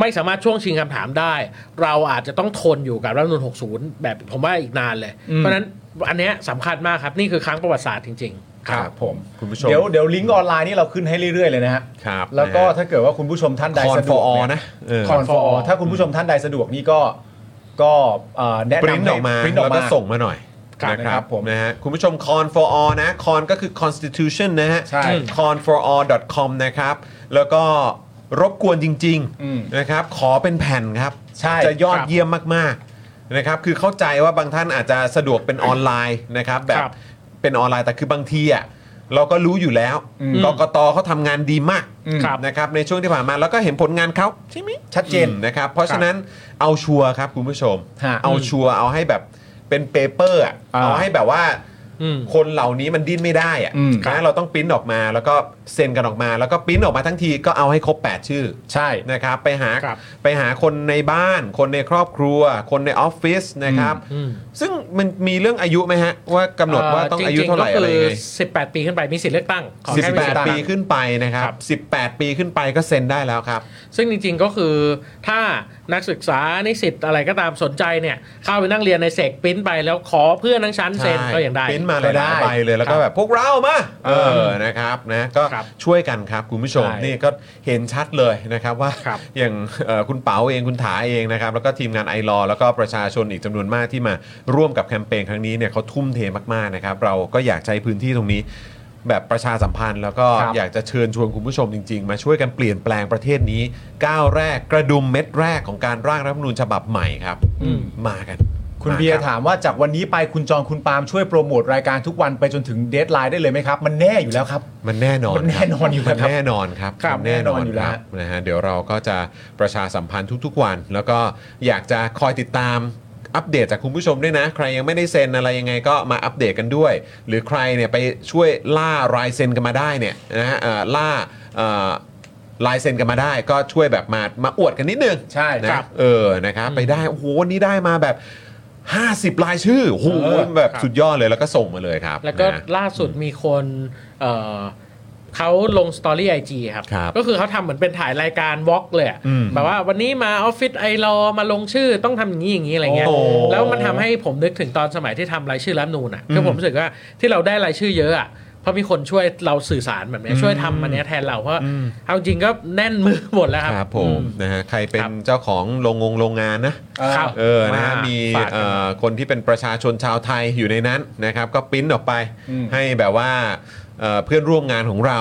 [SPEAKER 6] ไม่สามารถช่วงชิงคำถามได้ เราอาจจะต้องทนอยู่กับรัฐธรรมนูน60 แบบผมว่าอีกนานเลย เพราะฉะนั้นอันเนี้ยสำคัญมากครับ นี่คือครั้งประวัติศาสตร์จริง ๆ
[SPEAKER 2] ครับผม
[SPEAKER 1] คุณผู้ชม
[SPEAKER 2] เดี๋ยวเดี๋ยวลิงก์ออนไลน์นี่เราขึ้นให้เรื่อยๆเลยนะฮะ
[SPEAKER 1] ครับ
[SPEAKER 2] แล้วก็
[SPEAKER 1] นะฮะ
[SPEAKER 2] ถ้าเกิดว่าคุณผู้ชมท่านใด
[SPEAKER 1] คอน
[SPEAKER 2] สะด
[SPEAKER 1] ฟอ
[SPEAKER 2] วก
[SPEAKER 1] อ
[SPEAKER 2] เย
[SPEAKER 1] นะเออ
[SPEAKER 2] คอนฟอร์ถ้าคุณผู้ชมท่านใดสะดวกนี่ก็ก็เอ่อแนะ
[SPEAKER 1] ป
[SPEAKER 2] นำ
[SPEAKER 1] ริ้นออกมา
[SPEAKER 2] ปริ้นออ
[SPEAKER 1] แล้ว
[SPEAKER 2] ก
[SPEAKER 1] ก็
[SPEAKER 2] มา
[SPEAKER 1] ส่งมาหน่อย
[SPEAKER 2] ครับ
[SPEAKER 1] นะครับ
[SPEAKER 2] นะครับผม
[SPEAKER 1] นะฮะคุณผู้ชม con for all นะ con ก็คือ constitution นะฮะ
[SPEAKER 2] ใช่
[SPEAKER 1] con for all com นะครับแล้วก็รบกวนจริง
[SPEAKER 2] อืม
[SPEAKER 1] ๆนะครับขอเป็นแผ่นครับ
[SPEAKER 2] ใช่
[SPEAKER 1] จะยอด
[SPEAKER 2] ครับ
[SPEAKER 1] เยี่ยมมากๆนะครับคือเข้าใจว่าบางท่านอาจจะสะดวกเป็นออนไลน์นะครับแบบ
[SPEAKER 6] ครับ
[SPEAKER 1] เป็นออนไลน์แต่คือบางทีอ่ะเราก็รู้อยู่แล้ว
[SPEAKER 2] อืม
[SPEAKER 1] กกตเขาทำงานดีมาก
[SPEAKER 2] อืม
[SPEAKER 1] นะครับในช่วงที่ผ่านมาแล้วก็เห็นผลงานเขาใช่ไหม
[SPEAKER 2] ชัดเจน
[SPEAKER 1] อืมนะครับ เพราะฉะนั้นเอาชัวร์ครับคุณผู้ชม
[SPEAKER 2] ฮะ
[SPEAKER 1] เอาชัวร์เอาให้แบบเป็นเปเปอร์อะ
[SPEAKER 2] อ่า
[SPEAKER 1] เอาให้แบบว่า
[SPEAKER 6] อืม
[SPEAKER 1] คนเหล่านี้มันดิ้นไม่ได้อะ
[SPEAKER 2] อืม
[SPEAKER 1] นะเราต้องปริ้นออกมาแล้วก็เซ็นกันออกมา แล้วก็ปริ้นออกมาทั้งทีก็เอาให้ครบ 8 ชื่อ
[SPEAKER 2] ใช่
[SPEAKER 1] นะครับไปหา
[SPEAKER 6] ครับ
[SPEAKER 1] ไปหาคนในบ้าน คนในครอบครัว คนในออฟฟิศนะครับ
[SPEAKER 6] อืม
[SPEAKER 1] ซึ่งมันมีเรื่องอายุไหมฮะ ว่ากำหนดว่าต้องอายุเท่าไหร่อะไรยังไง
[SPEAKER 6] สิบแปดปีขึ้นไปมีสิทธิ์เลือกตั้งขอ
[SPEAKER 1] สิ
[SPEAKER 6] แค่
[SPEAKER 1] บ
[SPEAKER 6] มี
[SPEAKER 1] แป
[SPEAKER 6] สิท
[SPEAKER 1] ด
[SPEAKER 6] ธิ์เลือกตั้ง
[SPEAKER 1] ปีขึ้นไปนะครั
[SPEAKER 6] ครับ
[SPEAKER 1] บ 18 ปีขึ้นไปก็เซ็นได้แล้วครับ
[SPEAKER 6] ซึ่งจริงๆก็คือถ้านักศึกษานิสิตอะไรก็ตามสนใจเนี่ย เข้าไปนั่งเรียนในเสกปริ้นไปแล้วขอเพื่อนทั้งชั้นเซ็น
[SPEAKER 1] ใช่
[SPEAKER 6] ก็ยังได้
[SPEAKER 1] ปริ้นมาหลายๆ
[SPEAKER 2] ก็ได้
[SPEAKER 1] ใบเลยแล้วก็แบบพวกเรามาเอ
[SPEAKER 2] เอ
[SPEAKER 1] อ
[SPEAKER 2] อ
[SPEAKER 1] นะครับนะก็
[SPEAKER 6] ครับ
[SPEAKER 1] ช่วยกันครับคุณผู้ชม
[SPEAKER 2] ใช่
[SPEAKER 1] นี่ก็เห็นชัดเลยนะครับว่า
[SPEAKER 6] ครับ
[SPEAKER 1] อย่างเอ่อคุณเปาเองคุณถาเองนะครับแล้วก็ทีมงานไอรอแล้วก็ประชาชนอีกจำนวนมากที่มาร่วมกับแคมเปญครั้งนี้เนี่ยเขาทุ่มเทมากๆนะครับเราก็อยากใช้พื้นที่ตรงนี้ แบบประชาสัมพันธ์ แล้วก็
[SPEAKER 2] ครับ
[SPEAKER 1] อยากจะเชิญชวนคุณผู้ชมจริง ๆ มาช่วยกันเปลี่ยนแปลงประเทศนี้ก้าวแรกกระดุมเม็ดแรกของการร่างรัฐธรรมนูญฉบับใหม่ครับมากัน
[SPEAKER 2] คุณ
[SPEAKER 1] มา
[SPEAKER 2] เบีย
[SPEAKER 1] รั
[SPEAKER 2] ร์ถามว่าจากวันนี้ไปคุณจองคุณปาล์มช่วยโปรโมทรายการทุกวันไปจนถึงเดทไลน์ได้เลยไหมครับ มันแน่อยู่แล้วครับ
[SPEAKER 1] มันแน่นอน
[SPEAKER 2] มัน
[SPEAKER 1] ค
[SPEAKER 2] แน่
[SPEAKER 1] รับ
[SPEAKER 2] นอนอยู่
[SPEAKER 1] มัน
[SPEAKER 2] แล้วครับ
[SPEAKER 1] แน่นอนครับ
[SPEAKER 2] ครับ
[SPEAKER 1] มันแน่นอน
[SPEAKER 2] แน่นอนอยู่
[SPEAKER 1] ยู่
[SPEAKER 2] แล้
[SPEAKER 1] แล้ว วนะฮะเดี๋ยวเราก็จะประชาสัมพันธ์ทุกๆวัน แล้วก็อยากจะคอยติดตามอัปเดตจากคุณผู้ชมด้วยนะ ใครยังไม่ได้เซ็นอะไรยังไงก็มาอัปเดตกันด้วย หรือใครเนี่ยไปช่วยล่ารายเซ็นกันมาได้เนี่ยนะฮะเอ่อล่าเอ่อลายเซ็นกันมาได้ก็ช่วยแบบมามาอวดกันนิดนึง
[SPEAKER 2] ใช่
[SPEAKER 1] นะครับ เออนะครับไปได้โอ้โหวันนี้ได้มาแบบ 50 รายชื่อโอ้โหแบบ
[SPEAKER 6] ครับ
[SPEAKER 1] สุดยอดเลยแล้วก็ส่งมาเลยครับ
[SPEAKER 6] แล้วก็
[SPEAKER 1] นะ
[SPEAKER 6] ล่าสุดมีคนเอ่อเขาลงสตอรี่ไอจีครับ
[SPEAKER 1] ครับ
[SPEAKER 6] ก็คือเขาทำเหมือนเป็นถ่ายรายการวอล์กเลยอะ
[SPEAKER 1] อืม
[SPEAKER 6] แบบว่าวันนี้มาออฟฟิศไอรอมาลงชื่อต้องทำอย่างนี้อย่างนี้อะไรเงี้ย
[SPEAKER 1] โอ้
[SPEAKER 6] แล้วมันทำให้ผมนึกถึงตอนสมัยที่ทำรายชื่อรัฐธรรมนูนอ่ะคือผมรู้สึกว่าที่เราได้รายชื่อเยอะอ่ะเพราะมีคนช่วยเราสื่อสารแบบเนี้ยช่วยทำมันเนี้ยแทนเราเพราะ
[SPEAKER 1] อืม
[SPEAKER 6] เอาจริงก็แน่นมือหมดแล้วครับ
[SPEAKER 1] ครับผมนะฮะใครเป็น
[SPEAKER 6] ครับ
[SPEAKER 1] เจ้าของโรงงงโรงงานนะ
[SPEAKER 6] ครับ
[SPEAKER 1] เออ นะฮะ
[SPEAKER 6] มามี
[SPEAKER 1] มี
[SPEAKER 6] ฝากกัน
[SPEAKER 1] เอ่อคนที่เป็นประชาชนชาวไทยอยู่ในนั้นนะครับ ก็ปริ้นออกไป
[SPEAKER 2] อืม
[SPEAKER 1] ให้แบบว่าเอ่อเพื่อนร่วมงานของเรา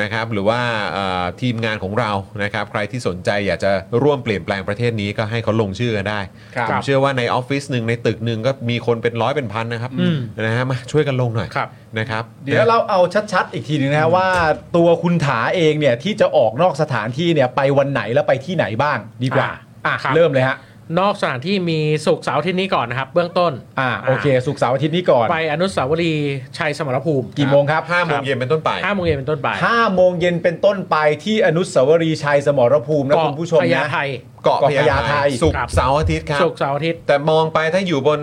[SPEAKER 1] นะครับ หรือว่าเอ่อทีมงานของเรา นะครับ ใครที่สนใจอยากจะร่วมเปลี่ยนแปลงประเทศนี้ก็ให้เขาลงชื่อกันได้
[SPEAKER 2] ครับ
[SPEAKER 1] ผมเชื่อว่าในออฟฟิศหนึ่งในตึกหนึ่งก็มีคนเป็นร้อยเป็นพันนะครับ
[SPEAKER 6] อืม
[SPEAKER 1] นะฮะ มาช่วยกันลงหน่อย
[SPEAKER 6] ครับ
[SPEAKER 1] นะครับ
[SPEAKER 2] เดี๋ยวเราเอาชัดๆ อีกทีหนึงนะว่าตัวคุณถาเองเนี่ยที่จะออกนอกสถานที่เนี่ยไปวันไหนแล้วไปที่ไหนบ้างดีกว่า
[SPEAKER 6] อ่า
[SPEAKER 2] อ่ะ
[SPEAKER 6] ครับ
[SPEAKER 2] เริ่มเลยฮะ
[SPEAKER 6] นอกสถานที่มีสุกร์เสาร์อาที่นี้ก่อนนะครับ เบื้องต้น
[SPEAKER 2] อ่าโอเคสุกร์เสาร์อาทิตย์นี้ก่อน
[SPEAKER 6] ไปอนุสาวรีย์ชัยสมรภูมิ
[SPEAKER 2] กี่โมงครับ
[SPEAKER 1] ห้าโมงเย็นเป็นต้นไป
[SPEAKER 6] ห้าโมงเย็นเป็นต้นไป
[SPEAKER 2] ห้าโมงเย็นเป็นต้นไปที่อนุสาวรีย์ชัยสมรภูมินะ
[SPEAKER 6] เกาะ
[SPEAKER 2] คุณผู้ชม
[SPEAKER 6] พญา
[SPEAKER 2] นะ
[SPEAKER 6] ไท
[SPEAKER 1] เกาะพญา
[SPEAKER 2] เกาะพญา
[SPEAKER 1] ไท
[SPEAKER 2] ไท
[SPEAKER 1] ย
[SPEAKER 2] ย
[SPEAKER 1] ศุกร์
[SPEAKER 6] ครับ
[SPEAKER 1] เสาร์อาทิตย์ครับ
[SPEAKER 6] ศุกร์เสาร์อาทิตย์
[SPEAKER 1] แต่มองไปถ้าอยู่บน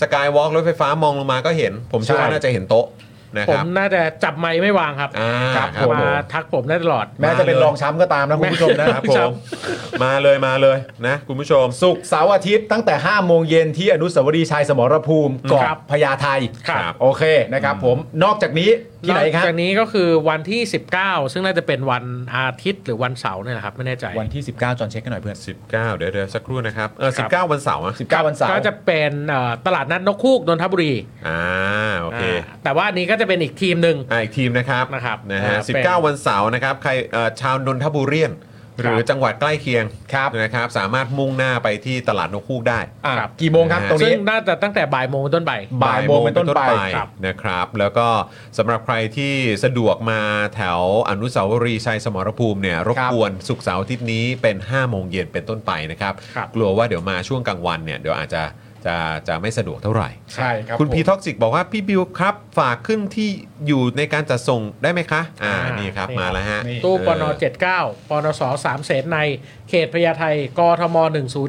[SPEAKER 1] สกายวอล์กรถไฟฟ้ามองลงมาก็เห็น ผมเชื่อว่า
[SPEAKER 2] ใช่
[SPEAKER 1] น่าจะเห็นโต๊ะนะ
[SPEAKER 6] ผ
[SPEAKER 1] ค
[SPEAKER 6] ม
[SPEAKER 1] รับ
[SPEAKER 6] น่าจะจับไม้ไม่วางครับ
[SPEAKER 1] อ่าครับผม
[SPEAKER 6] มาทักผมได้ตลอด
[SPEAKER 2] แม้จะเป็นรองช้ำก็ตามนะคุณผู้ชมนะ
[SPEAKER 6] แ
[SPEAKER 1] ครับผมมาเลยมาเลยนะคุณผู้ชม
[SPEAKER 2] สุกร์เสาร์อาทิตย์ตั้งแต่ 5 โมงเย็นที่อนุสาวรีย์ชัยสมรภูมิเกาะ
[SPEAKER 6] ครับ
[SPEAKER 2] พญาไท
[SPEAKER 6] ครับ
[SPEAKER 2] โอเคนะครับผมนอกจากนี้ที่ไหน
[SPEAKER 6] นอก
[SPEAKER 2] ครับ
[SPEAKER 6] จากนี้ก็คือวันที่ 19 ซึ่งน่าจะเป็นวันอาทิตย์หรือวันเสาร์เนี่ยแหละครับ ไม่แน่ใจ
[SPEAKER 2] วันที่ 19 จอนเช็คกันหน่อยเพื่อน
[SPEAKER 1] 19 เดี๋ยวเดี๋ยวสักครู่นะครับเออ
[SPEAKER 6] ครั
[SPEAKER 1] 19 วันเสาร์อะ
[SPEAKER 2] 19 วันเสาร์
[SPEAKER 6] ก็จะเป็นเอ่อตลาดนัดนกคูกนนทบุรี
[SPEAKER 1] อ่าโอเค
[SPEAKER 6] อ่าแต่ว่าอันนี้ก็จะเป็นอีกทีมหนึ่ง
[SPEAKER 1] อ่าอีกทีมนะครับ
[SPEAKER 6] นะครับ
[SPEAKER 1] นะฮะ
[SPEAKER 6] อ่าเป็น
[SPEAKER 1] 19 วันเสาร์นะครับใครเอ่อชาวนนทบุรีนหรือจังหวัดใกล้เคียง
[SPEAKER 2] ครับ
[SPEAKER 1] นะครับสามารถมุ่งหน้าไปที่ตลาดนกคูกได้
[SPEAKER 2] อ่ะกี่โมงครับ
[SPEAKER 1] นะฮะ
[SPEAKER 2] ตรง
[SPEAKER 6] ซึ่ง
[SPEAKER 2] นี้
[SPEAKER 6] น่าจะตั้งแต่บ่ายโมงเป็นต้นไป
[SPEAKER 2] บ่ายโมงเป็นต้นไป
[SPEAKER 1] ครับนะครับ แล้วก็สำหรับใครที่สะดวกมาแถวอนุสาวรีย์ชัยสมรภูมิเนี่ยรบ
[SPEAKER 2] ครับ
[SPEAKER 1] กวนสุกร์เสาร์อาทิตย์นี้เป็น 5 โมงเย็นเป็นต้นไปนะครับ
[SPEAKER 6] ครับ
[SPEAKER 1] กลัวว่าเดี๋ยวมาช่วงกลางวันเนี่ยเดี๋ยวอาจจะจะจะไม่สะดวกเท่าไหร่
[SPEAKER 2] ใช่ครับ
[SPEAKER 1] คุณ
[SPEAKER 2] ผม
[SPEAKER 1] พีท็อกซิกบอกว่าพี่บิวครับ ฝากขึ้นที่อยู่ในการจัดส่งได้ไหมคะ อ่า
[SPEAKER 6] อ่านี่
[SPEAKER 1] นี่ครับ
[SPEAKER 6] นี่
[SPEAKER 1] มาแล้วฮะ
[SPEAKER 2] นี่
[SPEAKER 6] ตู้ปน
[SPEAKER 1] เออ
[SPEAKER 6] 79ปนส3เสนในเขตพญาไทกทม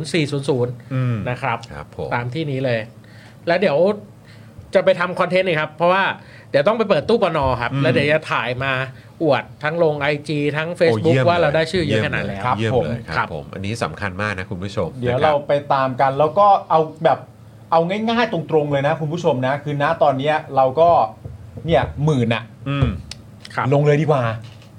[SPEAKER 6] 10400
[SPEAKER 1] อืม
[SPEAKER 6] นะครับ
[SPEAKER 1] ครับผม
[SPEAKER 6] ตามที่นี้เลย แล้วเดี๋ยวจะไปทำคอนเทนต์นี่ครับ เพราะว่าเดี๋ยวต้องไปเปิดตู้ปนอครับ
[SPEAKER 1] อืม
[SPEAKER 6] แล้วเดี๋ยวจะถ่ายมาอวดทั้งลง IG ทั้ง Facebook
[SPEAKER 1] โยี่ยม
[SPEAKER 6] ว่าเรา
[SPEAKER 1] ลย
[SPEAKER 6] ได้ชื่อเยอะขนาดแล้ว
[SPEAKER 1] เยี่ยมเลยค
[SPEAKER 6] ครั
[SPEAKER 1] รับบ ผมอันนี้สำคัญมากนะคุณผู้ชม
[SPEAKER 2] เดี๋ย
[SPEAKER 1] นะค
[SPEAKER 2] ว
[SPEAKER 1] รับ
[SPEAKER 2] เราไปตามกันแล้วก็เอาแบบเอาง่ายๆตรงๆเลยนะคุณผู้ชมนะ คือณตอนเนี้ยเราก็เนี่ยหมื่นอะ
[SPEAKER 1] อืม
[SPEAKER 6] ครับ
[SPEAKER 2] ลงเลยดีกว่า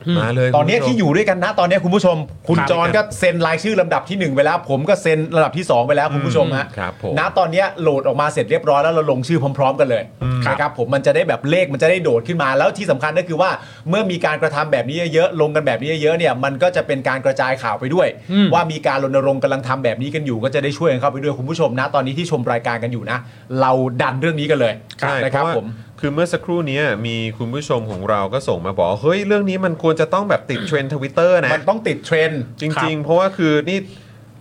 [SPEAKER 6] อืม
[SPEAKER 1] มาเลย
[SPEAKER 2] ตอนเนี้ย
[SPEAKER 1] คุณผู้ชม
[SPEAKER 2] ที่อยู่ด้วยกันนะตอนเนี้ยคุณผู้ชม คุณ
[SPEAKER 6] ครับ
[SPEAKER 2] จอนก็เซ็นรายชื่อลำดับที่หนึ่งไปแล้ว ผมก็เซ็นลำดับที่สองไปแล้วคุณผู้ชมฮะ
[SPEAKER 1] ครับผม
[SPEAKER 2] ณตอนเนี้ยโหลดออกมาเสร็จเรียบร้อยแล้วเราลงชื่อพร้อม ๆ กันเลย
[SPEAKER 1] ครับ
[SPEAKER 2] นะครับผมมันจะได้แบบเลขมันจะได้โดดขึ้นมาแล้วที่สำคัญก็คือว่าเมื่อมีการกระทำแบบนี้เยอะๆลงกันแบบนี้เยอะๆเนี่ยมันก็จะเป็นการกระจายข่าวไปด้วย
[SPEAKER 6] อืม
[SPEAKER 2] ว่ามีการรณรงค์กำลังทำแบบนี้กันอยู่ ก็จะได้ช่วยกันเข้าไปด้วยคุณผู้ชมนะตอนนี้ที่ชมรายการกันอยู่นะ เราดันเรื่องนี้กันเลย
[SPEAKER 1] ใช่
[SPEAKER 2] นะ
[SPEAKER 1] เพ
[SPEAKER 2] ครับ
[SPEAKER 1] ราะว่า
[SPEAKER 2] ผม
[SPEAKER 1] คือเมื่อสักครู่เนี้ยมีคุณผู้ชมของเราก็ส่งมาบอกว่าเฮ้ย เรื่องนี้มันควรจะต้องแบบติดเทรนด์ทวิตเตอร์นะ
[SPEAKER 2] มันต้องติดเทรนด์
[SPEAKER 1] จริง ๆ เพราะว่าคือนี่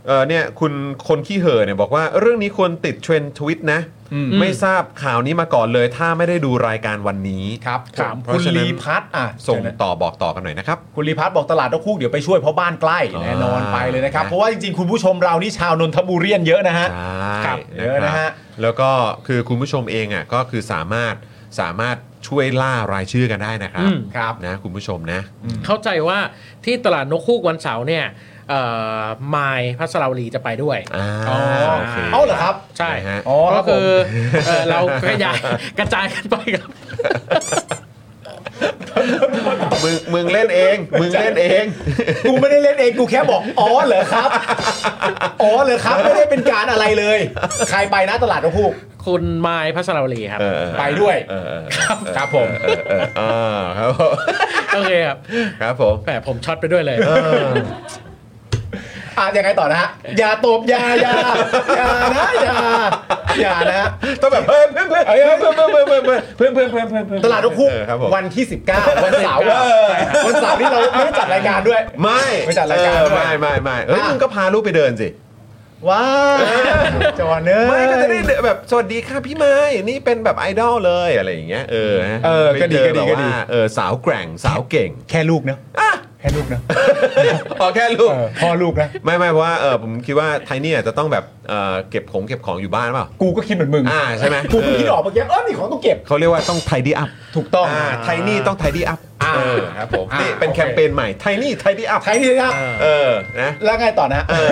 [SPEAKER 1] เออเนี่ยคุณคนขี้เห่อเนี่ยบอกว่าเรื่องนี้ควรติดเทรนด์ทวิตนะ
[SPEAKER 2] อืม
[SPEAKER 1] ไม่ทราบข่าวนี้มาก่อนเลย ถ้าไม่ได้ดูรายการวันนี้
[SPEAKER 2] ครับ
[SPEAKER 1] ผ
[SPEAKER 2] ผม
[SPEAKER 1] มเพ
[SPEAKER 2] คุ
[SPEAKER 1] ราะ
[SPEAKER 2] ณ
[SPEAKER 1] ฉะนั้
[SPEAKER 2] ลี
[SPEAKER 1] น
[SPEAKER 2] พัฒน์อ่ะ
[SPEAKER 1] ส่ง
[SPEAKER 2] เชิญนะ
[SPEAKER 1] ต่อบอกต่อกันหน่อยนะครับ
[SPEAKER 2] คุณลีพัฒน์บอกตลาดนกคู่เดี๋ยวไปช่วยเพราะบ้านใกล้
[SPEAKER 1] อ่า
[SPEAKER 2] แน่นอนไปเลยนะครับ เพราะว่าจริงๆ คุณผู้ชมเรานี่ชาวนนทบุรีเยอะนะฮะ
[SPEAKER 1] ใช่
[SPEAKER 2] ครับ
[SPEAKER 1] นะ
[SPEAKER 2] เยอะ
[SPEAKER 1] ค
[SPEAKER 2] นะ
[SPEAKER 1] รั
[SPEAKER 2] ฮะ
[SPEAKER 1] บแล้วก็คือคุณผู้ชมเองอ่ะก็คือสามารถสามารถช่วยล่ารายชื่อกันได้นะครั
[SPEAKER 6] อื
[SPEAKER 1] บ
[SPEAKER 6] ม
[SPEAKER 2] ครับ
[SPEAKER 1] นะคุณผู้ชมนะ
[SPEAKER 6] เข้าใจว่าที่ตลาดนกคู่วันเสาร์เนี่ยเอ่อมายพัสราวลีจะไปด้วย
[SPEAKER 1] อ่า
[SPEAKER 2] อ๋อ
[SPEAKER 1] โอเค
[SPEAKER 2] เอาเหรอครับ
[SPEAKER 6] ใช่
[SPEAKER 1] นะฮะ
[SPEAKER 2] อ๋อครั
[SPEAKER 6] ก็
[SPEAKER 2] บผม
[SPEAKER 6] คือเอ่อเรากระจาย กระจายกันไปครับ
[SPEAKER 1] มึงมึงเล่นเอง มึงเล่นเอง
[SPEAKER 2] กูไม่ได้เล่นเองกูแค่บอก อ๋อเหรอครับอ๋อเหรอครับไม่ได้เป็นการอะไรเลย ใครไปนะตลาดนกคู่
[SPEAKER 6] คุณมายพัสราวลีครับ
[SPEAKER 1] เออเออ
[SPEAKER 2] ไปด้วย
[SPEAKER 1] เออเออ
[SPEAKER 2] ครับครับผม
[SPEAKER 1] เออเออเออครับผม
[SPEAKER 6] โอเคครับ
[SPEAKER 1] ครับผม
[SPEAKER 6] แหมผมช็อตไปด้วยเลย
[SPEAKER 2] อ่ะยังไงต่อนะฮะอย่าตบอย่าอย่าอย่านะอย่าอย่านะฮะ
[SPEAKER 1] ต้องแบบเพื่อนเพื่อนเพื่อนเพื่อนเพื่อนเพื่อนเพื่อนเพื่อนเพื่อนเพื่อนเพื่อนเพื่อน
[SPEAKER 2] ตลาดนกคู่
[SPEAKER 1] เออครับผม
[SPEAKER 2] วันที่ 19 วันเสาร์อะวันเสาร์นี่เราไม่ได้จัดรายการด้วย
[SPEAKER 1] ไม่
[SPEAKER 2] ไม่จัดรายการ
[SPEAKER 1] เออ
[SPEAKER 2] ด้วย
[SPEAKER 1] ไม่ไม่ไม่เฮ้ย
[SPEAKER 2] อ่ะ
[SPEAKER 1] มึงก็พาลูกไปเดินสิ
[SPEAKER 2] ว้าวจอเนอร์
[SPEAKER 1] ไม่ก็จะได้เดินแบบสวัสดีค่ะพี่ไม้นี่เป็นแบบไอดอลเลยอะไรอย่างเงี้ยเออ
[SPEAKER 2] เออ
[SPEAKER 1] ไป
[SPEAKER 2] ก็ดี
[SPEAKER 1] เจอ
[SPEAKER 2] ก็ดี
[SPEAKER 1] แบบ
[SPEAKER 2] ก็ดี
[SPEAKER 1] ว่าเออสาวแกร่งสาว เก่ง
[SPEAKER 2] แค่ลูกเนาะแค่ลูกเนาะ
[SPEAKER 1] พอแค่ลูก
[SPEAKER 2] เออพ่อลูกนะ
[SPEAKER 1] ไม่ไม่เพราะว่าเออผมคิดว่าไทนี่อาจจะต้องแบบเออเก็บของเก็บของอยู่บ้านเปล่า
[SPEAKER 2] กูก็คิดเหมือนมึง
[SPEAKER 1] อ่าใช่ไหม
[SPEAKER 2] กูก็คิดออกเมื่อกี้เออมีของต้องเก็บ
[SPEAKER 1] เขาเรียกว่าต้องไทดี้อัพ
[SPEAKER 2] ถูกต้อง
[SPEAKER 1] ไทนี่ต้องไทดี้อัพ
[SPEAKER 2] อ่า
[SPEAKER 1] ครับผม
[SPEAKER 2] อ่า
[SPEAKER 1] นี่เป็น
[SPEAKER 2] โอเค
[SPEAKER 1] แคมเปญใหม่ไทนี่ไทดี้อัพ
[SPEAKER 2] ใครที่นะ
[SPEAKER 1] เออนะ
[SPEAKER 2] แล้วไงต่อนะ
[SPEAKER 1] เออ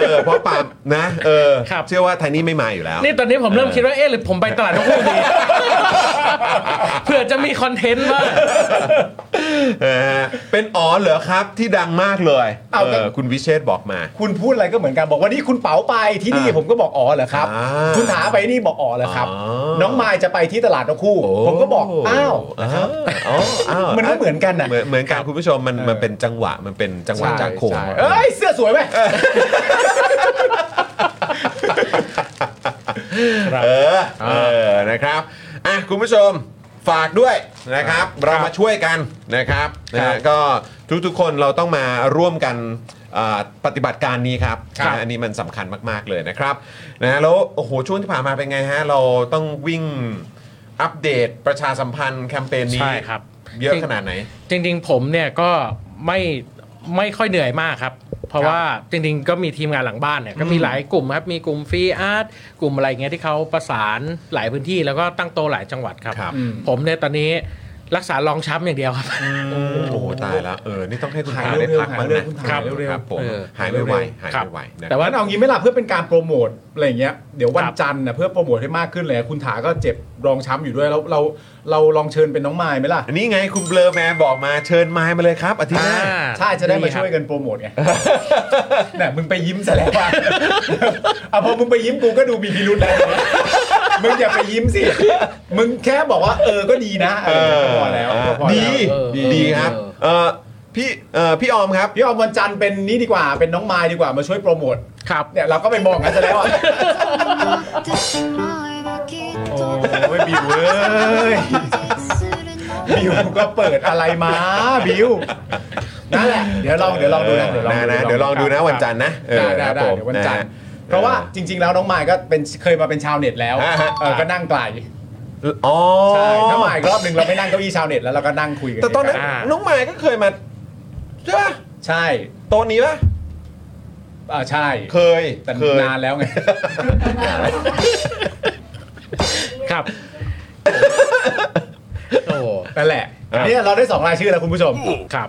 [SPEAKER 1] เออเพราะปาล์มนะเออ
[SPEAKER 6] ครับ
[SPEAKER 1] เชื่อว่าไทนี่ไม่มาอยู่แล้ว
[SPEAKER 6] นี่ตอนนี้ผมเริ่มคิดว่า เอ๊ะหรือผมไปตลาดนกฮูกดี เผื่อจะมีคอนเทนต์บ้าง
[SPEAKER 1] เออเป็นอ๋อเหรอครับที่ดังมากเลยเออคุณวิเชษฐ์บอกมา
[SPEAKER 2] คุณพูดอะไรก็เหมือนกันบอกวันนี้คุณเป๋าไปที่นี่
[SPEAKER 1] อ่า
[SPEAKER 2] ผมก็บอกอ๋อเหรอครับ
[SPEAKER 1] อ่า
[SPEAKER 2] คุณถาไปนี่บอกอ๋อเหรอครับ
[SPEAKER 1] อ๋อ
[SPEAKER 2] น้องมายจะไปที่ตลาดนกคู่ผมก็บอกอ้าว
[SPEAKER 1] อ้าวอ้าวอ้าว
[SPEAKER 2] มันก็เหมือนกันน่ะ
[SPEAKER 1] เหมือนเหมือนกันคุณผู้ชมมันมันเป็นจังหวะมันเป็นจังหวะจากโขง
[SPEAKER 2] เอ้ยเสื้อสวยไหม
[SPEAKER 1] เออ เออ นะครับ อ่ะ คุณผู้ชม ฝากด้วยนะครับ เรามาช่วยกันนะครับนะฮะก็ทุกๆ คนเราต้องมาร่วมกันอ่าปฏิบัติการนี้ครับ
[SPEAKER 2] ครับ
[SPEAKER 1] นะอันนี้มันสำคัญมาก ๆ เลยนะครับนะฮะแล้ว โอ้โห ช่วงที่ผ่านมาเป็นไงฮะ เราต้องวิ่งอัปเดตประชาสัมพันธ์แคมเปญนี้
[SPEAKER 6] ใช่ครับ
[SPEAKER 1] เยอะขนาดไหน
[SPEAKER 6] จริงๆ ผมเนี่ยก็ไม่ไม่ค่อยเหนื่อยมากครับ เพราะว่าจริงๆ ก็มีทีมงานหลังบ้านเนี่ยก็มีหลายกลุ่มครับมีกลุ่มฟรีอาร์ตกลุ่มอะไรเงี้ยที่เขาประสานหลายพื้นที่แล้วก็ตั้งโตะหลายจังหวัดครับ
[SPEAKER 1] ครับ
[SPEAKER 6] ผมเนี่ยตอนนี้รักษารองช้ำอย่างเดียวครับ
[SPEAKER 1] โอ้โห ตายแล้ว เออ นี่ต้องให้คุณ
[SPEAKER 2] หาย
[SPEAKER 1] พา
[SPEAKER 2] เร็ว
[SPEAKER 1] ได้พักบ้าง
[SPEAKER 2] หายเร็
[SPEAKER 1] นะ
[SPEAKER 2] วคุณ
[SPEAKER 1] ค
[SPEAKER 2] หา
[SPEAKER 1] รับ
[SPEAKER 2] ยเร็ว
[SPEAKER 1] ครับผม
[SPEAKER 6] เออ
[SPEAKER 1] หายไวๆหาย
[SPEAKER 6] ครับ
[SPEAKER 1] ไวๆนะ
[SPEAKER 6] แต่ว่า
[SPEAKER 2] งั้นเอางี้ไหม่ล่ะเพื่อเป็นการโปรโมทอะไรอย่างเงี้ยเดี๋ยววัน
[SPEAKER 6] ครับ
[SPEAKER 2] จันทร์นะเพื่อโปรโมทให้มากขึ้นเลยคุณถาก็เจ็บรองช้ำอยู่ด้วยแล้วเราเราลองเชิญเป็นน้องไม้ไหมล่ะ
[SPEAKER 1] อันนี้ไงคุณเบลอแมนบอกมาเชิญไมล์มาเลยครับอาทิตย์หน้า
[SPEAKER 6] า
[SPEAKER 2] ใช่จะได้มาช่วย
[SPEAKER 6] ครับ
[SPEAKER 2] กันโปรโมทไง เนี่ยมึงไปยิ้มซะแล้วว่ะ อ่ะพอมึงไปยิ้มกูก็ดูมีพิรุธแล้ว มึงอย่าไปยิ้มสิ มึงแค่บอกว่า เออก็ดีนะเออก็พอแล้วก็พอแล้ว
[SPEAKER 1] ดี
[SPEAKER 2] เออ
[SPEAKER 1] ดีครับเออพี่เออพี่ออมครับ
[SPEAKER 2] พี่ออมวันจันทร์เป็นนี่ดีกว่าเป็นน้องไม้ดีกว่ามาช่วยโปรโมท
[SPEAKER 6] ครับ
[SPEAKER 2] เนี่ยเราก็ไปมองกันซะแล้วอ่ะ โอ้ยบิวเอ้ย บิวก็เปิดอะไรมาบิวนั่นแหละเดี๋ยวลองเดี๋ยวลองดูนะเดี๋ยวลอง
[SPEAKER 1] นะนะเดี๋ยวลองดูนะวันจันทร์นะเออ
[SPEAKER 2] ได้ได้
[SPEAKER 1] ครับ
[SPEAKER 2] ได้
[SPEAKER 1] ผม
[SPEAKER 2] เดี๋ยววันจันทร์
[SPEAKER 1] ฮ
[SPEAKER 2] เพราะว่าจริง ๆ แล้วน้องมายก็เป็นเคยมาเป็นชาวเน็ตแล้ว
[SPEAKER 1] อ่าฮะ
[SPEAKER 2] เออก็นั่งไกล
[SPEAKER 1] อ๋อ
[SPEAKER 2] ใช่ถ้ามาอีกรอบหนึ่งเราไม่นั่งเก้าอี้ชาวเน็ตแล้วเราก็นั่งคุยกัน
[SPEAKER 1] แต่ตอนนั้น
[SPEAKER 6] อ่า
[SPEAKER 1] น้องไมล์ก็เคยมาใช่ป่ะ
[SPEAKER 2] ใช่
[SPEAKER 1] โตะนี้ป่ะ
[SPEAKER 2] อ่าใช่
[SPEAKER 1] เคย
[SPEAKER 2] แต่
[SPEAKER 1] เคย
[SPEAKER 2] นานแล้วไง
[SPEAKER 6] ครับ โอ้
[SPEAKER 2] นั่นแหละเนี่ยเราได้สองรายชื่อแล้วคุณผู้ชม
[SPEAKER 6] ครับ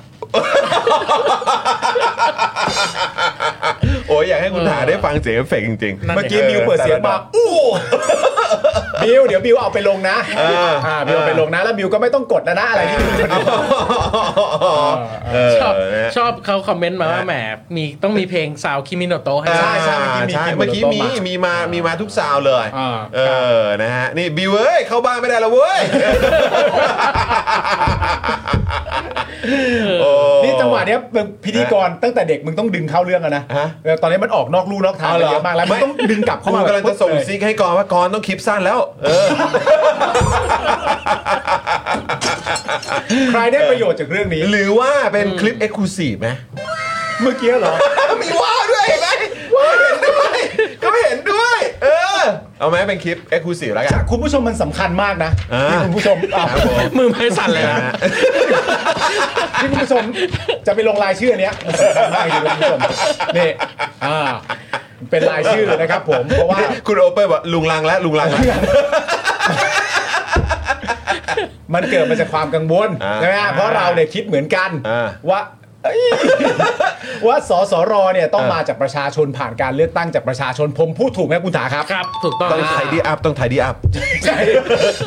[SPEAKER 1] โอ้ยอยากให้คุณถาได้ฟังเสียงเอฟเฟกต์จริง
[SPEAKER 6] นั่น
[SPEAKER 2] เมื่อกี้บิวเปิดเสียงมาอู้บิวเดี๋ยวบิวเอาไปลงนะอ่าบิวเอาไปลงนะแล้วบิวก็ไม่ต้องกดนะนะอะไรที่บิวคนเดียว
[SPEAKER 1] เออ
[SPEAKER 6] ชอบ
[SPEAKER 1] นะ
[SPEAKER 6] ชอบเขาคอมเมนต์มาว่า
[SPEAKER 1] นะ
[SPEAKER 6] แหมมีต้องมีเพลงซาวคิมิโนโตให้
[SPEAKER 1] ใช่ใช่
[SPEAKER 2] ใช่
[SPEAKER 1] ใช่
[SPEAKER 2] เมื่
[SPEAKER 1] เมื่อ
[SPEAKER 2] อกี้
[SPEAKER 1] กี้
[SPEAKER 2] มี
[SPEAKER 1] มี
[SPEAKER 2] มี
[SPEAKER 1] มีมามีมาทุกซาวด์เลย
[SPEAKER 2] อ่า
[SPEAKER 1] เออนะฮะนี่บิวเอ้ยเข้าบ้านไม่ได้แล้วเว้ยโอ้
[SPEAKER 2] นี่จังหวะเนี้ยมึงพิธีกรตั้งแต่เด็กมึงต้องดึงเข้าเรื่องอะนะ
[SPEAKER 1] ฮะ
[SPEAKER 2] แล้วตอนนี้มันออกนอกลู่นอกทาง
[SPEAKER 1] เอา
[SPEAKER 2] ไป
[SPEAKER 1] เหรอ
[SPEAKER 2] เยอะมากแล้วมึงต้องดึงกลับเข้ามา
[SPEAKER 1] คุณกำลังจะส่งซิกให้กรว่ากรต้องคลิปสั้นแล้ว เออ
[SPEAKER 2] ใครได้ประโยชน์จากเรื่องนี้
[SPEAKER 1] หรือว่าเป็นคลิปเอ็กซ์คลูซีฟไหม
[SPEAKER 2] เมื่อกี้เหรอ
[SPEAKER 1] มีว่าด้วยเห็นไหมว่าเห็นด้วย ก็เห็นด้วย เออ เอาไหมเป็นคลิปเอ็กซ์คลูซีฟแล้วกัน
[SPEAKER 2] คุณผู้ชมมันสำคัญมากนะ
[SPEAKER 1] อ่า
[SPEAKER 2] ที่คุณผู้ชมอ่ะ
[SPEAKER 1] ครับผม
[SPEAKER 6] มือไม้สั่นเลยนะ
[SPEAKER 2] ที่คุณผู้ชมจะไปลงรายชื่ออันเนี้ย มันสำคัญมากจริงๆคุณผู้ชมนี่อ่าเป็นรายชื่อนะครับ ผมเพราะว่า
[SPEAKER 1] คุณโอเปอร์บอกลุงลังและลุงลังแล้ว
[SPEAKER 2] มันเกิดมาจากความกังวล
[SPEAKER 1] อ่า
[SPEAKER 2] ใช่ไหมฮะ
[SPEAKER 1] อ่า
[SPEAKER 2] เพราะเราเนี่ยคิดเหมือนกัน
[SPEAKER 1] อ่า
[SPEAKER 2] ว่าเอ้ย ว่าสสรเนี่ยต้อง
[SPEAKER 1] อ่าม
[SPEAKER 2] มาจากประชาชนผ่านการเลือกตั้งจากประชาชนผมพูดถูกไหมคุณถาครับ
[SPEAKER 6] ครับ ถูกต้อง
[SPEAKER 1] ต้องไทยดีอัพต้องไทยดีอัพ
[SPEAKER 2] ใช่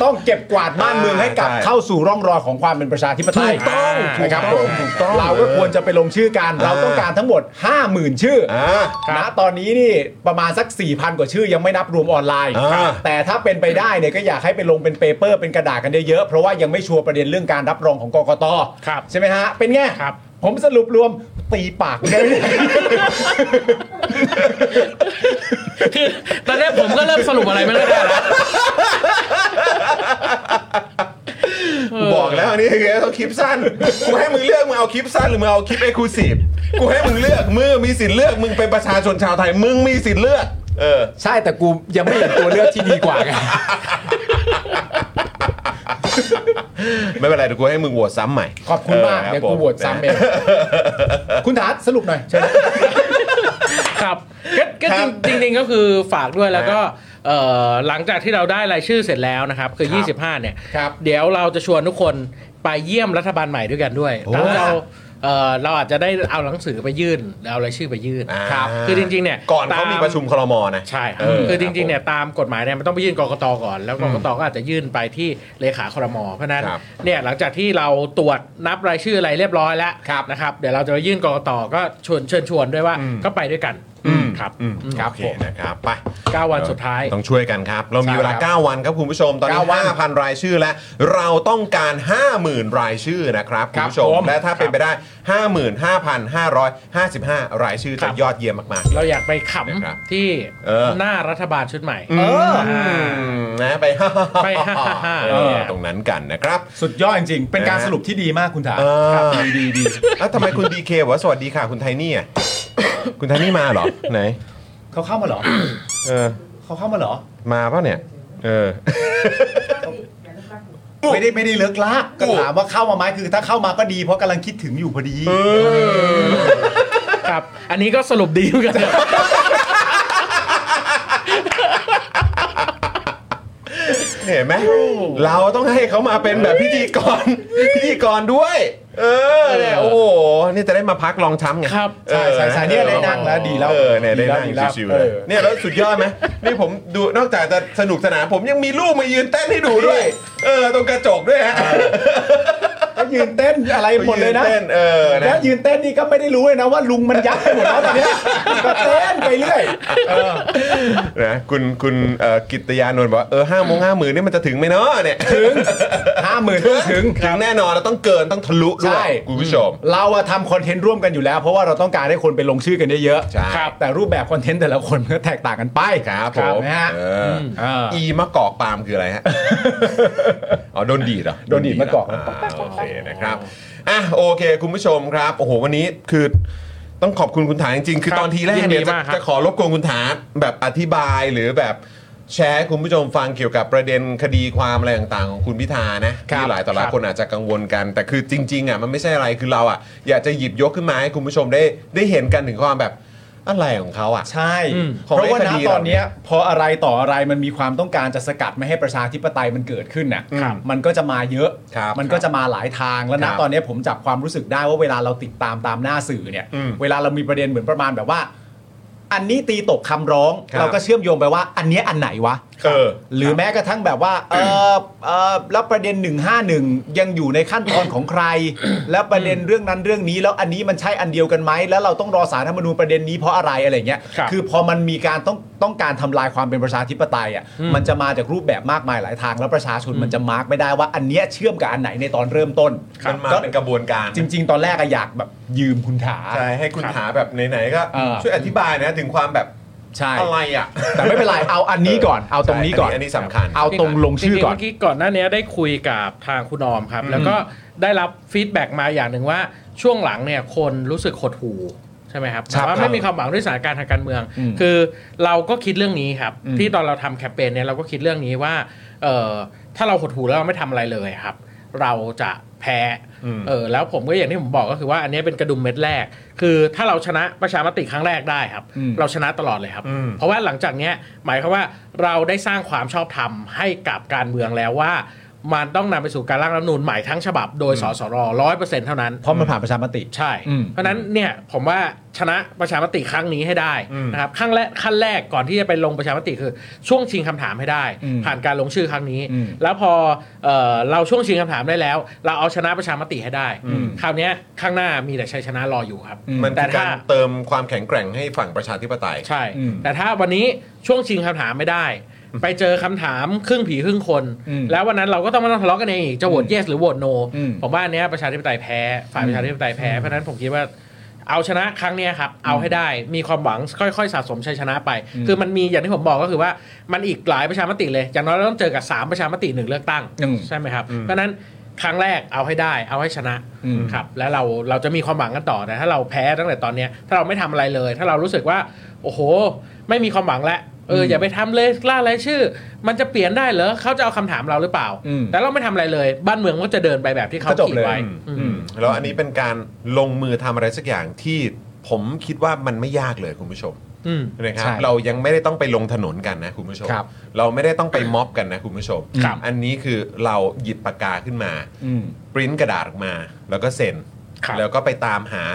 [SPEAKER 2] ต้องเก็บกวาดบ้านเมืองให้กลับ
[SPEAKER 1] ใช่
[SPEAKER 2] เข้าสู่ร่องรอยของความเป็นประชาธิปไตย
[SPEAKER 1] ถูกต้อง
[SPEAKER 2] นะครับ
[SPEAKER 1] ถู
[SPEAKER 2] ผ
[SPEAKER 1] กต้อง
[SPEAKER 2] ม
[SPEAKER 1] ถูกต้อง
[SPEAKER 2] เราก็ควรจะไปลงชื่อกัน
[SPEAKER 1] อ่า
[SPEAKER 2] เราต้องการทั้งหมด 50,000 ชื่อ
[SPEAKER 1] อ่า
[SPEAKER 2] นะตอนนี้นี่ประมาณสัก 4,000 กว่าชื่อยังไม่นับรวมออนไลน์
[SPEAKER 1] อ่า
[SPEAKER 2] แต่ถ้าเป็นไปได้เนี่ยก็อยากให้ไปลงเป็นเปเปอร์เป็นกระดาษกันเยอะๆเพราะว่ายังไม่ชัวร์ประเด็นเรื่องการรับรองของกกต
[SPEAKER 6] ครับ
[SPEAKER 2] ใช่ไหมฮะเป็นไง
[SPEAKER 6] ครับ
[SPEAKER 2] ผมสรุปรวมตีปากได้
[SPEAKER 6] คือ ตอนแรกผมก็เริ่มสรุปอะไรไม่ได้แล้ว
[SPEAKER 1] บอกแล้วอันนี้คือเอาคลิปสั้น กูให้มึงเลือกมึงเอาคลิปสั้นหรือมึงเอาคลิปเอ็กซ์คลูซีฟกูให้มึงเลือกมึงมีสิทธิ์เลือกมึงเป็นประชาชนชาวไทยมึงมีสิทธิ์เลือก เออ
[SPEAKER 2] ใช่แต่กูยังไม่เห็นตัวเลือกที่ดีกว่าไง
[SPEAKER 1] ไม่เป็นไรเดี๋ยวกูให้มึงโหวตซ้ำใหม่
[SPEAKER 2] ขอบคุณมาก
[SPEAKER 1] ออ
[SPEAKER 2] เดี๋ยว
[SPEAKER 1] ครับ
[SPEAKER 2] กูโหวตซ้ำเอง คุณถาสรุปหน่อยเชิญ
[SPEAKER 6] ครับก็ก็จริงจริงๆก็คือฝากด้วยแล้วก็เอ่อหลังจากที่เราได้รายชื่อเสร็จแล้วนะครับ คือ 25 เนี่ย
[SPEAKER 2] ครับ
[SPEAKER 6] เดี๋ยวเราจะชวนทุกคนไปเยี่ยมรัฐบาลใหม่ด้วยกันด้วยแล้วเราเอ่อเราอาจจะได้เอาหนังสือไปยื่นเอารายชื่อไปยื่น
[SPEAKER 1] อ่า
[SPEAKER 6] ครับคือจริงๆเนี่ย
[SPEAKER 1] ก่อนเขามีประชุมครมนะ
[SPEAKER 6] ใช่ครับ
[SPEAKER 1] เออ
[SPEAKER 6] คือจริงๆ
[SPEAKER 1] ครับผม
[SPEAKER 6] เนี่ยตามกฎหมายเนี่ยมันต้องไปยื่นกกตก่อน แล้วกกตก็อาจจะยื่นไปที่เลขาครมเพราะฉะนั้น
[SPEAKER 1] ครับ
[SPEAKER 6] เนี่ยหลังจากที่เราตรวจนับรายชื่ออะไรเรียบร้อยแล้ว
[SPEAKER 2] ครับ
[SPEAKER 6] นะครับเดี๋ยวเราจะไปยื่นกกตก็ชวนเชิญชวนด้วยว่าก็ไปด้วยกันครับ
[SPEAKER 1] อืม
[SPEAKER 6] อืม
[SPEAKER 1] โอเคนะครับไป
[SPEAKER 6] เก้าวันสุดท้าย
[SPEAKER 1] ต้องช่วยกันครับ เรามีเวลา
[SPEAKER 2] ใช่ครับ
[SPEAKER 1] 9 วันครับคุณผู้ชม ตอนนี้
[SPEAKER 2] เก้าวัน
[SPEAKER 1] 5,000 รายชื่อแล้ว เราต้องการ 50,000 รายชื่อนะครับคุ
[SPEAKER 2] ค
[SPEAKER 1] ณ
[SPEAKER 2] รับ
[SPEAKER 1] ผู้ชม
[SPEAKER 2] ผม
[SPEAKER 1] และถ้าเป็นไปได้ 55,555 รายชื่อจะยอดเยี่ยมมาก
[SPEAKER 6] เราอยากไปข
[SPEAKER 1] นะครับ
[SPEAKER 6] ำที่
[SPEAKER 1] เออ
[SPEAKER 6] หน้ารัฐบาลชุดใหม่
[SPEAKER 1] ๆมนะไป ฮ่าฮ่า
[SPEAKER 6] ไป
[SPEAKER 1] ฮ่า
[SPEAKER 6] ฮ่าฮ่า
[SPEAKER 1] เอ
[SPEAKER 6] ฮ่า
[SPEAKER 1] อตรงนั้นกันนะครับ
[SPEAKER 2] สุดยอดจริงๆ เป็นการ
[SPEAKER 1] นะ
[SPEAKER 2] สรุปที่ดีมากคุณถา
[SPEAKER 1] เออดีดีดีแล้วทำไมคุณดีเคบอกว่าสวัสดีค่ะคุณไทนี่อ่ะ คุณไทนี่มาเหรอ ไหน
[SPEAKER 2] เขาเข้า มาเหรอ
[SPEAKER 1] เออ
[SPEAKER 2] เขาเข้ามาเหรอ
[SPEAKER 1] มาเปล่ะเนี่ย เออ
[SPEAKER 2] ไม่ได้ไม่ได้เลิกลากก็ถามว่าเข้ามาไหมคือถ้าเข้ามาก็ดีเพราะกำลังคิดถึงอยู่พอดี
[SPEAKER 6] ครับ อันนี้ก็สรุปดีเหมือนกันนะ
[SPEAKER 1] เห็นไหมเราต้องให้เขามาเป็นแบบพิธีกร พิธีกรด้วย เออเนี่ยโอ้โหนี่จะได้มาพักลองช้ำไง
[SPEAKER 6] ครับ
[SPEAKER 1] เอ
[SPEAKER 2] ใช่
[SPEAKER 1] อ
[SPEAKER 2] ใช่ใช่เนี่ยได้นั่งแล้วดีแล้ว
[SPEAKER 1] เออเนี่ยได้นั่ง
[SPEAKER 2] ดีแล้ว
[SPEAKER 1] ชิวๆเลย
[SPEAKER 2] ออ
[SPEAKER 1] เนี่ยแล้วสุดยอดไหมนี่ผมดูนอกจากจะสนุกสนานผมยังมีลูกมายืนเต้นให้ดูด้วย เออตรงกระจกด้วยฮะ
[SPEAKER 2] ก็ยืนเต้นอะไรหมดเลยนะ
[SPEAKER 1] ต้นเออ
[SPEAKER 2] แล้
[SPEAKER 1] นะ
[SPEAKER 2] วยืนเต้นนี่ก็ไม่ได้รู้เลยนะว่าลุงมันยักษ์ไปหมดแล้วตอนเนี้ยก็เต้นไปเรื่อยเออ
[SPEAKER 1] นะคุณคุณเอ่อกิตยานนท์บอกว่าเออห้าโมงห้าหมื่นนี่มันจะถึงไหมเนาะเนี่ย
[SPEAKER 2] ถึงห้าหมื่นต้องถึง
[SPEAKER 1] ถึงแน่นอนเราต้องเกินต้องทะลุด้ว
[SPEAKER 2] ใช่
[SPEAKER 1] ยคุณผู้ชม
[SPEAKER 2] เราอะทำคอนเทนต์ร่วมกันอยู่แล้ว เพราะว่าเราต้องการให้คนไปลงชื่อกันเยอะ
[SPEAKER 1] ใช่
[SPEAKER 2] ๆครับแต่รูปแบบคอนเทนต์แต่ละคนมันก็แตกต่างกันไป
[SPEAKER 1] ครับผม
[SPEAKER 2] นะฮะ
[SPEAKER 1] เอออ
[SPEAKER 2] ม
[SPEAKER 1] อีมะกอกปาล์มคืออะไรฮะ อ๋อโดนดีดเหรอ
[SPEAKER 2] โดนดีดมะกอก
[SPEAKER 1] าโอเคนะครับอ่ะโอเค คุณผู้ชมครับ โอ้โห วันนี้คือต้องขอบคุณคุณถาจริงๆคือ
[SPEAKER 6] ครับ
[SPEAKER 1] ตอนทีแรกเนี่ย
[SPEAKER 6] ยินดี
[SPEAKER 1] จะ
[SPEAKER 6] มากครับ
[SPEAKER 1] จะขอรบกวนคุณถาแบบอธิบายหรือแบบแชร์ให้คุณผู้ชมฟังเกี่ยวกับประเด็นคดีความอะไรต่างๆ ของคุณพิธานะที่หลายต่อหลายคนอาจจะกังวลกัน แต่คือจริงๆอ่ะมันไม่ใช่อะไรคือเราอ่ะอยากจะหยิบยกขึ้นมาให้คุณผู้ชมได้ได้เห็นกันถึงความแบบอะไรของเขาอ่ะ
[SPEAKER 2] ใช่
[SPEAKER 6] อืม
[SPEAKER 2] เพราะว่า
[SPEAKER 1] ของไอ้ค
[SPEAKER 2] ณ
[SPEAKER 1] ดี
[SPEAKER 2] ตอนเนี้ยพออะไรต่ออะไรมันมีความต้องการจะสกัดไม่ให้ประชาธิปไตยมันเกิดขึ้นน่ะ
[SPEAKER 1] ครับ
[SPEAKER 2] มันก็จะมาเยอะ
[SPEAKER 1] ครับ
[SPEAKER 2] มันก็จะมาหลายทางแล้ว
[SPEAKER 1] ครั
[SPEAKER 2] ณ
[SPEAKER 1] บ
[SPEAKER 2] ตอนเนี้ยผมจับความรู้สึกได้ว่าเวลาเราติดตามตามหน้าสื่อเนี่ย
[SPEAKER 1] อืม
[SPEAKER 2] เวลาเรามีประเด็นเหมือนประมาณแบบว่า อันนี้ตีตกคำร้อง
[SPEAKER 1] ครับ
[SPEAKER 2] เราก็เชื่อมโยงไปว่า อันเนี้ยอันไหนวะ
[SPEAKER 1] เออ
[SPEAKER 2] หรือแม้กระทั่งแบบว่าเออเออแล้วประเด็น 151 ยังอยู่ในขั้นตอนของใคร แล้วประเด็นเรื่องนั้นเรื่องนี้ แล้วอันนี้มันใช่อันเดียวกันไหมแล้วเราต้องรอสารรัฐธรรมนูญประเด็นนี้เพราะอะไรอะไรเงี้ย
[SPEAKER 6] ครับ
[SPEAKER 2] คือพอมันมีการต้องต้องการทำลายความเป็นประชาธิปไตยอ่ะมันจะมาจากรูปแบบมากมายหลายทาง แล้วประชาชนมันจะมาร์กไม่ได้ว่าอันเนี้ยเชื่อมกับอันไหนในตอนเริ่มต้น
[SPEAKER 1] มันมา
[SPEAKER 2] ก็
[SPEAKER 1] เป็นกระบวนการ
[SPEAKER 2] จริง ๆ ตอนแรกอะอยากแบบยืมคุณถา
[SPEAKER 1] ใช่ให้คุณถาแบบไหนๆก็
[SPEAKER 2] เออ
[SPEAKER 1] ช่วยอธิบายนะถึงความแบบ
[SPEAKER 2] ใช่
[SPEAKER 1] อะไรอ่ะ
[SPEAKER 2] แต่ไม่เป็นไรเอาอันนี้ก่อนเอาตรงนี้ก่อน
[SPEAKER 1] ใช่อันนี้อันนี้สำคัญ
[SPEAKER 2] เอาตรงลงชื่อก่อน
[SPEAKER 6] จริๆเมื่อกี้ก่อนหน้านี้ได้คุยกับทางคุณออมครับ แล้วก็ได้รับฟีดแบ็กมาอย่างหนึ่งว่าช่วงหลังเนี่ยคนรู้สึกหดหู่ ใช่ไหมครับ
[SPEAKER 2] ครั
[SPEAKER 6] แต่
[SPEAKER 2] บ
[SPEAKER 6] ว่าไม่มีความหวังด้วยสถานการณ์ทางการเมือง
[SPEAKER 2] อืม
[SPEAKER 6] คือเราก็คิดเรื่องนี้ครับ
[SPEAKER 2] อืม
[SPEAKER 6] ที่ตอนเราทำแคมเปญเนี่ยเราก็คิดเรื่องนี้ว่าเออถ้าเราหดหูแล้วเราไม่ทำอะไรเลยครับ เราจะแพ้เออแล้วผมก็อย่างที่ผมบอกก็คือว่าอันนี้เป็นกระดุมเม็ดแรก คือถ้าเราชนะประชามติครั้งแรกได้ครับ
[SPEAKER 2] อืม
[SPEAKER 6] เราชนะตลอดเลยครับ เพราะว่าหลังจากเนี้ยหมายความว่าเราได้สร้างความชอบธรรมให้กับการเมืองแล้วว่า มันต้องนำไปสู่การร่างรัฐธรรมนูญใหม่ทั้งฉบับโดยสสรร้อยเปอร์เซ็นต์เท่านั้น
[SPEAKER 2] เพราะมันผ่านประชามติ
[SPEAKER 6] ใช่
[SPEAKER 2] อืม
[SPEAKER 6] เพราะฉะนั้นเนี่ยผมว่าชนะประชามติครั้งนี้ให้ได้นะครับขั้นแรกขั้นแรกก่อนที่จะไปลงประชามติคือช่วงชิงคำถามให้ได้
[SPEAKER 2] อืม
[SPEAKER 6] ผ่านการลงชื่อครั้งนี้
[SPEAKER 2] อืม
[SPEAKER 6] แล้วพอเอ่อเราช่วงชิงคำถามได้แล้ว เราเอาชนะประชามติให้ได้
[SPEAKER 2] อืม
[SPEAKER 6] คราวเนี้ยข้างหน้ามีแต่ชัยชนะรออยู่ครับ
[SPEAKER 1] มัน
[SPEAKER 6] แต่
[SPEAKER 1] คือ
[SPEAKER 6] ถ้า
[SPEAKER 1] การเติมความแข็งแกร่งให้ฝั่งประชาธิปไตย
[SPEAKER 6] ใช่
[SPEAKER 2] อืม
[SPEAKER 6] แต่ถ้าวันนี้ช่วงชิงคำถามไม่ได้ ไปเจอคำถามครึ่งผีครึ่งคน
[SPEAKER 2] อืม
[SPEAKER 6] แล้ววันนั้นเราก็ต้องมานั่งทะเลาะกันเองอีกจะโหวตเยสหรือโหวตโน
[SPEAKER 2] อืม
[SPEAKER 6] ผมว่าอันเนี้ยประชาธิปไตยแพ้ฝ่ายประชาธิปไตยแพ้เพราะฉะนั้นผมคิดว่าเอาชนะครั้งเนี้ยครับเอาให้ได้มีความหวังค่อยๆ สะสมชัยชนะไป
[SPEAKER 2] อืม
[SPEAKER 6] คือมันมีอย่างที่ผมบอกก็คือว่ามันอีกหลายประชามติเลยอย่างน้อยเราต้องเจอกับสามประชามติหนึ่งเลือกตั้ง
[SPEAKER 2] อืม
[SPEAKER 6] ใช่ไหมครับ เพราะฉะนั้นครั้งแรกเอาให้ได้ เอาให้ชนะ
[SPEAKER 2] อืม
[SPEAKER 6] ครับ แล้วเราเราจะมีความหวังกันต่อแต่ถ้าเราแพ้ตั้งแต่ตอนเนี้ยถ้าเราไม่ทำอะไรเลย ถ้าเรารู้สึกว่า โอ้โห ไม่มีความหวังแล้วเอออ
[SPEAKER 2] ม
[SPEAKER 6] อย่าไปทำเลยล่ารายชื่อ มันจะเปลี่ยนได้เหรอเขาจะเอาคำถามเราหรือเปล่า
[SPEAKER 2] อืม
[SPEAKER 6] แต่เราไม่ทำอะไรเลย บ้านเมืองก็จะเดินไปแบบที่เขา
[SPEAKER 2] ก็จบ
[SPEAKER 6] ขีด
[SPEAKER 2] เลย
[SPEAKER 6] ไว้
[SPEAKER 1] อืม
[SPEAKER 6] อืม
[SPEAKER 1] แล้วอันนี้เป็นการลงมือทำอะไรสักอย่างที่ผมคิดว่ามันไม่ยากเลยคุณผู้ชม
[SPEAKER 6] อืม
[SPEAKER 1] นะครับ
[SPEAKER 2] ใช่
[SPEAKER 1] เรายังไม่ได้ต้องไปลงถนนกันนะคุณผู้ชม
[SPEAKER 2] ครับ
[SPEAKER 1] เราไม่ได้ต้องไปม็อบกันนะคุณผู้ชม
[SPEAKER 2] ครับ
[SPEAKER 1] อันนี้คือเราหยิบปากกาขึ้นมา
[SPEAKER 2] อืม
[SPEAKER 1] ปริ้นกระดาษออกมา แล้วก็เซ็น
[SPEAKER 6] ครับ
[SPEAKER 1] แล้วก็ไปตามหา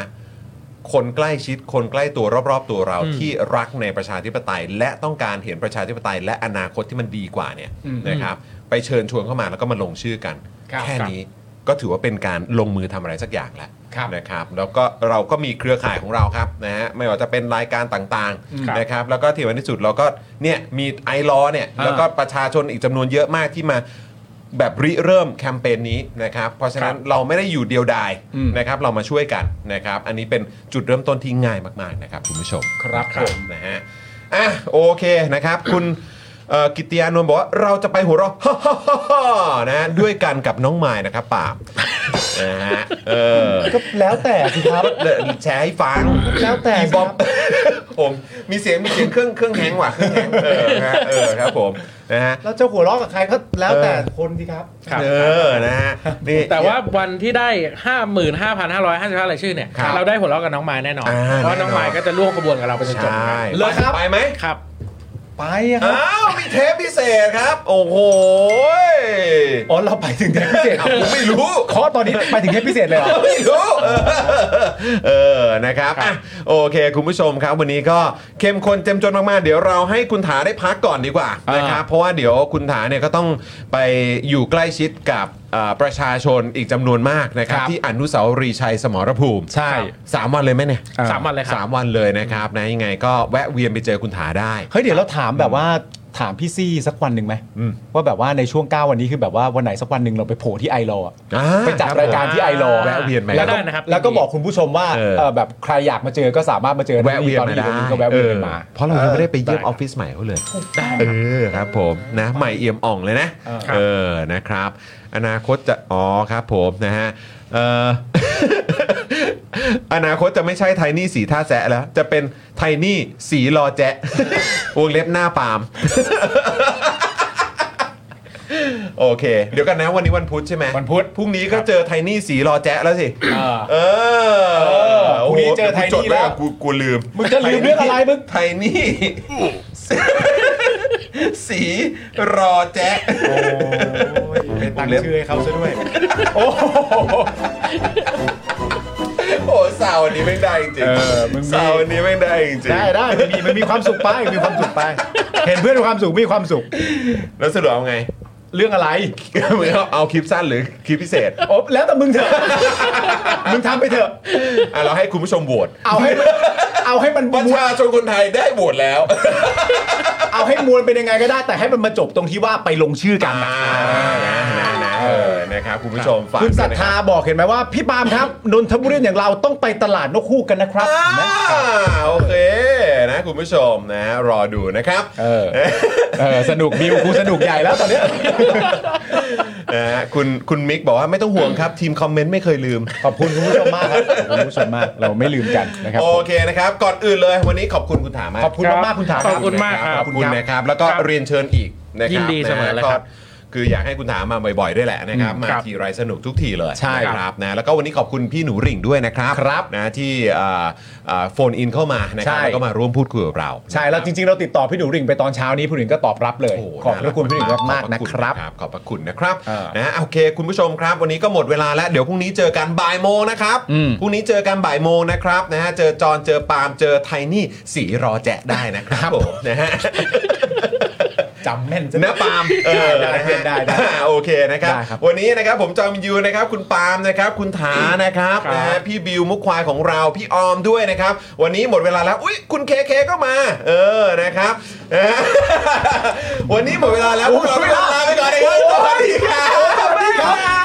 [SPEAKER 1] คนใกล้ชิดคนใกล้ตัวรอบ ๆ ตัวเรา
[SPEAKER 6] อืม
[SPEAKER 1] ที่รักในประชาธิปไตย และต้องการเห็นประชาธิปไตย และอนาคตที่มันดีกว่าเนี่ย
[SPEAKER 2] อืม
[SPEAKER 1] นะครับไปเชิญชวนเข้ามาแล้วก็มาลงชื่อกัน
[SPEAKER 2] ครับ
[SPEAKER 1] แค่นี้ก็ถือว่าเป็นการลงมือทำอะไรสักอย่างแล้ว
[SPEAKER 2] ครับ
[SPEAKER 1] นะครับแล้วก็เราก็มีเครือข่ายของเราครับนะฮะไม่ว่าจะเป็นรายการต่าง
[SPEAKER 6] ครับ
[SPEAKER 1] ๆนะครับแล้วก็ที่วันที่สุดเราก็เนี่ยมีไอรอเนี่ยแล้วก็ประชาชนอีกจำนวนเยอะมากที่มา แบบริเริ่มแคมเปญนี้นะครับ เพราะฉะนั้นเราไม่ได้อยู่เดียวดาย
[SPEAKER 2] อืม
[SPEAKER 1] นะครับ เรามาช่วยกันนะครับ อันนี้เป็นจุดเริ่มต้นที่ง่ายมาก ๆ นะครับคุณผู้ชม
[SPEAKER 2] ครับ
[SPEAKER 1] ค
[SPEAKER 2] ผ
[SPEAKER 1] รับ
[SPEAKER 2] ม
[SPEAKER 1] นะฮะอ่ะโอเคนะครับ คุณเอ่อกิตติยานนท์บอกว่าเราจะไปหัวเราะ นะฮะด้วยกันกับน้องไม้นะครับป่าล์มนะฮะเออ
[SPEAKER 2] ก็แล้วแต่สิครับ
[SPEAKER 1] เดี๋ยวแชร์ให้ฟัง
[SPEAKER 2] แล้วแต่
[SPEAKER 1] อีบอม
[SPEAKER 2] ครับ
[SPEAKER 1] ผมมีเสียงมีเสียงเครื่องเครื่องแฮงก์ว่ะเครื่องแฮงก์เออนะฮะเออครับผมนะฮะ
[SPEAKER 2] แล้วจะหัวเราะกับใครก็แล้วแต่
[SPEAKER 1] เออ
[SPEAKER 2] คนสิครับ
[SPEAKER 6] ครับ
[SPEAKER 1] เออนะฮะนี่
[SPEAKER 6] แต่ว่าวันที่ได้ 55,555รายชื่อเนี่ย
[SPEAKER 1] ครับ
[SPEAKER 6] เราได้หัวเราะกับน้องไม้แน่นอน
[SPEAKER 1] อ่า
[SPEAKER 6] เพราะน้องไม้
[SPEAKER 1] แน่นอน
[SPEAKER 6] ก็จะร่วมขบวนกับเราไปจนจบ
[SPEAKER 1] ใช่
[SPEAKER 2] เหรอครับ
[SPEAKER 1] ไปไหม
[SPEAKER 6] ครับ
[SPEAKER 2] ไปอะครับ
[SPEAKER 1] อ้าว มีเทปพิเศษครับ โอ้โหย
[SPEAKER 2] อ๋อเราไปถึงเทปพิเศษ
[SPEAKER 1] อ้าวผมไม่รู้
[SPEAKER 2] ข้อตอนนี้ไปถึงเทปพิเศษเลยเหรอ
[SPEAKER 1] ไม่รู้ เออเออนะครับอ่ะโอเค คุณผู้ชมครับ วันนี้ก็เข้มข้นเจ้มจนมาก ๆ เดี๋ยวเราให้คุณถาได้พักก่อนดีกว่า
[SPEAKER 2] อ่าน
[SPEAKER 1] นะครับเพราะว่าเดี๋ยวคุณถาเนี่ยก็ต้องไปอยู่ใกล้ชิดกับเอ่อประชาชนอีกจำนวนมากนะครับ ที่อนุสาวรีย์ชัยสมรภูมิ
[SPEAKER 2] ใช่
[SPEAKER 1] สามวันเลยไหมเนี่ย
[SPEAKER 2] อ่า
[SPEAKER 6] สามวันเลยครับ
[SPEAKER 1] สามวันเลยนะครับนะยังไงก็แวะเวียนไปเจอคุณถาได้
[SPEAKER 2] เฮ้ยเดี๋ยวเราถามแบบว่าถามพี่ซี่สักวันหนึ่งไหม
[SPEAKER 1] อืม
[SPEAKER 2] ว่าแบบว่าในช่วง 9 วันนี้คือแบบว่าวันไหนสักวันหนึ่งเราไปโผล่ที่ไอรอว์อะ
[SPEAKER 1] อ่
[SPEAKER 2] ไปจัดรายการที่ไอรอว์
[SPEAKER 1] แวะเวียนไป
[SPEAKER 2] แล้วก็
[SPEAKER 6] ได้นะครับ
[SPEAKER 2] แล้วก็บอกคุณผู้ชมว่า
[SPEAKER 1] เออ
[SPEAKER 2] เอ่อแบบใครอยากมาเจอก็สามารถมาเจอ
[SPEAKER 1] แวะเวียน
[SPEAKER 2] ตอ
[SPEAKER 1] มา
[SPEAKER 2] นนี้
[SPEAKER 1] ได้
[SPEAKER 2] ตอนนี้ก็แวะเวียนกันมา
[SPEAKER 1] ออเพราะเรายังไม่ได้ไปเยี่ยมออฟฟิศใหม่เขาเลยเออครับผมนะใหม่เอี่ยมอ่องเลยนะ
[SPEAKER 2] เออ
[SPEAKER 1] เออนะครับ อนาคตจะอ๋อครับผมนะฮะเออ อนาคตจะไม่ใช่ไทนี่สีท่าแซะแล้ว จะเป็นไทนี่สีรอแจะ วงเล็บหน้าปาล์ม โอเค เดี๋ยวกันนะวันนี้วันพุธใช่ไหม
[SPEAKER 2] วันพุธ
[SPEAKER 1] พรุ่งนี้ก็เจอไทนี่สีรอแจะแล้วสิ
[SPEAKER 2] เออ
[SPEAKER 1] เออ
[SPEAKER 2] พรุ่งนี้เจอไทนี่
[SPEAKER 1] จด
[SPEAKER 2] แล้ว
[SPEAKER 1] กูกูลืม
[SPEAKER 2] มึงจะลืมเรื่องอะไรมึง
[SPEAKER 1] ไทนี่ สีรอแจ๊ะ
[SPEAKER 2] เป็นตั้งชื่อให้เขาซะด้วย
[SPEAKER 1] โอ้โหโอ้สาวอันนี้ไม่งได้จริง
[SPEAKER 2] เออมึงมี
[SPEAKER 1] สาวอันนี้ไม่งได้จริง
[SPEAKER 2] ได้ได้มันมีมันมีความสุขไปมีความสุขไป เห็นเพื่อนมีความสุขมีความสุข
[SPEAKER 1] แล้วสรุปเอาไง
[SPEAKER 2] เรื่องอะไร
[SPEAKER 1] เอาคลิปสั้นหรือคลิปพิเศษ
[SPEAKER 2] โอบแล้วแต่มึงเถอะ มึงทำไปเถอะ
[SPEAKER 1] อ่ะเราให้คุณผู้ชมโหวต
[SPEAKER 2] เอาให้มันเอาให้มัน
[SPEAKER 1] ป
[SPEAKER 2] ม
[SPEAKER 1] ระ
[SPEAKER 2] วล
[SPEAKER 1] ชาชนคนไทยได้โหวตแล้ว
[SPEAKER 2] เอาให้มวลเป็นยังไงก็ได้ แต่ให้มันมาจบตรงที่ว่าไปลงชื่อกัน
[SPEAKER 1] อ่านะนะนะ เออนะครับคุณผู้ชมฝาก
[SPEAKER 2] คุณศรัท
[SPEAKER 1] ด้วยนะรับ
[SPEAKER 2] ธาบอกเห็นไหมว่า พี่ปาล์มครับ นนทบุรีอย่างเราต้องไปตลาดนกคู่กันนะครับ
[SPEAKER 1] อ่า
[SPEAKER 2] เห็นไหม
[SPEAKER 1] โอเคนะคุณผู้ชมนะ รอดูนะครับ
[SPEAKER 2] เออ เออสนุกบิวกูสนุกใหญ่แล้วตอนเนี้ย
[SPEAKER 1] นะฮะคุณคุณมิกบอกว่าไม่ต้องห่วงครับ ทีมคอมเมนต์ไม่เคยลืม
[SPEAKER 2] ขอบคุณคุณผู้ชมมากครับขอบคุณคุณผู้ชมมากเราไม่ลืมกันนะครับ
[SPEAKER 1] โอเคนะครับ ก่อนอื่นเลยวันนี้ขอบคุณคุณถามมาก
[SPEAKER 2] ขอบคุณมากๆคุณถาม
[SPEAKER 6] ขอบคุณมากครับ
[SPEAKER 1] ขอบคุณนะครับ แล้วก็เรียนเชิญอีกนะครับ
[SPEAKER 6] ยินดีเสมอเลยครับ
[SPEAKER 1] นะก็คืออยากให้คุณถามมาบ่อยๆด้วยแหละนะครับ มา
[SPEAKER 6] ครับ
[SPEAKER 1] ทีไรสนุกทุกทีเลย
[SPEAKER 6] ใช่ค
[SPEAKER 1] นะครั
[SPEAKER 6] รับ
[SPEAKER 1] บนะแล้วก็วันนี้ขอบคุณพี่หนูหริ่งด้วยนะครับครับนะที่โฟนอินเข้ามานะครับแล้วก็มาร่วมพูดคุยกับเรา
[SPEAKER 2] ใช่แล้วจริงๆ เราติดต่อพี่หนูริ่งไปตอนเช้านี้พี่หนูริ่งก็ตอบรับเลย
[SPEAKER 1] โโ
[SPEAKER 2] ขอบพระคุณพี่หนูริ่งมาก
[SPEAKER 1] ขอ
[SPEAKER 2] ๆนะ
[SPEAKER 1] พะ
[SPEAKER 2] ครับ
[SPEAKER 1] ขอบพระคุณนะครับ
[SPEAKER 2] เออ
[SPEAKER 1] นะโอเค คุณผู้ชมครับ วันนี้ก็หมดเวลาแล้ว เดี๋ยวพรุ่งนี้เจอกันบ่ายโมงนะครับ
[SPEAKER 2] อืม
[SPEAKER 1] พรุ่งนี้เจอกันบ่ายโมงนะครับนะฮะเจอจอนเจอปาล์มเจอไทนี่สีรอแจะได้นะครับผมนะฮะ
[SPEAKER 2] จำแม่นจัง
[SPEAKER 1] นะปาล์มเออ
[SPEAKER 2] ได้ได้ได้ได้
[SPEAKER 1] นะฮะโอเคนะครับ
[SPEAKER 2] ได้ครับ
[SPEAKER 1] วันนี้นะครับผมจอมยูนะครับคุณปาล์มนะครับคุณถานะครับ
[SPEAKER 6] ครับ
[SPEAKER 1] นะฮะพี่บิวมุกควายของเราพี่ออมด้วยนะครับ วันนี้หมดเวลาแล้วอุ้ยคุณเคเคก็มา เออนะครับนะฮะวันนี้หมดเวลาแล้วพวกเราไปลาไปก่อนนะครับสวัสดีครับสวัสดีครับ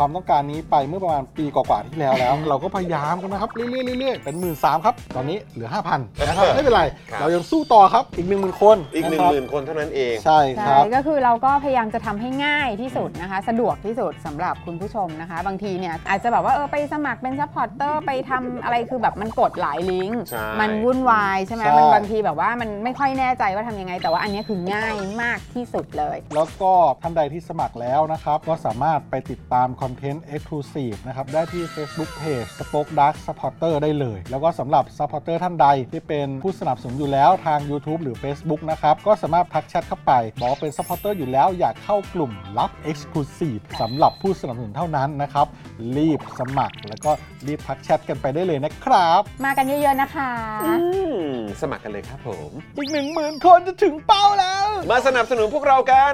[SPEAKER 7] วามต้องการนี้ไปเมื่อประมาณปีกว่าๆที่แล้ว แล้ว เราก็พยายามกันนะครับ เรื่อยๆเรื่อยๆเป็น 1 3ื่นครับ ตอนนี้เหลือ 5,000นะครับ ไม่เป็นไร
[SPEAKER 1] ครับ
[SPEAKER 7] เรายังสู้ต่อครับอีก 1 0,000 คน
[SPEAKER 1] อีก1
[SPEAKER 7] ะครับ
[SPEAKER 1] 0,000 คนเท่านั้นเอง
[SPEAKER 7] ใช่ค
[SPEAKER 8] ใช่
[SPEAKER 7] รับ
[SPEAKER 8] ก็คือเราก็พยายามจะทำให้ง่ายที่สุดนะคะ สะดวกที่สุดสำหรับคุณผู้ชมนะคะ บางทีเนี่ยอาจจะแบบว่าเออไปสมัครเป็นซัพพอร์ตเตอร์ไปทำอะไรคือแบบมันกดหลายลิงก์
[SPEAKER 1] ใช่
[SPEAKER 8] มันวุ่นวายใช่ไหม
[SPEAKER 7] ใช่
[SPEAKER 8] มันบางทีแบบว่ามันไม่ค่อยแน่ใจว่าทำยังไง แต่ว่าอันเนี้ยคือง่ายมากที่สุดเลย
[SPEAKER 7] แล้วก็ท่านใดที่สมัครแล้วนะครับ ก็สามารถไปติดตามคอนเทนต์ Exclusive นะครับ ได้ที่ Facebook Page Spoke Dark Supporter ได้เลย แล้วก็สำหรับ Supporter ท่านใดที่เป็นผู้สนับสนุนอยู่แล้วทาง YouTube หรือ Facebook นะครับ ก็สามารถทักแชทเข้าไป บอกเป็น Supporter อยู่แล้วอยากเข้ากลุ่มลับ Exclusive สำหรับผู้สนับสนุนเท่านั้นนะครับ รีบสมัคร แล้วก็รีบทักแชทกันไปได้เลยนะครับ
[SPEAKER 8] มากันเยอะๆนะคะ
[SPEAKER 1] สมัครกันเลยครับผม
[SPEAKER 7] อีก 1 0,000 คนจะถึงเป้าแล้ว
[SPEAKER 1] มาสนับสนุนพวกเรากัน